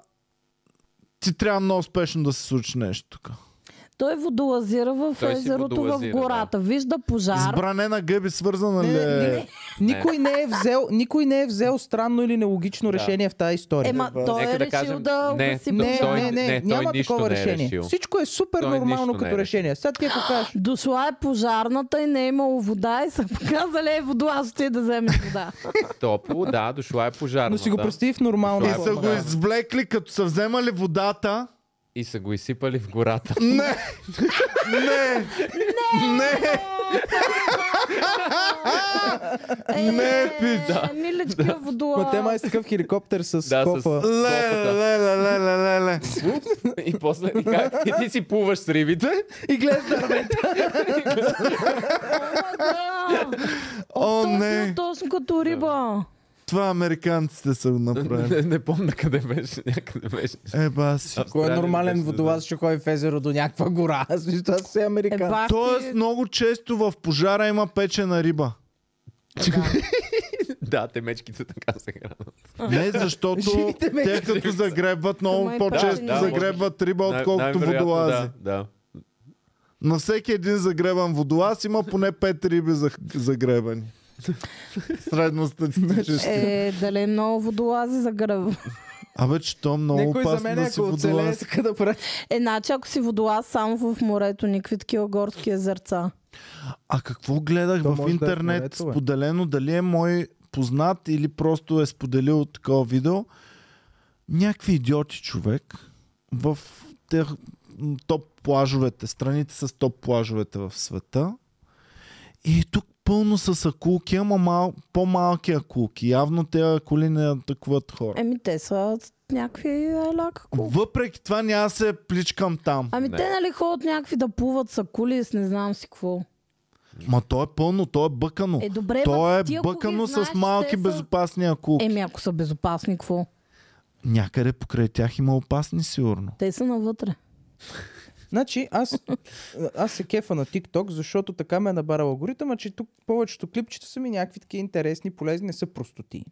S1: ти трябва много спешно да се случи нещо тук.
S2: Той водолазира в
S4: Той си
S2: езерото в
S4: водолазира, да.
S2: гората. Вижда пожар.
S1: Избране на гъби свързана ли е?
S3: Никой, не е взел, никой не е взел странно или нелогично
S4: Да.
S3: решение в тази история.
S2: Ема, той е
S4: Нека да
S2: решил
S4: кажем-
S2: да
S4: не,
S2: угаси
S3: не,
S2: пожара.
S4: той-
S3: не, не,
S4: не, той
S3: няма
S4: нищо
S3: такова
S4: не е
S3: решение.
S4: решил.
S3: Всичко е супер
S4: Той
S3: нормално
S4: нищо не е
S3: като
S4: решил.
S3: решение. Сега ти ако кажеш,
S2: Дошла е пожарната и не е имало вода и са показали е водолаз, ще да вземе вода.
S4: Топло, да, дошла е пожарната.
S3: но си го представи в нормална
S4: Това е
S1: И са го
S3: форма.
S4: Да.
S1: извлекли, като са вземали водата.
S4: И са го изсипали в гората.
S1: Не! Не! Не!
S2: Е,
S1: Не, пи-
S2: да. милички водолаз.
S3: Ма те май с такъв хеликоптер с
S4: Да, с-
S3: кофа.
S1: Леле, леле, леле, леле.
S4: И после как? И ти си плуваш с рибите.
S3: И гледаш дървета.
S2: Да.
S1: О,
S2: Точно,
S1: не!
S2: Точно като риба.
S1: Това американците са го направили.
S4: Не, не помня къде беше, някъде беше.
S1: Е, баси.
S3: Кой е
S4: Австралия
S3: нормален
S4: беше, да.
S3: водолаз, ще ходи в езеро до някаква гора? Аз мисля, Аз си
S2: Е,
S3: американ.
S2: бах ти-
S1: Тоест, много често в пожара има печена риба.
S4: Да, темечките така се хранят.
S1: Не, защото
S3: Живите ме-
S1: те като загребват, много
S2: Ама и
S1: по-често
S4: пачени. Да, да,
S1: загребват риба,
S4: Най-
S1: отколкото
S4: най-вероятно,
S1: водолази.
S4: Да, да.
S1: На всеки един загребан водолаз има поне пет риби за- загребани. Средностатистически.
S2: Е, дали е много водолази за гръб.
S1: Абе, че то е много
S3: Някой за
S1: опасно
S3: мен,
S1: да си
S3: ако оцелее,
S1: водолаз.
S3: така да прави.
S2: Е, значи ако си водолаз само в морето, никакви такива горски езерца.
S1: А какво гледах
S3: То
S1: в
S3: може да е
S1: интернет,
S3: морето, бе.
S1: споделено, дали е мой познат или просто е споделил такова видео. Някакви идиоти човек в те м, топ плажовете, страните с топ плажовете в света. И тук пълно с акулки, ама мал, по-малки акулки. Явно те акули не атакуват хора.
S2: Еми, те са някакви лака
S1: Въпреки това няма да се пличкам там.
S2: Ами
S4: Не.
S2: те нали ходят някакви да плуват са кули с не знам си какво.
S1: Ма то е пълно, то е бъкано.
S2: Е, добре,
S1: то
S2: ма
S1: е
S2: ти ако ги
S1: бъкано
S2: знаеш,
S1: с
S2: те
S1: малки
S2: са- Е,
S1: безопасни акулки.
S2: Еми, ако са безопасни, какво?
S1: Някъде покрай тях има опасни, сигурно.
S2: Те са навътре.
S3: Значи аз, аз се кефа на TikTok, защото така ме е набарал алгоритъма, че тук повечето клипчета са ми някакви такива интересни, полезни, не са простоти.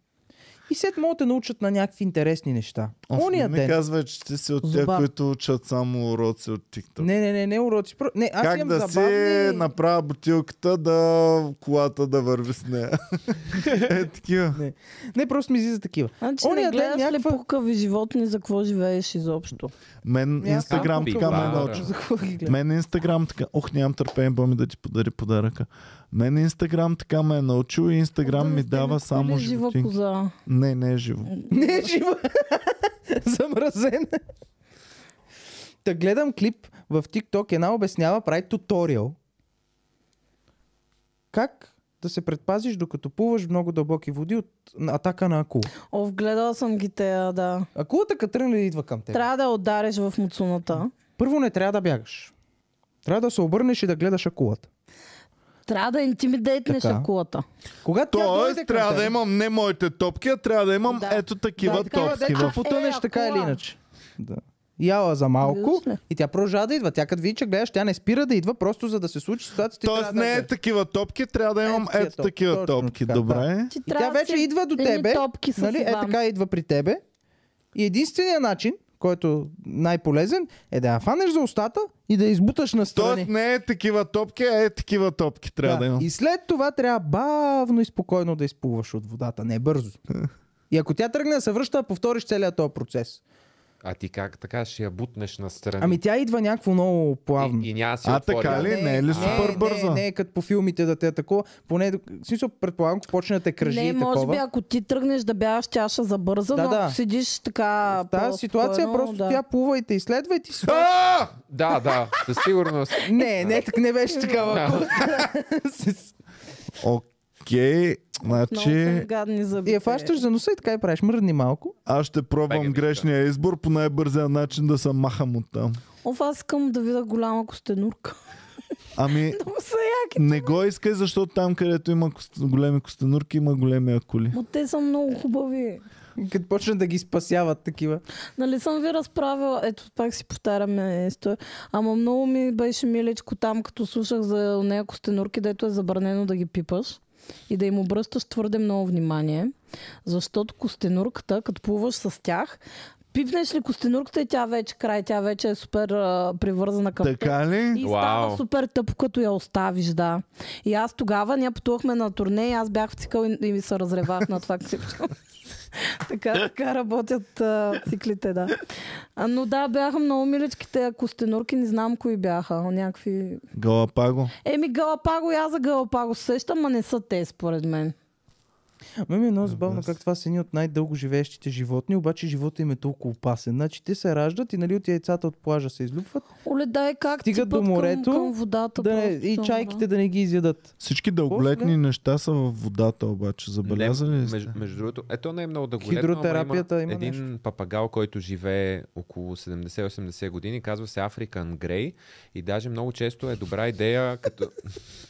S3: И след могат да научат на някакви интересни неща.
S1: Оф,
S3: Ония
S1: не ми
S3: ден.
S1: казвай, че ти си от тези,
S2: Зуба.
S1: които учат само уроци от TikTok.
S3: Не, не, не, не уроци. Про... Не, аз
S1: как
S3: имам
S1: да
S3: забавни...
S1: си направя бутилката да колата да върви с нея. е, такива.
S3: Не. не, просто ми излиза такива.
S2: Значи
S3: Ония
S2: не
S3: ден
S2: гледаш ли
S3: някаква-
S2: пукави животни, за какво живееш изобщо?
S1: Мен
S3: Някак-
S1: Инстаграм така
S4: Пивара.
S1: ме научи.
S3: За какво ги гледам?
S1: Мен Инстаграм така... Ох, нямам търпение, Боми, да ти подари подаръка. Мен Инстаграм така ме е научил и
S2: Да
S1: Инстаграм
S2: не
S1: ми
S2: сте ли
S1: дава
S2: купили
S1: само
S2: жива
S1: животинки.
S2: коза.
S1: Не, не е живо.
S3: Не е жива. Замразен. Та гледам клип в TikTok. Една обяснява, прави туториал. Как да се предпазиш, докато плуваш в много дълбоки води от атака на акула.
S2: О, гледала съм ги те, а, да.
S3: Акулата като тръгне да идва към теб.
S2: Трябва да я удариш в муцуната.
S3: Първо не трябва да бягаш. Трябва да се обърнеш и да гледаш акулата.
S2: Трябва да интимидейтнеш
S3: Така.
S2: акулата.
S3: Когато тя
S1: Тоест,
S3: дойде към
S1: трябва
S3: теб,
S1: да имам не моите топки, а трябва да имам
S2: Да.
S1: ето такива
S2: Да,
S3: Такава,
S1: топки.
S3: дето
S1: в...
S3: потънеш
S2: Е,
S3: така или
S2: акула.
S3: иначе. Да. Яла за малко
S2: Виждаш ли?
S3: и тя продължава да идва. Тя като види, че гледаш, тя не спира да идва, просто за да се случи ситуацията. ти
S1: Тоест
S3: трябва да
S1: не е
S3: гледаш.
S1: такива топки, трябва да имам
S3: такива
S1: ето
S3: топки,
S1: такива
S3: точно
S1: топки.
S3: така,
S1: Добре.
S2: Ти
S3: И тя
S2: да
S3: вече
S2: си-
S3: идва до
S2: едни
S3: тебе.
S2: Топки с
S3: нали, е
S2: Иван.
S3: така идва при тебе. И единственият начин, който най-полезен, е да я фанеш за устата и да я избуташ настрани.
S1: Тоест не е такива топки, а е такива топки трябва да, има.
S3: И след това трябва бавно и спокойно да изплуваш от водата, не бързо. И ако тя тръгне да се връща, повториш целият този процес.
S4: А ти как така ще я бутнеш настрани?
S3: Ами тя идва някакво много плавно.
S4: и, и няма да си
S1: А,
S4: отвори.
S1: така ли?
S4: а?
S1: Не, не е ли супер бърза?
S3: Не, не, е като по филмите да те е такова. Поне, в смисъл, предполагам, ако почне да те кръжи
S2: не,
S3: и
S2: може
S3: такова.
S2: би ако ти тръгнеш да бягаш, тя ще забърза,
S3: Да,
S2: но
S3: да.
S2: ако седиш така
S3: в тази ситуация е
S2: по-спокойно,
S3: просто тя плува и те изследва и ти си...
S4: А! Да, да, със сигурност.
S3: Не, не, так не беше такава.
S1: Окей,
S2: Много са
S1: значи
S2: гадни зъби.
S3: И я фащаш за носа и така и правиш. Мръдни малко.
S1: аз ще
S4: Бегай,
S1: пробвам
S4: бегай.
S1: грешния избор по най-бързия начин да се махам от там.
S2: Оф, аз искам да видя голяма костенурка.
S1: Ами,
S2: Много са яки.
S1: не го искай, защото там, където има кост- големи костенурки, има големи акули.
S2: Но те са много хубави.
S3: Като почнат да ги спасяват такива.
S2: Нали съм ви разправила, ето пак си повтаряме история, ама много ми беше милечко там, като слушах за нея костенурки, дето е забранено да ги пипаш и да им обръщаш твърде много внимание, защото костенурката, като плуваш с тях, пипнеш ли костенурката и тя вече край, тя вече е супер а, привързана към теб.
S1: Така ли?
S2: И
S4: Вау.
S2: става супер тъпо, като я оставиш, да. И аз тогава, ние пътувахме на турне и аз бях в цикъл и, и ми се разревах на това цикъл. така, така работят а, циклите, да. А, но да, бяха много миличките костенурки, не знам кои бяха. Някакви...
S1: Галапаго.
S2: Еми, Галапаго, и аз за Галапаго се сещам, а не са те, според мен.
S3: Ме ми е много забавно как това са едни от най-дълго живеещите животни, обаче живота им е толкова опасен. Значи те се раждат и нали от яйцата от плажа се излюпват,
S2: Оле, дай как ти
S3: Стигат до
S2: път към-
S3: морето,
S2: към, водата.
S3: да не,
S2: просто,
S3: и чайките да не ги изядат.
S1: Всички дълголетни
S3: После?
S1: неща са във водата, обаче. Забелязали ли сте?
S4: между, между другото, ето не е много да голям,
S3: Хидротерапията
S4: но
S3: има
S4: има един папагал, който живее около 70-80 години, казва се African Grey и даже много често е добра идея, като...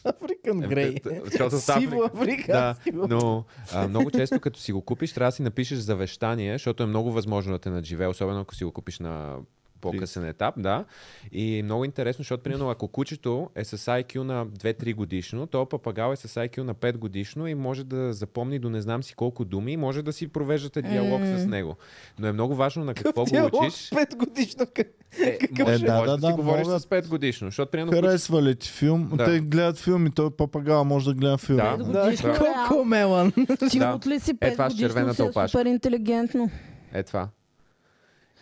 S3: Африкан
S4: Е,
S3: грей.
S4: т- т- защото с
S3: Сиво
S4: Африка- Да,
S3: африкански. Да,
S4: но а, много често като си го купиш, трябва да си напишеш завещание, защото е много възможно да те надживее, особено ако си го купиш на по-късен етап, да. И е много интересно, защото примерно ако кучето е с IQ на 2-3 годишно, то папагал е с IQ на 5 годишно и може да запомни до не знам си колко думи и може да си провеждате диалог с него. Но е много важно на какво го учиш.
S3: Пет годишно.
S4: Е,
S3: Какъв
S4: може
S1: ще- да,
S4: може
S1: да, да,
S4: да, си говориш
S1: могат.
S4: с 5 годишно, защото примерно кучето-
S1: Харесва ли ти филм?
S4: Да.
S1: Те гледат филми, той папагал може да гледа филми.
S4: Да.
S1: нали?
S3: Да,
S2: Годишно е, а?
S3: колко мелан.
S2: Ти
S4: Да.
S2: от ли си
S4: Е,
S2: 5
S4: това с
S2: годишно
S4: червената
S2: си е
S4: опашка.
S2: супер интелигентно.
S4: Е това.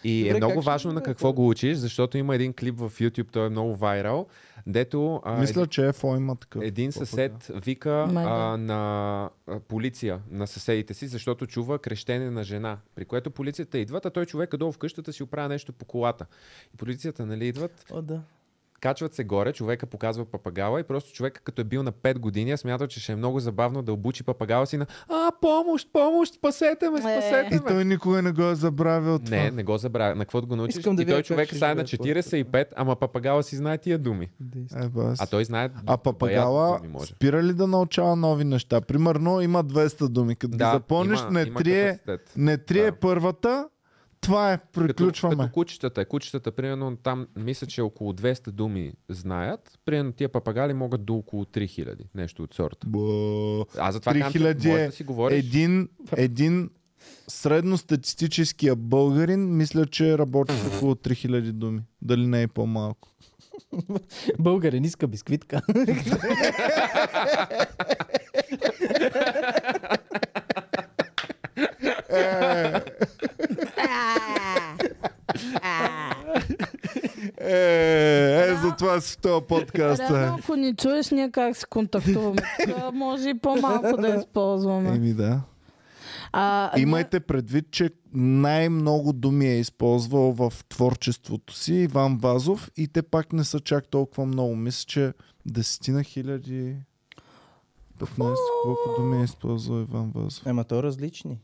S4: И
S3: Добре,
S4: е много
S3: как ще
S4: важно
S3: го
S4: на
S3: гледате?
S4: какво го учиш, защото има един клип в YouTube, той е много вайрал, дето а,
S1: Мисля,
S4: един,
S1: че ефо има такъв.
S4: един
S1: папагал.
S4: съсед вика
S2: Май да.
S4: а, на а, полиция, на съседите си, защото чува крещене на жена, при което полицията идва, а той човека долу в къщата си оправя нещо по колата. И полицията, нали, идват,
S3: О, да.
S4: качват се горе, човека показва папагала и просто човека, като е бил на 5 години, е смятал, че ще е много забавно да обучи папагала си на А, помощ, помощ, спасете
S3: Е.
S4: ме, спасете
S1: И
S4: ме.
S1: той никога не го е забравил това.
S4: Не, не го забравя. На какво да го научиш?
S3: Искам да
S4: и
S3: видя
S4: той
S3: как
S4: човек
S3: ще
S4: стане на
S3: живее
S4: 45, ама папагала си знае тия думи.
S1: Е, бас.
S4: А той знае.
S1: А папагала
S4: баян думи може.
S1: спира ли да научава нови неща? Примерно има 200 думи. Като да,
S4: Да,
S1: ги запомниш,
S4: има-
S1: не
S4: има
S1: трие,
S4: капацитет.
S1: не трие
S4: Да.
S1: първата, това е,
S4: Като,
S1: приключваме.
S4: като кучетата. Кучетата, примерно, там мисля, че около 200 думи знаят. Примерно тия папагали могат до около 3000. Нещо от сорта.
S1: Бо...
S4: А затова казвам, че
S1: 3000
S4: може
S1: е
S4: да си говориш.
S1: един, един средностатистическия българин, мисля, че работи с около 3000 думи. Дали не е по-малко.
S3: Българин иска бисквитка.
S1: Е, е, за това си в този подкаст. е.
S2: Реално, ако ни чуеш, ние как се контактуваме. Та, може и по-малко да използваме.
S1: Еми да.
S2: А, ние-
S1: Имайте предвид, че най-много думи е използвал в творчеството си Иван Вазов и те пак не са чак толкова много. Мисля, че десетина хиляди 15 колко думи е използвал Иван Вазов.
S3: Ема то различни.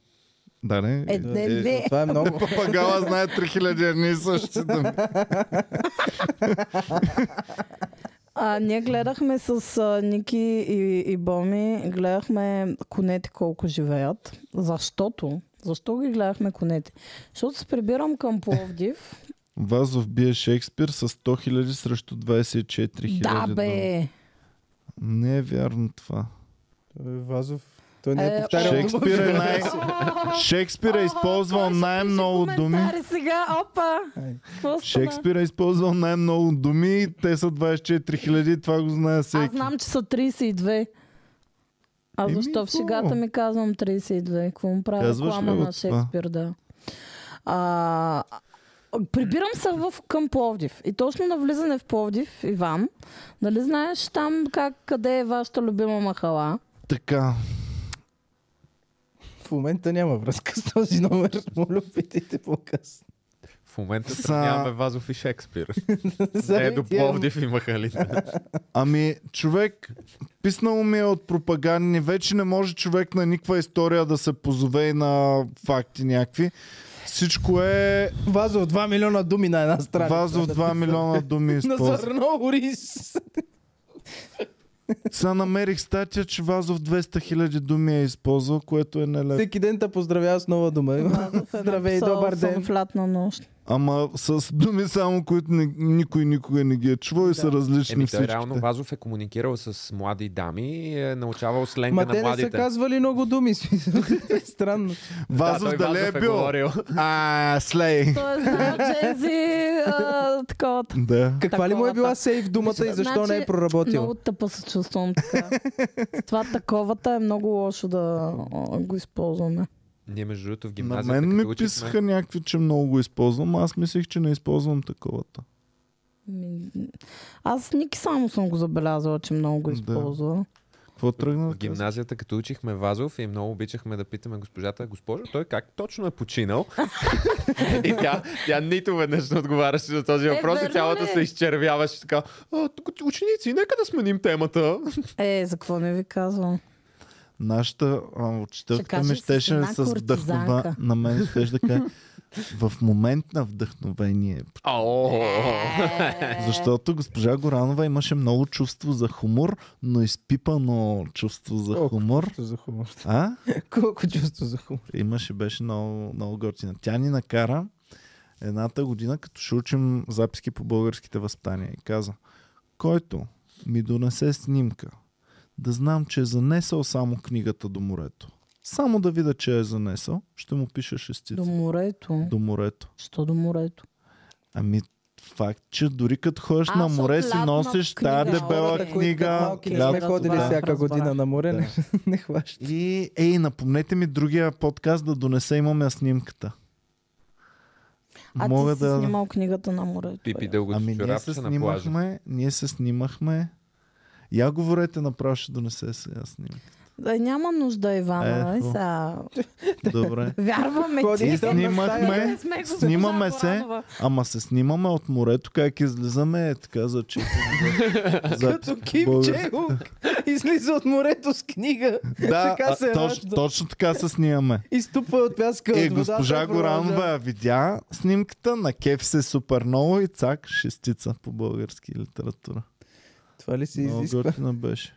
S1: Да, не?
S2: Е, не, не.
S3: Това е много.
S1: Папагала знае 3000 едни и същи думи.
S2: А, ние гледахме с а, Ники и, и Боми, гледахме конете колко живеят. Защото? Защо ги гледахме конете? Защото се прибирам към Пловдив.
S1: Вазов бие Шекспир с 100 000 срещу 24 000
S2: да,
S1: думи.
S2: бе!
S1: Не е вярно това.
S3: Вазов Той не е
S2: Е,
S3: повтарял.
S1: Шекспир е най... Шекспир е използвал най-много думи.
S2: Коментари сега, опа!
S3: Ай.
S2: Какво стана?
S1: Шекспир е използвал най-много думи. Те са 24 000, това го знае
S2: Аз
S1: всеки.
S2: знам, че са 32. А
S1: Еми,
S2: защо в
S1: какво?
S2: шегата ми казвам 32? Какво му правя
S1: Казваш
S2: реклама
S1: ли го
S2: на
S1: това?
S2: Шекспир, да. А, прибирам се в, към Пловдив. И точно на влизане в Пловдив, Иван, нали знаеш там как, къде е вашата любима махала?
S1: Така.
S3: В момента няма връзка с този номер. Моля, питайте по-късно.
S4: В момента
S1: Са-
S4: сравняваме Вазов и Шекспир. Не е
S3: Сега
S4: до
S3: тия-
S4: Пловдив и Махалина.
S1: Ами, човек, писнало ми е от пропагандни. Вече не може човек на никаква история да се позове и на факти някакви. Всичко е
S3: Вазов 2 милиона думи на една страна.
S1: Вазов 2 милиона думи е
S3: На
S1: използва.
S3: зърно рис.
S1: Сега намерих статия, че Вазов 200 000 думи е използвал, което е нелепо.
S3: Всеки ден те поздравява с нова дума. Здравей,
S2: Писала
S3: добър
S2: Съм
S3: ден.
S2: в лятна нощ.
S1: Ама с думи само, които ни, никой никога не ги е чувал и са различни
S4: Еми, той
S1: всичките.
S4: реално Вазов е комуникирал с млади дами и е научавал сленга
S3: Ма
S4: на
S3: те не са
S4: младите.
S3: казвали много думи. смисъл. Е, Странно.
S1: Вазов
S4: той
S1: дали е
S4: Вазов е
S1: бил?
S4: говорил.
S1: А, слей.
S2: Той е знал Джейзи а, такова.
S1: Да.
S3: Каква ли му е
S2: Таковата.
S3: била сейф думата и защо не е
S2: Значи, Много
S3: проработил?
S2: тъпа се чувствам така. С това таковата е много лошо да а, го използваме.
S4: Ние между другото в
S1: На
S4: гимназията е
S1: мен
S4: като
S1: ми
S4: учихме-
S1: писаха някакви, че много го използвам, а аз мислих, че не използвам таковата.
S2: Ми, Аз Ники само съм го забелязала, че много го използва.
S1: Какво тръгна?
S4: В гимназията, като учихме Вазов и много обичахме да питаме госпожата, госпожо, той как точно е починал? и тя, тя нито веднъж не отговаряше на този
S2: Е,
S4: въпрос и
S2: верно
S4: цялата
S2: ли?
S4: се изчервяваше така. А, тук, ученици, нека да сменим темата.
S2: Е, за какво не ви казвам?
S1: Нашата а,
S2: Ще
S1: учителка
S2: кажеш
S1: ми
S2: с
S1: щеше
S2: една
S1: с вдъхновена.
S2: кортизанка.
S1: На мен щеше да каже в момент на вдъхновение.
S4: Ао!
S2: Е.
S1: Защото госпожа Горанова имаше много чувство за хумор, но изпипано чувство за
S3: Колко?
S1: хумор.
S3: За хумор.
S1: А?
S3: Колко чувство за хумор.
S1: имаше, беше много, много готина. Тя ни накара едната година, като ще учим записки по българските възстания и каза, който ми донесе снимка, да знам, че е занесъл само книгата до морето. Само да видя, че е занесъл, ще му пиша
S2: До
S1: шестица
S2: морето.
S1: до морето.
S2: Що до морето?
S1: Ами факт, че дори като ходиш
S2: Аз
S1: на море
S2: от
S1: си
S2: лятна
S1: носиш
S2: книга.
S1: тази дебела
S2: Хората,
S1: книга.
S2: които
S3: Като малки не
S1: да,
S3: сме ходили
S1: да.
S3: всяка година на море, не, не хваща.
S1: И, ей, напомнете ми другия подкаст да донесе, имам я снимката.
S2: А Мога ти си да... снимал книгата на морето.
S4: Пипи
S2: бе.
S4: дълго
S1: Ами ние се
S4: чорапче на плажа.
S1: снимахме, ние се снимахме. Я говорете, направо ще донесе сега снимка.
S2: Да, няма нужда,
S1: Е,
S2: Ивана. нали
S1: хубаво.
S2: сега.
S1: Добре.
S2: Вярваме
S3: Ходи
S2: ти.
S3: и там
S1: снимахме.
S2: Не сме го госпожа
S1: Снимаме се,
S2: Горанова.
S1: ама се снимаме от морето, как излизаме, е така за че.
S3: Като Ким Че Ук излиза от морето с книга.
S1: Да,
S3: така се
S1: а, точ,
S3: ражда.
S1: точно така се снимаме.
S3: Изтупва от пяска
S1: И
S3: от водата.
S1: Е, госпожа
S3: продължава.
S1: Горанова я видя снимката, на кеф се супер много и цак, шестица по български литература.
S3: Това ли се
S1: Много
S3: изисква?
S1: готина беше.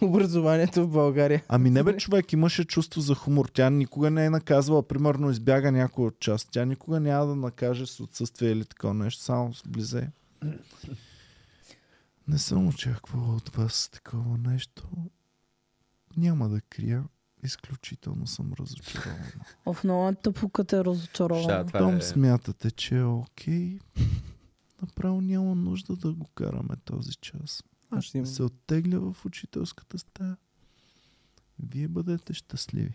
S3: Образованието в България.
S1: Ами не бе, човек имаше чувство за хумор. Тя никога не е наказвала, примерно избяга някой от част. Тя никога няма да накаже с отсъствие или такова нещо, само с близе. Не съм очаквала от вас такова нещо. Няма да крия. Изключително съм разочарован.
S2: Оф, много е тъпо, като е разочарована.
S4: Да, това
S1: Том
S4: е...
S1: смятате, че е окей. Направо няма нужда да го караме този час. Аз
S3: Аз
S1: ще
S3: имам.
S1: се оттегля в учителската стая. Вие бъдете щастливи.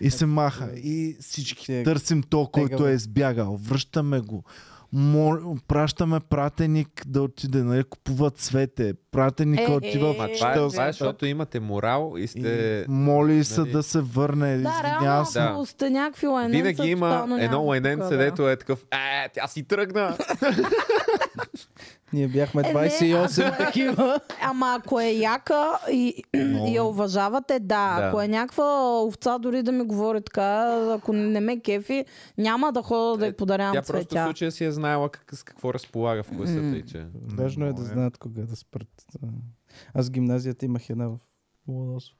S1: И се маха. И всички
S3: Тега-
S1: търсим то, който
S3: тегаво.
S1: е избягал. Връщаме го. Мол, пращаме пратеник да отиде, нали, купува цвете. Пратеника
S2: Е,
S1: отива
S2: е,
S1: в
S4: Ма това е, това е,
S1: учителската.
S4: защото имате морал и сте...
S1: И моли се
S4: нали.
S1: да се върне.
S2: Да,
S1: Извинява
S2: реално,
S1: се.
S4: Да.
S2: ако сте някакви лайненца,
S4: Винаги има
S2: тотално
S4: едно
S2: няма
S4: лайненце,
S2: никога, да.
S4: дето е такъв, е, тя си тръгна.
S3: Ние бяхме
S2: не,
S3: 28 такива.
S2: Ама ако е яка и, и я уважавате, да.
S4: Да.
S2: Ако е някаква овца, дори да ми говори така, ако не ме кефи, няма да ходя да
S4: Е,
S2: й подарявам
S4: Тя просто в
S2: цветя.
S4: случая си е знаела как, с какво разполага в класата и че...
S3: Важно е да знаят кога да спрат. Аз в гимназията имах една в Лоносо.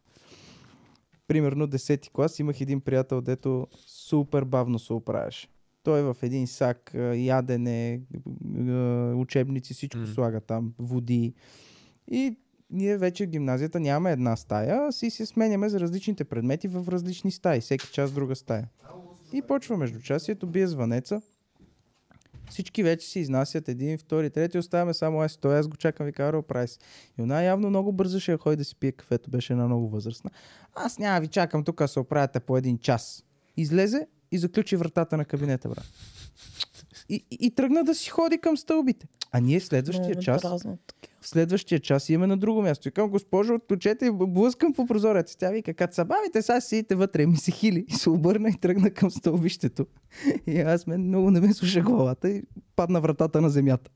S3: Примерно 10-ти клас имах един приятел, дето супер бавно се оправяше. Той в един сак, а, ядене, г- г- учебници, всичко слага там, води. И ние вече в гимназията нямаме една стая, а си се сменяме за различните предмети в различни стаи, всеки час друга стая. И почва междучасието, бие звънеца. Всички вече си изнасят един, втори, трети, оставяме само аз. Той аз го чакам, ви Карл Прайс. И она явно много бързаше да ходи да си пие кафето, беше една много възрастна. Аз няма ви чакам тук, да се оправяте по един час. Излезе и заключи вратата на кабинета, брат. И, и, и тръгна да си ходи към стълбите. А ние следващия
S6: Много
S3: час
S6: дразни от такива.
S3: в следващия час имаме на друго място. И към госпожо, отключете и блъскам по прозореца. Тя вика, като се бавите, сега си идите вътре. И Ми се хили и се обърна и тръгна към стълбището. И аз мен много не ме слуша главата и падна вратата на земята.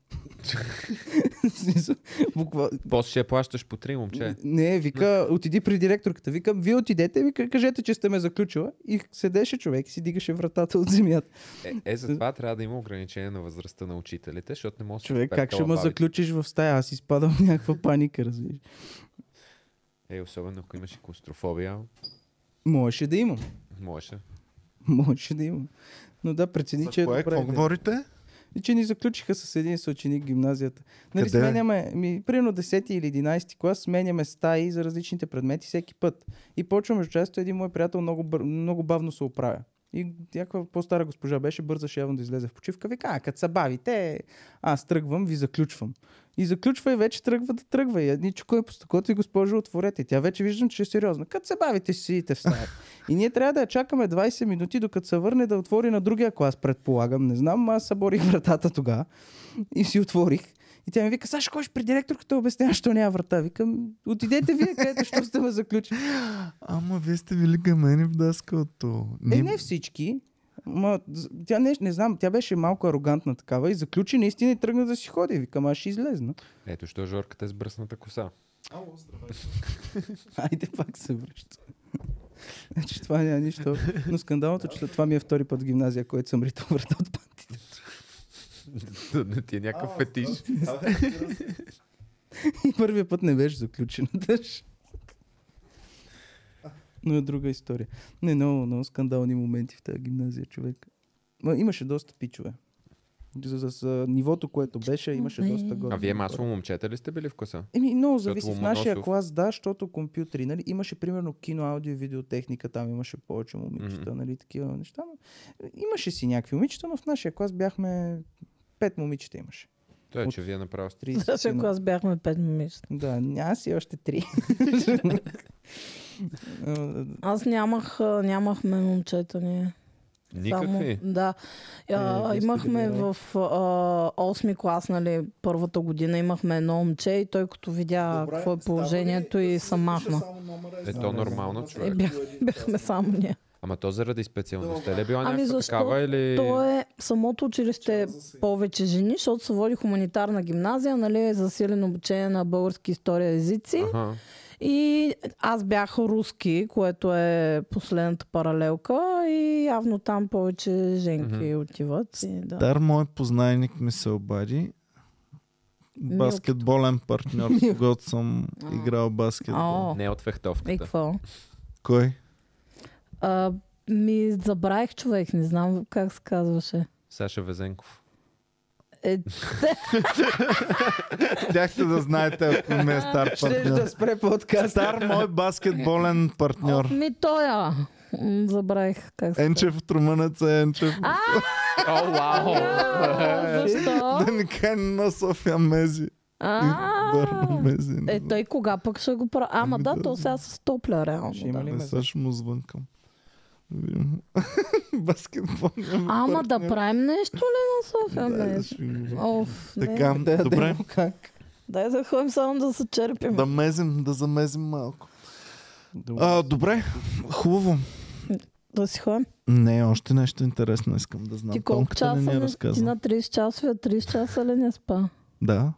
S3: В смисъл, Буква...
S4: После ще я плащаш по три, момче.
S3: Не, вика, отиди при директорката. Викам, вие отидете, вика, кажете, че сте ме заключила. И седеше човек и си дигаше вратата от земята.
S4: Е, е, затова трябва да има ограничение на възрастта на учителите, защото не може да
S3: Човек,
S4: се
S3: как ще ме
S4: перкалабавите.
S3: заключиш в стая? Аз изпадам в някаква паника, разбираш.
S4: Е, особено ако имаш и клаустрофобия,
S3: Можеше да имам.
S4: можеше.
S3: Можеше да имам. Но да, прецени, че е
S1: Кое, какво
S3: добре.
S1: говорите?
S3: И че ни заключиха с един съученик гимназията. Нали
S1: Къде?
S3: сменяме, ми, примерно 10 или 11 клас, сменяме стаи за различните предмети всеки път. И почвам между често един мой приятел много, бър- много бавно се оправя. И някаква по-стара госпожа беше, бързаше явно да излезе в почивка. Вика, а, като се бавите, аз тръгвам, ви заключвам. И заключва и вече тръгва да тръгва. И едни чукой по стъклото е и госпожо, отворете. И тя вече виждам, че е сериозна. Като се бавите, ще сидите в стаята. И ние трябва да я чакаме 20 минути, докато се върне да отвори на другия клас, предполагам. Не знам, аз съборих вратата тогава и си отворих. И тя ми вика, Саша, кой ще при директорката обяснява, що няма врата? Викам, отидете вие, където, що сте ме заключили.
S1: Ама вие сте били към мене в даскалото.
S3: Е,
S1: Ние-
S3: не всички. Ма, з- тя не, не знам, тя беше малко арогантна такава и заключи наистина и тръгна да си ходи. Викам, аз ще излезна.
S4: Ето, що Жорката е с бръсната коса.
S3: Айде пак се връща. Значи това няма нищо. Но скандалното, че това ми е втори път в гимназия, който съм ритал врата от панти.
S4: Да не ти е някакъв фетиш.
S3: И първия път не беше заключен. дъж. Но е друга история. Не, много, много скандални моменти в тази гимназия, човек. Ма, имаше доста пичове. За, за, за нивото, което беше, имаше доста горе.
S4: А вие масово момчета ли сте били в коса?
S3: Еми, много
S4: Защото
S3: зависи. В нашия
S4: Ломоносов-
S3: клас, да, защото компютри, нали, имаше примерно кино, аудио, видеотехника, там имаше повече момичета,
S4: Мгм.
S3: нали, такива неща. Но... Имаше си някакви момичета, но в нашия клас бяхме... Пет момичета имаше.
S4: Той, е,
S3: От-
S4: че вие направо сте.
S3: 30
S6: Даже
S3: сина.
S6: ако аз бяхме пет момичета.
S3: Да, аз си още три. А,
S2: Аз нямах, а, нямахме момчета ние.
S4: Никакви.
S2: Само, да. А,
S3: Е, вие сте
S2: имахме
S3: били
S2: в а, 8 клас, нали, първата година имахме едно момче и той като видя Добре, какво е положението и се махна.
S4: Е, то нормално,
S2: Е,
S4: човек.
S2: бях, бяхме само ние.
S4: Ама то заради специалността ли е била
S2: Ами
S4: някаква
S2: защо
S4: такава или...
S2: То е самото училище е повече жени, защото се води хуманитарна гимназия, нали, засилено обучение на български история и езици.
S4: Аха.
S2: И аз бях руски, което е последната паралелка и явно там повече женки
S4: Мгм.
S2: отиват. И, да.
S1: Стар мой познайник ми се обади. Баскетболен партньор, с когато съм
S2: А.
S1: играл баскетбол.
S2: О,
S4: Не е от
S2: и
S4: фехтовката.
S2: какво?
S1: Кой?
S2: А, ми забравих човек, не знам как се казваше.
S4: Саша Везенков.
S2: Е,
S1: Дяхте да знаете, ако не е стар
S3: Ще
S1: партньор.
S3: да спре подкаст.
S1: Стар мой баскетболен партньор.
S2: ми тоя. М, Забравих как се
S1: Енчев от румънец е Енчев.
S4: О, вау!
S2: казва. Защо?
S1: Да ми кай на София Мези.
S2: А,
S1: Бърно Мези.
S2: Е, той кога пък ще го прави? Ама да, то сега се стопля реално.
S3: Ще има
S2: Да.
S3: ли?
S1: Не, сега ще му звънкам. Да видим. Баскетболен
S2: Ама да
S1: партньор.
S2: правим нещо ли на
S1: Да,
S2: София?
S1: да
S2: Да,
S1: ще ми го върна.
S2: Оф, е. не.
S1: Така,
S3: Да,
S1: добре.
S3: да, как?
S2: Дай да ходим само да се черпим.
S1: Да мезим, да замезим малко.
S3: Добре.
S1: А, добре, хубаво.
S2: Да си ходим.
S1: Не, още нещо интересно искам да знам.
S2: Ти колко
S1: Тонката не
S2: часа
S1: ни е
S2: не, ти
S1: разказа.
S2: на 30 часове, 30 часа ли не спа?
S1: Да,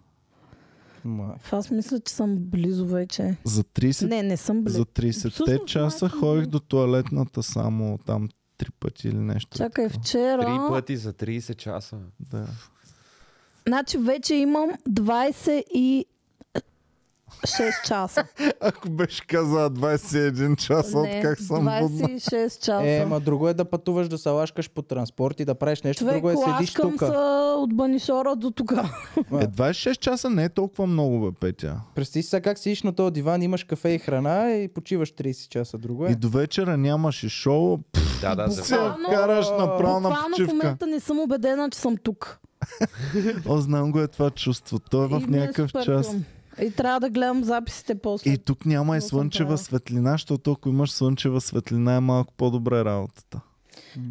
S3: Май.
S2: Аз мисля, че съм близо вече.
S1: за 30,
S2: Не, не съм близо.
S1: за 30-те
S2: Всъщност,
S1: часа
S2: майка ми.
S1: ходих до туалетната само там три пъти или нещо.
S2: Чакай,
S1: такова.
S4: Три
S2: вчера...
S4: пъти за 30 часа.
S1: Да.
S2: Значи вече имам 20 и 6 часа.
S1: Ако беше казала 21 часа, от
S2: Не,
S1: как съм водна.
S2: 26 часа.
S3: Е, ма друго е да пътуваш, да се лашкаш по транспорт и да правиш нещо,
S2: Човек,
S3: друго е седиш
S2: лашкам
S3: тук.
S2: са от Банишора до тук.
S1: Е, 26 часа не е толкова много, бе, Петя.
S3: Представи си сега как седиш на този диван, имаш кафе и храна и почиваш 30 часа. Друго е.
S1: И до вечера нямаше шоу,
S4: Да, да,
S1: се
S4: за...
S2: Буквално-
S1: караш направо на
S2: Буквално в
S1: почивка.
S2: момента не съм убедена, че съм тук.
S1: О, знам го е това чувство. Той е в
S2: И ми е
S1: някакъв
S2: супер
S1: час.
S2: филм. И трябва да гледам записите после.
S1: И тук няма и
S2: Но съм
S1: слънчева
S2: права.
S1: светлина, защото ако имаш слънчева светлина е малко по-добре работата.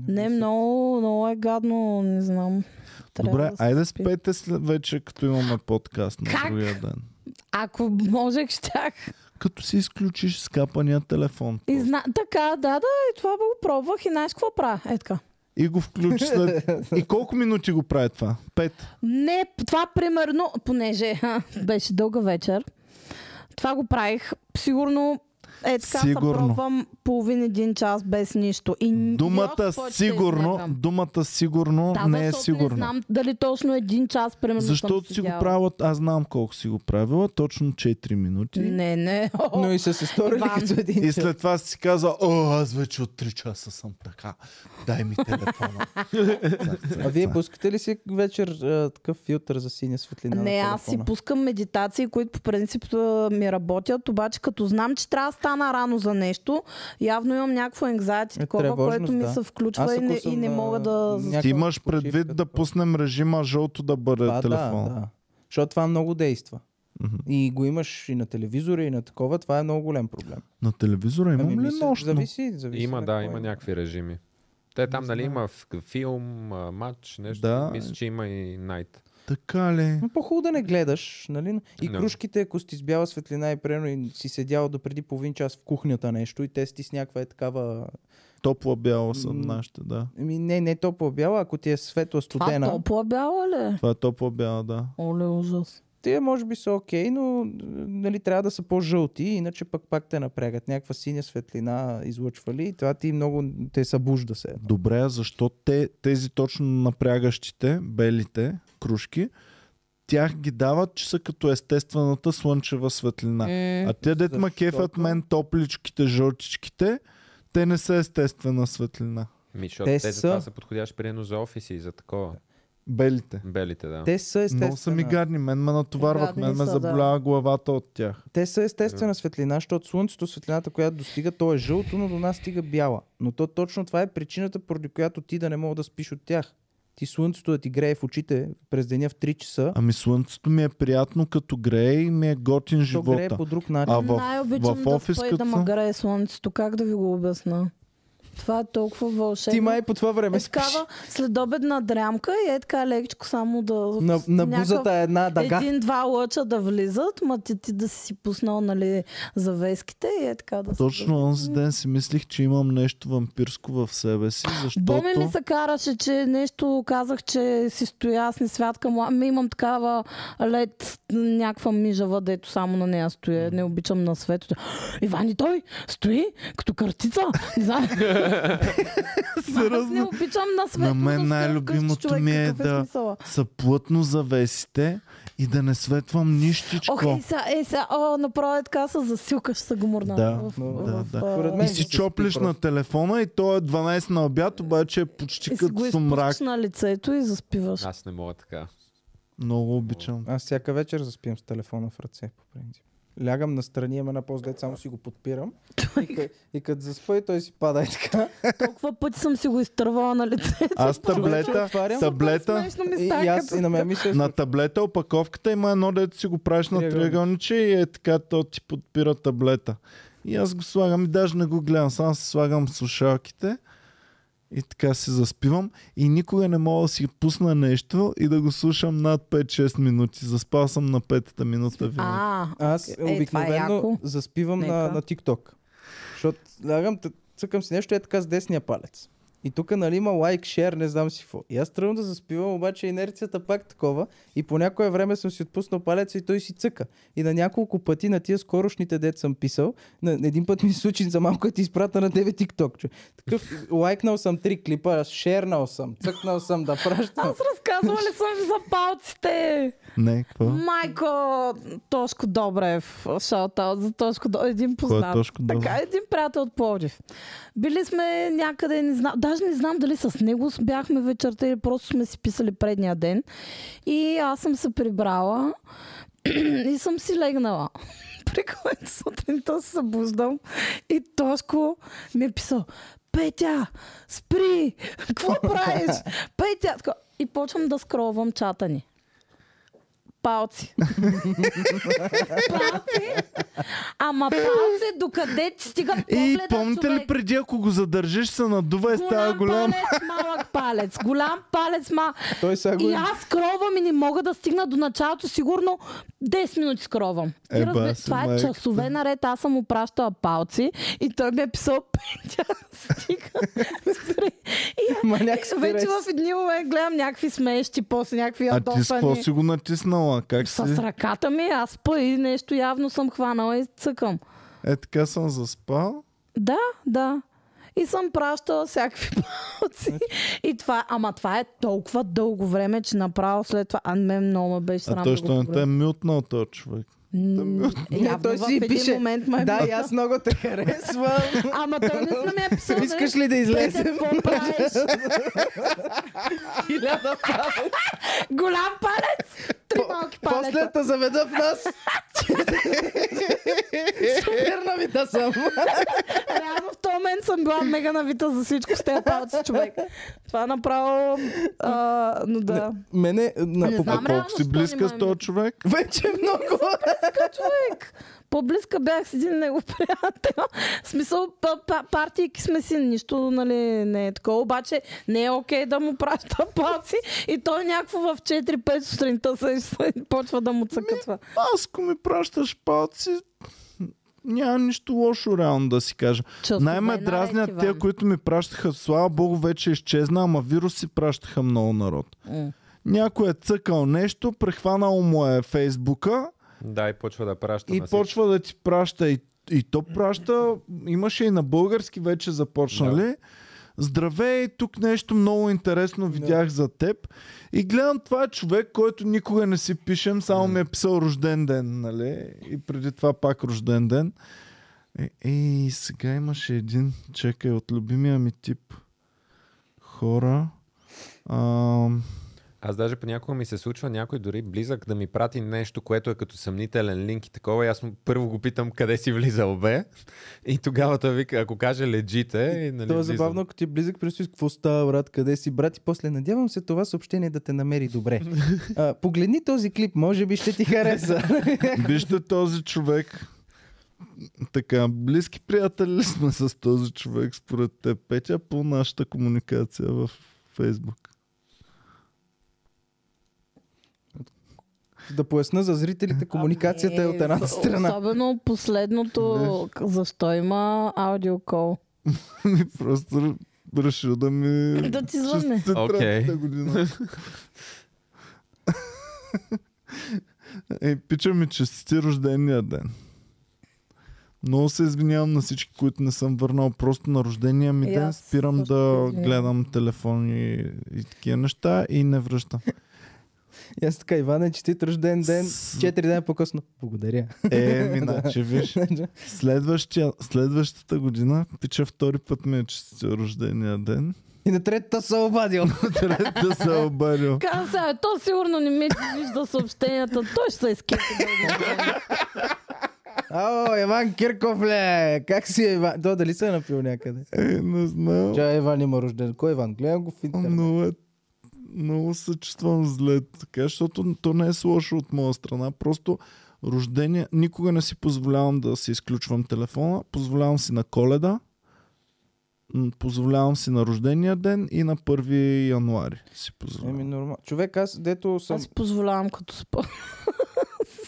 S2: Не, много, много е гадно, не знам. Трябва
S1: Добре,
S2: да се
S1: айде
S2: спи.
S1: спете след вече, като имаме подкаст на
S2: Как?
S1: другия ден.
S2: Ако можех, щях.
S1: Като си изключиш скапания телефон.
S2: И зна... Така, да, да, и това го пробвах и знаеш какво правя? Е така.
S1: И го включиш след... И колко минути го прави това? Пет.
S2: Не, това примерно, понеже ха, беше дълга вечер, това го правих сигурно е така
S1: Сигурно.
S2: сигурно. пробвам половин един час без нищо. И н- няма
S1: Думата
S2: какво, че
S1: сигурно,
S2: измъкам.
S1: думата сигурно
S2: да,
S1: не е
S2: защото Не
S1: сигурно.
S2: знам дали точно един час примерно съм
S1: Защото си го
S2: седяла.
S1: правила, аз знам колко си го правила, точно 4 минути.
S2: Не, не.
S3: Но и са се сторили
S2: Иван.
S3: като
S1: И
S3: един човек.
S1: след това си каза, о, аз вече от 3 часа съм така. Дай ми телефона.
S3: А вие пускате ли си вечер а, такъв филтър за синя светлина?
S2: Не,
S3: на
S2: аз си
S3: телефона?
S2: пускам медитации, които по принцип а, ми работят, обаче като знам, че трябва да стана рано за нещо, явно имам някакво anxiety,
S3: Е,
S2: такова,
S3: тревожност,
S2: което ми
S3: да.
S2: се
S3: Аз
S2: включва и
S3: ако
S2: не,
S3: съм
S2: и не
S3: на
S2: мога да...
S3: някаква
S1: Ти имаш
S3: почивка,
S1: предвид да
S3: такова.
S1: пуснем режима жълто да бъде
S3: Да,
S1: телефон.
S3: Да, да. Защото това много действа. И го имаш и на телевизора, и на такова. Това е много голям проблем. Ами,
S1: На телевизора имам ли
S3: мисля,
S1: нощно?
S3: Зависи, зависи
S4: Има,
S3: на е.
S4: да,
S3: кой.
S4: има някакви режими. Те там, нали, има ф- филм, а, матч, нещо.
S1: Да.
S4: Мисля, че има и Найт.
S1: Така ли?
S3: Но по-хубаво да не гледаш, нали? И
S4: Да.
S3: кружките, ако сте с бяла светлина и прено и си седял до преди половин час в кухнята нещо и те си с някаква е такава...
S1: Топла бяла съм
S3: М.
S1: нашите, да.
S3: Ами не, не топла бяла, ако ти е светла
S2: Това
S3: студена.
S2: топла бяла ли?
S1: Това е топла бяла, да.
S2: Оле, ужас.
S3: Те може би са окей, но нали, трябва да са по-жълти, иначе пък пак те напрягат. Някаква синя светлина излъчва ли и това ти много те събужда се.
S1: Добре, а защо те, тези точно напрягащите, белите кружки, тях ги дават, че са като естествената слънчева светлина.
S2: М.
S1: А те дет ма кефят
S3: Защото-
S1: мен топличките, жълтичките, те не са естествена светлина.
S4: Ми, защото
S3: Те
S4: те, за
S3: са-
S4: това са подходящ приедно за офиси и за такова.
S1: Белите.
S4: Белите, да.
S3: Те са
S1: Много са ми
S3: естествена,
S1: гадни, мен ме натоварват,
S2: Гадни
S1: мен ме
S2: са, да.
S1: заболява главата от тях.
S3: те са естествена светлина, защото слънцето, е светлината, която достига, то е жълто, но до нас стига бяла. Но то точно това е причината, поради която ти да не мога да спиш от тях. Ти слънцето да ти грее в очите през деня в 3 часа,
S1: Ами слънцето ми е приятно като грее и ми е готин
S3: то грее
S1: живота.
S3: по друг начин.
S1: А в,
S2: Най-обичам
S1: в
S2: да
S1: офис
S2: спа и да
S1: като
S2: ма
S1: съм...
S2: грее слънцето. Как да ви го обясна? Това е толкова вълшебно.
S3: Ти май по това време
S2: е
S3: спиш.
S2: такава следобедна дрямка и е така лекичко само да...
S3: На, на
S2: някакъв
S3: бузата е една дъга.
S2: Един-два лъча да влизат, ма ти, ти да си пуснал нали, завеските и е така да се-
S1: Точно онзи ден си мислих, че имам нещо вампирско в себе си, защото...
S2: Боми ми се караше, че нещо казах, че си стоя, аз не святкам. Ами имам такава лед, някаква мижава, дето само на нея стоя. Не обичам на светото. Иван и той стои като картица. Не знам. Ама Аз не
S1: Е, Сериозно.
S2: обичам на
S1: На
S2: светло. да
S1: мен
S2: стоя
S1: най-любимото
S2: вкъщи,
S1: ми е
S2: човек, какъв
S1: да
S2: смисъла?
S1: са плътно завесите и да не светвам
S2: Ох,
S1: нищичко.
S2: ей сега, ей сега, о, направо е така се засилкаш са гуморна.
S1: Да,
S2: В-
S1: да,
S2: в-
S1: да.
S2: в-
S3: Според
S1: И
S3: мен
S1: си
S3: Спи
S1: чоплиш
S3: просто.
S1: на телефона и то е 12 на обяд, обаче е почти
S2: И си го
S1: като сумрак.
S2: изпускаш на лицето и заспиваш.
S4: Аз не мога така.
S1: Много обичам.
S3: Аз всяка вечер заспивам с телефона в ръце, по принцип. Лягам настрани, имам една поза, дето само си го подпирам. И къ- И като заспа и той си пада и така.
S2: Толкова пъти съм си го изтървала на лицето.
S1: Аз
S3: Човече,
S1: таблета,
S3: отварям.
S1: таблета,
S2: Смешно ми
S3: И,
S2: става,
S3: и аз
S2: като-
S3: и на мен ми се
S1: на таблета опаковката има едно, дето си го правиш на
S3: Триъгълник.
S1: триъгълниче и е така, то ти подпира таблета. И аз го слагам и даже не го гледам, само си слагам слушалките и така си заспивам и никога не мога да си пусна нещо и да го слушам над 5-6 минути. Заспал съм на петата минута винаги.
S2: А,
S3: Аз
S2: Е, това е
S3: обикновено
S2: яко.
S3: заспивам
S2: Не е
S3: на,
S2: така.
S3: на TikTok. Защото лягам, тъ- цъкам си нещо и е така с десния палец. И тук нали, има лайк, шер, не знам си какво. И аз тръгвам да заспивам, обаче инерцията пак такова. И по някое време съм си отпуснал палеца и той си цъка. И на няколко пъти на тия скорошните дет съм писал. На, на един път ми се случи за малко да ти изпратя на тебе TikTok. Че. Такъв, лайкнал съм три клипа, шернал съм, цъкнал съм да пращам.
S2: Аз разказвала ли съм ви за палците?
S1: Не, какво?
S2: Майко Тошко Добрев, шаутаут за Тошко Добрев, един познат.
S1: е Тошко Добрев?
S2: Така, един приятел от Пловдив. Били сме някъде, не знам, даже не знам дали с него с- бяхме вечерта или просто сме си писали предния ден. И аз съм се прибрала и съм си легнала. При което сутринта се събуждам и Тошко ми е писал Петя, спри! Какво правиш? Петя! Така, И почвам да скролвам чата ни. Палци. палци? Ама палци, докъде ти стига
S1: И
S2: погледа,
S1: помните ли
S2: човек?
S1: преди, ако го задържиш, се надува и става голям?
S2: палец, малък палец. Голям палец, ма...
S3: Той сега го е.
S2: И аз скровам и не мога да стигна до началото. Сигурно 10 минути скровам. И
S1: Е,
S2: разбира-
S1: ба, си,
S2: това е
S1: майка.
S2: часове наред. Аз съм му пращала палци и той ми е писал петя. Стига. Спри. И
S3: Маняк
S2: аз вече в едни момент гледам някакви смещи, после някакви
S1: А ти с какво
S2: ядосани.
S1: си го натиснала? Как си?
S2: С ръката ми аз па и нещо явно съм хванала и цъкам.
S1: Е, така съм заспал.
S2: Да, да. И съм пращала всякакви палци. И това, ама това е толкова дълго време, че направо след това. А мен много ме беше срам
S1: А
S2: да
S1: той
S2: го
S1: ще не те е
S2: погледна.
S1: мютнал този човек.
S2: М,
S3: Не,
S2: Явно
S3: той
S2: в
S3: си
S2: един
S3: пише.
S2: момент ме е
S3: Да,
S2: бил-
S3: и аз много те харесвам.
S2: Ама той не ми е писал. нали,
S3: Искаш ли да излезем?
S2: Петя, какво правиш?
S3: Хиляда палец.
S2: Голям палец! Три малки
S3: После
S2: палеца.
S3: те заведа в нас. Супер навита съм.
S2: Реално в този момент съм била мега навита за всичко с тези палци, човек. Това направо... А, но да.
S3: Мене
S2: Не
S3: на...
S2: знам
S1: А
S2: реално
S1: колко си
S2: защо
S1: близка
S2: не
S1: с
S2: ме-
S1: този човек?
S3: Вече много.
S2: близка човек. По-близка бях с един негов приятел. В смисъл, па- па- партийки сме си, нищо нали, не е такова. Обаче не е окей да му праща палци и той някакво в 4-5 сутринта се се почва да му цъка това.
S1: Аз ако ми пращаш палци, няма нищо лошо реално да си кажа.
S2: Часове
S1: Най-ме
S2: наред,
S1: дразнят
S2: Иван.
S1: тия, които ми пращаха. Слава богу, вече е изчезна, ама вирус си пращаха много народ.
S2: М.
S1: Някой е цъкал нещо, прехванал му е фейсбука
S4: Да, и почва да праща
S1: и
S4: на всички.
S1: почва да ти праща. И, и то праща, имаше и на български вече започнали. Здравей, тук нещо много интересно видях за теб. И гледам това е човек, който никога не си пишем, само ми е писал рожден ден, нали? И преди това пак рожден ден. Е, ей, сега имаше един, чекай, от любимия ми тип хора. Ам,
S4: Аз даже понякога ми се случва някой дори близък да ми прати нещо, което е като съмнителен линк и такова. И аз му първо го питам къде си влизал бе. И тогава той вика, ако каже леджите, и, нали,
S3: Това е
S4: влизам.
S3: забавно, ако ти е близък, представи си, какво става, брат, къде си, брат, и после надявам се това съобщение да те намери добре. А, погледни този клип, може би ще ти хареса.
S1: Вижте този човек. Така, близки приятели ли сме с този човек, според те, Петя, по нашата комуникация в Фейсбук.
S3: да поясна за зрителите, комуникацията е от едната страна.
S2: Ами, Особено последното, защо има аудиокол.
S1: И просто р- решил да ми...
S2: Да ти звънне.
S1: чести
S4: Окей.
S1: третата година. Ей, пича ми, честити рождения ден. Много се извинявам на всички, които не съм върнал. Просто на рождения ми
S2: И
S1: ден
S2: аз
S1: спирам
S2: също
S1: да
S2: се извинявам.
S1: гледам телефони и такива неща и не връщам.
S3: И аз така, Иване, честит рожден ден,
S1: С-
S3: четири дена по-късно. Благодаря.
S1: Е, миначе, виж. Следващия, следващата година, пича втори път ми е честитил рождения ден.
S3: И на третата се обадил.
S1: Да се е обадил.
S2: Казвам сега, бе, то сигурно не ми вижда съобщенията. Той ще се изкепи.
S3: Ао, Иван Кирков, ле! Как си, Иван? То дали се е напил някъде?
S1: Е, не знам.
S3: Чай, Иван има рожден. Кой е Иван? Гледам го в интернет.
S1: Много, е, много се чувствам зле така, защото то не е с лошо от моя страна. Просто рождение, никога не си позволявам да си изключвам телефона. Позволявам си на коледа, м, позволявам си на рождения ден и на 1 януари си позволявам.
S3: Еми, нормално. Човек, аз дето съм...
S2: Аз позволявам като спа.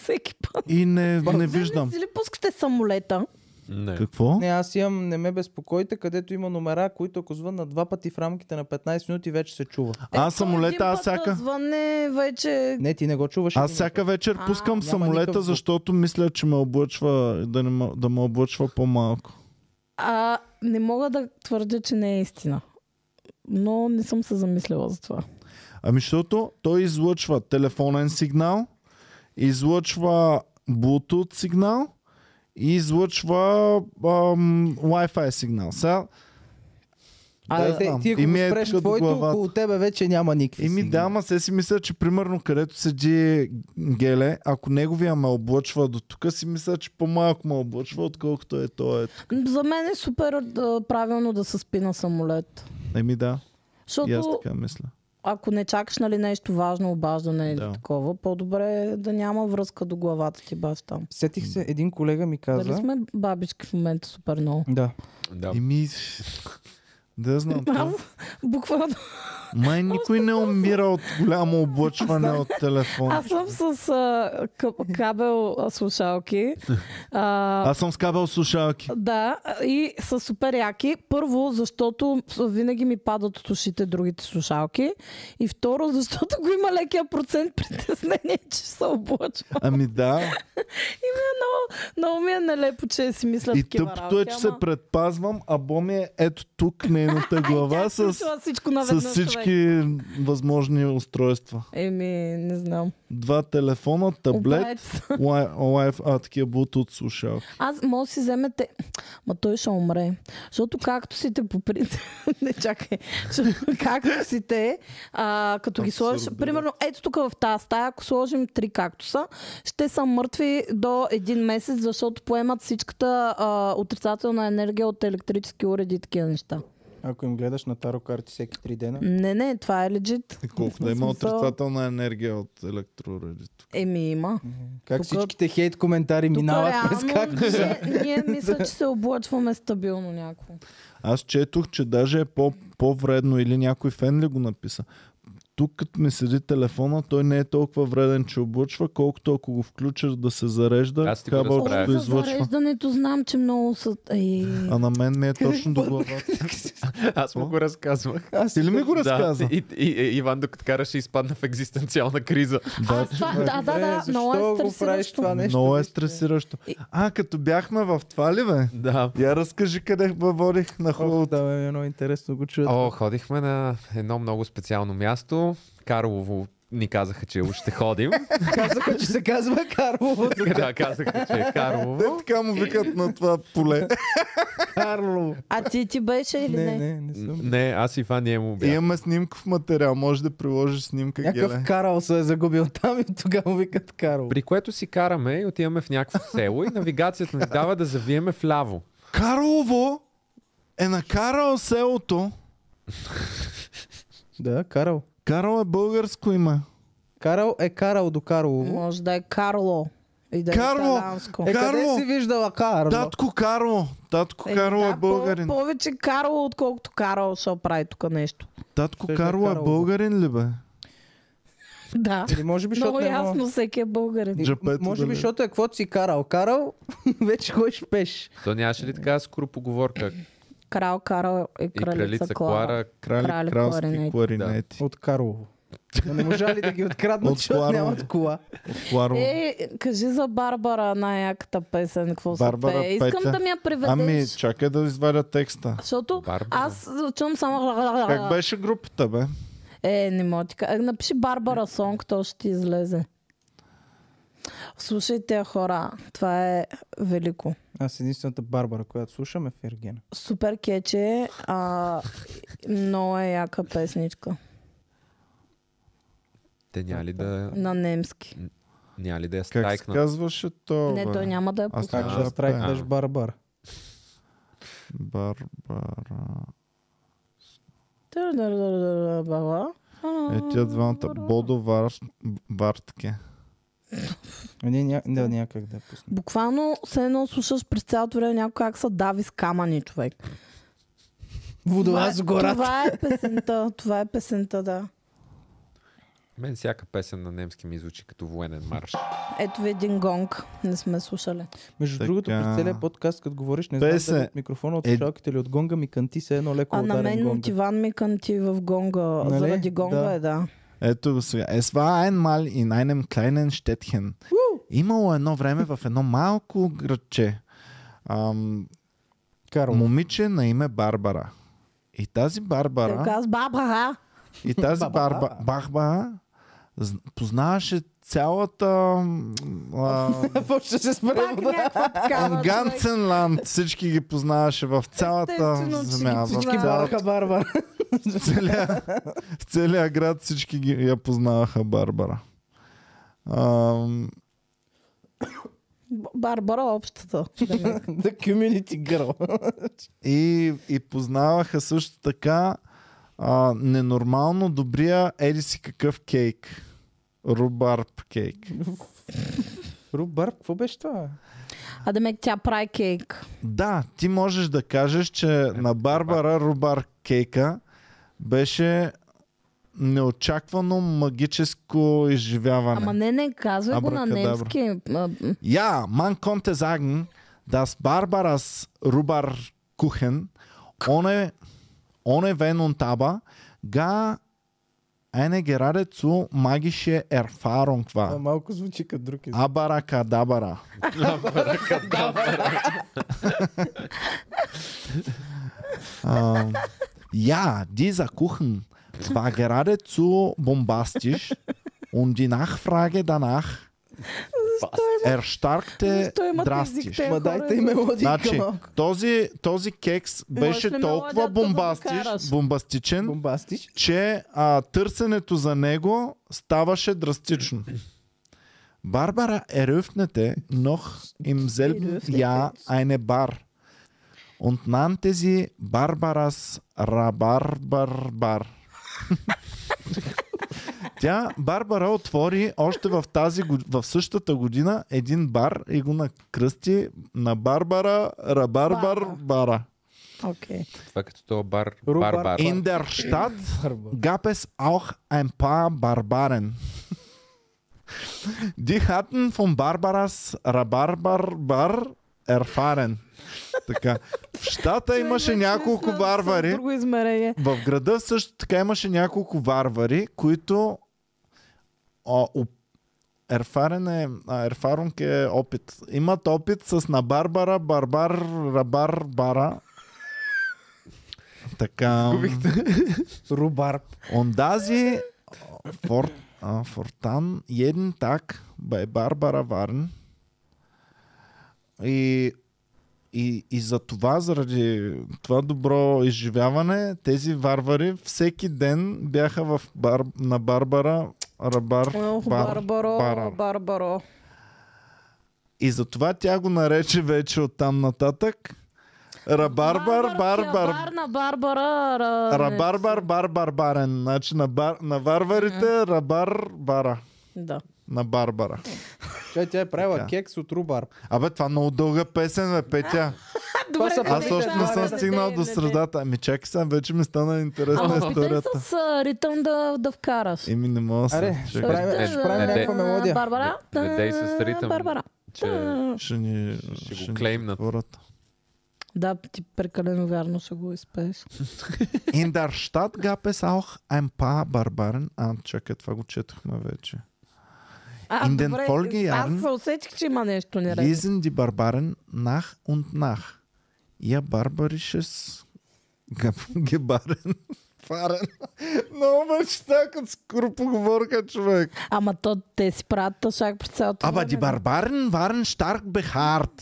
S2: Всеки път. Нали
S1: И не, не виждам.
S2: Вие не си ли пускате самолета?
S5: Не.
S1: Какво?
S3: Не, аз имам, не ме безпокойте, където има номера, които ако звънна два пъти в рамките на 15 минути, вече се чува.
S1: Аз
S2: Той един
S1: самолета, аз
S2: път
S1: всяка...
S2: Звънне е вече...
S3: Не, ти не го чуваш.
S1: Аз
S3: и
S1: всяка вечер
S2: А,
S1: пускам
S3: няма
S1: самолета,
S3: никакъв звук.
S1: защото мисля, че ме облъчва, да, не, м- да ме облъчва по-малко.
S2: А, не мога да твърдя, че не е истина. Но не съм се замислила за това.
S1: Ами защото той излъчва телефонен сигнал, излъчва Bluetooth сигнал и излъчва ам, Wi-Fi сигнал. Сега,
S3: А,
S1: да,
S3: да, те,
S1: знам.
S3: ти ако
S1: И ми
S3: ми
S1: е
S3: е спреш
S1: тук до
S3: твоето,
S1: главата.
S3: около тебе вече няма никакви
S1: и ми
S3: сигнали.
S1: да, ама се си мисля, че примерно където седи Геле, ако неговия ме облъчва до тук, си мисля, че по-малко ме облъчва, отколкото е той. Е.
S2: За мен е супер а, правилно да се спи на самолет.
S1: Еми да, и аз
S2: Защото
S1: така мисля.
S2: ако не чакаш нали, нещо важно, обаждане или
S1: Да.
S2: такова, по-добре е да няма връзка до главата ти баш там.
S3: Сетих се, един колега ми
S2: Дали
S3: каза...
S2: сме бабички в момента супер много?
S3: Да.
S4: Да.
S1: Еми, да знам. то.
S2: Аз буквално
S1: Май никой не умира от голямо облъчване от телефон.
S2: Аз съм с а, къп- кабел а, слушалки. А,
S1: Аз съм с кабел слушалки.
S2: да, и са супер яки. Първо, защото винаги ми падат от ушите другите слушалки. И второ, защото го има лекия процент притеснение, че ще се облъчва.
S1: Ами да.
S2: Много ми е нелепо, че си мисля
S1: И
S2: такива
S1: тъпто е,
S2: работи,
S1: че се
S2: ама-
S1: предпазвам, а Боми е ето тук, нейната глава,
S2: Тя
S1: с,
S2: включила всичко
S1: с
S2: наведнъж, човек.
S1: всички възможни устройства.
S2: Еми, не знам.
S1: Два телефона, таблет,
S2: Обаец.
S1: лай- лайф, а такива Bluetooth слушалки.
S2: Аз мога да си вземете... Ма той ще умре. Защото както си те по принцип... Не, чакай. Защото както си те, а, като ги
S1: Абсурд,
S2: сложиш...
S1: да.
S2: Примерно, ето тук в тази стая, ако сложим три кактуса, ще са мъртви до един месец, защото поемат всичката а, отрицателна енергия от електрически уреди и такива неща.
S3: Ако им гледаш на таро карти всеки три дена...
S2: Не, не, това е легит.
S1: Колко да
S2: В
S1: има
S2: смисъл-
S1: отрицателна енергия от електроуредите.
S2: Еми, има.
S3: Как
S2: Тук-
S3: всичките хейт коментари
S2: Тук
S3: минават през
S2: реално
S3: как...
S2: ние, ние мисля, че се облъчваме стабилно някакво.
S1: Аз четох, че даже е по- по-вредно или някой фен ли го написа. Тук като ми седи телефона, той не е толкова вреден, че облъчва, колкото ако го включиш да се зарежда,
S4: Аз ти го
S1: кабелчето
S4: разбрах.
S2: О,
S4: Правя.
S1: да
S2: за
S1: излъчва.
S2: зареждането знам, че много са... Ей.
S1: А на мен ми е точно до главата.
S4: Аз му го разказвах.
S3: Аз
S1: Ти ли ми го разказа?
S4: Да, и, и, и, Иван докато караше изпадна в екзистенциална криза.
S2: Аз това, да, да, да,
S3: Добре,
S2: много
S3: защо
S2: е
S3: го правиш
S2: стресиращо.
S3: това нещо?
S1: Много е
S3: вижте.
S1: стресиращо. А, като бяхме в това ли бе?
S4: Да.
S1: Я разкажи къде бе водих на
S3: Ох,
S1: хубавото.
S3: да, бе, много е интересно го чуят.
S4: О, ходихме на едно много специално място. Карлово ни казаха, че още ходим.
S3: Казаха, че се казва Карлово.
S4: да, казаха, че е
S1: Те
S4: Карлово.
S1: така му викат на това поле.
S3: Карлово.
S2: А ти ти беше или
S3: Не,
S2: не?
S3: не, не съм.
S4: Не, аз и Иван ние му бях.
S1: Имаме снимков материал, може да приложиш снимка, Геле.
S3: Някакъв Карал се е загубил там и тогава му викат Карлово.
S4: При което си караме и отиваме в някакво село и навигацията ни дава да завиеме вляво.
S1: Карлово е накарал селото
S3: Да, Карал.
S1: Карл е българско име.
S3: Карал е Карал до Карлово.
S2: Може да е Карло. И да е
S1: Карло!
S2: италианско.
S3: Е, къде
S1: Карло!
S3: си виждала Карло?
S1: Татко Карло. Татко
S2: Е,
S1: Карло
S2: да,
S1: е българин.
S2: По- повече Карло, отколкото Карл ще прави тук нещо.
S1: Татко
S3: Ще е
S1: Карло е
S3: Карло.
S1: българин ли бе?
S2: Да.
S3: Или може би,
S2: Много
S3: защото не мога-
S2: ясно, всеки е българин.
S3: И-
S1: Джапето
S3: Може
S1: да
S3: би,
S1: не е.
S3: защото е каквото си карал. Карал, вече ходиш пеш.
S4: То нямаше ли така скоро поговорка?
S2: Крал Карл и
S4: И
S2: кралица,
S4: кралица Клара.
S1: Крали,
S2: Крали
S1: кралски
S2: кларинети.
S1: кларинети.
S3: От Карлово. Но не можа ли да ги откраднат,
S1: От
S3: защото
S1: Карлово.
S3: нямат кола?
S1: Кларо.
S2: Е, кажи за Барбара най-яката песен, какво се
S1: Барбара
S2: пее. Искам
S1: Петя.
S2: да ми я преведеш.
S1: Ами, чакай да извадя текста.
S2: Защото
S4: Барбара.
S2: аз чувам само...
S1: Как беше групата, бе?
S2: Е, не мога ти кажа. Напиши Барбара Сонг, то ще ти излезе. Слушайте, хора, това е велико.
S3: Аз единствената Барбара, която слушам е Фергена.
S2: Супер кече, а, много е яка песничка
S4: Те няма ли да,
S2: на немски.
S4: няма ли да я
S1: Как се
S4: страйкна?
S1: казваше то,
S2: Не,
S1: бе?
S2: той няма да е
S1: Аз
S2: пусна.
S3: Как ще
S1: а,
S3: страйкнеш
S4: а.
S3: Барбара?
S1: Барбара.
S2: Тър-дър-дър-дър-дър-дър-дър. А,
S1: Е, тия двамата Бодо Вар... Вартке.
S3: Не, Ами ня... да, някак да я пусна.
S2: Буквално се едно слушаш през цялото време някой как се дави с камъни човек.
S3: Водолаз
S2: Това е-
S3: в гората.
S2: Това е песента, това е песента, да.
S4: Мен всяка песен на немски ми звучи като военен марш.
S2: Ето ви един гонг. Не сме слушали.
S3: Между
S1: Така.
S3: другото, през целия подкаст, като говориш, не
S1: Песе.
S3: знам дали от микрофона, от
S1: Е.
S3: слушалките или от гонга ми кънти се едно леко
S2: А на
S3: ударен
S2: мен
S3: гонга.
S2: от Иван ми кънти в гонга.
S3: Нали?
S2: Заради гонга
S3: Да.
S2: е, да.
S1: Ето го сега. Е, Es war einmal in einem kleinen Städtchen. Имало едно време в едно малко градче. Ам,
S3: Карло.
S1: момиче на име Барбара. И тази
S2: Те
S1: Барбара,
S2: казва, баба,
S1: и тази Барба, Барбара з- познаваше цялата м, а,
S3: Почва се спре
S2: пак
S3: вода.
S2: някаква такава. човек.
S1: Ганценланд. Всички ги познаваше в цялата
S2: Естествено, че ги
S1: земя. В
S2: познаваха.
S1: цялата
S3: Бараха Барбара.
S1: В целия, в целия град всички ги, я познаваха Барбара. Ам,
S2: Б- Барбара общата.
S3: The community girl.
S1: и, и познаваха също така а, ненормално добрия еди си какъв кейк. Рубарб кейк.
S3: Рубар, какво беше това?
S2: А да ме тя прави кейк.
S1: Да, ти можеш да кажеш, че на Барбара Рубар кейка беше неочаквано магическо изживяване.
S2: Ама не, не, казвай го на
S1: Абракадабра.
S2: немски. А, м,
S1: Ja, man konnte sagen, dass Barbaras Rhubarkuchen ohne, ohne Wenn und Aber gar eine geradezu magische Erfahrung
S3: А,
S1: war.
S3: малко звучи като друг език.
S1: Abarakadabra. Ähm, ja, dieser Kuchen war geradezu bombastisch und die Nachfrage danach erstarkte
S2: Защо имат език
S1: drastisch.
S2: те
S3: Ма
S2: хора?
S3: дайте и мелодика
S1: Значи,
S3: малко.
S1: този, този кекс беше
S2: ли
S1: толкова
S2: мелодията да
S1: бомбастиш,
S2: докараш?
S1: бомбастичен,
S3: Бомбастиш.
S1: че а, търсенето за него ставаше драстично. Барбара е eröffnete noch im selben Jahr eine Bar und nannte sie Barbaras Rabarbarbar. Тя, Барбара, отвори още в, тази, год- в същата година един бар и го накръсти на Барбара Рабарбарбара.
S2: Окей.
S4: Това е като то бар,
S3: Рубар.
S4: бар, бар.
S1: In der Stadt
S3: Барбара.
S1: gab es auch ein paar Barbaren. Die hatten von Barbaras Rabarbarbar erfahren. Така. В щата имаше няколко
S2: С
S1: барбари.
S2: Значи, Друго измерение.
S1: В града също така имаше няколко варвари, които а, оп... Ерфарен е, а, Ерфарунг е опит. Имат опит с на Барбара, Барбар, Рабар, Бара. Така.
S3: Рубар.
S1: Ондази Фор, а, Фортан един так бай Барбара Варн. И, и, и за това, заради това добро изживяване, тези варвари всеки ден бяха в бар, на Барбара Рабар.
S2: Ох,
S1: бар-
S2: Барбаро,
S1: Барар.
S2: Барбаро.
S1: И затова тя го нарече вече оттам нататък Рабарбар
S2: Барбарския
S1: Барбар.
S2: бар на Барбара. ра-
S1: Рабарбар бар барбарен. Значи на, бар, на варварите рабар бара.
S2: Да.
S1: На Барбара.
S3: Чай, тя е
S1: Така.
S3: правила кекс от рубар.
S1: Абе, това много дълга песен, бе, Петя.
S3: Това са
S1: Аз още не съм стигнал до средата. Ами чакай сега, вече ми стана интересна
S2: Ама опитай
S1: историята.
S2: с а, ритъм да, да вкараш.
S1: Еми не мога да
S3: Аре,
S1: се.
S3: ще
S1: чакай.
S3: правим,
S4: Е,
S3: ще правим
S4: не,
S3: някаква
S4: не.
S3: мелодия.
S2: Барбара.
S4: Не- не дей с ритъм.
S2: Барбара.
S4: Че
S1: Ще ни...
S4: ще
S1: ще
S4: го
S1: ни
S4: клеймнат.
S1: Хората.
S2: Да, ти прекалено вярно ще го изпееш.
S1: In der Stadt gab es auch ein paar Barbaren. А, чакай, това го четохме вече.
S2: А,
S1: In den
S2: добре,
S1: Folgejahren
S2: аз се усетих, че има нещо нередно.
S1: Lesen die Barbaren nach und nach ihr barbarisches Ge- Gebaren. Фарен. Много мечта, като скрупоговорка, човек.
S2: Ама то те си правят тъшак през цялото
S1: Aber die
S2: време.
S1: Barbaren waren stark behaart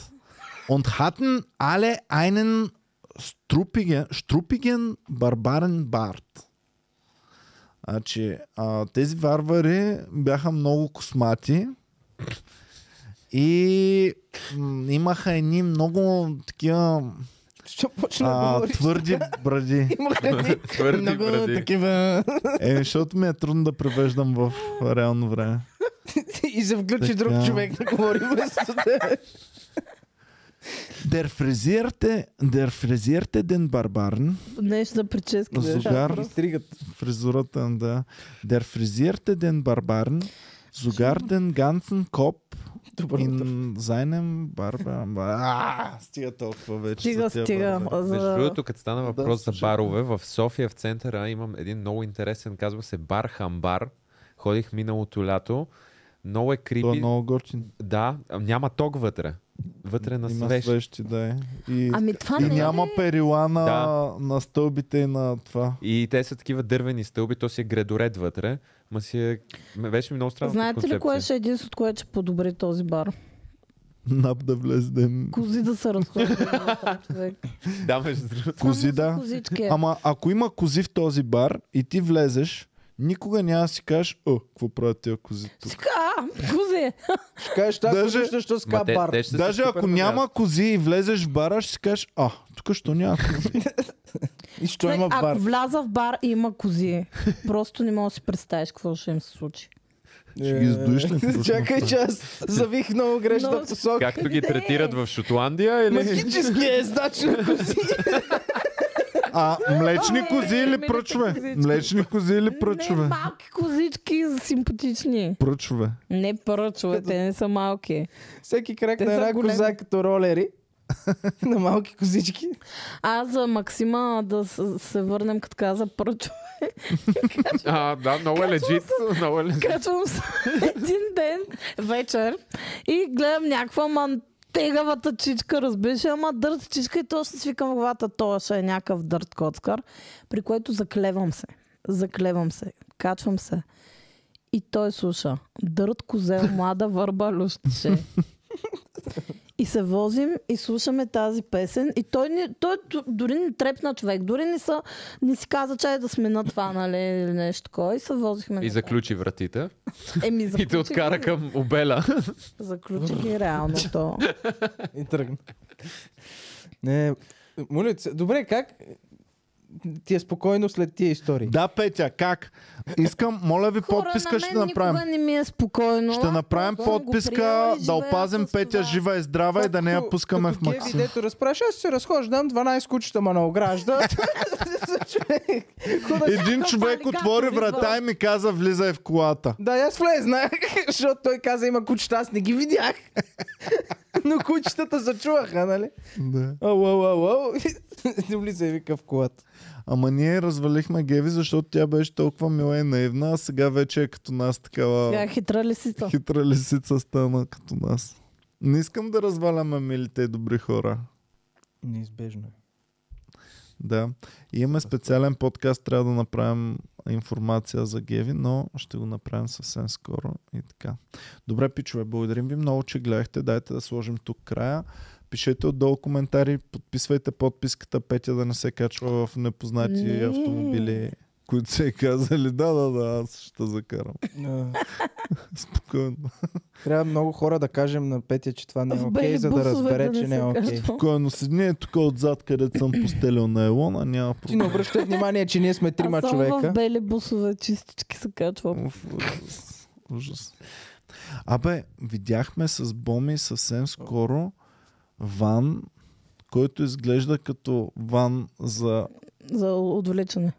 S1: und hatten alle einen struppigen, struppigen Barbarenbart. Значи, а, тези варвари бяха много космати и м, имаха едни много такива
S3: Що почна да
S1: а,
S3: говориш?
S1: твърди бради.
S3: Имах едни
S4: твърди
S3: много
S4: бради.
S3: такива...
S1: Е, защото ми е трудно да превеждам в реално време.
S3: И се
S1: Така.
S3: включи друг човек да говори вместо те.
S1: Der фрезирте, der фрезирте ден барбарн.
S2: Нещо за прически. да.
S1: Зогар,
S3: Стригат.
S1: фризурата, да. Der фрезирте ден барбарн. Sogar den ganzen Kopf
S3: Добър утър.
S1: in seinem Barber... А, стига толкова вече.
S2: Стига,
S1: за тия
S2: стига.
S1: барбари.
S4: Между
S2: За...
S4: другото, като стана
S1: Да,
S4: въпрос за
S1: слушай.
S4: барове, в София в центъра имам един много интересен, казва се Бар Хамбар. Ходих миналото лято. Много е крипи.
S1: Той е много готин.
S4: Да, а, няма ток вътре. Вътре на
S1: Има
S4: свещ.
S1: свещи, да е. И,
S2: Ами това
S1: и
S2: не е
S1: няма перила на,
S4: Да.
S1: на стълбите и на това.
S4: И те са такива дървени стълби, то си е гредоред вътре. Ма си е... ме Беше ми много странно.
S2: Знаете ли кое ще е единството, което ще подобри този бар?
S1: Нап да влезе.
S2: Кози да се разхождат. човек.
S4: Да, между другото.
S2: Само
S1: Кози,
S2: за
S1: да.
S2: Козички. е.
S1: Ама ако има кози в този бар и ти влезеш, никога няма да си кажеш, о, какво правят тия кози тук.
S2: Сика, а, кози.
S3: Ще кажеш, така
S1: Даже-
S3: виждаш, що
S4: Ма
S3: ска
S4: те-
S3: бар.
S4: те ще са
S1: Даже
S4: супер
S1: ако
S4: на
S1: няма
S4: място.
S1: кози и влезеш в бара, ще си кажеш, а, тук що няма кози.
S3: И що
S2: Човек,
S3: има бар.
S2: Ако вляза в бар и има кози, просто не мога да си представиш какво ще им се случи.
S1: ще ги издуиш ли?
S3: Е, Чакай, че аз завих много грешна
S2: Но-
S3: посока.
S4: Както ги третират
S2: Е.
S4: в Шотландия или...
S3: Магически е знач на кози.
S1: А, млечни
S2: Ой,
S1: кози или
S2: милите
S1: пръчове?
S2: козички.
S1: Млечни кози или
S2: Не,
S1: пръчове?
S2: малки козички симпатични.
S1: Пръчове.
S2: Не пръчове, те не са малки.
S3: Всеки крак
S2: Те
S3: на
S2: са
S3: една
S2: големи.
S3: коза като ролери. на малки козички.
S2: Аз за Максима да с- се върнем като каза пръчове.
S4: А, да, много е лежит. Много е лежит.
S2: Качвам се един ден вечер и гледам някаква мантегавата чичка, разбираш, ли, ама дърт чичка и точно си викам в главата, той ще е някакъв дърт коцкар, при което заклевам се. Заклевам се. Качвам се. И той слуша. Дърт козе, млада върба лущише. И се возим и слушаме тази песен. И той, ни, той д- дори не трепна човек. Дори не, са, не си каза, че е да сме на това, нали, или нещо такова. И се возихме.
S4: И
S2: нататък.
S4: заключи вратите.
S2: Еми,
S4: И те
S2: заключи
S4: откара
S2: ги-
S4: към обела.
S2: Заключи ги реално то.
S3: И тръгна. Не, моля, ти се, добре, как ти е спокойно след тия истории?
S1: Да, Петя, как? Искам, моля ви,
S2: Хора,
S1: подписка
S2: на
S1: ще
S2: мен
S1: направим.
S2: никога не ми е спокойно.
S1: Ще направим
S2: Аз съм го
S1: подписка
S2: приела и
S1: да
S2: живея
S1: опазим
S2: с
S1: Петя
S2: това.
S1: жива и здрава и да не я
S3: Като-
S1: пускаме в
S3: като геви,
S1: Максим.
S3: дето разправяш, аз се разхождам, 12 кучета ма на огражда. Човек, хубаво.
S1: Един
S2: Какъв
S1: човек
S2: алигатор
S1: отвори
S2: идва.
S1: врата и ми каза, влизай в колата.
S3: Да, и аз влезнах, защото той каза има кучета, аз не ги видях. Но кучетата зачуваха, нали?
S1: Да.
S3: Ау, ау, ау, ау. Ти влиза и вика в колата.
S1: Ама ние развалихме Геви, защото тя беше толкова мила и наивна, а сега вече е като нас
S2: Сега
S1: такава
S2: хитра ли си то?
S1: хитра лисица стана като нас. Не искам да разваляме милите и добри хора.
S3: Неизбежно. е.
S1: Да. И имаме специален подкаст, трябва да направим информация за Геви, но ще го направим съвсем скоро и така. Добре, пичове, благодарим ви много, че гледахте. Дайте да сложим тук края. Пишете отдолу коментари, подписвайте подписката Петя да не се качва в непознати
S2: Не.
S1: автомобили, които се казали, да, да, да, аз ще закарам. Спокойно.
S3: Трябва много хора да кажем на Петя, че това не е
S2: В
S3: окей, за да
S2: бейбусове
S3: разбере,
S2: да
S3: че не е
S2: се
S3: окей.
S2: качва.
S1: Спокойно седни е тук отзад, където съм постелил на Елона, няма
S3: Ти
S1: проблем.
S3: не обръщай внимание, че ние сме трима
S2: Аз само в
S3: човека.
S2: бели бусове чистички се качвам.
S1: Уф, ужас. ужас. Абе, видяхме с Боми съвсем скоро ван, който изглежда като ван за
S2: За отвличане.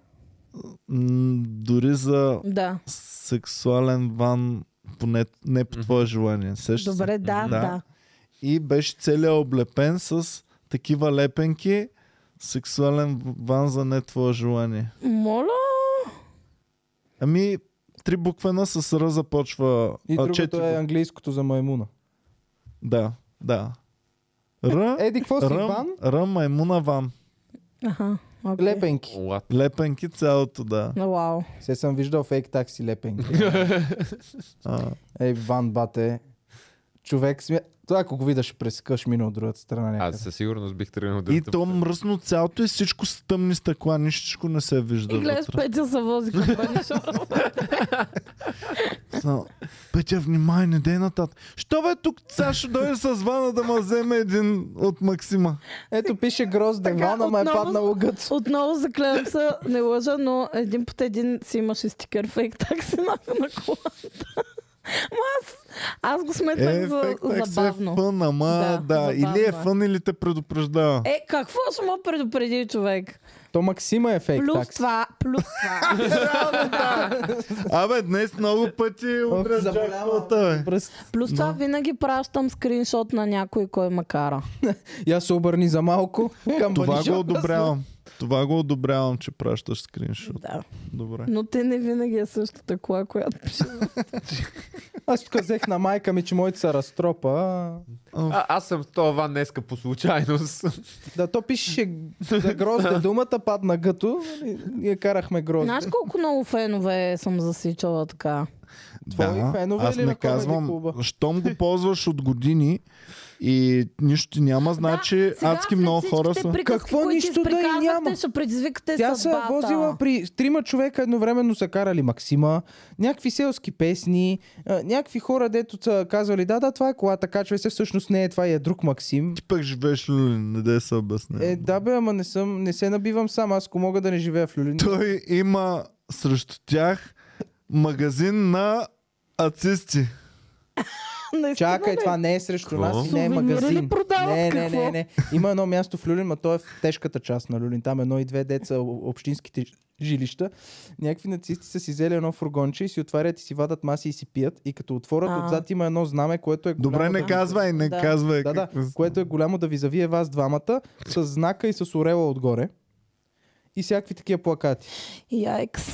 S1: м, дори за
S2: Да.
S1: сексуален ван, поне не по твое желание. Сеща
S2: Добре, да,
S1: Да.
S2: да.
S1: И беше целият облепен с такива лепенки, сексуален ван за не твое желание.
S2: Моля.
S1: Ами, три буквена с Р започва.
S3: И
S1: а,
S3: другото
S1: четири
S3: е
S1: букв-
S3: английското за маймуна.
S1: Да, да. Р,
S3: Еди, какво си, Е, Иван?
S1: Ръм, ръм, маймуна ван.
S2: Аха. окей.
S3: Лепенки.
S4: What?
S1: Лепенки цялото, да.
S2: Вау.
S3: Се съм виждал фейк такси лепенки.
S1: А,
S3: Ей, Ван Бате. Човек сме... Това ако го видаш през къш, мина от другата страна някъде.
S4: Аз със сигурност бих тръгнал да.
S1: и то мръсно цялото и всичко с тъмни стъкла, нищичко не се вижда
S2: И Е, гледаш
S1: вътре.
S2: Петя се вози към бъдещето.
S1: Са, Петя, внимай, не дей нататък. Що бе тук, сега ще дойде с вана да ма вземе един от Максима.
S3: Ето пише грозден
S2: Така,
S3: Ван, ама е
S2: отново-
S3: паднал гът.
S2: Отново заклевам се, не лъжа, но един под един си имаше стикер фейк такси на, на кола. Аз го сметнах
S1: Е,
S2: за
S1: фектак се е
S2: забавно.
S1: фън, ама да,
S2: Да,
S1: да. или е
S2: забавно е.
S1: фън, или те предупреждава.
S2: Е, какво ще му предупреди човек?
S3: То Максима е фейк
S2: Плюс
S3: такс.
S2: това, плюс това.
S1: Абе, днес много пъти удря
S3: заболява.
S1: джакпота, бе.
S3: Пръст.
S2: Плюс това винаги пращам скриншот на някой, кой ме кара.
S3: Я се обърни за малко към
S1: Това
S3: Банишо.
S1: го одобрявам. Това го одобрявам, че пращаш скриншот.
S2: Да.
S1: Добре.
S2: Но те не винаги е същата кола, която пише.
S3: Аз тук взех на майка ми, че моите са разтропа.
S4: А, аз съм в този ван днеска по случайност.
S3: Да, то пишеше за грозде думата, падна гъто. и Ние карахме грозде.
S2: Знаеш колко много фенове съм засичала така?
S3: Твои фенове
S1: аз
S3: или
S1: не
S3: на Comedy
S1: казвам,
S3: Club-а?
S1: щом го ползваш от години и нищо ти няма, значи
S2: сега
S1: адски
S2: след
S1: много
S2: всичките
S1: хора са.
S2: приказки,
S3: Какво
S2: които
S3: нищо да и
S2: изприказахте,
S3: няма?
S2: Ще предизвикате
S3: Тя се е
S2: съдбата.
S3: возила при трима човека едновременно са карали Максима, някакви селски песни, а, някакви хора, дето са казвали, да, да, това е колата, качвай се, всъщност не е, това и е друг Максим.
S1: Ти пък живееш, Люлин, не да се обясня.
S3: Е, да бе, ама не съм, не се набивам сам, аз ако мога да не живея в Люлин.
S1: Той има срещу тях магазин на ацисти.
S2: Наистина
S3: Чакай,
S2: ли?
S3: това не е срещу нас и не е
S2: Сувенири ли
S3: магазин.
S2: продават?
S3: Не, не,
S2: Какво?
S3: не, не. Има едно място в Люлин, но то е в тежката част на Люлин. Там едно и две деца, о- общинските ж- жилища. Някакви нацисти са си взели едно фургонче и си отварят и си вадат маси и си пият. И като отворят
S2: А.
S3: отзад има едно знаме, което е голямо.
S1: Добре, не
S3: да-
S1: казвай, не
S2: Да.
S1: казвай.
S3: Да, да,
S1: какво си.
S3: което е голямо да ви завие вас двамата, с знака и с орела отгоре. И всякакви такива плакати.
S2: Яйкс.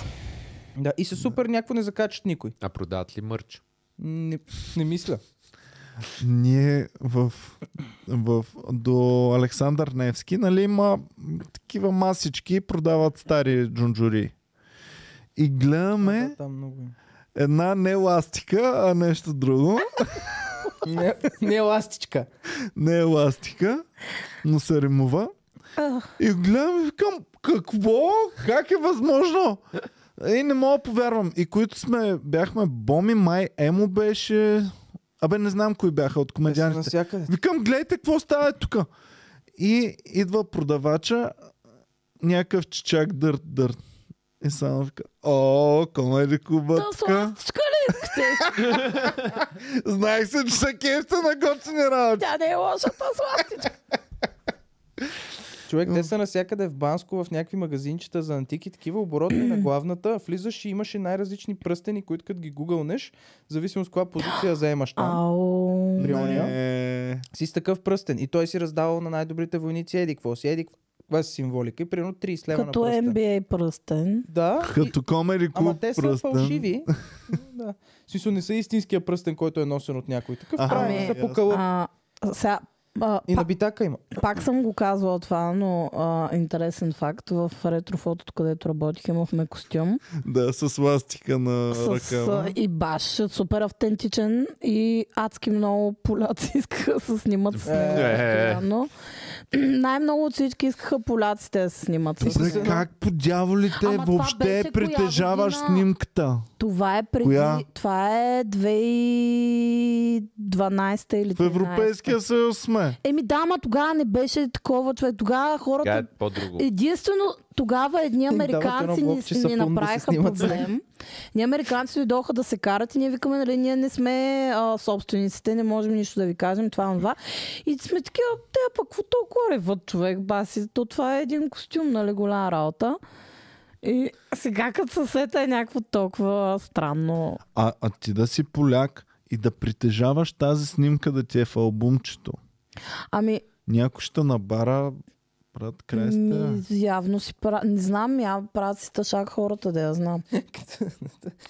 S3: Да, и са супер някакво не закачат никой.
S4: А продават ли мърч?
S3: М, Не, не мисля.
S1: Ние в, в, до Александър Невски, нали, има м, такива масички, продават стари джунджури. И гледаме
S3: Да, Там много. има.
S1: една не еластика, а нещо друго.
S3: Не, не е еластичка.
S1: не еластика, но се римува. И гледам и викам, какво? Как е възможно? И не мога да повярвам. И които сме, бяхме Боми, май Емо беше... Абе, не знам кои бяха от
S3: Те са
S1: комедианите.
S3: навсякъде.
S1: Викам, гледайте какво става тук. И идва продавача, някакъв чичак дърт дърт. И само вика, о, комеди клуба
S2: Та
S1: тук.
S2: сластичка ли искате?
S1: Знаех се, че са кефта на готини работи.
S2: Тя не е лошата сластичка.
S3: Човек, те са навсякъде в Банско, в някакви магазинчета за антики, такива оборотни на главната. Влизаш и имаше най-различни пръстени, които като ги гугълнеш, в зависимост коя позиция заемаш там.
S2: Ау.
S3: При ония.
S1: Не.
S3: си с такъв пръстен. И той си раздавал на най-добрите войници еди какво си, еди каква си символика. И примерно 30 лева
S2: Като
S3: на пръстен.
S2: NBA е пръстен.
S3: Да. и-
S1: Като комери
S3: Ама
S1: клуб
S3: те са
S1: пръстен.
S3: фалшиви. да. В Смисъл не са истинския пръстен, който е носен от някой. Такъв
S1: Аха.
S3: правен
S2: Ами,
S3: са по кълъп.
S2: А, сега, а,
S3: И на
S2: па,
S3: битака има.
S2: пак съм го казвала това, но а, интересен факт. В ретрофотото, където работих, имахме костюм.
S1: Да, с ластика на
S2: с,
S1: ръка.
S2: а, и баш, супер автентичен и адски много поляци искаха да се снимат с него.
S3: Е.
S2: постоянно. Най-много от всички искаха поляците да се снимат с
S1: Бе,
S2: него.
S3: едно-
S1: как по дяволите
S2: Ама това
S1: въобще
S2: беше коя
S1: притежаваш
S2: година?
S1: снимката?
S2: Това е преди...
S1: Коя?
S2: Това е 2012 или 2013.
S1: В Европейския съюз сме.
S2: Еми да, ма тогава не беше такова човек. Тогава
S4: Тя е
S2: хората...
S4: по-друго.
S2: Единствено тогава едни
S3: дават едно
S2: американци ни,
S3: блокче
S2: ни
S3: сапун да се
S2: направиха
S3: снимат с
S2: проблем. Ние американци дойдоха да се карат и ние викаме, нали, ние не сме а, собствениците, не можем нищо да ви кажем, това, това. И сме такива, те пък какво толкова реват човек, баси, то това е един костюм, нали, голяма работа. И сега като съсета е някакво толкова странно.
S1: А, а ти да си поляк и да притежаваш тази снимка да ти е в албумчето.
S2: Ами,
S1: Някой ще набара брат
S2: ми,
S1: креста.
S2: явно си пра... Не знам, я правят си тъшак хората, да я знам.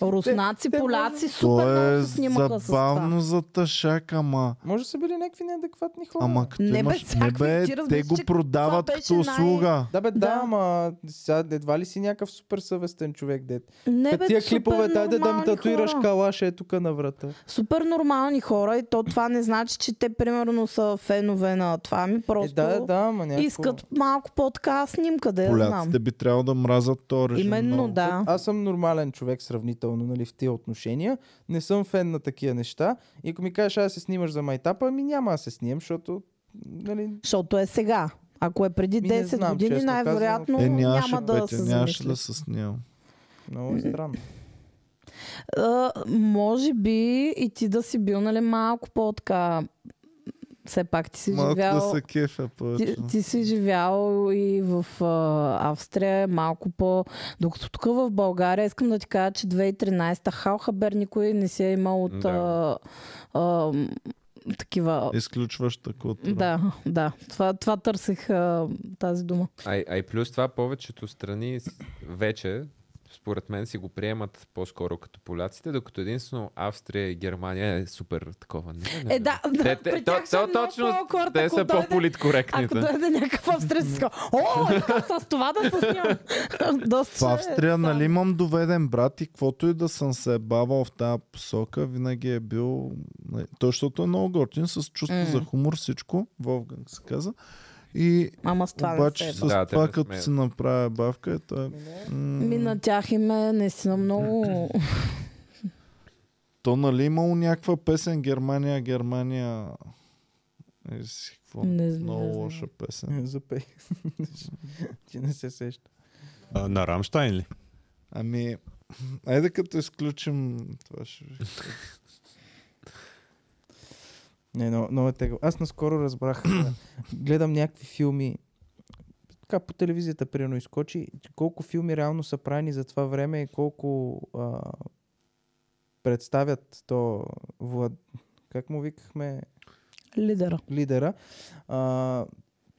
S2: Руснаци,
S3: те
S2: поляци, супер
S1: То е
S2: много се снимаха с това.
S1: забавно за тъшак, ама...
S3: Може да са били някакви неадекватни хора.
S1: Ама като
S2: Не бе,
S1: имаш... не
S2: всякакви,
S1: бе,
S2: ти
S1: те
S2: разбираш,
S1: го
S2: че това
S1: продават
S2: беше
S1: като
S2: най-
S1: услуга.
S3: Да бе, да,
S2: Да.
S3: ама сега едва ли си някакъв супер съвестен човек, дед.
S2: Не,
S3: Като
S2: бе,
S3: Е, тия
S2: супер
S3: клипове, дай да да ми
S2: нормални
S3: татуираш
S2: хора.
S3: калаш е тук на врата.
S2: Супер нормални хора и то това не значи, че те примерно са фенове на това ми,
S3: Е,
S2: просто
S3: да, да, ама някакво...
S2: искат малко по-така снимка, да я знам.
S1: Поляците би трябвало да мразят то режим.
S2: Именно,
S1: много.
S2: да.
S3: Е, Аз съм нормален човек сравнително нали, в тия отношения. Не съм фен на такива неща. И ако ми кажеш, аз се снимаш за майтапа, ми няма да се снимам, защото... Нали,
S2: Защото е сега. Ако е преди
S3: Ми, не
S2: 10
S3: знам,
S2: години,
S3: честно
S2: най-вероятно
S1: Е,
S2: няма
S1: нямаше,
S2: да
S1: Петя,
S2: се
S1: нямаше
S2: замисли.
S1: да се снимам.
S3: много е странно.
S2: а, може би и ти да си бил, нали, малко по-така... Все пак ти си
S1: Малко
S2: живял...
S1: да се кефа повече.
S2: Ти, ти си живял и в а, Австрия малко по... Докато тук в България, искам да ти кажа, че 2013-та Халхабер никой не си е имал от
S4: Да. Е,
S2: а, а, м, такива...
S1: Изключваш такова.
S2: Да, да. Това, това търсих а, тази дума.
S4: А, и- а и плюс това повечето страни с- вече, според мен, си го приемат по-скоро като поляците, докато единствено Австрия и Германия е супер такова. Не, не,
S2: Е, да, да
S4: Те,
S2: при
S4: те,
S2: тях
S4: то,
S2: ще е
S4: то,
S2: много
S4: точно,
S2: по-хора,
S4: те
S2: ако
S4: са
S2: дойде-
S4: по-политкоректните.
S2: Ако дойде някакъв австрийски, ска, о, искам с това да се снимам. Доста е.
S1: В Австрия,
S2: странно.
S1: нали, имам доведен брат и каквото и да съм се е бавал в тази посока, винаги е бил... нали, Той, защото е много готин, с чувство
S2: М.
S1: за хумор всичко, Вовганг се каза. И
S2: Ама с това
S1: обаче
S2: не се
S1: с
S2: е.
S4: Да, те
S1: това,
S4: не
S1: като
S4: смеят.
S1: си направя бавка, е той... м,
S2: Ми на тях им е наистина много...
S1: То, нали, имало някаква песен Германия, Германия... Е, си, какво?
S2: Не знам,
S1: много
S2: не знам.
S1: лоша песен.
S3: Запей. Ти не се сеща.
S5: А, на Рамштайн ли?
S1: Ами, айде като изключим това ще...
S3: Не, но, но е тегаво. Аз наскоро разбрах. а, гледам някакви филми. Така по телевизията примерно изкочи. Колко филми реално са правени за това време и колко а, представят то Влад... Как му викахме?
S2: Лидера.
S3: лидера, а,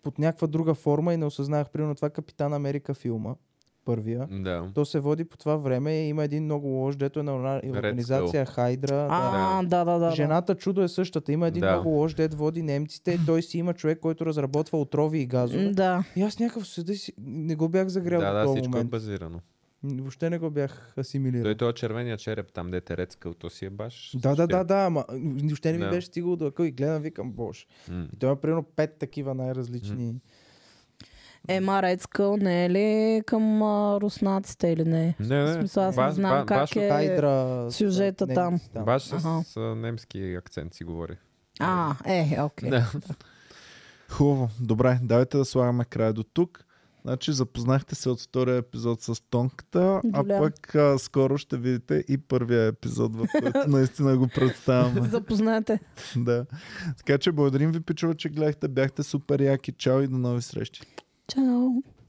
S3: под някаква друга форма и не осъзнах, примерно това Капитан Америка филма, първия.
S4: Да.
S3: То се води по това време и има един много лош, дето е на орна-
S4: Skull.
S3: организация Хайдра. да.
S2: А, да, да, да. да.
S3: Жената чудо е същата. Има един
S4: Да.
S3: много лош, дед води немците. Той си има човек, който разработва отрови и газове.
S2: М, Да.
S3: И аз някакъв седа и си... Не го бях загрял
S4: Да,
S3: до
S4: да,
S3: този
S4: всичко е
S3: момент.
S4: базирано.
S3: М, Въобще не го бях асимилирал.
S4: Той е той червения череп там, дете рецкал, то си е баш.
S3: Да, да, да, да, ама м, въобще не ми
S4: Да.
S3: беше стигало до акъл и гледам, викам, бош.
S4: М.
S3: И той има примерно пет такива най-различни.
S2: Ема Ред Скъл не е ли към а, руснаците или не?
S4: Не,
S2: В
S4: не.
S2: смисъл, аз не
S4: баш-
S2: знам
S4: ба-
S2: как
S4: баш-
S2: е.
S3: Хайдра. с-
S2: сюжета
S3: е, немци
S2: там.
S4: Баш с,
S2: Аха.
S4: с а, немски акцент си говори.
S2: А, е, окей.
S4: Да.
S1: Хубаво. Добре, давайте да слагаме край до тук. Значи запознахте се от втория епизод с Тонката, а
S2: Голям.
S1: пък а, скоро ще видите и първия епизод, в който наистина го представяме.
S2: Запознайте.
S1: да. Така че благодарим ви, пичува, че гледахте. Бяхте супер яки. Чао и до нови срещи.
S2: Чао.